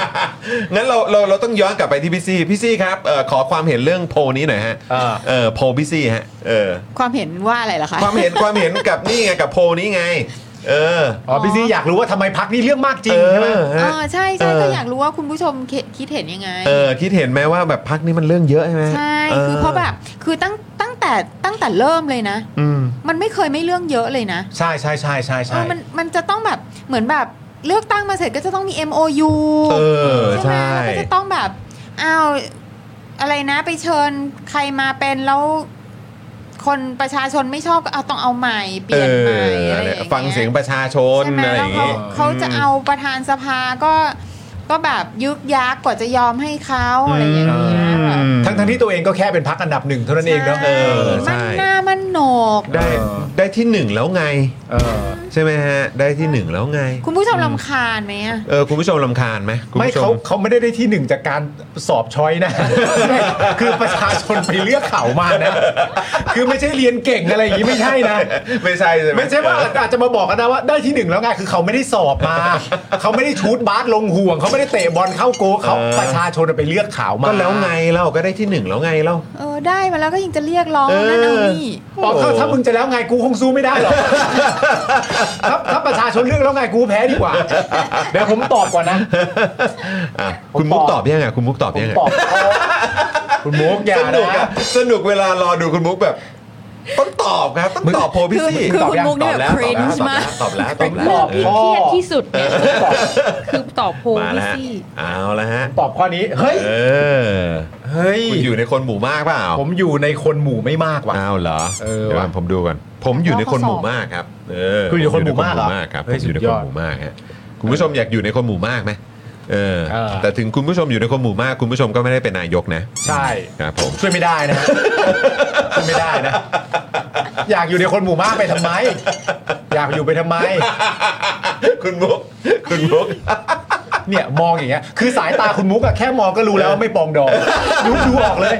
Speaker 2: (laughs) งั้นเราเราเราต้องย้อนกลับไปที่พี่ซี่พี่ซี่ครับเอ่อขอความเห็นเรื่องโพลนี้หน่อยฮะ
Speaker 6: อ่า
Speaker 2: เออโพลพี่ซี่ฮะเออ
Speaker 7: ความเห็นว่าอะไรล่ะคะ
Speaker 2: ความเห็น ความเห็นกับนี่ไงกับโพลนี้ไง เออ
Speaker 6: อ๋อพี่ซี่อยากรู้ว่าทำไมพักนี่เรื่องมากจริง
Speaker 2: เอ
Speaker 6: ใช่ไหม
Speaker 2: อ
Speaker 7: เอ
Speaker 2: ฮะ
Speaker 7: อใช่ใช่
Speaker 2: เอ
Speaker 7: ก็
Speaker 2: ออ
Speaker 7: อยากรู้ว่าคุณผู้ชมคิดคิดเห็นยังไง
Speaker 2: เออคิดเห็นไหมว่าแบบพักนี้มันเรื่องเยอะใช่ไหม
Speaker 7: ใช่คือเพราะแบบคือตั้งตั้งแต่ตั้งแต่เริ่มเลยนะ
Speaker 2: อืม
Speaker 7: มันไม่เคยไม่เรื่องเยอะเลยนะ
Speaker 6: ใช่ใช่ใช่ใช่
Speaker 7: เอ
Speaker 6: ใช่
Speaker 7: อมันมันจะต้องแบบเหมือนแบบเลือกตั้งมาเสร็จก็จะต้องมี MOU
Speaker 2: เออ
Speaker 7: ใช่ไหม
Speaker 2: ใช่
Speaker 7: แล้วก็จะต้องแบบอ้าวอะไรนะไปเชิญใครมาเป็นแล้ว คนประชาชนไม่ชอบก็เอาต้องเอาใหม่เป
Speaker 2: เอ
Speaker 7: ลี่ยนใหม่
Speaker 2: อ
Speaker 7: อะไรอย่าง
Speaker 2: เนี่ย
Speaker 7: เงี้ย
Speaker 2: ฟังเสียงประชาชน
Speaker 7: ใช่ไหม
Speaker 2: อะไรอ
Speaker 7: แล้ว
Speaker 2: ย่าง
Speaker 7: เขา
Speaker 2: งี้
Speaker 7: เขาจะเอาประธานสภาก็ก็แบบยึกยักกว่าจะยอมให้เขาอะไรอย่างเงี้ยแบบ
Speaker 2: อืม
Speaker 6: ทั้งทั้งๆที่ตัวเองก็แค่เป็นพักอันดับหนึ่งเท่านั้นเองเนาะ
Speaker 7: ใช่มันหน้ามันโหนก
Speaker 2: ได้ได้ที่หนึ่งแล้วไง
Speaker 6: เออ
Speaker 2: ใช่ไหมฮะ ได้ที่หนึ่งแล้วไง
Speaker 7: คุณผู้ชมลำคาญไหมอะ
Speaker 2: เออคุณผู้ชมลำคาญไหมคุณ
Speaker 6: ไม่
Speaker 2: ผู้ช
Speaker 6: เขา
Speaker 2: ม
Speaker 6: เขาไม่ได้ได้ที่หนึ่งจากการสอบช้อยนะ (laughs) คือประชาชนไปเลือกเขามานะ คือไม่ใช่เรียนเก่งอะไรอย่างนี้ไม่ใช่นะ
Speaker 2: ไม่ใช่ใช่ไหม
Speaker 6: ไม่ใช่ว่าอาจจะมาบอกกันนะว่าได้ที่หนึ่งแล้วไงคือเขาไม่ได้สอบมา (laughs) เขาไม่ได้ชูดบาสลงห่วง เขาไม่ได้เตะบอลเข้าโกลเขาประชาชนไปเลือกเขามา
Speaker 2: ก็แล้วไงเราก็ได้ที่หนึ่งแล้วไงเรา
Speaker 7: เออได้มาแล้วก็ยังจะเรียกร้องนั่นเอานี่
Speaker 6: บอกเขาถ้ามึงจะแล้วไงกูคงสู้ไม่ได้หรอก (laughs) ถ้าถ้าประชาชนเลือกแล้วไงกูแพ้ดีกว่าเดี๋ยวผมตอบก่อนนะ
Speaker 2: อ่ะคุณมุก
Speaker 6: ผม
Speaker 2: ต
Speaker 6: ต
Speaker 2: อ
Speaker 6: อ
Speaker 2: บบ ยังไงคุณมุกตอบ
Speaker 6: ผม
Speaker 2: ยังไง
Speaker 6: ตอบเขาคุณมุกอย่า
Speaker 2: สนุกอะ
Speaker 6: นะ
Speaker 2: สนุกเวลารอดูคุณมุกแบบ ต้องตอบครับต้องตอบโพ
Speaker 7: คื
Speaker 2: พี่
Speaker 7: อ
Speaker 2: ซี่
Speaker 7: คือ
Speaker 6: ตอบ
Speaker 7: คุณ
Speaker 6: ยัง
Speaker 7: มุก
Speaker 2: ต
Speaker 7: เนี่
Speaker 2: อย บ
Speaker 7: แบบ
Speaker 2: แล้ว
Speaker 7: ครินช์มาก
Speaker 2: ตอบแล้วตอบแล้วต
Speaker 6: ต
Speaker 2: อ
Speaker 6: อ
Speaker 2: บบ แล้ว
Speaker 6: พ่อ
Speaker 5: เครียดที่สุดเนี่ยคือตอบโพล
Speaker 2: มา
Speaker 5: พี่
Speaker 2: แล้วฮะ
Speaker 5: ซี่
Speaker 2: เอาแล้วฮะ
Speaker 6: ตอบข้อนี้เฮ้ย
Speaker 2: เออ
Speaker 6: เฮ้ย
Speaker 2: คุณอยู่ในคนหมู่มากเปล่า
Speaker 6: ผมอยู่ในคนหมู่ไม่มากว่ะ
Speaker 2: อ้าวเหรอ
Speaker 6: เออ
Speaker 2: เดี๋ยว
Speaker 6: ว่ะ
Speaker 2: ผมดูก่อนผมอยู่ในคนหมู่มากครับเออ
Speaker 6: คุณอยู่ในคนห
Speaker 2: ผม
Speaker 6: มู่ากเหรอ
Speaker 2: ครับผ
Speaker 6: เฮ้ย
Speaker 2: มอยู่ในค
Speaker 6: สุดย
Speaker 2: น
Speaker 6: อด
Speaker 2: หมู่มากฮะคุณผู้ชมอยากอยู่ในคนหมู่มากไหมเออ
Speaker 6: เออ
Speaker 2: แต่ถึงคุณผู้ชมอยู่ในคนหมู่มาก คุณผู้ชมก็ไม่ได้เป็นนายกนะ
Speaker 6: ใช่
Speaker 2: ครับผม (laughs)
Speaker 6: ช่วยไม่ได้นะ ช่วยไม่ได้นะ อยากอยู่ในคนหมู่มากไปทำไม อยากอยู่ไปทำไม
Speaker 2: คุณมุก คุณมุก
Speaker 6: เนี่ยมองอย่างเงี้ย คือสายตาคุณมุกอะแค่มองก็รู้แล้วว่าไม่ปองดองรู้ดูออกเลย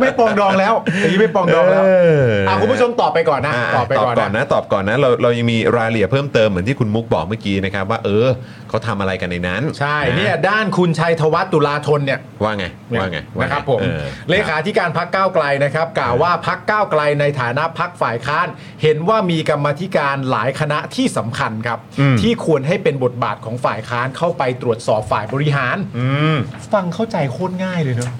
Speaker 6: ไม่ปองดองแล้วอย่างนี้ไม่ปองดองแล้ว
Speaker 2: เออ
Speaker 6: อ่ะคุณผู้ชมตอบไปก่อนนะ
Speaker 2: อ่ะ
Speaker 6: ตอบไป
Speaker 2: ตอบ
Speaker 6: ก่อน
Speaker 2: ก่อน
Speaker 6: นะ
Speaker 2: นะตอบก่อนนะเราเรายังมีรายละเอียดเพิ่มเติมเหมือนที่คุณมุกบอกเมื่อกี้นะครับ ว่าเออเขาทำอะไรกันในนั้น
Speaker 6: ใช่
Speaker 2: ะ
Speaker 6: เนี่ยด้านคุณชัยธวัฒน์ตุลาธนเนี่ย
Speaker 2: ว่าไงว่าไงว่าไง
Speaker 6: นะครับผม
Speaker 2: ออ
Speaker 6: เลขาธิการพักก้าวไกลนะครับ กล่าวว่าพักก้าวไกลในฐานะพักฝ่ายค้าน เห็นว่ามีกรรมาธิการหลายคณะที่สำคัญครับ ที่ควรให้เป็นบทบาทของฝ่ายค้านเข้าไปตรวจสอบฝ่ายบริหาร
Speaker 2: อืม
Speaker 6: ฟังเข้าใจโคตรง่ายเลยเนอะ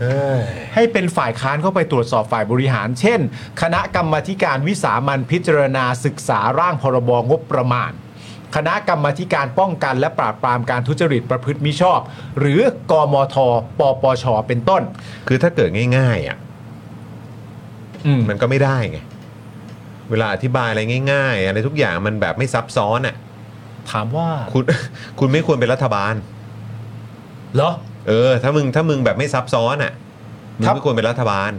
Speaker 6: ให้เป็นฝ่ายค้านเข้าไปตรวจสอบฝ่ายบริหาร เช่น คณะกรรมาธิการวิสามันพิจารณาศึกษาร่างพรบงบประมาณ คณะกรรมาธิการป้องกันและปราบปรามการทุจริตประพฤติมิชอบ หรือกมทปปชเป็นต้น
Speaker 2: คือถ้าเกิดง่าย ๆอ่ะมันก็ไม่ได้ไงเวลาอธิบายอะไรง่าย ๆ อะไรทุกอย่างมันแบบไม่ซับซ้อนอ่ะ
Speaker 6: ถามว่า
Speaker 2: คุณ (laughs) คุณไม่ควรเป็นรัฐบาล
Speaker 6: เหรอ
Speaker 2: เออ ถ้ามึงถ้ามึงแบบไม่ซับซ้อนอ่ะมึง
Speaker 6: ครับ
Speaker 2: ไม่ควรเป็นรัฐบาล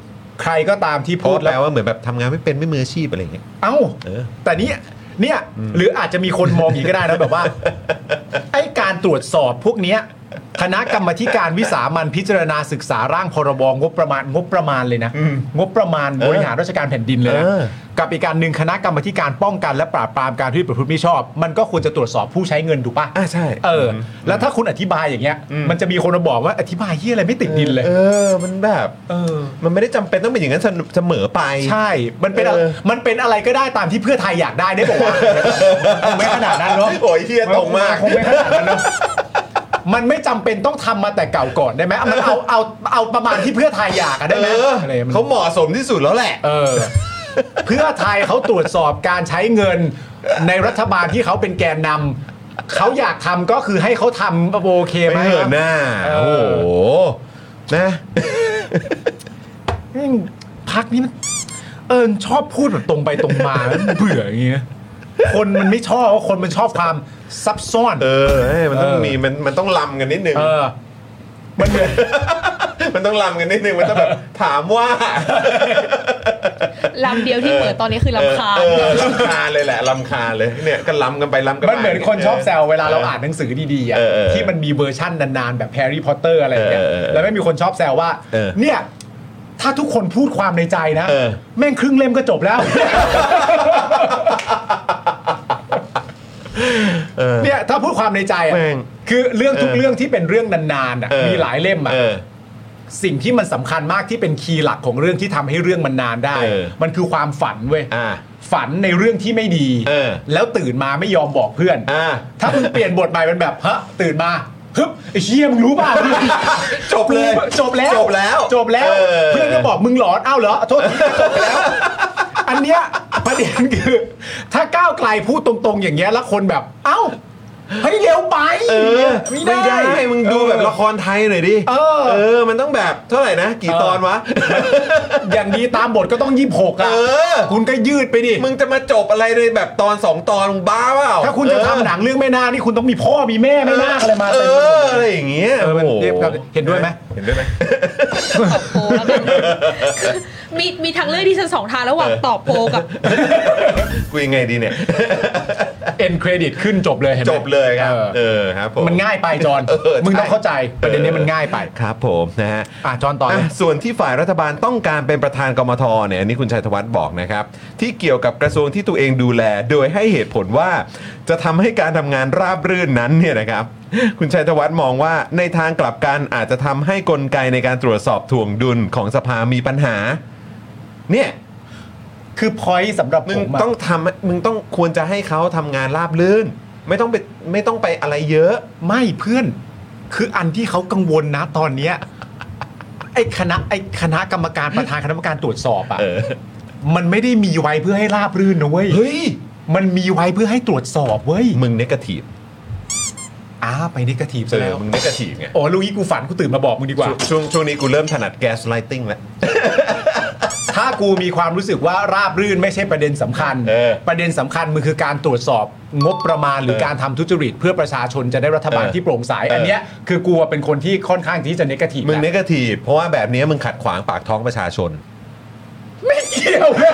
Speaker 6: ใครก็ตามที่
Speaker 2: เพ
Speaker 6: พู
Speaker 2: ราะ
Speaker 6: ด
Speaker 2: แปล
Speaker 6: แล้ว
Speaker 2: ว่าเหมือนแบบทำงานไม่เป็นไม่มืออาชีพอะไรอย่างเงี้ย
Speaker 6: เอ้า
Speaker 2: เออ
Speaker 6: แต่เนี้เนี่ยหรืออาจจะมีคนมองอย่างนี้ก็ได้นะ แบบว่าไอ้การตรวจสอบพวกเนี้ยคณะกรรมาธิการวิสามันพิจารณาศึกษาร่างพรบงบประมาณงบประมาณเลยนะ งบประมาณ
Speaker 2: เออบ
Speaker 6: ริหารราชการแผ่นดินเลยนะ
Speaker 2: เออ
Speaker 6: กับอีกการหนึ่งคณะกรรมาธิการป้องกันและปราบปรามการทุจริตประพฤติมิชอบ มันก็ควรจะตรวจสอบผู้ใช้เงินถูกปะ
Speaker 2: อ่ะใช่
Speaker 6: เออ แล้วถ้าคุณอธิบายอย่างเงี้ย มันจะมีคนมาบอกว่าอธิบายเฮียอะไรไม่ติดดินเลย
Speaker 2: เออ มันแบบ
Speaker 6: เออ
Speaker 2: มันไม่ได้จำเป็นต้องเป็นอย่างนั้นเสมอไป
Speaker 6: ใช่ มันเป็นอะ
Speaker 2: เออ
Speaker 6: มันเป็นอะไรก็ได้ตามที่เพื่อไทยอยากได้ได้บอกว่า คงไม่ขนาดนั้นเนาะ
Speaker 2: โอ้ยเฮียตรงมาก
Speaker 6: คงไม่ขนาดนั้นเนาะ มันไม่จำเป็นต้องทำมาแต่เก่าก่อนได้ไหมมันเอาเอาเอาประมาณที่เพื่อไทยอยากอะได้
Speaker 2: เอ
Speaker 6: ไหม
Speaker 2: อ
Speaker 6: อะไรมัน
Speaker 2: เขาเหมาะสมที่สุดแล้วแหละ
Speaker 6: เออ เพื่อไทยเขาตรวจสอบการใช้เงินในรัฐบาลที่เขาเป็นแกนนำเขาอยากทำก็คือให้เขาทำโอเคไหม
Speaker 2: ไม่เหินหน้า
Speaker 6: เออ
Speaker 2: โอ้โห นะ
Speaker 6: แม่งพักนี้มันเออชอบพูดแบบตรงไปตรงมา มันเบื่ออย่างเงี้ยคนมันไม่ชอบคนมันชอบความซับซ้อน
Speaker 2: เออเฮ้ยมันต้อง
Speaker 6: เออ
Speaker 2: มี มัน มันต้องลำกันนิดนึง
Speaker 6: เออ มันเหมือน
Speaker 2: มันต้องลำกันนิดนึง มันต้องแบบ ถามว่า
Speaker 5: ลำเดียวที่เหมือนตอนนี้คือลำคาญ
Speaker 2: เออลำคาญเลยแหละลำคาญเลย เนี่ย ก็ลำกันไปลำกันมา
Speaker 6: มันเหมือนคนชอบแซวเวลาเราอ่านหนังสือดีๆอะ
Speaker 2: เออเออ
Speaker 6: ที่มันมีเวอร์ชั่นนานๆ แบบแฮร์รี่พอตเตอร์อะไรอย่างเงี้ย
Speaker 2: เออเออเออ
Speaker 6: แล้วไม่มีคนชอบแซวว่า
Speaker 2: เออ
Speaker 6: เนี่ย ถ้าทุกคนพูดความในใจนะ
Speaker 2: เออ
Speaker 6: แม่งครึ่งเล่มก็จบแล้ว
Speaker 2: เออ
Speaker 6: เนี่ยถ้าพูดความในใจอะ
Speaker 2: แม่ง
Speaker 6: คือเรื่องทุก
Speaker 2: เออ
Speaker 6: เรื่องที่เป็นเรื่องนานๆอะ
Speaker 2: เออ
Speaker 6: มีหลายเล่มอะ
Speaker 2: เออ
Speaker 6: สิ่งที่มันสำคัญมากที่เป็นคีย์หลักของเรื่องที่ทำให้เรื่องมันนานได้
Speaker 2: เออ
Speaker 6: มันคือความฝันเว้ย
Speaker 2: อ่า
Speaker 6: ฝันในเรื่องที่ไม่ดี
Speaker 2: เออ
Speaker 6: แล้วตื่นมาไม่ยอมบอกเพื่อน
Speaker 2: อ่า
Speaker 6: ถ้ามึงเปลี่ยนบทใหม่เป็นแบบฮะตื่นมาฮึบไอ้เชี่ยมึงรู้ป่ะ
Speaker 2: จบเลย
Speaker 6: จบแล้ว
Speaker 2: จบแล้ว
Speaker 6: จบแล้ว
Speaker 2: เออ
Speaker 6: เพื่อนก็บอกมึงหลอนอ้าวเหรอโทษทีจบไป
Speaker 2: (laughs)
Speaker 6: แล้ว อันเนี้ยประเด็นคือ ถ้าก้าวไกลพูดตรงๆ อย่างเงี้ยแล้วคนแบบ เอ้าเฮ้ยเร็วไป
Speaker 2: เออ
Speaker 6: ไม่
Speaker 2: ไม่
Speaker 6: ได้
Speaker 2: ได้ มึงดูแบบละครไทยหน่อยดิ
Speaker 6: เออ
Speaker 2: เออ มันต้องแบบเท่าไหร่นะ กี่ตอนวะ
Speaker 6: อย่างดีตามบทก็ต้องยี่สิบหกอ่ะ
Speaker 2: เออ
Speaker 6: คุณก็ยืดไปดิ
Speaker 2: มึงจะมาจบอะไรในแบบตอนสองตอนมึงบ้าเปล่า
Speaker 6: ถ้าคุณจะทำหนังเรื่องแม่นาคนี่คุณต้องมีพ่อมีแม่
Speaker 2: เอ
Speaker 6: แม่
Speaker 2: อ
Speaker 6: นาคอะไรมา
Speaker 2: เอ
Speaker 6: เต็มไปห
Speaker 2: อ
Speaker 6: มด
Speaker 2: อะ
Speaker 6: เล
Speaker 2: ไร
Speaker 6: ย
Speaker 2: อย่างเงี้ย
Speaker 6: เออมัน
Speaker 2: โโ
Speaker 6: เรียบครับเห็นด้วยไหม
Speaker 2: เห็นด้วยไหม
Speaker 5: ตอบโพลแล้วกันมีมีทางเลือกที่ฉันสองทางระหว่างตอบโพลกับ
Speaker 2: กูยังไงดีเนี่ย
Speaker 6: เอ็นเครดิตขึ้นจบเลยเห็นไห
Speaker 2: จ
Speaker 6: ม
Speaker 2: บเลยครับ
Speaker 6: ออ
Speaker 2: เออครับผม
Speaker 6: มันง่ายไปจอน
Speaker 2: เออ
Speaker 6: มึงต้อง
Speaker 2: ใช่
Speaker 6: เข้าใจประเด็นนี้มันง่ายไป
Speaker 2: ครับผมนะฮะ
Speaker 6: อ่ะจอนต่อเลย
Speaker 2: อ่ะส่วนที่ฝ่ายรัฐบาลต้องการเป็นประธานกมทเนี่ยอันนี้คุณชัยธวัฒน์บอกนะครับ ที่เกี่ยวกับกระทรวงที่ตัวเองดูแล โดยให้เหตุผลว่า จะทำให้การทำงานราบรื่นนั้นเนี่ยนะครับ คุณชัยธวัฒน์มองว่าในทางกลับกันอาจจะทำให้กลไกในการตรวจสอบถ่วงดุลของสภามีปัญหา เนี่ย
Speaker 6: คือพอยสำหรับ
Speaker 2: มึ
Speaker 6: ผ
Speaker 2: ง
Speaker 6: มอะ
Speaker 2: ต้องทำมึงต้องควรจะให้เขาทำงานราบรื่น ไม่ต้องไปไม่ต้องไปอะไรเยอะ
Speaker 6: ไม่เพื่อน คืออันที่เขากังวลนะตอนเนี้ยไอ้คณะไอ้คณะกรรมการประธานคณะกรรมการตรวจสอบอ่ะ
Speaker 2: เออ
Speaker 6: มันไม่ได้มีไว้เพื่อให้ราบรื่นนะเว้ย
Speaker 2: เฮ้ย
Speaker 6: มันมีไว้เพื่อให้ตรวจสอบเว้ย
Speaker 2: มึงเนกาทีฟ
Speaker 6: อ้าไปนิกาทีฟ
Speaker 2: เอ
Speaker 6: ซะแล้
Speaker 2: อ
Speaker 6: ว
Speaker 2: มึงเนกาทีฟไง
Speaker 6: โอ้ลูกนี้กูฝันกูตื่นมาบอกมึงดีกว่า
Speaker 2: ช่วงช่วงนี้กูเริ่มถนัดแก๊สไลติงแล้ว
Speaker 6: ถ้ากูมีความรู้สึกว่าราบรื่นไม่ใช่ประเด็นสำคัญ
Speaker 2: เออ
Speaker 6: ประเด็นสำคัญมันคือการตรวจสอบงบประมาณหรือ
Speaker 2: เออ
Speaker 6: การทำทุจริต เพื่อประชาชนจะได้รัฐบาล
Speaker 2: เออ
Speaker 6: ที่โปร่งใสอัน
Speaker 2: เออ
Speaker 6: เนี้ยคือกูเป็นคนที่ค่อนข้างที่จะเนกาทีฟ
Speaker 2: มึงเน
Speaker 6: นะ
Speaker 2: กาทีฟเพราะว่าแบบนี้มึงขัดขวางปากท้องประชาชน
Speaker 6: ไม่เกี่ยวเลย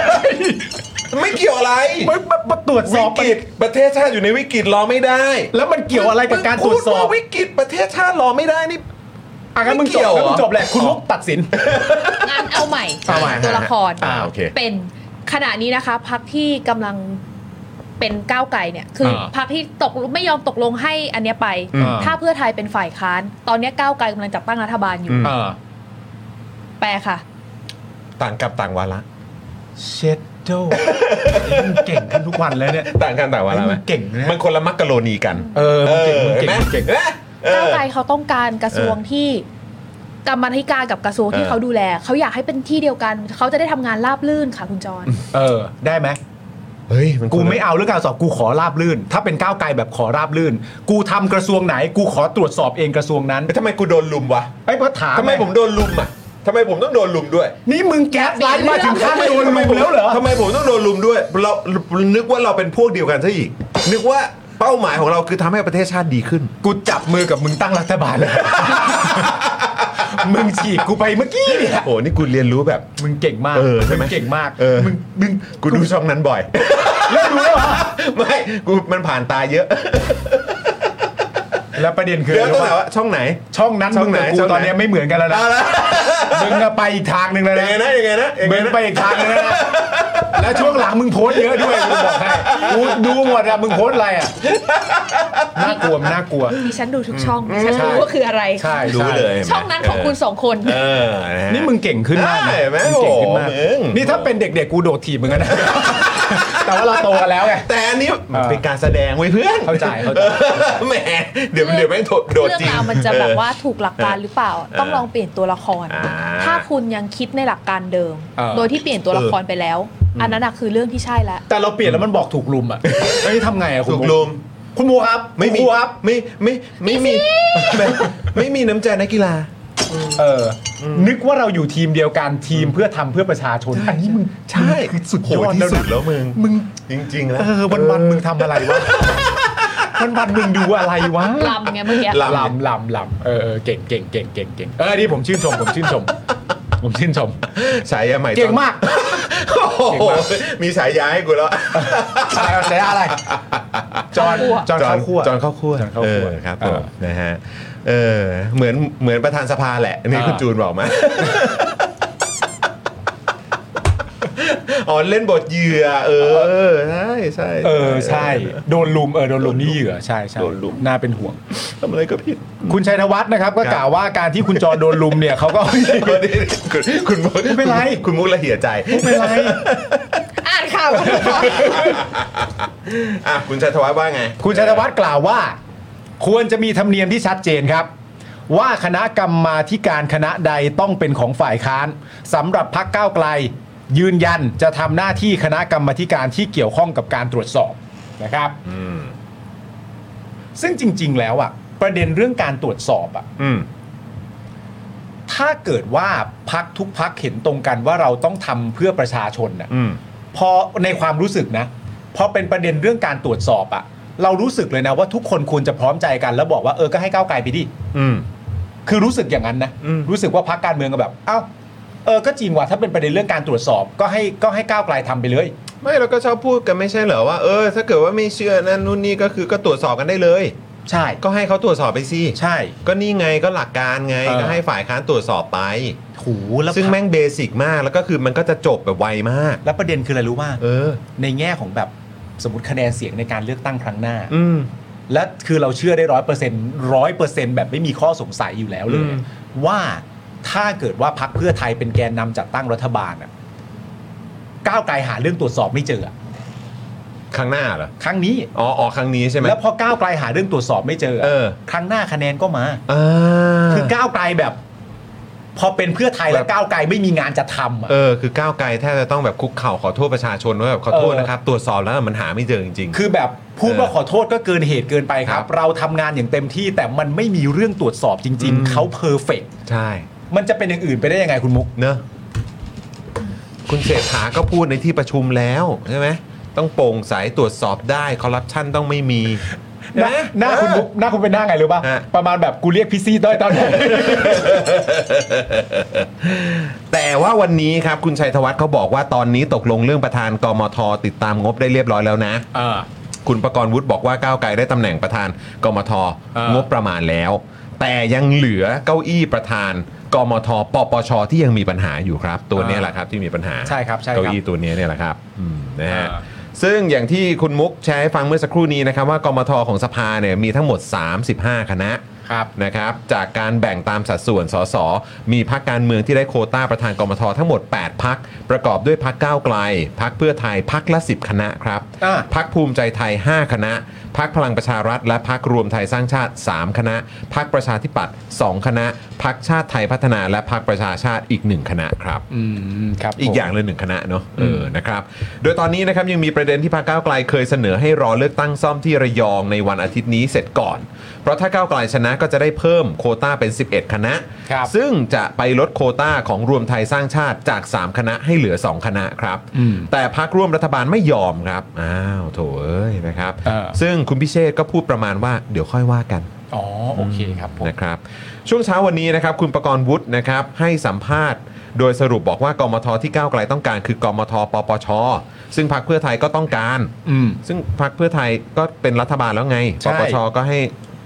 Speaker 2: ไม่เกี่ยวอะไร
Speaker 6: มันมันมันตรวจส
Speaker 2: วิ
Speaker 6: อบ
Speaker 2: กฤตประเทศชาติอยู่ในวิกฤตรอไม่ได้
Speaker 6: แล้วมันเกี่ยวอะไรกับการตรวจสอบ
Speaker 2: มึงพูดาวิกฤตประเทศชาติรอไม่ได้นี่
Speaker 6: อ่ะงั้นมึง
Speaker 2: ไม่
Speaker 6: จ
Speaker 2: เกี่
Speaker 6: บ
Speaker 2: ยว
Speaker 6: งั้นมึง
Speaker 2: เหรอ
Speaker 6: จบแหละคุณมุกตัดสิน
Speaker 5: งั้นเอาใหม่
Speaker 2: เอาใหม่
Speaker 5: ตัวละคร
Speaker 2: อ่าโอเค
Speaker 5: เป็นขณะนี้นะคะพักที่กำลังเป็นก้าวไกลเนี่ยคืออา พักที่ตกลงไม่ยอมตกลงให้อันเนี้ยไป
Speaker 6: อ่า
Speaker 5: ถ้าเพื่อไทยเป็นฝ่ายค้าน ตอนเนี้ยก้าวไกลกำลังจัดตั้งรัฐบาลอยู่
Speaker 2: อืม
Speaker 6: เออ
Speaker 5: แปลค่ะ
Speaker 2: ต่างกับต่างวาระ
Speaker 6: เช็ดโดมึงเก่งขึ้นทุกวันแล้วเนี่ย
Speaker 2: ต่างกันต่างวาระไหม
Speaker 6: เก่งนะ
Speaker 2: มันคนละมักกะโรนีกัน
Speaker 6: เออมึงเก่งมึงเก่ง
Speaker 2: ห็นไหม
Speaker 6: มึงเก่ง
Speaker 2: ห็นไหมเอ
Speaker 5: ก้าว
Speaker 2: อ
Speaker 5: ไกลเขาต้องการกระทรวงที่กรรมาธิการกับกระทรวงที่
Speaker 2: เออ
Speaker 5: เขาดูแลเขาอยากให้เป็นที่เดียวกันเขาจะได้ทำงานราบลื่นค่ะคุณจร
Speaker 6: เออ ได้ไหม
Speaker 2: เฮ้ยน
Speaker 6: กูไม่เอาเรื่องการสอบกูขอราบลื่น ถ้าเป็นก้าวไกลแบบขอราบลื่น กูทำกระทรวงไหน กูขอตรวจสอบเองกระทรวงนั้น
Speaker 2: เอ้ยทำไมกูโดนลุมวะ
Speaker 6: ไอ้ยพระถาม
Speaker 2: ทำไมผมโดนลุมอ่ะทำไมผมต้องโดนลุมด้วย
Speaker 6: นี่มึงแก๊สไลน์มาถึงขั้นโดนลุมแล้วเหรอ
Speaker 2: ทำไมผมต้องโดนลุมด้วย เรานึกว่าเราเป็นพวกเดียวกันซะอีก นึกว่าเป้าหมายของเราคือทำให้ประเทศชาติดีขึ้น
Speaker 6: กูจับมือกับมึงตั้งรัฐบาลเลย มึงฉีกกูไปเมื่อกี้เนี่ย
Speaker 2: โอ้โห นี่กูเรียนรู้แบบ
Speaker 6: มึงเก่งมาก
Speaker 2: เออใช่ไหม
Speaker 6: งเก่งมาก
Speaker 2: เออ
Speaker 6: มึงมึง
Speaker 2: กูดูช่องนั้นบ่อย
Speaker 6: แล้วดูแล้วเหรอ
Speaker 2: ไม่ กูมันผ่านตาเยอะ
Speaker 6: แล้วประเด็นคือ
Speaker 2: เดี๋ยว
Speaker 6: อะไร
Speaker 2: ต้อง
Speaker 6: รู้
Speaker 2: ถาม
Speaker 6: ปะ
Speaker 2: ว่าช่องไหน
Speaker 6: ช่องนั้น
Speaker 2: ช่อ
Speaker 6: มึ
Speaker 2: ง
Speaker 6: ง
Speaker 2: ไหน
Speaker 6: กับกู
Speaker 2: ช่องไหน
Speaker 6: ตอนเนี้ยไม่เหมือนกันแล้วนะ
Speaker 2: เอาละ
Speaker 6: มึงอะไปอีกทางหนึ่งแล้ว
Speaker 2: ยังไง
Speaker 6: นะ
Speaker 2: นะยังไงนะยังไง
Speaker 6: มึง
Speaker 2: นะ
Speaker 6: ไปอีกทางนึงแล้วนะ แล้วช่วงหลังมึงโพสต์เยอะด้วยกูบอกให้กูดูหมดอะมึงโพสต์อะไรอะน่ากลัวมันน่ากลัว
Speaker 5: ดิฉันดูทุกช่องดิฉัน
Speaker 6: ใช่
Speaker 5: รู้ว่าคืออะไร
Speaker 6: ใช่
Speaker 2: รู้เลยเห็ไหม
Speaker 5: ช่องนั้นของคุณสองคน
Speaker 2: เออนะฮะ
Speaker 6: นี่มึงเก่งขึ้นมากนะ
Speaker 2: ได้ไหม
Speaker 6: มึงเก่งขึ้นมาก
Speaker 2: โอ้โหมึง
Speaker 6: นี่ถ้าเป็นเด็กๆกูโดดถีบมึงอะนะ แต่ว่าเราโตกันแล้วไง
Speaker 2: แต่อันนี้มัน
Speaker 6: เออ
Speaker 2: เป็นการแสดงไว้ยเพื่อน
Speaker 6: เข้าใจเข้าใจ
Speaker 2: แหมเดี๋ยว
Speaker 5: เรื่อง
Speaker 2: เดี๋ยวแม่งโดดโดด
Speaker 5: เรื่อง
Speaker 2: จริง
Speaker 5: ราวมันจะแบบว่าถูกหลักการหรือเปล่า ต้องลองเปลี่ยนตัวละคร
Speaker 2: อ่า
Speaker 5: ถ้าคุณยังคิดในหลักการเดิม
Speaker 6: เออ
Speaker 5: โดยที่เปลี่ยนตัวละครไปแล้ว อันนั้นน่ะคือเรื่องที่ใช่แล้ว
Speaker 6: แต่เราเปลี่ยนแล้วมันบอกถูกลุมอะเฮ้ยทำไงอะคุณ
Speaker 2: ถูก
Speaker 6: โ
Speaker 2: ลุม
Speaker 6: คุณมูครับ
Speaker 2: ไม่มี
Speaker 6: คุณครับ
Speaker 2: ไม่ไม่ไม่มีไม่ไม่มีน้ำใจนักกีฬา
Speaker 6: เอออนึกว่าเราอยู่ทีมเดียวกันทีมเพื่อทำเพื่อประชาชน อันนี้มึง
Speaker 2: ใช่
Speaker 6: คือสุดยอด
Speaker 2: โหที่
Speaker 6: แล้ว
Speaker 2: สุ
Speaker 6: นะ
Speaker 2: ดแล้วมึง
Speaker 6: มึง
Speaker 2: จริงๆแล้ว
Speaker 6: เออวันวันๆมึงทำอะไรวะ วันวันๆมึงดูอะไรวะ
Speaker 5: ลำไงเมื่อกี้
Speaker 6: ลำลำลำลำเออเออเก่งเก่งเก่งเก่งเก่งเออนี่ผมชื่นชมผมชื่นชม ผมชื่นชม
Speaker 2: ฉายาใหม่
Speaker 6: เก่งมาก
Speaker 2: โอ้โหมีฉายาให้กูแล้ว
Speaker 6: อะไรใช้อะไร จอนจอนข้าวคั่ว
Speaker 2: จอนข้าวคั่ว
Speaker 6: จอนข้าวคั่ว
Speaker 2: เออครับผม
Speaker 6: เออ
Speaker 2: นะฮะเออเหมือนเหมือนประธานสภาแหละนี่
Speaker 6: อ่า
Speaker 2: คุณจูนบอกมา อ๋อเล่นบทเหยื่อเออใช่ใช่
Speaker 6: เออใช่ โดนลุมเออโดนลุมนี่เหยื่อใช่ใช่
Speaker 2: โดนลุม
Speaker 6: น่าเป็นห่วง
Speaker 2: ทำอะไรก็ผิด
Speaker 6: คุณชัยธวัฒน์นะครับ ก็
Speaker 2: ครับ
Speaker 6: กล่าวว่าการที่คุณจอนโดนลุมเนี่ยเขาก็
Speaker 2: คุณคุณมุก
Speaker 6: ไม่เป็นไร
Speaker 2: คุณมุกละเหี่ยใจ
Speaker 6: ไม่เป็นไร
Speaker 5: อ่านข่าวกันก่อน
Speaker 2: อ่ะคุณชัยธวัฒน์ว่าไง
Speaker 6: คุณชัยธวัฒน์กล่าวว่า ควรจะมีธรรมเนียมที่ชัดเจนครับ ว่าคณะกรรมาธิการคณะใดต้องเป็นของฝ่ายค้านสำหรับพักก้าวไกล ยืนยันจะทำหน้าที่คณะกรรมาธิการที่เกี่ยวข้องกับการตรวจสอบนะครับ
Speaker 2: อืม
Speaker 6: ซึ่งจริง ๆ แล้วอะประเด็นเรื่องการตรวจสอบอะ
Speaker 2: อืม
Speaker 6: ถ้าเกิดว่าพักทุกพักเห็นตรงกันว่าเราต้องทำเพื่อประชาชนน่ะ
Speaker 2: อืม
Speaker 6: พอในความรู้สึกนะ พอเป็นประเด็นเรื่องการตรวจสอบอะเรารู้สึกเลยนะว่าทุกคนควรจะพร้อมใจกัน แล้วบอกว่าเออก็ให้ก้าวไกลไปดิ
Speaker 2: อืม
Speaker 6: คือรู้สึกอย่างนั้นนะ
Speaker 2: อืม
Speaker 6: รู้สึกว่าพรรคการเมืองก็แบบ เอ้า เออก็จริงว่ะถ้าเป็นประเด็นเรื่องการตรวจสอบ ก็ให้ก็ให้ก้าวไกลทำไปเลย
Speaker 2: ไม่เราก็ชอบพูดกันไม่ใช่เหรอว่าเออถ้าเกิดว่าไม่เชื่อนั่นนู่นนี่ก็คือก็ตรวจสอบกันได้เลย
Speaker 6: ใช่
Speaker 2: ก็ให้เขาตรวจสอบไปสิ
Speaker 6: ใช่
Speaker 2: ก็นี่ไงก็หลักการไง
Speaker 6: เออ
Speaker 2: ก็ให้ฝ่ายค้านตรวจสอบไป
Speaker 6: หูแล้ว
Speaker 2: ซึ่งแม่งเบสิกมากแล้วก็คือมันก็จะจบแบบไวมาก
Speaker 6: แล้วประเด็นคืออะไรรู้ว่า
Speaker 2: เออ
Speaker 6: ในแง่ของแบบสมมติคะแนนเสียงในการเลือกตั้งครั้งหน้า
Speaker 2: อืม
Speaker 6: และคือเราเชื่อได้ร้อยเปอร์เซ็นต์ร้อยเปอร์เซ็นต์แบบไม่มีข้อสงสัยอยู่แล้วเลย
Speaker 2: อืม
Speaker 6: ว่าถ้าเกิดว่าพักเพื่อไทยเป็นแกนนำจัดตั้งรัฐบาลอะก้าวไกลหาเรื่องตรวจสอบไม่เจออะ
Speaker 2: ครั้งหน้าเหรอ
Speaker 6: ครั้งนี้
Speaker 2: อ๋ออ๋อครั้งนี้ใช่ไหม
Speaker 6: แล้วพอก้าวไกลหาเรื่องตรวจสอบไม่เจออะ
Speaker 2: เออ
Speaker 6: ครั้งหน้าคะแนนก็มา
Speaker 2: อ่า
Speaker 6: คือก้าวไกลแบบ พอเป็นเพื่อไทย
Speaker 2: แบบ
Speaker 6: แล้วก้าวไกลไม่มีงานจะทำอะ
Speaker 2: เออคือก้าวไกลแทบจะต้องแบบคุกเข่าขอโทษประชาชนว่าแบบขอโทษ
Speaker 6: เออ
Speaker 2: นะครับ ตรวจสอบแล้วมันหาไม่เจอจริง
Speaker 6: คือแบบพูดว่า
Speaker 2: เออ
Speaker 6: ขอโทษก็เกินเหตุเกินไปครั
Speaker 2: ครับ บ
Speaker 6: เราทำงานอย่างเต็มที่แต่มันไม่มีเรื่องตรวจสอบจริง
Speaker 2: อืม
Speaker 6: ๆเขาเพอร์เฟก
Speaker 2: ๆ ใช่
Speaker 6: มันจะเป็นอย่างอื่นไปได้ยังไงคุณมุก
Speaker 2: เนอะคุณเศรษฐาก็พูดในที่ประชุมแล้วใช่ไหมต้องโปร่งใสตรวจสอบได้คอร์รัปชันต้องไม่มี
Speaker 6: หน้า
Speaker 2: เห็ไห
Speaker 6: น้าคุณ
Speaker 2: เออ
Speaker 6: มุกหน้าคุณเป็นหน้าไงรู้ป่ะ
Speaker 2: ฮะ
Speaker 6: ประมาณแบบกูเรียกพี่ซี่ต้อยตอนนี้
Speaker 2: แต่ว่าวันนี้ครับคุณชัยธวัฒน์เขาบอกว่าตอนนี้ตกลงเรื่องประธานกมท ติดตามงบได้เรียบร้อยแล้วนะ คุณประกรณ์วุฒิบอกว่าก้าวไกลได้ตำแหน่งประธานกมท
Speaker 6: เออ
Speaker 2: งบประมาณแล้ว แต่ยังเหลือเก้าอี้ประธานกมทปปชที่ยังมีปัญหาอยู่ครับ ตัวเนี้ยแหละครับที่มีปัญหา
Speaker 6: ใช่ครับใช่ครับ
Speaker 2: เก้าอี้ตัวเนี้ยเนี่ยแหละครับอืมนะฮะ
Speaker 6: อ่า
Speaker 2: ซึ่งอย่างที่คุณมุกแชร์ให้ฟังเมื่อสักครู่นี้นะครับ ว่ากมทของสภาเนี่ยมีทั้งหมด 35 คณะ
Speaker 6: ครับ
Speaker 2: นะครับ จากการแบ่งตามสัดส่วนสสมีพักการเมืองที่ได้โควต้าประธานกมททั้งหมด 8 พัก ประกอบด้วยพักก้าวไกล พักเพื่อไทยพักละ 10 คณะครับ
Speaker 6: อ่า
Speaker 2: พักภูมิใจไทย 5 คณะ พักพลังประชารัฐ และพักรวมไทยสร้างชาติ 3 คณะ พักประชาธิปัตย์2คณะ พักชาติไทยพัฒนาและพักประชาชาติอีก 1 คณะครับ
Speaker 6: อืมครับ
Speaker 2: อีกอย่างเลยหนึ่งคณะเนาะเออนะครับ โดยตอนนี้นะครับยังมีประเด็นที่พรรคก้าวไกลเคยเสนอให้รอเลือกตั้งซ่อมที่ระยองในวันอาทิตย์นี้เสร็จก่อน เพราะถ้าก้าวไกลชนะก็จะได้เพิ่มโควต้าเป็น 11 คณะ
Speaker 6: ครับ
Speaker 2: ซึ่งจะไปลดโควต้าของรวมไทยสร้างชาติจาก 3 คณะให้เหลือ 2 คณะครับ
Speaker 6: อืม
Speaker 2: แต่พักร่วมรัฐบาลไม่ยอมครับ อ้าวโถเอ้ยนะครับ
Speaker 6: เออ
Speaker 2: ซึ่งคุณพิเชษก็พูดประมาณว่าเดี๋ยวค่อยว่ากัน
Speaker 6: อ๋อโอเคครับผม
Speaker 2: นะครับช่วงเช้าวันนี้นะครับคุณประกรณ์วุฒินะครับให้สัมภาษณ์ โดยสรุปบอกว่ากมทที่ก้าวไกลต้องการคือกมทปปช ซึ่งพรรคเพื่อไทยก็ต้องการ
Speaker 6: อืม
Speaker 2: ซึ่งพรรคเพื่อไทยก็เป็นรัฐบาลแล้วไง
Speaker 6: ใช่
Speaker 2: ปปชก็ให้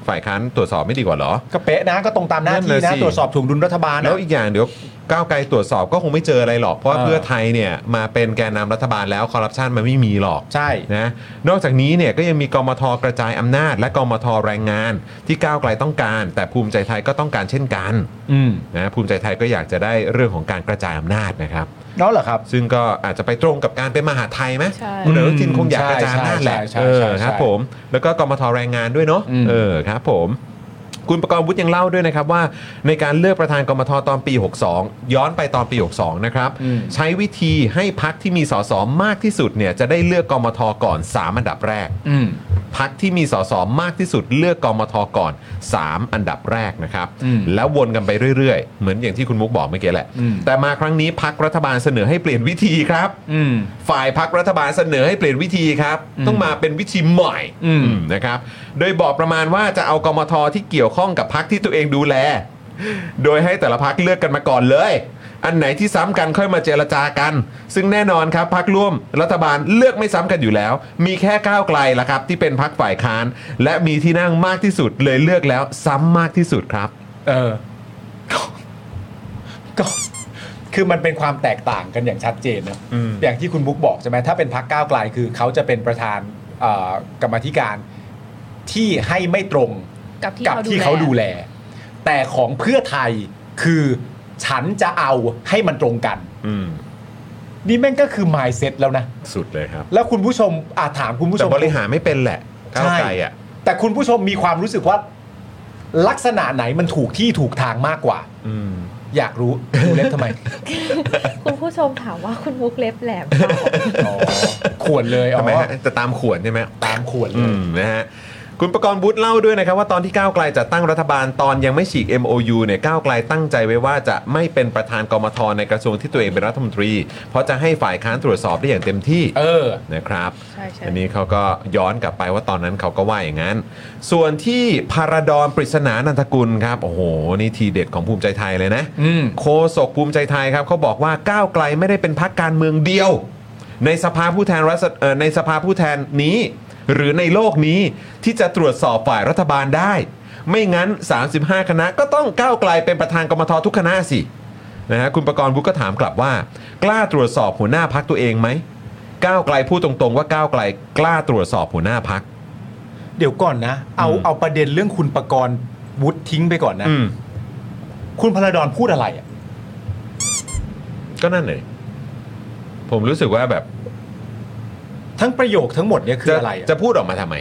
Speaker 2: ฝ่ายค้านตรวจสอบไม่ดีกว่าเหรอ
Speaker 6: ก็เป๊ะนะก็ตรงตามหน้า
Speaker 2: นั่
Speaker 6: ที่
Speaker 2: นน่ะ
Speaker 6: นะ
Speaker 2: สิ
Speaker 6: ตรวจสอบถ่วงดุลรัฐบาลนะ
Speaker 2: แล้วอีกอย่างเดี๋ยวก้าวไกลตรวจสอบก็คงไม่เจออะไรหรอก เพราะว่า
Speaker 6: เออ
Speaker 2: เพื่อไทยเนี่ยมาเป็นแกนนำรัฐบาลแล้วคอร์รัปชันมันไม่มีหรอก
Speaker 6: ใช่
Speaker 2: นะนอกจากนี้เนี่ยก็ยังมีกมทกระจายอำนาจ และกมทแรงงาน ที่ก้าวไกลต้องการ แต่ภูมิใจไทยก็ต้องการเช่นกัน
Speaker 6: อืม
Speaker 2: นะภูมิใจไทยก็อยากจะได้เรื่องของการกระจายอำนาจนะครับ
Speaker 6: น้องเหรอครับ
Speaker 2: ซึ่งก็อาจจะไปตรงกับการเป็นมหาไทยไหม
Speaker 5: ใช่
Speaker 2: คุณอนุทินคงอยากกระจายอำนาจแหละ
Speaker 6: ใช่
Speaker 2: เอ
Speaker 6: ใช่ใช่
Speaker 2: อครับ
Speaker 6: ใช่
Speaker 2: ผม แล้วก็กมทแรงงานด้วยเนาะ
Speaker 6: อืม
Speaker 2: เออครับผม คุณประกรณ์วุฒิยังเล่าด้วยนะครับว่า ในการเลือกประธานกมทตอนปี 62 ย้อนไปตอนปี 62 นะครับ
Speaker 6: อืม
Speaker 2: ใช้วิธีให้พักที่มีสสมากที่สุดเนี่ยจะได้เลือกกมทก่อน 3 อันดับแรก
Speaker 6: อืม
Speaker 2: พักที่มีสสมากที่สุดเลือกกมทก่อน 3 อันดับแรกนะครับ
Speaker 6: อืม
Speaker 2: แล้ววนกันไปเรื่อยๆ เหมือนอย่างที่คุณมุกบอกเมื่อกี้แหละ
Speaker 6: อืม
Speaker 2: แต่มาครั้งนี้พักรัฐบาลเสนอให้เปลี่ยนวิธีครับ
Speaker 6: อืม
Speaker 2: ฝ่ายพักรัฐบาลเสนอให้เปลี่ยนวิธีครับ
Speaker 6: อืม
Speaker 2: ต้องมาเป็นวิธีใหม่
Speaker 6: อืม
Speaker 2: อืมนะครับ โดยบอกประมาณว่าจะเอากมทที่เกี่ยวข้องกับพักที่ตัวเองดูแล โดยให้แต่ละพักเลือกกันมาก่อนเลย อันไหนที่ซ้ำกันค่อยมาเจรจากัน ซึ่งแน่นอนครับพักร่วมรัฐบาลเลือกไม่ซ้ำกันอยู่แล้ว มีแค่ก้าวไกลละครับ ที่เป็นพักฝ่ายค้าน และมีที่นั่งมากที่สุดเลยเลือกแล้วซ้ำมากที่สุดครับ
Speaker 6: เออ (laughs) ก็ก็คือมันเป็นความแตกต่างกันอย่างชัดเจนนะ
Speaker 2: อืม
Speaker 6: อย่างที่คุณบุ๊กบอกใช่ไหมถ้าเป็นพักก้าวไกลคือเขาจะเป็นประธานเอ่อกรรมาธิการที่ให้ไม่ตรง
Speaker 5: กับที่
Speaker 6: กับ
Speaker 5: เขาดู
Speaker 6: ที่
Speaker 5: แล
Speaker 6: เขาดูแล แต่ของเพื่อไทยคือฉันจะเอาให้มันตรงกัน
Speaker 2: อืม
Speaker 6: นี่แม่งก็คือ mindset แล้วนะ
Speaker 2: สุดเลยครับ
Speaker 6: แล้วคุณผู้ชมอาถามคุณผู้ช
Speaker 2: แต่
Speaker 6: ม
Speaker 2: บริหารไม่เป็นแหละก้าวไกลอ่ะ
Speaker 6: ใช่แต่คุณผู้ชมมีความรู้สึกว่า ลักษณะไหนมันถูกที่ถูกทางมากกว่า
Speaker 2: อืม
Speaker 6: อยากรู้ดูเล็บทำไม
Speaker 5: คุณผู้ชมถามว่าคุณมุกเล็บแหลม
Speaker 6: อ๋อขวนเลยอ๋อ
Speaker 2: ทำไมฮะจะตามขวนใช่ไหม
Speaker 6: ตามขวนเล
Speaker 2: อื
Speaker 6: ย
Speaker 2: มนะฮะ คุณประกรณ์วุฒิเล่าด้วยนะครับว่าตอนที่ก้าวไกลจัดตั้งรัฐบาลตอนยังไม่ฉีก MOU เนี่ยก้าวไกลตั้งใจไว้ว่าจะไม่เป็นประธานกมทในกระทรวงที่ตัวเองเป็นรัฐมนตรี เพราะจะให้ฝ่ายค้านตรวจสอบได้อย่างเต็มที่
Speaker 6: เออ
Speaker 2: นะครับ
Speaker 5: ใช่ใช่
Speaker 2: อันนี้เขาก็ย้อนกลับไปว่าตอนนั้นเขาก็ว่าอย่างนั้น ส่วนที่พาราดอนปริศนานันทกุลครับ โอ้โห นี่ทีเด็ดของภูมิใจไทยเลยนะ
Speaker 6: อืม
Speaker 2: โคศกภูมิใจไทยครับเขาบอกว่าก้าวไกลไม่ได้เป็นพักการเมืองเดียว ในสภาผู้แทนรัฐเอ่อในสภาผู้แทนนี้ หรือในโลกนี้ที่จะตรวจสอบฝ่ายรัฐบาลได้ ไม่งั้น 35 คณะก็ต้องก้าวไกลเป็นประธานกรรมททุกคณะสินะฮะคุณประกรณ์บุกก็ถามกลับว่า กล้าตรวจสอบหัวหน้าพักตัวเองไหม ก้าวไกลพูดตรงๆว่าก้าวไกลกล้าตรวจสอบหัวหน้าพัก
Speaker 6: เดี๋ยวก่อนนะ เอาเอาประเด็นเรื่องคุณประกรณ์วุฒิทิ้งไปก่อนนะ
Speaker 2: อืม
Speaker 6: คุณพลดอนพูดอะไรอ่ะ
Speaker 2: ก็นั่นเลยผมรู้สึกว่าแบบ
Speaker 6: ทั้งประโยคทั้งหมดเนี่ยคือ
Speaker 2: จะ
Speaker 6: อะไรอ่ะ
Speaker 2: จะพูดออกมาทำไม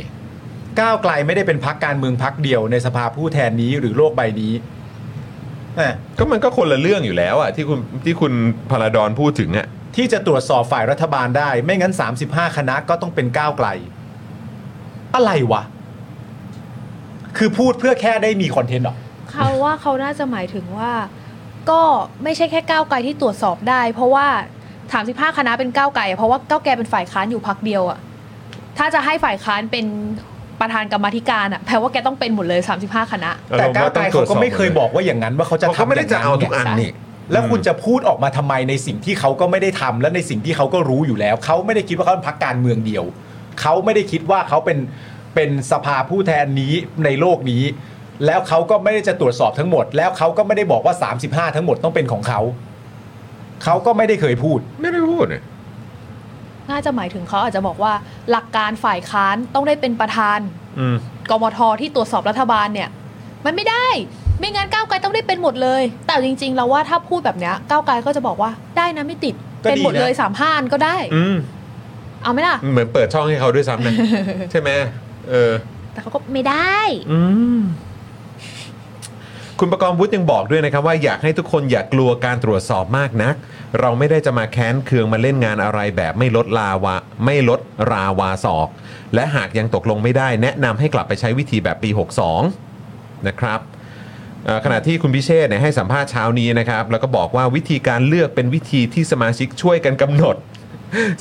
Speaker 6: ก้าวไกลไม่ได้เป็นพักการเมืองพักเดียวในสภาผู้แทนนี้หรือโลกใบนี้แหม่
Speaker 2: ก็มันก็คนละเรื่องอยู่แล้วอะที่คุณที่คุณพลาดอนพูดถึงอะ
Speaker 6: ที่จะตรวจสอบฝ่ายรัฐบาลได้ ไม่งั้น 35 คณะก็ต้องเป็นก้าวไกล อะไรวะ คือพูดเพื่อแค่ได้มีคอนเทนต์เหรอ
Speaker 5: เขาว่าเขาน่าจะหมายถึงว่า ก็ไม่ใช่แค่ก้าวไกลที่ตรวจสอบได้ เพราะว่าถามสิบห้าคณะเป็นก้าวไกลอะเพราะว่าก้าวแกเป็นฝ่ายค้านอยู่พักเดียวอะถ้าจะให้ฝ่ายค้านเป็นประธานกรรมาธิการอะแปลว่าแกต้องเป็นหมดเลย 35 คณะ
Speaker 6: แต่ก้าวไกลเขาก็ไม่เคยบ
Speaker 2: อ
Speaker 6: อกว่าอย่างนั้นว่าเขา
Speaker 2: ร
Speaker 6: จะ
Speaker 2: ณ์
Speaker 6: ทำ
Speaker 2: เขาไม่ได้
Speaker 6: ย่
Speaker 2: จะ
Speaker 6: ง
Speaker 2: เอา
Speaker 6: นั้น
Speaker 2: ทุก
Speaker 6: ไง
Speaker 2: อันนี่
Speaker 6: แล้วคุณจะพูดออกมาทำไมในสิ่งที่เขาก็ไม่ได้ทำและในสิ่งที่เขาก็รู้อยู่แล้ว เขาไม่ได้คิดว่าเขาเป็นพรรคการเมืองเดียว เขาไม่ได้คิดว่าเขาเป็นเป็นสภาผู้แทนนี้ในโลกนี้ แล้วเขาก็ไม่ได้จะตรวจสอบทั้งหมด แล้วเขาก็ไม่ได้บอกว่า 35 ทั้งหมดต้องเป็นของเขา เขาก็ไม่ได้เคยพูด
Speaker 2: ไม่ได้พูดเนี่ย
Speaker 5: น่าจะหมายถึงเขาอาจจะบอกว่า หลักการฝ่ายค้านต้องได้เป็นประธาน
Speaker 2: อืม
Speaker 5: กมทที่ตรวจสอบรัฐบาลเนี่ย มันไม่ได้ ไม่งั้นก้าวไกลต้องได้เป็นหมดเลย แต่จริงๆเราว่าถ้าพูดแบบเนี้ยก้าวไกลก็จะบอกว่าได้นะไม่ติด
Speaker 6: ก็ดีนะ
Speaker 5: เป็นหมดเลยสามห้านก็ได้
Speaker 2: อืม
Speaker 5: เอาไหมล่ะ
Speaker 2: เหมือนเปิดช่องให้เขาด้วย
Speaker 6: (laughs)
Speaker 2: ซ้ำนะ ใช่ไหมเออ
Speaker 5: แต่เขาก็ไม่ได้
Speaker 2: อืม คุณประกรณ์วุฒิยังบอกด้วยนะครับว่าอยากให้ทุกคนอย่ากลัวการตรวจสอบมากนัก เราไม่ได้จะมาแค้นเคืองมาเล่นงานอะไรแบบไม่ลดลาวาไม่ลดราวาศอก และหากยังตกลงไม่ได้ แนะนำให้กลับไปใช้วิธีแบบปี 62 นะครับเอ่อขณะที่คุณพิเชษฐ์เนี่ยให้สัมภาษณ์เช้านี้นะครับ แล้วก็บอกว่าวิธีการเลือกเป็นวิธีที่สมาชิกช่วยกันกำหนด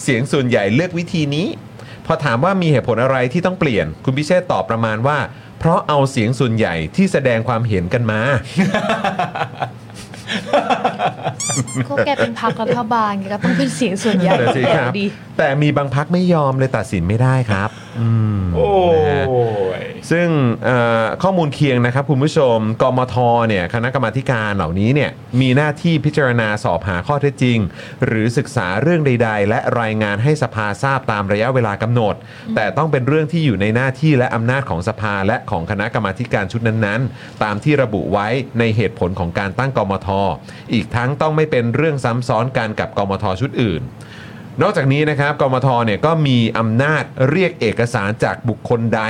Speaker 2: เสียงส่วนใหญ่เลือกวิธีนี้ พอถามว่ามีเหตุผลอะไรที่ต้องเปลี่ยน คุณพิเชษฐ์ตอบประมาณว่า เพราะเอาเสียงส่วนใหญ่ที่แสดงความเห็นกันมา
Speaker 5: ก็แกเป็นพรรครัฐบาลแกก็ต้องเป็นเสียงส่วนใหญ่
Speaker 2: นั่นสิครับ
Speaker 5: ดี
Speaker 2: แต่มีบางพักไม่ยอมเลยตัดสินไม่ได้ครับอืม
Speaker 6: โอ้
Speaker 2: นะฮะ
Speaker 6: ย
Speaker 2: ซึ่งเอ่อข้อมูลเคียงนะครับคุณผู้ชมกมทเนี่ยคณะกรรมาธิการเหล่านี้เนี่ยมีหน้าที่พิจารณาสอบหาข้อเท็จจริง หรือศึกษาเรื่องใด ๆ และรายงานให้สภาทราบตามระยะเวลากำหนด แต่ต้องเป็นเรื่องที่อยู่ในหน้าที่และอำนาจของสภาและของคณะกรรมาธิการชุดนั้นๆ ตามที่ระบุไว้ในเหตุผลของการตั้งกมท อีกทั้งต้องไม่เป็นเรื่องซ้ำซ้อนกันกับกมทชุดอื่น นอกจากนี้นะครับกมทเนี่ยก็มีอำนาจเรียกเอกสารจากบุคคลใด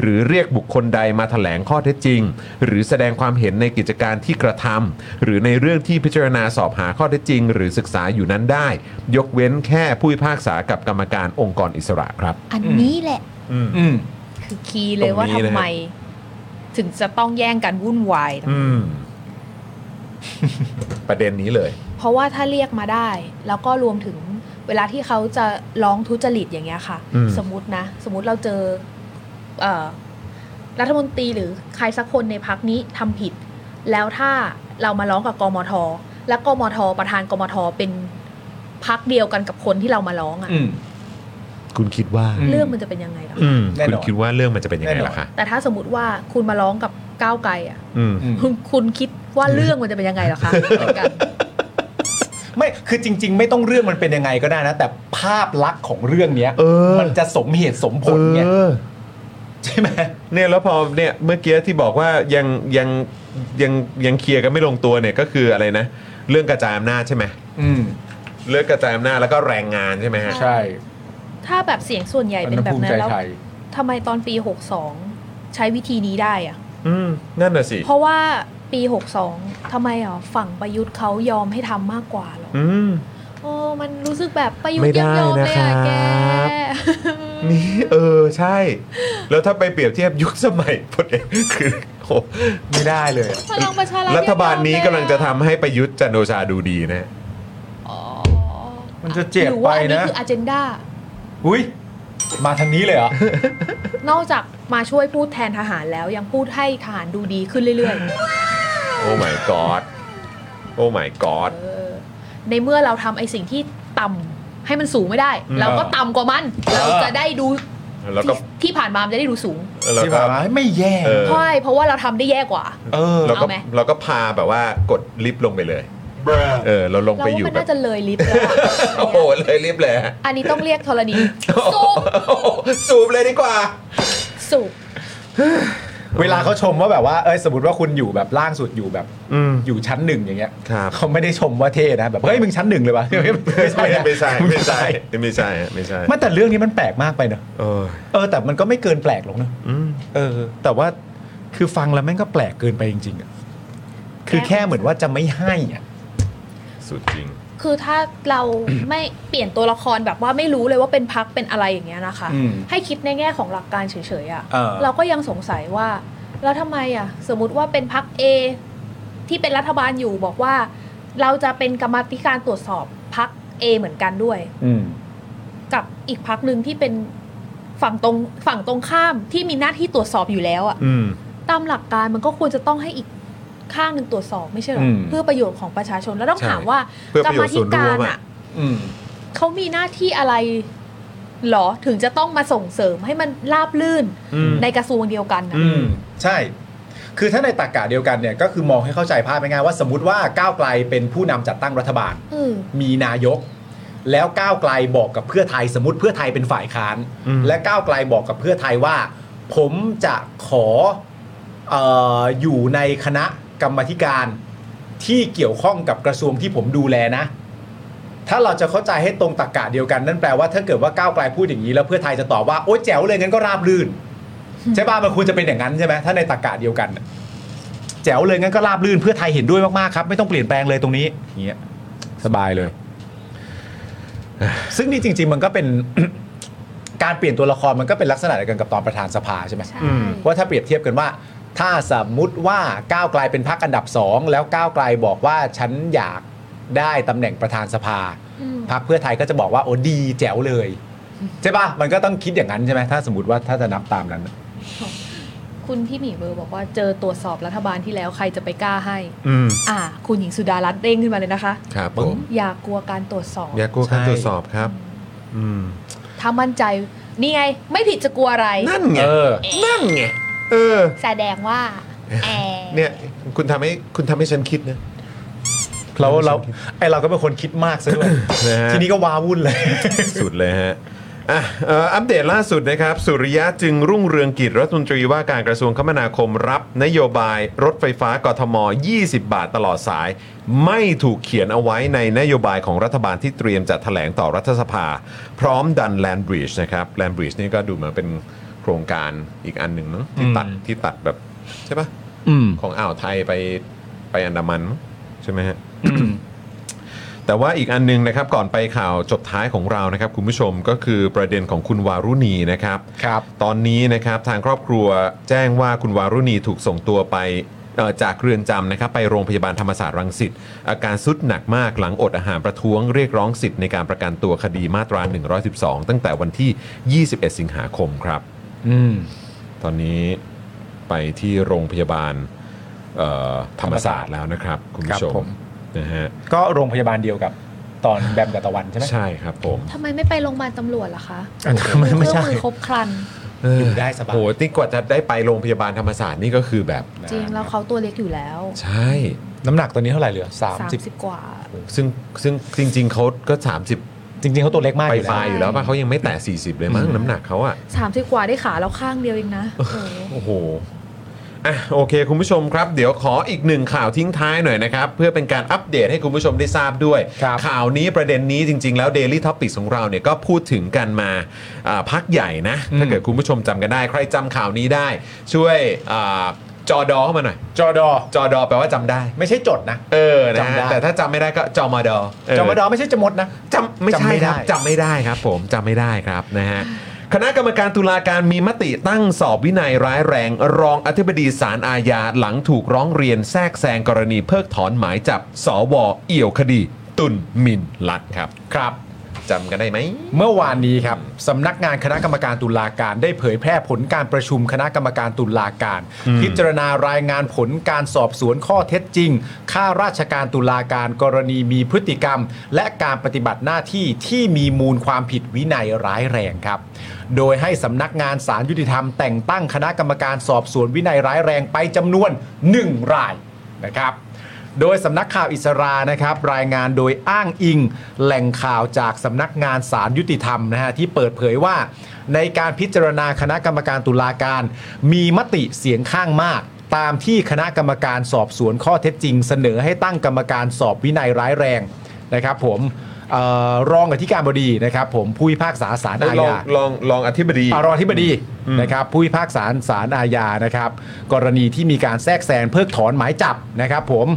Speaker 2: หรือเรียกบุคคลใดมาถแถลงข้อเท็จจริง หรือแสดงความเห็นในกิจการที่กระทำหรือในเรื่องที่พิจารณาสอบหาข้อเท็จจริง หรือศึกษาอยู่นั้นได้ ยกเว้นแค่ผู้พิพากษากับกรรมการองค์กรอิสระครับ
Speaker 5: อันนี้แหละ
Speaker 6: อืม
Speaker 5: คือคีย์เลยว่า
Speaker 2: ตรงนี้
Speaker 5: ทำ
Speaker 2: นะ
Speaker 5: ไม ถึงจะต้องแย่งกันวุ่นวาย
Speaker 2: อืม ประเด็นนี้เลย
Speaker 5: เพราะว่าถ้าเรียกมาได้ แล้วก็รวมถึงเวลาที่เขาจะร้องทุจริตอย่างเงี้ยค่ะ
Speaker 2: อืม
Speaker 5: สมมตินะ สมมติเราเจอเอ่อรัฐมนตรีหรือใครสักคนในพักนี้ทำผิด แล้วถ้าเรามาร้องกับกมท และกมท ประธานกมท เป็นพักเดียวกันกับคนที่เรามาร้องอะ
Speaker 6: อืม
Speaker 2: คุณคิดว่า
Speaker 6: อืม
Speaker 5: เรื่องมันจะเป็นยังไงล่ะ
Speaker 2: อืม
Speaker 6: แน่
Speaker 2: คุ
Speaker 6: น
Speaker 2: ณ
Speaker 6: อน
Speaker 2: คิดว่าเรื่องมันจะเป็นยังไง
Speaker 6: แน่นอน
Speaker 2: ล่ะคะ
Speaker 5: แต่ถ้าสมมติว่าคุณมาร้องกับก้าวไกลอ่ะ
Speaker 2: อืม
Speaker 6: อืม
Speaker 5: คุณคุณคิดว่าเรื่องมันจะเป็นยังไงเหรอคะเหมือนกัน
Speaker 6: ไม่ คือจริง ๆ ไม่ต้องเรื่องมันเป็นยังไงก็ได้นะ แต่ภาพลักษณ์ของเรื่องเนี้ย
Speaker 2: เออ
Speaker 6: มันจะสมเหตุสมผลเนี่ย
Speaker 2: เออ
Speaker 6: ใช่ไหม
Speaker 2: เนี่ยแล้วพอเนี่ยเมื่อกี้ที่บอกว่ายังยังยังยังเคลียร์กันไม่ลงตัวเนี่ยก็คืออะไรนะ เรื่องกระจายอำนาจใช่ไหม
Speaker 6: อืม
Speaker 2: เรื่องกระจายอำนาจแล้วก็แรงงานใช่ไหมฮะ
Speaker 6: ใช่
Speaker 5: ถ้าแบบเสียงส่วนใหญ่เป็นแบบนั้นแล้วทำไมตอนปี 62 ใช้วิธีนี้ได้อะ
Speaker 2: อืมนั่นน่ะสิ
Speaker 5: เพราะว่าปี 62ทำไมอ่ะฝั่งประยุทธ์เขายอมให้ทำมากกว่าเหรอ
Speaker 2: อืม
Speaker 5: โอ้มันรู้สึกแบบประยุทธ์
Speaker 2: ไม่
Speaker 5: ยังยอม
Speaker 2: ได้
Speaker 5: เลย
Speaker 2: นะ
Speaker 5: อ่ะ
Speaker 2: ครับ
Speaker 5: แก
Speaker 2: น นี่เออใช่ แล้วถ้าไปเปรียบเทียบยุคสมัยพลเอกคือโหไม่ได้เลยอะ
Speaker 5: พลังประชารัฐ
Speaker 2: รัฐบาลนี้กำลังจะทำให้ประยุทธ์จันทร์โอชาดูดีนะ
Speaker 5: อ๋อ
Speaker 6: มันจะเจ็บ
Speaker 5: หรือว่าอันนี้
Speaker 6: ไปนะ
Speaker 5: คืออเจนดา
Speaker 6: อุ้ยมาทางนี้เลยเหรอ
Speaker 5: นอกจากมาช่วยพูดแทนทหารแล้วยังพูดให้ทหารดูดีขึ้นเรื่อย
Speaker 2: โอ้ my god โอ้ my god
Speaker 5: ๆ เออ ในเมื่อเราทำไอสิ่งที่ต่ำให้มันสูงไม่ได้
Speaker 2: อืม
Speaker 5: เราก็ต่ำกว่ามัน เราจะได้ดู
Speaker 2: แล้วก็
Speaker 5: ที่ที่ผ่านมามันจะได้ดูสูง
Speaker 2: แล้ว
Speaker 6: ที่
Speaker 2: ก็
Speaker 6: ผ่านมาไม่แย่
Speaker 2: เออ
Speaker 5: ใช่เพราะว่าเราทำได้แย่กว่า
Speaker 6: เออ
Speaker 2: แล้วก็
Speaker 5: เอาไหม
Speaker 2: เราก็พาแบบว่ากดลิฟต์ลงไปเลย เออ เราลง
Speaker 5: เรา
Speaker 2: ไปอ
Speaker 5: ว่า
Speaker 2: ยู่
Speaker 5: มัน
Speaker 2: แบบ
Speaker 5: น่าจะเลยลิฟต์แล้วอะ
Speaker 2: โอ้โหเลยลิฟต์เลยฮะ
Speaker 5: อันนี้ต้องเรียกธรณีสูบ
Speaker 2: โอ้โหสูบเลยดีกว่า
Speaker 5: สูบ
Speaker 6: เวลาเขาชมว่าแบบว่าเอ้ยสมมติว่าคุณอยู่แบบล่างสุดอยู่แบบ
Speaker 2: อืม
Speaker 6: อยู่ชั้นหนึ่งอย่างเงี้ย
Speaker 2: ครับ
Speaker 6: เขาไม่ได้ชมว่าเท่นะแบบเฮ้ยมึงชั้นหนึ่งเลยปะไม่ใช่
Speaker 2: ไม่
Speaker 6: นะ
Speaker 2: ไม่ใช่ไม่ใช่ไม่ใช่ไม่ใช่
Speaker 6: ไม่แต่เรื่องนี้มันแปลกมากไปเนอะ
Speaker 2: เออ
Speaker 6: เออแต่มันก็ไม่เกินแปลกหรอกเนอะ
Speaker 2: อืม
Speaker 6: เออ แต่ว่าคือฟังแล้วแม่งก็แปลกเกินไปจริงๆอะคือแค่เหมือนว่าจะไม่ให้อะ
Speaker 2: สุดจริง
Speaker 5: คือถ้าเราไม่เปลี่ยนตัวละครแบบว่าไม่รู้เลยว่าเป็นพักเป็นอะไรอย่างเงี้ยนะคะ
Speaker 6: อืม
Speaker 5: ให้คิดในแง่ของหลักการเฉยๆอะ
Speaker 6: เออ
Speaker 5: เราก็ยังสงสัยว่า แล้วทำไมอะสมมติว่าเป็นพัก A ที่เป็นรัฐบาลอยู่บอกว่า เราจะเป็นกรรมาธิการตรวจสอบพัก A เหมือนกันด้วย
Speaker 6: อืม
Speaker 5: กับอีกพักหนึ่งที่เป็นฝั่งตรงฝั่งตรงข้ามที่มีหน้าที่ตรวจสอบอยู่แล้วอะ
Speaker 2: อืม
Speaker 5: ตามหลักการมันก็ควรจะต้องให้อีกข้างหนึ่งตรวจสอบไม่ใช่หรอ
Speaker 6: อืม
Speaker 5: เพื่อประโยชน์ของประชาชนแล้วต้อง
Speaker 2: ใช่
Speaker 5: ถามว่า
Speaker 2: เพื่อประโยชน์ส่วนรวมอะ
Speaker 5: กมธิกาอะ
Speaker 6: อืม
Speaker 5: เขามีหน้าที่อะไรหรอถึงจะต้องมาส่งเสริมให้มันราบลื่น
Speaker 2: อืม
Speaker 5: ในกระทรวงเดียวกันน่ะ
Speaker 2: อื
Speaker 6: อืมใช่ คือถ้าในตากาเดียวกันเนี่ยก็คือมองให้เข้าใจภาพง่ายๆว่าสมมติว่าก้าวไกลเป็นผู้นำจัดตั้งรัฐบาล
Speaker 5: อืม
Speaker 6: มีนายก แล้วก้าวไกลบอกกับเพื่อไทย สมมติเพื่อไทยเป็นฝ่ายค้าน
Speaker 2: อืม
Speaker 6: และก้าวไกลบอกกับเพื่อไทยว่า ผมจะขอเอออยู่ในคณะกรรมาธิการที่เกี่ยวข้องกับกระทรวงที่ผมดูแลนะ ถ้าเราจะเข้าใจให้ตรงตรกกะเดียวกันนั่นแปลว่าถ้าเกิดว่าก้าวไกลพูดอย่างนี้แล้วเพื่อไทยจะตอบว่าโอ๊ยแจ๋วเลยงั้นก็ราบรื่น ใช่ป่ะมันควรจะเป็นอย่างนั้นใช่ไหมถ้าในตรกกะเดียวกันน่ะแจ๋วเลยงั้นก็ราบรื่นเพื่อไทยเห็นด้วยมากๆครับ ไม่ต้องเปลี่ยนแปลงเลยตรงนี้อย่างเงี้ยสบายเลย ซึ่งนี่จริง ๆ มันก็เป็น (coughs) การเปลี่ยนตัวละครมันก็เป็นลักษณะเดียวกันกับตอนประธานสภาใช่ไหม
Speaker 5: ใช่
Speaker 6: ว่าถ้าเปรียบเทียบกันว่า ถ้าสมมุติว่าก้าวไกลเป็นพักอันดับสองแล้วก้าวไกลบอกว่าฉันอยากได้ตำแหน่งประธานสภา
Speaker 5: อืม
Speaker 6: พักเพื่อไทยก็จะบอกว่าโอ้ดีแจ๋วเลยใช่ปะมันก็ต้องคิดอย่างนั้นใช่ไหมถ้าสมมติว่าถ้าจะนับตามนั้น
Speaker 5: คุณพี่หมีเบอร์บอกว่าเจอตรวจสอบรัฐบาลที่แล้วใครจะไปกล้าให้
Speaker 2: อืม
Speaker 5: อ่า คุณหญิงสุดารัตน์เร่งขึ้นมาเลยนะคะ
Speaker 2: ครับผม
Speaker 5: อย่ากลัวการตรวจสอบ
Speaker 2: อย่ากลัวการ
Speaker 6: ใช่
Speaker 2: ตรวจสอบครับ อืม
Speaker 5: ถ้ามั่นใจ นี่ไง ไม่ผิดจะกลัวอะไร
Speaker 2: นั่นไง
Speaker 6: เออ
Speaker 2: นั่นไง เออ
Speaker 5: แสดงว่าแอร์
Speaker 2: เนี่ย คุณทำให้คุณทำให้ฉันคิดนะ
Speaker 6: เราเราไอเราก็เป็นคนคิดมากซะด้วย
Speaker 2: นะฮะ
Speaker 6: ทีนี้ก็วาวุ่นเลย
Speaker 2: สุดเลยฮะ อ่ะเอ่ออัปเดตล่าสุดนะครับ สุริยะจึงรุ่งเรืองกิจรัฐมนตรีว่าการกระทรวงคมนาคมรับ นโยบายรถไฟฟ้ากทม 20 บาทตลอดสาย ไม่ถูกเขียนเอาไว้ในนโยบายของรัฐบาลที่เตรียมจะแถลงต่อรัฐสภา พร้อมดันแลนบริดจ์นะครับแลนบริดจ์นี่ก็ดูเหมือนเป็นโครงการอีกอันหนึ่งมั้งที่ตัดที่ตัดแบบใช่ปะ
Speaker 6: อืม
Speaker 2: ของอ่าวไทยไปไปอันดามันใช่ไหมฮะ แต่ว่าอีกอันหนึงนะครับก่อนไปข่าวจบท้ายของเรานะครับคุณผู้ชมก็คือประเด็นของคุณวารุณีนะครับ
Speaker 6: ครับ
Speaker 2: ตอนนี้นะครับทางครอบครัวแจ้งว่าคุณวารุณีถูกส่งตัวไปเอ่อจากเรือนจำนะครับไปโรงพยาบาลธรรมศาสตร์รังสิตอาการสุดหนักมากหลังอดอาหารประท้วงเรียกร้องสิทธิ์ในการประกันตัวคดีมาตรา 112 ตั้งแต่วันที่ 21 สิงหาคมครับ
Speaker 6: อืม
Speaker 2: ตอนนี้ไปที่โรงพยาบาลเอ่อธรรมศาสตร์แล้วนะครับ คุณผู้ช
Speaker 6: ครับผม ม
Speaker 2: นะฮะ
Speaker 6: ก็โรงพยาบาลเดียวกับตอนแบมกับตะวันใช่ไหม
Speaker 2: ใช่ครับผม
Speaker 5: ทำไมไม่ไปโรงพยาบาลตำรวจล่ะคะ
Speaker 6: อันนั้นไม่ไม่ใช่
Speaker 5: เครื่องมือครบครัน
Speaker 6: อยู่ได้สบาย
Speaker 2: โหนี่กว่าจะได้ไปโรงพยาบาลธรรมศาสตร์นี่ก็คือแบบ
Speaker 5: จริงแล้วเขาตัวเล็กอยู่แล้ว
Speaker 2: ใช่
Speaker 6: น้ำหนักตอนนี้เท่าไหร่เหลือสามสิบ
Speaker 5: 30กว่า
Speaker 2: ซึ่งซึ่งจริง ๆเขาก็ 30
Speaker 6: จริง ๆเขาตัวเล็กมาก
Speaker 2: ไป
Speaker 6: อยู่
Speaker 2: ป
Speaker 6: แล้
Speaker 2: ลายว อยู่แล้วป่ะเขายังไม่แตะ40 เลยมั้งน้ำหนักเขาอะ
Speaker 5: 30 กว่าได้ขาแล้วข้างเดียวเองนะโอ้โห
Speaker 2: โอ้โห อ่ะโอเค คุณผู้ชมครับ เดี๋ยวขออีกหนึ่งข่าวทิ้งท้ายหน่อยนะครับ เพื่อเป็นการอัปเดตให้คุณผู้ชมได้ทราบด้วย
Speaker 6: ครับ
Speaker 2: ข่าวนี้ประเด็นนี้จริง ๆ แล้ว Daily t o p i c ของเราเนี่ยก็พูดถึงกันมาอ่าพักใหญ่นะ
Speaker 6: อืม
Speaker 2: ถ้าเกิดคุณผู้ชมจำกันได้ ใครจำข่าวนี้ได้ ช่วยอาจอดอเข้ามาหน่อย
Speaker 6: จอดอ
Speaker 2: จอดอแปลว่าจำได้
Speaker 6: ไม่ใช่จดนะ
Speaker 2: เออนะฮะ
Speaker 6: จำได้
Speaker 2: แต่ถ้าจำไม่ได้ก็จอมอดอเออ
Speaker 6: จอมดอไม่ใช่จมดนะ
Speaker 2: จำไม่
Speaker 6: จำ
Speaker 2: ใช่
Speaker 6: ไม่
Speaker 2: ค (sighs)
Speaker 6: ได้
Speaker 2: รับจำไม่ได้ครับผมจำไม่ได้ครับนะฮะ คณะกรรมการตุลาการมีมติตั้งสอบวินัยร้ายแรง รองอธิบดีศาลอาญาหลังถูกร้องเรียนแทรกแซงกรณีเพิกถอนหมายจับสวเอี่ยวคดี ตุนมินลัดครับ
Speaker 6: ครับ
Speaker 2: จำกันได้ไหม
Speaker 6: เมื่อวานนี้ครับสำนักงานคณะกรรมการตุลาการได้เผยแพร่ผลการประชุมคณะกรรมการตุลาการ พิจารณารายงานผลการสอบสวนข้อเท็จจริงข้าราชการตุลาการกรณีมีพฤติกรรม และการปฏิบัติหน้าที่ที่มีมูลความผิดวินัยร้ายแรงครับ โดยให้สำนักงานสารยุติธรรมแต่งตั้งคณะกรรมการสอบสวนวินัยร้ายแรงไปจำนวน 1 รายนะครับ โดยสำนักข่าวอิสรานะครับ รายงานโดยอ้างอิง แหล่งข่าวจากสำนักงานสารยุติธรรมนะฮะที่เปิดเผยว่า ในการพิจารณาคณะกรรมการตุลาการ มีมติเสียงข้างมาก ตามที่คณะกรรมการสอบสวนข้อเท็จจริง เสนอให้ตั้งกรรมการสอบวินัยร้ายแรงนะครับ ผมเอ่อรองอธิการบดีนะครับ ผมผู้พิพากษาสารอา
Speaker 2: ลอง
Speaker 6: ญา
Speaker 2: ลองลองอธิบดี
Speaker 6: อรองอธิบดีนะครับผู้พิพากษาศาลอาญานะครับ กรณีที่มีการแทรกแซงเพิกถอนหมายจับนะครับผม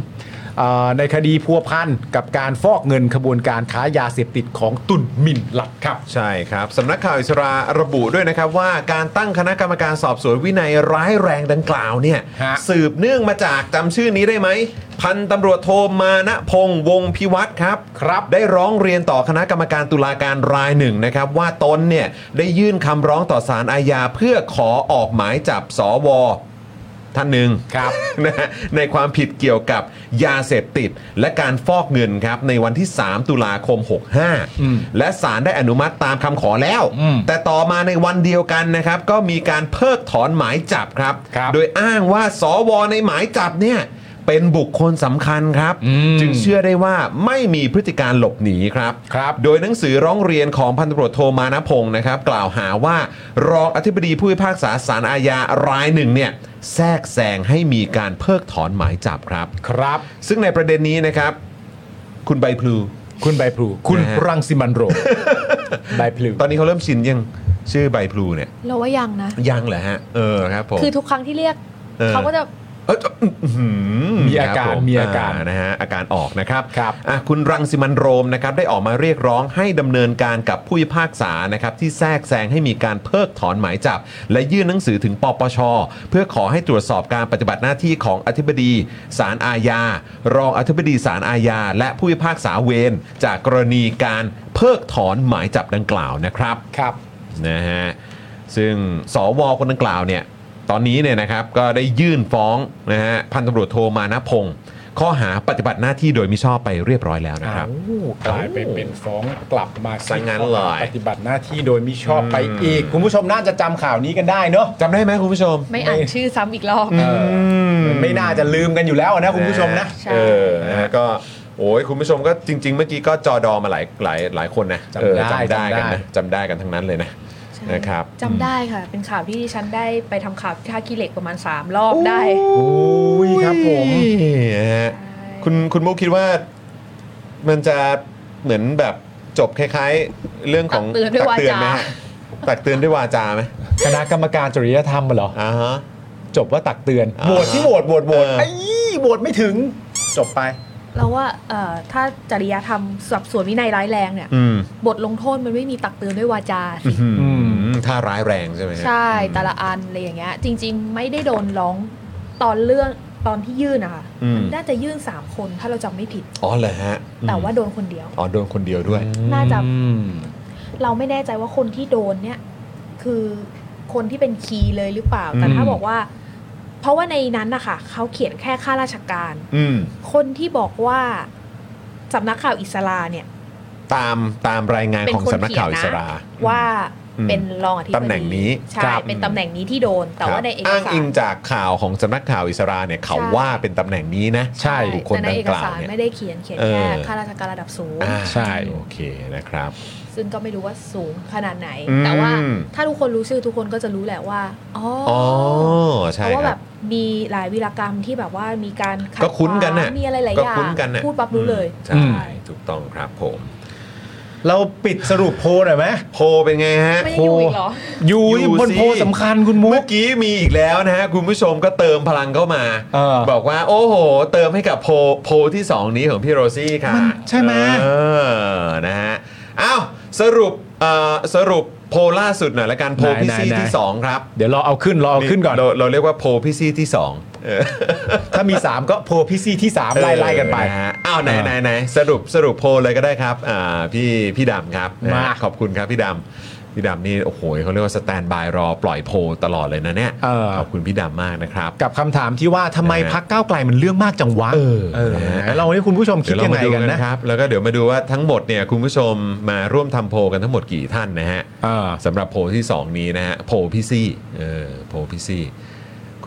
Speaker 6: เอ่อในคดีพัวพันกับการฟอกเงินขบวนการค้ายาเสพติดของตุนมินลัดครับ
Speaker 2: ใช่ครับสำนักข่าวอิสราระบุด้วยนะครับว่าการตั้งคณะกรรมการสอบสวนวินัยร้ายแรงดังกล่าวเนี่ย
Speaker 6: ฮะ
Speaker 2: สืบเนื่องมาจากจำชื่อนี้ได้ไหม พันตำรวจโทมานะพงษ์วงศ์พิวัตรครับ
Speaker 6: ครับ
Speaker 2: ได้ร้องเรียนต่อคณะกรรมการตุลาการรายหนึ่งนะครับ ว่าตนเนี่ยได้ยื่นคำร้องต่อศาลอาญาเพื่อขอออกหมายจับสว ท่านหนึ่ง
Speaker 6: ครับ
Speaker 2: นะฮะในความผิดเกี่ยวกับยาเสพติด และการฟอกเงินครับในวันที่ 3 ตุลาคม
Speaker 6: อืม
Speaker 2: 65 และศาลได้อนุมัติตามคำขอแล้ว
Speaker 6: อืม
Speaker 2: แต่ต่อมาในวันเดียวกันนะครับ ก็มีการเพิกถอนหมายจับครับ
Speaker 6: ครับ
Speaker 2: โดยอ้างว่าสวในหมายจับเนี่ย เป็นบุคคลสำคัญครับ
Speaker 6: อืม
Speaker 2: จึงเชื่อได้ว่าไม่มีพฤติการหลบหนีครับ
Speaker 6: ครับ
Speaker 2: โดยหนังสือร้องเรียนของพันตำรวจโทมานพงศ์นะครับ กล่าวหาว่ารองอธิบดีผู้พิพากษาศาลอาญารายหนึ่งเนี่ยแทรกแซงให้มีการเพิกถอนหมายจับครับ
Speaker 6: ครับ
Speaker 2: ซึ่งในประเด็นนี้นะครับ คุณใบพลู
Speaker 6: คุณใบพลูคุณ
Speaker 2: นะฮะ
Speaker 6: รังสิ (laughs) มันโรม ใบพลู
Speaker 2: ตอนนี้เขาเริ่มชินยังชื่อใบพลูเนี่ย
Speaker 1: เราว่ายังนะ
Speaker 2: ยังเหรอฮะ เออครับผม
Speaker 1: คือทุกครั้งที่เรียก
Speaker 2: เออ
Speaker 1: เขาก็จะ
Speaker 2: เอ้ยอื้อหื
Speaker 6: มีอาการ
Speaker 2: คบผ
Speaker 6: มีอาการ
Speaker 2: นะฮะอาการออกนะครับ
Speaker 6: ครับ
Speaker 2: อ่ะคุณรังสิมันโรมนะครับได้ออกมาเรียกร้องให้ดำเนินการกับผู้พิพากษานะครับที่แทรกแซงให้มีการเพิกถอนหมายจับ และยื่นหนังสือถึงปปช เพื่อขอให้ตรวจสอบการปฏิบัติหน้าที่ของอธิบดีศาลอาญารองอธิบดีศาลอาญา และผู้พิพากษาเวรจากกรณีการเพิกถอนหมายจับดังกล่าวนะครับ
Speaker 6: ครับ
Speaker 2: นะฮะซึ่งสวคนดังกล่าวเนี่ยตอนนี้เนี่ยนะครับก็ได้ยื่นฟ้องนะฮะพันตำรวจโทมานะพงศ์ข้อหาปฏิบัติหน้าที่โดยมิชอบไปเรียบร้อยแล้วนะครับ
Speaker 6: กลายไปเป็นฟ้องกลับมา
Speaker 2: ซะงั้นเลย
Speaker 6: ปฏิบัติหน้าที่โดยมิชอบไปอีก คุณผู้ชมน่าจะจำข่าวนี้กันได้เนอะ
Speaker 2: จำได้ไหมคุณผู้ชม
Speaker 5: ไม่อ่านชื่อซ้ำอีกรอบ
Speaker 6: เออไม่น่าจะลืมกันอยู่แล้วนะคุณผู้ชมนะ
Speaker 5: ใช่
Speaker 2: เออนะฮะก็โอ้ยคุณผู้ชมก็จริง ๆ เมื่อกี้ก็จอดอมาหลายหลายหลายคนนะ
Speaker 6: จำได้
Speaker 2: เออจำได้กัน
Speaker 6: จำได้
Speaker 2: นะจำได้กันทั้งนั้นเลยนะนะครับ
Speaker 5: จำได้ค่ะ เป็นข่าวที่ดิฉันได้ไปทำข่าวที่ท่าขี้เหล็กประมาณ 3 รอบได้
Speaker 2: โอ้ยครับผม
Speaker 5: ใช่
Speaker 2: คุณคุณมุกคิดว่ามันจะเหมือนแบบจบคล้ายๆ เรื่องของ
Speaker 5: ตักเตือนด้วย
Speaker 2: ตักเตืนไหมฮะ
Speaker 5: วาจ
Speaker 2: ตักเตือนด้วยวาจาไหม
Speaker 6: คณะกรรมการจริยธรรมเหรอ
Speaker 2: อ่าฮะ
Speaker 6: จบว่าตักเตือน
Speaker 2: อ่า
Speaker 6: โหวตที่โหวตโหวตโหวต
Speaker 2: เออ
Speaker 6: ไอ้โหวตไม่ถึง จบไป
Speaker 5: เราว่าเอ่อถ้าจริยธรรมสับสวนวินัยร้ายแรงเนี่ย
Speaker 2: อืม
Speaker 5: บทลงโทษมันไม่มีตักเตือนด้วยวาจาสิ
Speaker 2: อืมถ้าร้ายแรงใช่ไหมฮะ
Speaker 5: ใช่แต่ละอันอะไรอย่างเงี้ย จริง ๆ ไม่ได้โดนร้องตอนเรื่องตอนที่ยื่นนะคะ
Speaker 2: อืม
Speaker 5: น่าจะยื่น 3 คนถ้าเราจำไม่ผิด
Speaker 2: อ๋อเหรอฮะ
Speaker 5: แต่ว่า
Speaker 2: อืม
Speaker 5: โดนคนเดียว
Speaker 2: อ๋อโดนคนเดียวด้วย
Speaker 5: น่าจะ
Speaker 6: อืม
Speaker 5: เราไม่แน่ใจว่าคนที่โดนเนี่ย คือคนที่เป็นคีย์เลยหรือเปล่า แต่
Speaker 6: อืม
Speaker 5: ถ้าบอกว่า เพราะว่าในนั้นนะคะเขาเขียนแค่ข้าราชการ
Speaker 2: อืม
Speaker 5: คนที่บอกว่าสำนักข่าวอิสราเนี่ย
Speaker 2: ตามตามรายงาน
Speaker 5: เป็น
Speaker 2: ของ
Speaker 5: คน
Speaker 2: สำนัก
Speaker 5: เขีย
Speaker 2: ข่าวน อิสรา
Speaker 5: นะว่า
Speaker 2: อืม
Speaker 5: เป็นรองอธิบดี
Speaker 2: ตำแหน่งนี้
Speaker 5: ใช่
Speaker 2: ครับ
Speaker 5: เป็นตำแหน่งนี้ที่โดน แต่
Speaker 2: ครับ
Speaker 5: ว่าในเอก
Speaker 2: อ้าง
Speaker 5: สาร
Speaker 2: อิงจากข่าวของสำนักข่าวอิสราเนี่ยเขา
Speaker 5: ใช่
Speaker 2: ว่าเป็นตำแหน่งนี้นะบุคคล
Speaker 5: แต่ใน
Speaker 2: ดัง
Speaker 5: เอก
Speaker 2: กล่าว
Speaker 5: สาร
Speaker 2: เนี่ย
Speaker 5: ไม่ได้เขียนเขียน
Speaker 2: เออ
Speaker 5: แค่ข้าราชการระดับสูง
Speaker 2: อ่า
Speaker 6: ใช่
Speaker 2: โอเคนะครับ
Speaker 5: ซึ่งก็ไม่รู้ว่าสูงขนาดไหน
Speaker 2: อืม
Speaker 5: แต่ว่าถ้าทุกคนรู้ชื่อทุกคนก็จะรู้แหละว่าอ๋ออ
Speaker 2: อ๋อใช่
Speaker 5: เพราะว่า
Speaker 2: ค
Speaker 5: แบ
Speaker 2: รับ
Speaker 5: บมีหลายวีรกรรมที่แบบว่ามีการขัด
Speaker 2: ก็คุ้นกันน่ะ
Speaker 5: ขวางมีอะไรหลาย
Speaker 2: ก็
Speaker 5: อย่าง
Speaker 2: คุ้นกันน่ะ
Speaker 5: พูดปั๊บรู้เลย
Speaker 2: อืม
Speaker 6: ใช่
Speaker 2: ใช่ถูกต้องครับผม
Speaker 6: เราปิดสรุปโพลหน่อยไหม
Speaker 2: โพลเป็นไงฮะ
Speaker 5: ไม่ยังอยู่อีกเหรอ
Speaker 6: อยู่
Speaker 2: อยู่
Speaker 6: บน
Speaker 2: สิ
Speaker 6: โพลสำคัญคุณมุ
Speaker 2: เมื่
Speaker 6: ก
Speaker 2: อกี้มีอีกแล้วนะฮะ คุณผู้ชมก็เติมพลังเข้ามา
Speaker 6: เออ
Speaker 2: บอกว่า โอ้โห เติมให้กับโพลโพลที่ 2 นี้ของพี่โรซี่ค่ะ
Speaker 6: มันใช่ไหม
Speaker 2: เออนะฮะอ้าวสรุปเอ่อสรุป โพลล่าสุดหน่อยละกันโพลพี่ซี่
Speaker 6: ไหนๆๆ
Speaker 2: ที่สองครับ
Speaker 6: เดี๋ยวเราเอาขึ้นเราเอาขึ้นก่อน
Speaker 2: เราเราเรียกว่าโพลพี่ซี่ที่สองเออ
Speaker 6: ถ้ามี 3 ก็โพพี่ซี่ที่ 3 ไล่ไล่กันไป
Speaker 2: เออฮะอ้าวไหน
Speaker 6: เออ
Speaker 2: ไหนไหนสรุปสรุปโพลเลยก็ได้ครับอ่าพี่พี่ดำครับนะฮะ
Speaker 6: มา
Speaker 2: ขอบคุณครับพี่ดำพี่ดำนี่โอ้โหเขาเรียกว่าสแตนบายรอปล่อยโพลตลอดเลยนะเนี่ย
Speaker 6: เออ
Speaker 2: ขอบคุณพี่ดำมากนะครับ
Speaker 6: กับคำถามที่ว่าทำไม
Speaker 2: นะฮะ
Speaker 6: พักก้าวไกลมันเรื่องมากจังวะ
Speaker 2: เออ
Speaker 6: เออเราให้คุณผู้ชมคิ
Speaker 2: เดี๋
Speaker 6: ด
Speaker 2: ยวเรา
Speaker 6: ยัง
Speaker 2: มา
Speaker 6: ไง
Speaker 2: ดู
Speaker 6: กั
Speaker 2: กัน น
Speaker 6: นะ
Speaker 2: นะครับ แล้วก็เดี๋ยวมาดูว่าทั้งหมดเนี่ยคุณผู้ชมมาร่วมทำโพลกันทั้งหมดกี่ท่านนะฮะ
Speaker 6: เออ
Speaker 2: สำหรับโพลที่สองนี้นะฮะโพลพี่ซี่เออโพลพี่ซี่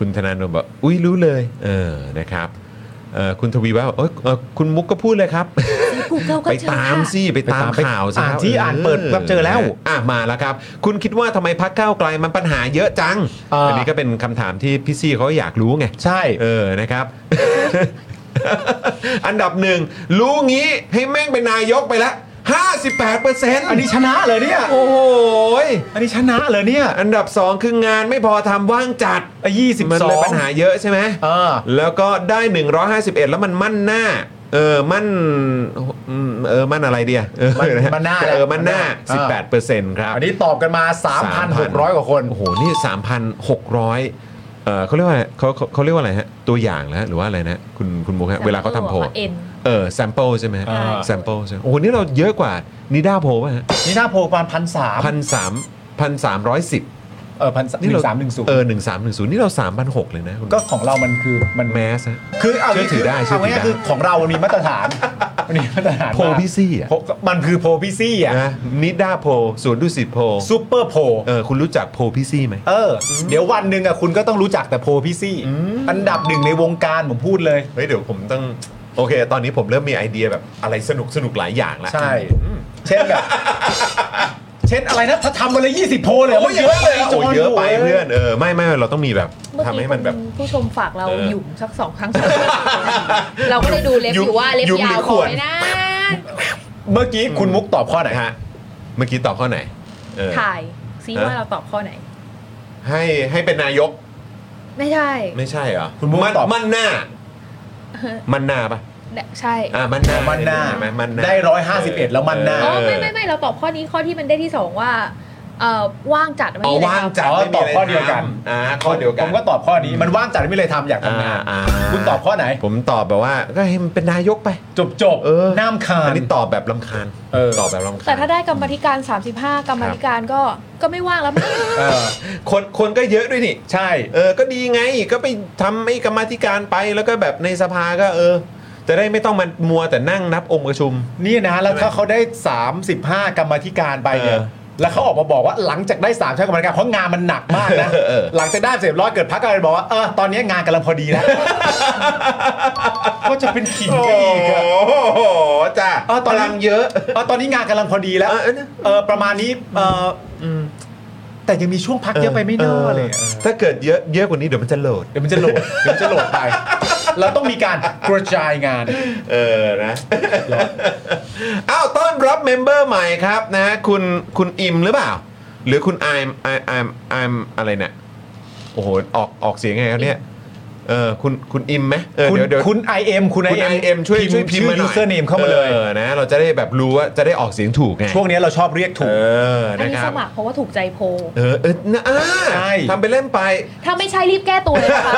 Speaker 2: คุณธนาโนมบอกอุ้ยรู้เลยเออนะครับเอ่อคุณทวีว่าบอกเอ้ยเอ่อคุณมุกก็พูดเลยครับ
Speaker 1: กูเกิลก็
Speaker 2: ไป
Speaker 1: เจอ
Speaker 2: ตาม
Speaker 1: ค่ะ
Speaker 2: สิไปตามข่าวสิค
Speaker 6: อ่าน
Speaker 2: รับ
Speaker 6: ที่อ่านเปิดแบบเจอแล้ว
Speaker 2: อ่ะมาแล้วครับ คุณคิดว่าทำไมพักก้าวไกลมันปัญหาเยอะจัง
Speaker 6: อ่า
Speaker 2: นนี้ก็เป็นคำถามที่พี่ซี่เขาอยากรู้ไง
Speaker 6: ใช่
Speaker 2: เออนะครับ (laughs) อันดับหนึ่งรู้งี้ให้แม่งเป็นนายกไปละ58เปอร์เซ็นต์
Speaker 6: อันนี้ชนะเลยเนี่ย
Speaker 2: โอ้โหย
Speaker 6: อันนี้ชนะเลยเนี่ย
Speaker 2: อันดับสองคืองานไม่พอทำว่างจัด
Speaker 6: ยี่สิบ
Speaker 2: มัน
Speaker 6: สอ
Speaker 2: เลย
Speaker 6: ง
Speaker 2: ปัญหาเยอะใช่ไหม
Speaker 6: เออ
Speaker 2: แล้วก็ได้ 151 แล้วมันมั่นหน้า เออ มั่นอืมเออ มั่นอะไรเดียเออ
Speaker 6: มัน
Speaker 2: ฮ
Speaker 6: มันหน้า
Speaker 2: เออ มันหน้า
Speaker 6: เออ
Speaker 2: 18เปอร์เซ็นต์ครับ
Speaker 6: อันนี้ตอบกันมา 3,600 กว่าคน
Speaker 2: โอ้โห นี่ 3,600เออเขาเรียกว่าอะไรเขาเขาเขาเรียกว่าอะไรฮะ ตัวอย่างแล้วหรือว่าอะไรนะ คุณคุณมุกฮะ เวลาเขาทำโพล
Speaker 1: เอ็น
Speaker 2: เออ แซมเปิลใช่ไหมฮะ
Speaker 6: อ่า
Speaker 2: แซมเปิลใช่ไหมโอ้โห นี่เราเยอะกว่านิด้าโพลป่ะฮะ
Speaker 6: นี่หน้าโพลประมาณพันสาม
Speaker 2: พันสามพันสามร้อยสิบ
Speaker 6: เออพันหนึ่งสามหนึ่งศูน
Speaker 2: เออ
Speaker 6: ย์
Speaker 2: หนึ่งสามหนึ่งศูนย์นี่เราสามพันหกเลยนะคุณ
Speaker 6: ก็ของเรามันคือมัน
Speaker 2: แมสฮะ
Speaker 6: คือเอา
Speaker 2: เชื่อถือได้เชื่อถือ
Speaker 6: เอา
Speaker 2: ได้
Speaker 6: ง่ายๆคือของเรามันมีมาตรฐานมันมีมาตรฐาน
Speaker 2: โพลพี่ซี่อ่ะ
Speaker 6: โพลมันคือโพลพี่ซี่อ่ะ
Speaker 2: นะนิด้าโพลสวนดุสิตโพล
Speaker 6: ซูเปอร์โพล
Speaker 2: เออคุณรู้จักโพลพี่ซี่ไหม
Speaker 6: เออ เดี๋ยววันหนึ่งอ่ะคุณก็ต้องรู้จักแต่โพลพี่ซี่ อันดับหนึ่งในวงการผมพูดเลย
Speaker 2: เฮ้ยเดี๋ยวผมต้อง โอเค ตอนนี้ผมเริ่มมีไอเดียแบบอะไรสนุกสนุกหลายอย่างละ
Speaker 6: ใช่ เช่นแบบ
Speaker 2: (laughs)
Speaker 6: เช่นอะไรนะถ้าทำวันละยี่สิบโพลเลย
Speaker 2: โอ้ย
Speaker 6: มัน
Speaker 2: เยอะไป
Speaker 6: จน
Speaker 2: โอ้ยเยอะไป
Speaker 6: โ
Speaker 2: เพื่อนเออไม่ไม่เราต้องมีแบบ
Speaker 1: เมื่อ
Speaker 2: ทำ
Speaker 1: กี้
Speaker 2: ให้มันแบบ
Speaker 1: คุณผู้ชมฝากเรา
Speaker 2: เออ
Speaker 1: หยุ่มสักสองครั้งสองครั้ง
Speaker 2: (laughs)
Speaker 1: เราก็ได้ดูเล็บ
Speaker 2: หยุ่
Speaker 1: อ
Speaker 2: ม
Speaker 1: ยู่ว่าเล็บ
Speaker 2: หยุ่มหรื
Speaker 1: ยาว
Speaker 2: อ
Speaker 1: พ
Speaker 2: ข
Speaker 1: อ
Speaker 2: วด
Speaker 1: ไหมนะ
Speaker 6: เมื่อกี้คุณมุกตอบข้อไหน
Speaker 2: นะฮะเมื่อกี้ตอบข้อไหนเออ
Speaker 1: ถ่ายซิ
Speaker 2: ฮะ
Speaker 1: ว่าเราตอบข้อไหน
Speaker 2: ให้ให้เป็นนายก
Speaker 1: ไม่ใช่
Speaker 2: ไม่ใช่เหรอ
Speaker 6: คุณมุก
Speaker 2: มัน
Speaker 6: ตอบ
Speaker 2: มันหน้า มันหน้าปะ
Speaker 1: เนี่ยใช่
Speaker 2: อ่ะมันหน้า
Speaker 6: มันหน้า
Speaker 2: ใช่ไหมมันหน้า
Speaker 6: ได้151แล้วมันหน้า
Speaker 1: อ๋อไม่
Speaker 2: เ
Speaker 1: ไม่ไม่เราตอบข้อนี้ข้อที่มันได้ที่สองว่าเอ่อว่างจัดไม่
Speaker 2: เอา
Speaker 1: มีอะไร
Speaker 2: ว่าง
Speaker 1: ทำ
Speaker 2: จัด
Speaker 6: อ๋อ
Speaker 2: ไม่
Speaker 6: ตอ
Speaker 2: มีะ
Speaker 6: บ
Speaker 2: ไร
Speaker 6: ข้อเดียวกัน
Speaker 2: ทำอ่าข้อเดียวกัน
Speaker 6: ผมก็ตอบข้อนี้มันว่างจัดไม่เลยทำอยากทำงาน
Speaker 2: อ่าอ่า
Speaker 6: คุณตอบข้อไหน
Speaker 2: ผมตอบแบบว่าก็ให้มันเป็นนายกไป
Speaker 6: จบจบ
Speaker 2: เออ
Speaker 6: น้ำคา
Speaker 2: อั
Speaker 6: น
Speaker 2: นนี้ตอบแบบลำคาญ
Speaker 6: เออ
Speaker 2: ตอบแบบลำคาญ
Speaker 1: แต่ถ้าได้กรรมาธิการ 35 กรรมาธิการก็ก็ไม่ว่างแล้วมั้ง
Speaker 6: เออ
Speaker 2: คนคนก็เยอะด้วยนี่
Speaker 6: ใช่
Speaker 2: เออ ก็ดีไง ก็ไปทำให้กรรมาธิการไป แล้วก็แบบในสภาก็เออ จะได้ไม่ต้องมามัวแต่นั่งนับองค์ประชุม
Speaker 6: นี่นะแล้วถ้าเขาได้ 35 กรรมาธิการไปเนี่ย
Speaker 2: เออ
Speaker 6: แล้วเขาออกมาบอกว่าหลังจากได้3ามใช้กรรมาธิการเพราะงานมันหนักมากนะ
Speaker 2: เออเออ
Speaker 6: หลังจากได้เสร็จร้อยเกิดพักอะไรบอกว่าเออตอนนี้งานกำลังพอดีแล้ว ก็จะเป็นขิงไปอีกอะ
Speaker 2: โอ้โหจ้ะ
Speaker 6: เออตอนนี้เยอะเออตอนนี้งานกำลังพอดีแล้ว
Speaker 2: เออเออนะ
Speaker 6: เออประมาณนี้เอออแต่ยังมีช่วงพักเยอะไปไม่น่าเลยอะ
Speaker 2: ถ้าเกิดเยอะเยอะกว่านี้เดี๋ยวมันจะโหลด
Speaker 6: เดี๋ยวมันจะโหลดเดี๋ยวมันจะโหลดไป เราต้องมีการกระจายงาน
Speaker 2: เออนะอ้าวต้อนรับเมมเบอร์ใหม่ครับนะฮะคุณคุณอิมหรือเปล่า หรือคุณไอมไอไอมไอมอะไรเนี่ยโอ้โหออกออกเสียงไงครับเนี่ยเออคุณคุณอิมไหมเออ
Speaker 6: คุณ
Speaker 2: เดี๋ยวเดี๋ยว
Speaker 6: คุณ IM คุณ
Speaker 2: คุณ
Speaker 6: IM
Speaker 2: ไอเอ็มช่วยช่วยพิมพ์มาหน่อย
Speaker 6: username เข้ามาเลย
Speaker 2: ออนะเราจะได้แบบรู้ว่าจะได้ออกเสียงถูกไง
Speaker 6: ช่วงนี้เราชอบเรียกถู
Speaker 2: เอก อ
Speaker 1: อัน
Speaker 2: นะ
Speaker 1: นี้
Speaker 2: ครั
Speaker 1: ส
Speaker 2: บ
Speaker 1: มัครเพราะว่าถูกใจโพล
Speaker 2: เออเออนะอ่า
Speaker 6: ใช่
Speaker 2: ทำไปเล่นไป
Speaker 1: ถ้าไม่ใช่รีบแก้ตัวเลย
Speaker 2: (laughs)
Speaker 1: นะคะ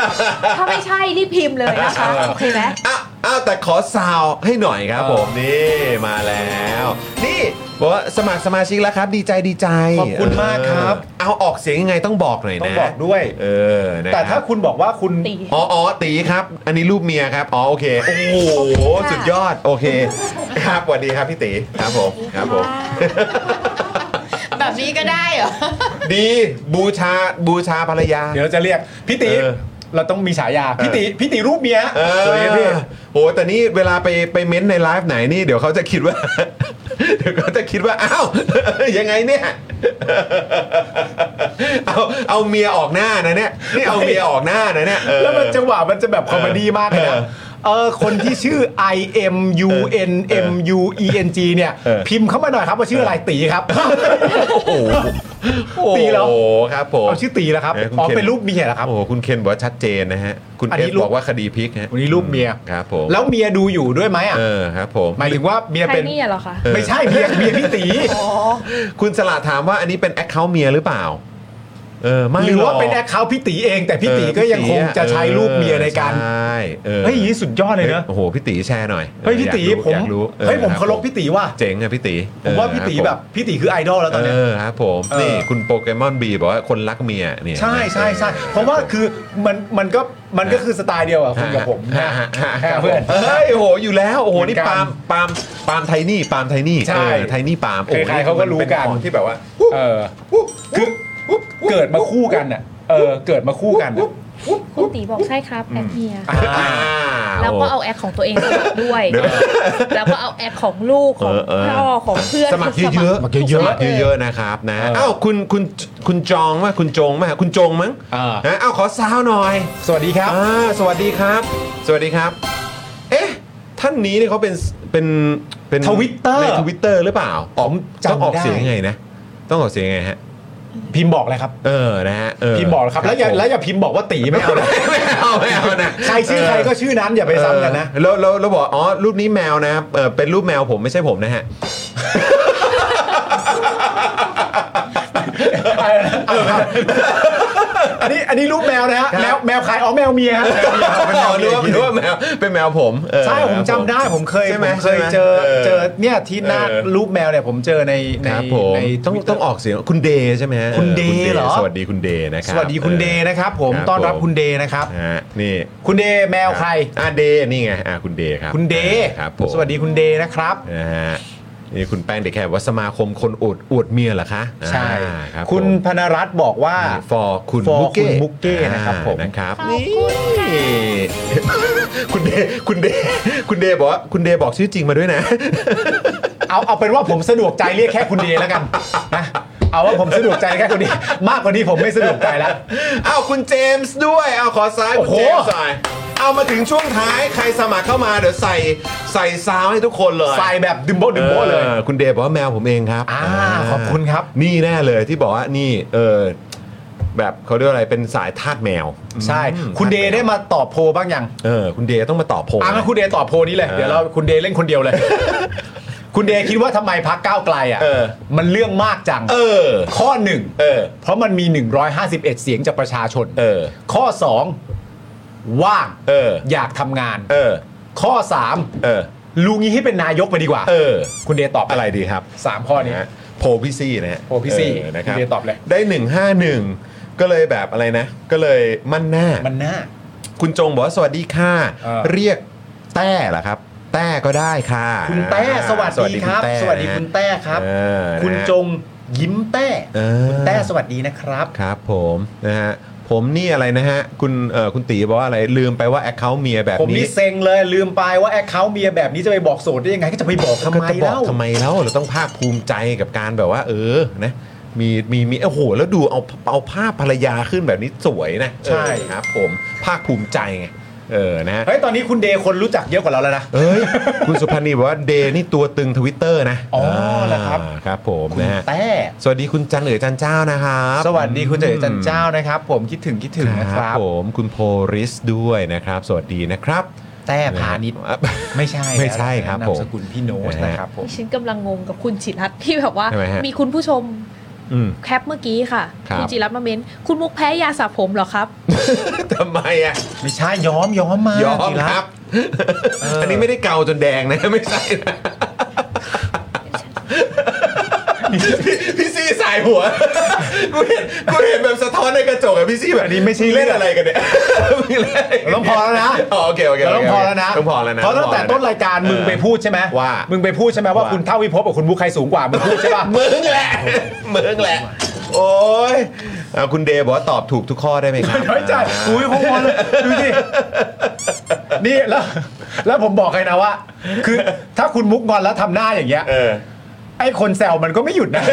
Speaker 1: ถ้าไม่ใช่รีบพิมพ์เลยนะคะโอเคไหม
Speaker 2: อ้าวอ้าวแต่ขอซาวให้หน่อยครับผมนี่มาแล้ว นี่บอกว่าสมัครสมาชิกแล้วครับ ดีใจดีใจ
Speaker 6: ขอบคุณมากครับ
Speaker 2: เออเอาออกเสียงยังไงต้องบอกหน่อยนะ
Speaker 6: ต้องบอกด้วย
Speaker 2: เออนะ
Speaker 6: แต่
Speaker 2: ค
Speaker 6: ถ้า
Speaker 2: รับ
Speaker 6: คุณบอกว่าคุณ
Speaker 1: ตี
Speaker 2: อ๋ออ๋อตีครับ อันนี้รูปเมียครับอ๋อโอเคโอ้โหสุดยอดโอเค ครับสวัสดีครับพี่ตีครับผมครับผม
Speaker 7: แบบนี้ก็ได้เหรอ
Speaker 2: ดีบูชาบูชาภรรยา
Speaker 6: เดี๋ยวจะเรียกพี่ติ
Speaker 2: เออ
Speaker 6: เราต้องมีฉายาพี่ติพี่ติรูปเมีย
Speaker 2: เออ
Speaker 6: สวยไหมพี่
Speaker 2: โอ้แต่นี่เวลาไปไปเม้นต์ในไลฟ์ไหนนี่เดี๋ยวเขาจะคิดว่า (laughs) เดี๋ยวเขาจะคิดว่าอ้าว (laughs) ยังไงเนี่ย เอาเอาเมียออกหน้านะเนี่ยนี่เอาเมียออกหน้านะเนี่ยเออ
Speaker 6: แล้วมันจังหวะมันจะแบบคอมเมดี้มากเลย
Speaker 2: เอ
Speaker 6: นะ
Speaker 2: อ
Speaker 6: เออคนที่ชื่อ I M U N M U E N G เนี่ย
Speaker 2: เออ
Speaker 6: พิมพ์เข้ามาหน่อยครับว่าชื่ออะไรตีครับ ตีเหรอ
Speaker 2: โอ้โหครับผม
Speaker 6: เอาชื่อตีแล้วครับ
Speaker 2: เออคุณ
Speaker 6: อ๋อ
Speaker 2: เคน
Speaker 6: เป็นรูปเมียเหรอครับ
Speaker 2: โอ้โหคุณเคนบอกว่าชัดเจนนะฮะ คุณ
Speaker 6: อัน
Speaker 2: เอ
Speaker 6: นี้
Speaker 2: ฟ
Speaker 6: รูป
Speaker 2: บอกว่าคดีพลิกฮะ
Speaker 6: วันนี้รูปเมีย
Speaker 2: ครับผม
Speaker 6: แล้วเมียดูอยู่ด้วยไหมอ่ะ
Speaker 2: เออครับผม
Speaker 6: หมายถึงว่าเมีย
Speaker 5: ใคร
Speaker 6: เป็น
Speaker 5: เนี่ยเหรอคะ
Speaker 2: เออ
Speaker 6: ไม่ใช่เมียเมียพี่ตี
Speaker 2: คุณสละถามว่าอันนี้เป็นแอคเคาท์เมียหรือเปล่า เออไม่
Speaker 6: หรือว่าเป็น
Speaker 2: ก
Speaker 6: แอคเคาท์พี่ตีเอง แต่พี่ตีก็ยังคงจะใช้รูปเมียในการ
Speaker 2: ใช่ออ
Speaker 6: เฮ้ยอย่างนี้สุดยอดเลยเนอะ
Speaker 2: โอ้โหพี่ตีแชร์หน่อย
Speaker 6: เฮ้ยพี่
Speaker 2: อาก
Speaker 6: ตี
Speaker 2: รู้
Speaker 6: ผม
Speaker 2: อยากรู้ออ
Speaker 6: เฮ้ยผมเคาร
Speaker 2: บ
Speaker 6: พพี่ตีว่า
Speaker 2: เจ๋งอะพี่ตี
Speaker 6: ผมว่า
Speaker 2: เออ
Speaker 6: พี่ตี
Speaker 2: ครับ
Speaker 6: แบบพี่ตีคือไอดอลแล้วตอนเนี้ย
Speaker 2: เออครับผม
Speaker 6: เออ
Speaker 2: นี่คุณโปเกมอนบีบอกว่าคนรักเมียเนี่ย
Speaker 6: ใช่ใช่ใช่
Speaker 2: ออ
Speaker 6: เพราะว่าคือมันมันก็มันก็คือสไตล์เดียวอ่ะคุณกับผมนะเพื่อน
Speaker 2: เฮ้ยโอ้โหอยู่แล้วโอ้โหนี่
Speaker 6: เหมือนกัน
Speaker 2: ปาล์มปาล์มปาล์มไทนี่ปาล์มไทนี่
Speaker 6: ใช่
Speaker 2: เออไทนี่ปาล์มโอ้โห
Speaker 6: ใครๆเขาก็รู้กัน
Speaker 2: เป็ของที่แบบว่า
Speaker 6: เออคือเกิดมาคู่กันอ่ะเออเกิดมาคู่กันน่ะ
Speaker 5: คุณตีบอกใช่ครับแอคเมีย
Speaker 2: อ่า
Speaker 5: แล้วก็เอาแอคของตัวเองสมัครด้วย
Speaker 2: เดี๋ยว
Speaker 5: แล้วก็เอาแอคของลูกของ
Speaker 2: เออเออ
Speaker 5: พ่อของเพื่อน
Speaker 2: สมัครเยอะๆ
Speaker 5: สมัคร
Speaker 2: สมัครเยอะๆนะครับนะเอ้าคุณคุณคุณจองมาคุณจงมาคุณจงมั้ง
Speaker 6: อ่า
Speaker 2: นะเอ้าขอซาวหน่อย
Speaker 6: สวัสดีครับ
Speaker 2: อ่าสวัสดีครับ สวัสดีครับ เอ๊ะท่านนี้เนี่ยเขาเป็นเป็นเป็น
Speaker 6: Twitter
Speaker 2: ในทวิตเตอร์หรือเปล่าอ๋อต้องออก
Speaker 6: จำไม่ได้
Speaker 2: เสียงยังไงนะต้องออกเสียงยังไงฮะ
Speaker 6: พิมพ์บอกเลยครับ
Speaker 2: เออ นะฮะเ
Speaker 6: พิมพ์บอกเลยครับ แล้วอย่า
Speaker 2: ผม
Speaker 6: แล้วอย่าพิมพ์บอกว่าตีไม่เอานะ
Speaker 2: ไม่เอาไม่เอานะ
Speaker 6: ใครชื่อใครก็ชื่อนั้นอย่าไปซ้ำกันนะ
Speaker 2: เออแล้วแล้วแล้วบอก อ๋อ รูปนี้แมวนะเออเป็นรูปแมวผมไม่ใช่ผมนะฮะ
Speaker 6: อันนี้อันนี้รูปแมวนะฮะ
Speaker 2: ครับ
Speaker 6: แมวแมวขายอ๋อแมวเมียฮะแมวเมีย
Speaker 2: อ๋อ
Speaker 6: เป็นแมวเมี
Speaker 2: นึก
Speaker 6: ย
Speaker 2: ว่านึกว่าแมว เป็นแมวผมเออ
Speaker 6: ใช่ผ
Speaker 2: ค
Speaker 6: ม
Speaker 2: รับ
Speaker 6: จำได้ผมเคย
Speaker 2: ใช่
Speaker 6: ผ
Speaker 2: ไหม
Speaker 6: มเคย
Speaker 2: ใช่ไหม
Speaker 6: เจอ
Speaker 2: เออ
Speaker 6: เจอเนี่ยที่หน้ารูปแมวเนี่ยผมเจอในใน
Speaker 2: ครับผม
Speaker 6: ใน
Speaker 2: ต้อง
Speaker 6: Twitter
Speaker 2: ต้องออกเสียง คุณเดย์ใช่ไหมฮะ
Speaker 6: คุณเดย์
Speaker 2: คุณ
Speaker 6: เหรอ
Speaker 2: สวัสดีคุณเดย์นะครับ
Speaker 6: สวัสดีคุณเด
Speaker 2: ออ
Speaker 6: นะครับผม
Speaker 2: ครับ
Speaker 6: ต้อนรับ
Speaker 2: ผม
Speaker 6: คุณเดนะครับ
Speaker 2: ฮะ นี่
Speaker 6: คุณเดแมวใคร
Speaker 2: อ่ะเดย์นี่ไง อ่ะคุณเดย์ครับ
Speaker 6: คุณเด
Speaker 2: ครับผม
Speaker 6: สวัสดีคุณเดนะครับ
Speaker 2: นะฮะ นี่คุณแป้งเด็กแค่บอกว่าสมาคมคนอวดอวดเมียเหรอคะ
Speaker 6: ใช่
Speaker 2: อ่าครับ
Speaker 6: คุณ
Speaker 2: ผม
Speaker 6: พนรัตน์บอกว่า
Speaker 2: ฟอร์คุณ
Speaker 6: For
Speaker 2: มุก
Speaker 6: คุ
Speaker 2: เก้
Speaker 6: ณมุกเก้นะครับผม
Speaker 2: นะครับนี่ (laughs) คุณเดคุณเดคุณเดบอกว่าคุณเดบอกชื่อจริงมาด้วยนะ (laughs)
Speaker 6: เอาเอาเป็นว่าผมสะดวกใจเรียกแค่คุณเดแล้วกันนะเอาว่าผมสะดวกใจแค่คุณเดมากกว่านี้ผมไม่สะดวกใจแล้ว
Speaker 2: อ้าวคุณเจมส์ด้วยเอาขอซ้ายคุณ
Speaker 6: โอ้โห
Speaker 2: เจมส์หน่อยเอามาถึงช่วงท้ายใครสมัครเข้ามาเดี๋ยวใส่ใส่ซาวให้ทุกคนเลย
Speaker 6: ใส่แบบดึมโบะดึมโบะเลย
Speaker 2: ออคุณเดบอกว่าแมวผมเองครับ
Speaker 6: อ่าขอบคุณครับ
Speaker 2: นี่แน่เลยที่บอกว่านี่เออแบบเขาเรียกว่าอะไรเป็นสายทาสแมว
Speaker 6: ใช่ คุณเดได้มาตอบโพลบ้างยัง
Speaker 2: เออคุณเดต้องมาตอบผม
Speaker 6: อ่ะงั้นคุณเดตอบโพลนี้เลย เดี๋ยวเราคุณเดเล่นคนเดียว
Speaker 2: (laughs)
Speaker 6: เลย คุณเดคิดว่าทำไมพักก้าวไกลอ่ะ
Speaker 2: เออ
Speaker 6: มันเรื่องมากจัง
Speaker 2: เออ
Speaker 6: ข้อหนึ่ง
Speaker 2: เออ
Speaker 6: เพราะมันมี 151 เสียงจากประชาชน
Speaker 2: เออ
Speaker 6: ข้อ 2 ว่าง
Speaker 2: เออ
Speaker 6: อยากทำงาน
Speaker 2: เออ
Speaker 6: ข้อ
Speaker 2: เออ
Speaker 6: 3 ลุงนี้ให้เป็นนายกไปดีกว่า
Speaker 2: เออ
Speaker 6: คุณเดย์ตอบ
Speaker 2: อะ
Speaker 6: อะไรไร
Speaker 2: ดีครับ
Speaker 6: สามข้อนี้
Speaker 2: นะฮะโพลพี่ซี่นะฮะ
Speaker 6: โพลพี่ซี่
Speaker 2: เออนะครับ
Speaker 6: คุณเดย์ตอบเลย
Speaker 2: ได้หนึ่งห้าหนึ่งก็เลยแบบอะไรนะ ก็เลยมั่นหน้า
Speaker 6: มันน่า
Speaker 2: คุณจงบอกว่าสวัสดีค่ะ
Speaker 6: เออ
Speaker 2: เรียกแต้เหรอครับ แต้ก็ได้ค่ะ
Speaker 6: คุณแต้สวัสดีครับ สวัสดีคุณแต้ครับ
Speaker 2: เออนะฮะ
Speaker 6: คุณจงยิ้มแต้
Speaker 2: เออ
Speaker 6: คุณแต้สวัสดีนะครับ
Speaker 2: ครับผมนะฮะผมนี่อะไรนะฮะ คุณเอ่อคุณตีบอกว่าอะไรลืมไปว่าแอคเคาท์เมียแบบ
Speaker 6: ผม
Speaker 2: นี้
Speaker 6: นี่เซ็งเลยลืมไปว่าแอคเคาท์เมียแบบนี้จะไปบอกโสดได้ยังไง ก็จะไปบอกทำ
Speaker 2: ก็
Speaker 6: ไม
Speaker 2: จะบอก
Speaker 6: เล่า
Speaker 2: ทำไมแล้วเราต้องภาคภูมิใจกับการแบบว่า เออนะมีมีมีโอ้โห แล้วดูเอาเอาภาพภรรยาขึ้นแบบนี้สวยนะ
Speaker 6: ใช่
Speaker 2: เออครับ ผมภาคภูมิใจไงเออนะฮะ
Speaker 6: เฮ้ยตอนนี้คุณเดย์คนรู้จักเยอะกว่าเราแล้วนะ
Speaker 2: เอ้ย คุณสุพันธ์นี่บอกว่าเดนี่ตัวตึงทวิตเตอร์นะ
Speaker 6: อ๋อเหรอครับ
Speaker 2: าครับผม
Speaker 6: คุณ
Speaker 2: นะฮะ
Speaker 6: แต้
Speaker 2: สวัสดีคุณจันเอ๋ยจันเจ้านะครับ
Speaker 6: สวัสดีคุณเจริญจันเจ้านะครับ ผมคิดถึงคิดถึงนะ
Speaker 2: ค
Speaker 6: ค
Speaker 2: รั
Speaker 6: รั
Speaker 2: บบ ผมคุณโพริสด้วยนะครับ สวัสดีนะครับ
Speaker 6: แต้พาณิชย์
Speaker 2: นะฮะ
Speaker 6: ไม่ใช่
Speaker 2: ไม่ใช่ครับผม
Speaker 6: นามสกุลพี่โน้ต
Speaker 2: นะฮะ
Speaker 6: นะครับผม
Speaker 5: ดิฉันกำลังงงกับคุณจิรัตน์ (laughs) ที่แบบว่า
Speaker 2: ทำไมฮะ
Speaker 5: มีคุณผู้ชม
Speaker 2: อืม
Speaker 5: แคปเมื่อกี้ค่ะ
Speaker 2: ครับ
Speaker 5: ณจิรัตน์มาเม้นคุณมุกแพ้ยาสระผมเหรอครับ
Speaker 2: ทำไมอ่ะ
Speaker 6: ไม่ใช่ย้อมย้อมมาย ย
Speaker 2: อมครับ อันนี้ไม่ได้เกาจนแดงนะ (laughs) ไม่ใช่นะพี่พี่ซี่สายหัว (laughs) กูเห็นกูเห็นแบบสะท้อนในกระจกอะพี่ซี่แบบนี้ไม่ใช่เล่นอะไรกันเนี่ยมึงเล่นอะไรกัน
Speaker 6: เราต้องพอแล้วนะ
Speaker 2: อ๋อโอเคโอเค
Speaker 6: เรา
Speaker 2: โเค
Speaker 6: ต้องพอแล้วนะ
Speaker 2: ต้องพอแล้วนะ
Speaker 6: เพราะตั้งแต่ต้นรายการมึงไปพูดใช่ไหม
Speaker 2: ว่ามึ
Speaker 6: มึงไปพูดใช่ไหมว่า
Speaker 2: ว่า
Speaker 6: คุณเท่าวิภพกับคุณบุ๊คใครสูงกว่ามึงพูดใช่ป่ะ
Speaker 2: มึงแหละมึงแหละ โอ้ยเอาคุณเดย์บอกว่าตอบถูกทุกข้อได้ไหมครับ
Speaker 6: น้อยใจอุ้ยพวกมันดูสินี่แล้ว แล้วผมบอกใครนะว่า คือถ้าคุณมุกงอนแล้วทำหน้าอย่างเงี้ย
Speaker 2: เออ
Speaker 6: ไอ้คนแซวมันก็ไม่หยุดนะ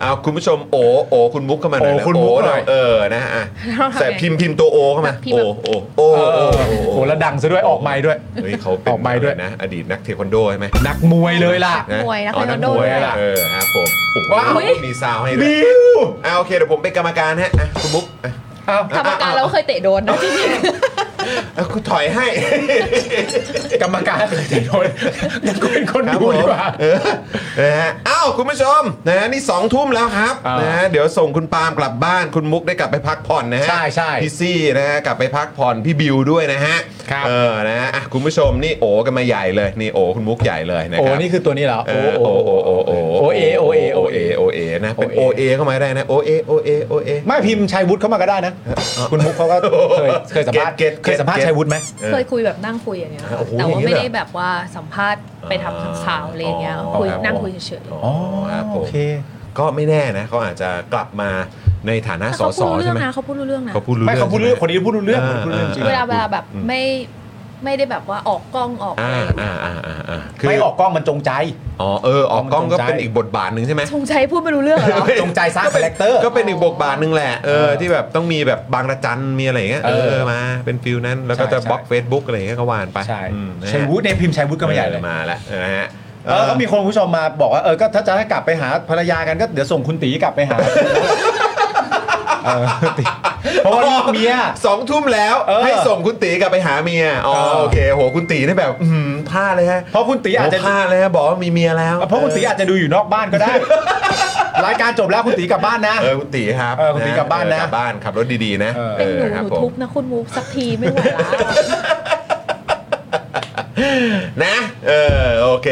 Speaker 2: เอาคุณผู้ชมโอโอคุณมุกเข้ามาหน่อย
Speaker 6: โอ้
Speaker 2: นะ
Speaker 6: คุณมุก
Speaker 2: โอ้
Speaker 6: ห
Speaker 2: ห
Speaker 6: น่
Speaker 2: น่อ
Speaker 6: อ
Speaker 2: ย ยเออนะ
Speaker 5: (laughs)
Speaker 2: อ่ะ
Speaker 5: ต้องทำไง
Speaker 2: แต่พิมพ์พิมพ์ตัวโอเข้ามา
Speaker 5: พิมพ์
Speaker 2: โอ
Speaker 5: แบบ
Speaker 2: โอโอ
Speaker 6: โอ้
Speaker 2: โอ
Speaker 6: โหแล้วดังซะด้วยออกไม้ด้วย
Speaker 2: เฮ้ยเขาเป็น
Speaker 6: ออกไมค์ด้วย
Speaker 2: นะ อดีตนักเทควันโดใช่ไหม
Speaker 6: นักมวยเลยล่ะ
Speaker 5: มวยนะ
Speaker 2: อ๋อ
Speaker 5: เทควันโด
Speaker 2: ม
Speaker 5: ด้วย
Speaker 2: เออครับผมโอ้โห
Speaker 6: ว้าว
Speaker 2: มีซาวให้ด้วย
Speaker 6: บิว
Speaker 2: อ่ะโอเคเดี๋ยวผมเป็นกรรมการฮะอ่ะคุณมุกอ่ะ
Speaker 6: เอ้าก
Speaker 5: รรมการเราเคยเตะโดนนะ (laughs) จริง
Speaker 2: อ่ะคุณถอย
Speaker 5: (laughs)
Speaker 2: ให้
Speaker 6: กรรมการเคยจะโดนยังก็เป็นคน
Speaker 2: ครับ
Speaker 6: ดู
Speaker 2: ผม
Speaker 6: ดีกว่า
Speaker 2: เออนะฮะอ้าวคุณผู้ชมนะฮะนี่สองทุ่มแล้วครับ
Speaker 6: อ่าน
Speaker 2: นะฮะเดี๋ยวส่งคุณปาล์มกลับบ้านคุณมุกได้กลับไปพักผ่อนนะฮะ
Speaker 6: ใช่ใช่
Speaker 2: พี่ซี่นะฮะกลับไปพักผ่อนพี่บิวด้วยนะฮะ
Speaker 6: ครับ
Speaker 2: เออนะฮะอ่ะคุณผู้ชมนี่โอกันมาใหญ่เลยนี่โอคุณมุกใหญ่เลยนะ
Speaker 6: โอ้
Speaker 2: ครับ
Speaker 6: นี่คือตัวนี้เหรอ
Speaker 2: เอ
Speaker 6: โอ้
Speaker 2: อ
Speaker 6: โอ้
Speaker 2: โอโอโอโอ
Speaker 6: โอเอโอเอโอเอ
Speaker 2: โอเอนะเป็นโอ
Speaker 6: OA
Speaker 2: เอเข้ามาได้นะโอเอโอเอโอเอ
Speaker 6: ไม่พิมพ์ชัยวุฒิเข้ามาก็ได้นะ คุณมุกเขาก็เคยเคยสัมภาษณ์
Speaker 2: เก็ตเก็ต
Speaker 6: เคยสัมภาษณ์ชัยวุฒิไหม
Speaker 5: ๆเคยคุยแบบนั่งคุยอย่างเงี้ยค่ะ
Speaker 2: โอ้โห
Speaker 5: แต่ว่า
Speaker 6: อย่างนี้
Speaker 5: ไม่
Speaker 6: เลย
Speaker 5: ได้แบบว่าสัมภาษณ์ไปทำข่าวอะไรอย่างเงี้ย
Speaker 2: อ๋อ
Speaker 5: คุย
Speaker 2: ครับ
Speaker 5: นั่ง
Speaker 2: ผม
Speaker 5: คุยเฉยๆ
Speaker 6: อ๋อ
Speaker 2: ครับผม
Speaker 6: โอเค
Speaker 2: ก็ไม่แน่นะเขาอาจจะกลับมาในฐานะ
Speaker 5: แต่
Speaker 2: ส
Speaker 5: เขา
Speaker 2: ส
Speaker 5: พูดรู้เรื่
Speaker 2: ใช่
Speaker 5: อง
Speaker 2: ไหม
Speaker 5: นะเขาพูดรู้เรื่องนะ
Speaker 2: เขาพูดรู้
Speaker 6: ไม่
Speaker 2: เรื่อง
Speaker 6: เขาพูดเรื่องคนนี้พูดรู้เรื่องพูดรู้เรื่องจริง
Speaker 2: า
Speaker 5: เวลาเวลาแบบ
Speaker 2: อืม
Speaker 5: ไม่ไม่ได้แบบว่าออกกล้องออกอะ
Speaker 2: อ่า
Speaker 5: ไร
Speaker 2: อ่าอ่าอ่าอ่าคื
Speaker 6: ไม่ออกกล้องมันจงใจ
Speaker 2: อ๋อเออออกกล้องก็
Speaker 6: จงใจ
Speaker 2: เป็นอีกบทบาทหนึ่งใช่ไหม
Speaker 5: ทงชัยพูดไม่รู้เรื่องเหรอ
Speaker 6: จงใจสร้างคาแรคเตอร์
Speaker 2: ก็เป็นอีกบทบาทหนึ่งแหละเออ
Speaker 6: เออ
Speaker 2: ที่แบบต้องมีแบบบางระจันมีอะไรอย่างเงี้ยเอ
Speaker 6: เออ
Speaker 2: อมาเป็นฟิลนั้นแล้วก็
Speaker 6: ใช่
Speaker 2: จะ
Speaker 6: ใช่
Speaker 2: บล็อกเฟซบุ๊กอะไรอย่างเงี้ยก็วานไป
Speaker 6: ใช่
Speaker 2: อืมนะฮะ
Speaker 6: ชัยวุฒิในยพิมพ์ชัยวุฒิก็ไม่ใหญ่เลย
Speaker 2: ออมาแล้วนะฮะ
Speaker 6: เออก็มีคนผู้ชมมาบอกว่าเออก็ถ้าจะให้กลับไปหาภรรยากันก็เดี๋ยวส่งคุณตีกลับไปหาเออตีเพราะว่าลูกเมีย
Speaker 2: สองทุ่มแล้ว
Speaker 6: เออ
Speaker 2: ให้ส่งคุณตีกลับไปหาเมียอ๋อ
Speaker 6: เออ
Speaker 2: โอเคโหคุณตีนี่แบบอืมพลาดเลยฮะ
Speaker 6: เพราะคุณตีอาจจะ
Speaker 2: โหพลาดเลยฮะบอกว่ามีเมียแล้ว
Speaker 6: เพราะคุณตีอาจจะดูอยู่นอกบ้านก็ได้ รายการจบแล้วคุณตีกลับบ้านนะ
Speaker 2: เออคุณตีครับ
Speaker 6: เออคุณตีกลับบ้านนะ
Speaker 2: เออกลับบ้านขับรถดีๆนะ
Speaker 6: เออ
Speaker 5: เป็น
Speaker 2: ออ
Speaker 5: หนู
Speaker 2: ค
Speaker 5: ห
Speaker 2: รับ
Speaker 5: นู
Speaker 2: ผม
Speaker 5: ทุบนะคุณมุกสักทีไม่ไหวละ
Speaker 2: (laughs) นะเออโอเค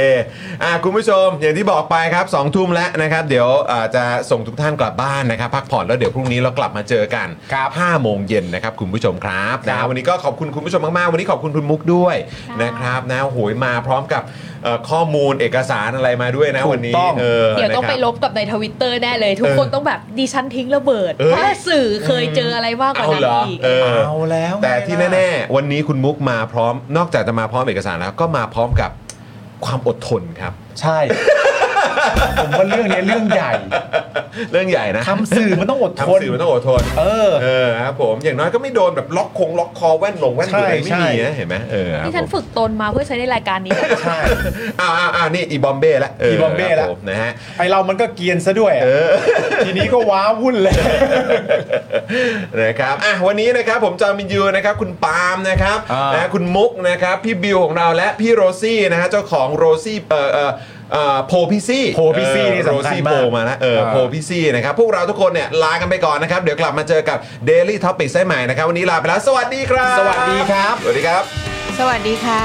Speaker 2: อ่ะคุณผู้ชมอย่างที่บอกไปครับ2องทุ่มแล้วนะครับ เดี๋ยวอ่าจะส่งทุกท่านกลับบ้านนะครับ พักผ่อนแล้วเดี๋ยวพรุ่งนี้เรากลับมาเจอกัน
Speaker 6: ครับ
Speaker 2: 5โมงเย็นนะครับคุณผู้ชมครับ
Speaker 6: ครั
Speaker 2: นะ
Speaker 6: บ
Speaker 2: วันนี้ก็ขอบคุณคุณผู้ชมมากๆวันนี้ขอบคุณคุณมุกด้วยนะครับนะโหยมาพร้อมกับเอ่อข้อมูลเอกสารอะไรมาด้วยนะ
Speaker 6: ถูก
Speaker 2: วันนี้
Speaker 6: ต้อง
Speaker 2: เออ
Speaker 5: เดี๋ยวต้องไป
Speaker 2: นะครับ
Speaker 5: ลบกับในทวิตเตอร์แน่เลย ทุก
Speaker 2: เออ
Speaker 5: คนต้องแบบดิฉันทิ้งระเบิด
Speaker 2: เอ้ย
Speaker 5: ว่าสื่อเคยเจออะไรมากกว่า
Speaker 2: เอา
Speaker 5: นั้
Speaker 2: เหร
Speaker 5: น
Speaker 2: อ
Speaker 5: อีก
Speaker 2: เออ
Speaker 6: เอาแล้วไง
Speaker 2: แต่ที่
Speaker 6: ล่ะ
Speaker 2: แน่ๆ วันนี้คุณมุกมาพร้อม นอกจากจะมาพร้อมเอกสารแล้วก็มาพร้อมกับความอดทนครับ
Speaker 6: ใช่ ผมว่าเรื่องนี้เรื่องใหญ่
Speaker 2: เรื่องใหญ่นะ
Speaker 6: ทำสื่อมันต้องอดทน
Speaker 2: ทำสื่อมันต้องอดทน
Speaker 6: เออ
Speaker 2: เออครับผมอย่างน้อยก็ไม่โดนแบบล็อกคงล็อกคอแว่นหลงแว่นหลุดอะไรไม่
Speaker 6: ใช่
Speaker 2: มีนะเห็นไหมเออครับ
Speaker 5: ที่ฉัน
Speaker 2: ผม
Speaker 5: ฝึกตนมาเพื่อใช้ในรายการนี้
Speaker 6: ใช่
Speaker 2: อ้าวอ้าวอ้าวนี่อีบอมเบ้ละ
Speaker 6: อีบอมเบ้
Speaker 2: ค
Speaker 6: ละ
Speaker 2: รัผมนะฮ (laughs) ะ
Speaker 6: ไอเรามันก็เกรียนซะด้วยอะทีนี้ก็ว้าวุ่นเลย
Speaker 2: นะครับอ่ะวันนี้นะครับผมจอมินยูนะครับคุณปาล์มนะครับ
Speaker 6: อ่าน
Speaker 2: นะฮะคุณมุกนะครับพี่บิวของเราและพี่โรซี่นะฮะเจ้าของโรซี่เออเออเอ่อโพพิซี่
Speaker 6: Pro PC นี่
Speaker 2: โร
Speaker 6: สำคัญ
Speaker 2: ซี่
Speaker 6: มา
Speaker 2: โพ
Speaker 6: ก
Speaker 2: มาแล้วเออ
Speaker 6: เออ
Speaker 2: โพพิซี่นะครับพวกเราทุกคนเนี่ยลากันไปก่อนนะครับ เดี๋ยวกลับมาเจอกับ Daily Topics ได้ใหม่นะครับ วันนี้ลาไปแล้วสวัสดีครับ
Speaker 6: สวัสดีครับ
Speaker 2: สวัสดีครับ
Speaker 7: สวัสดีค่ะ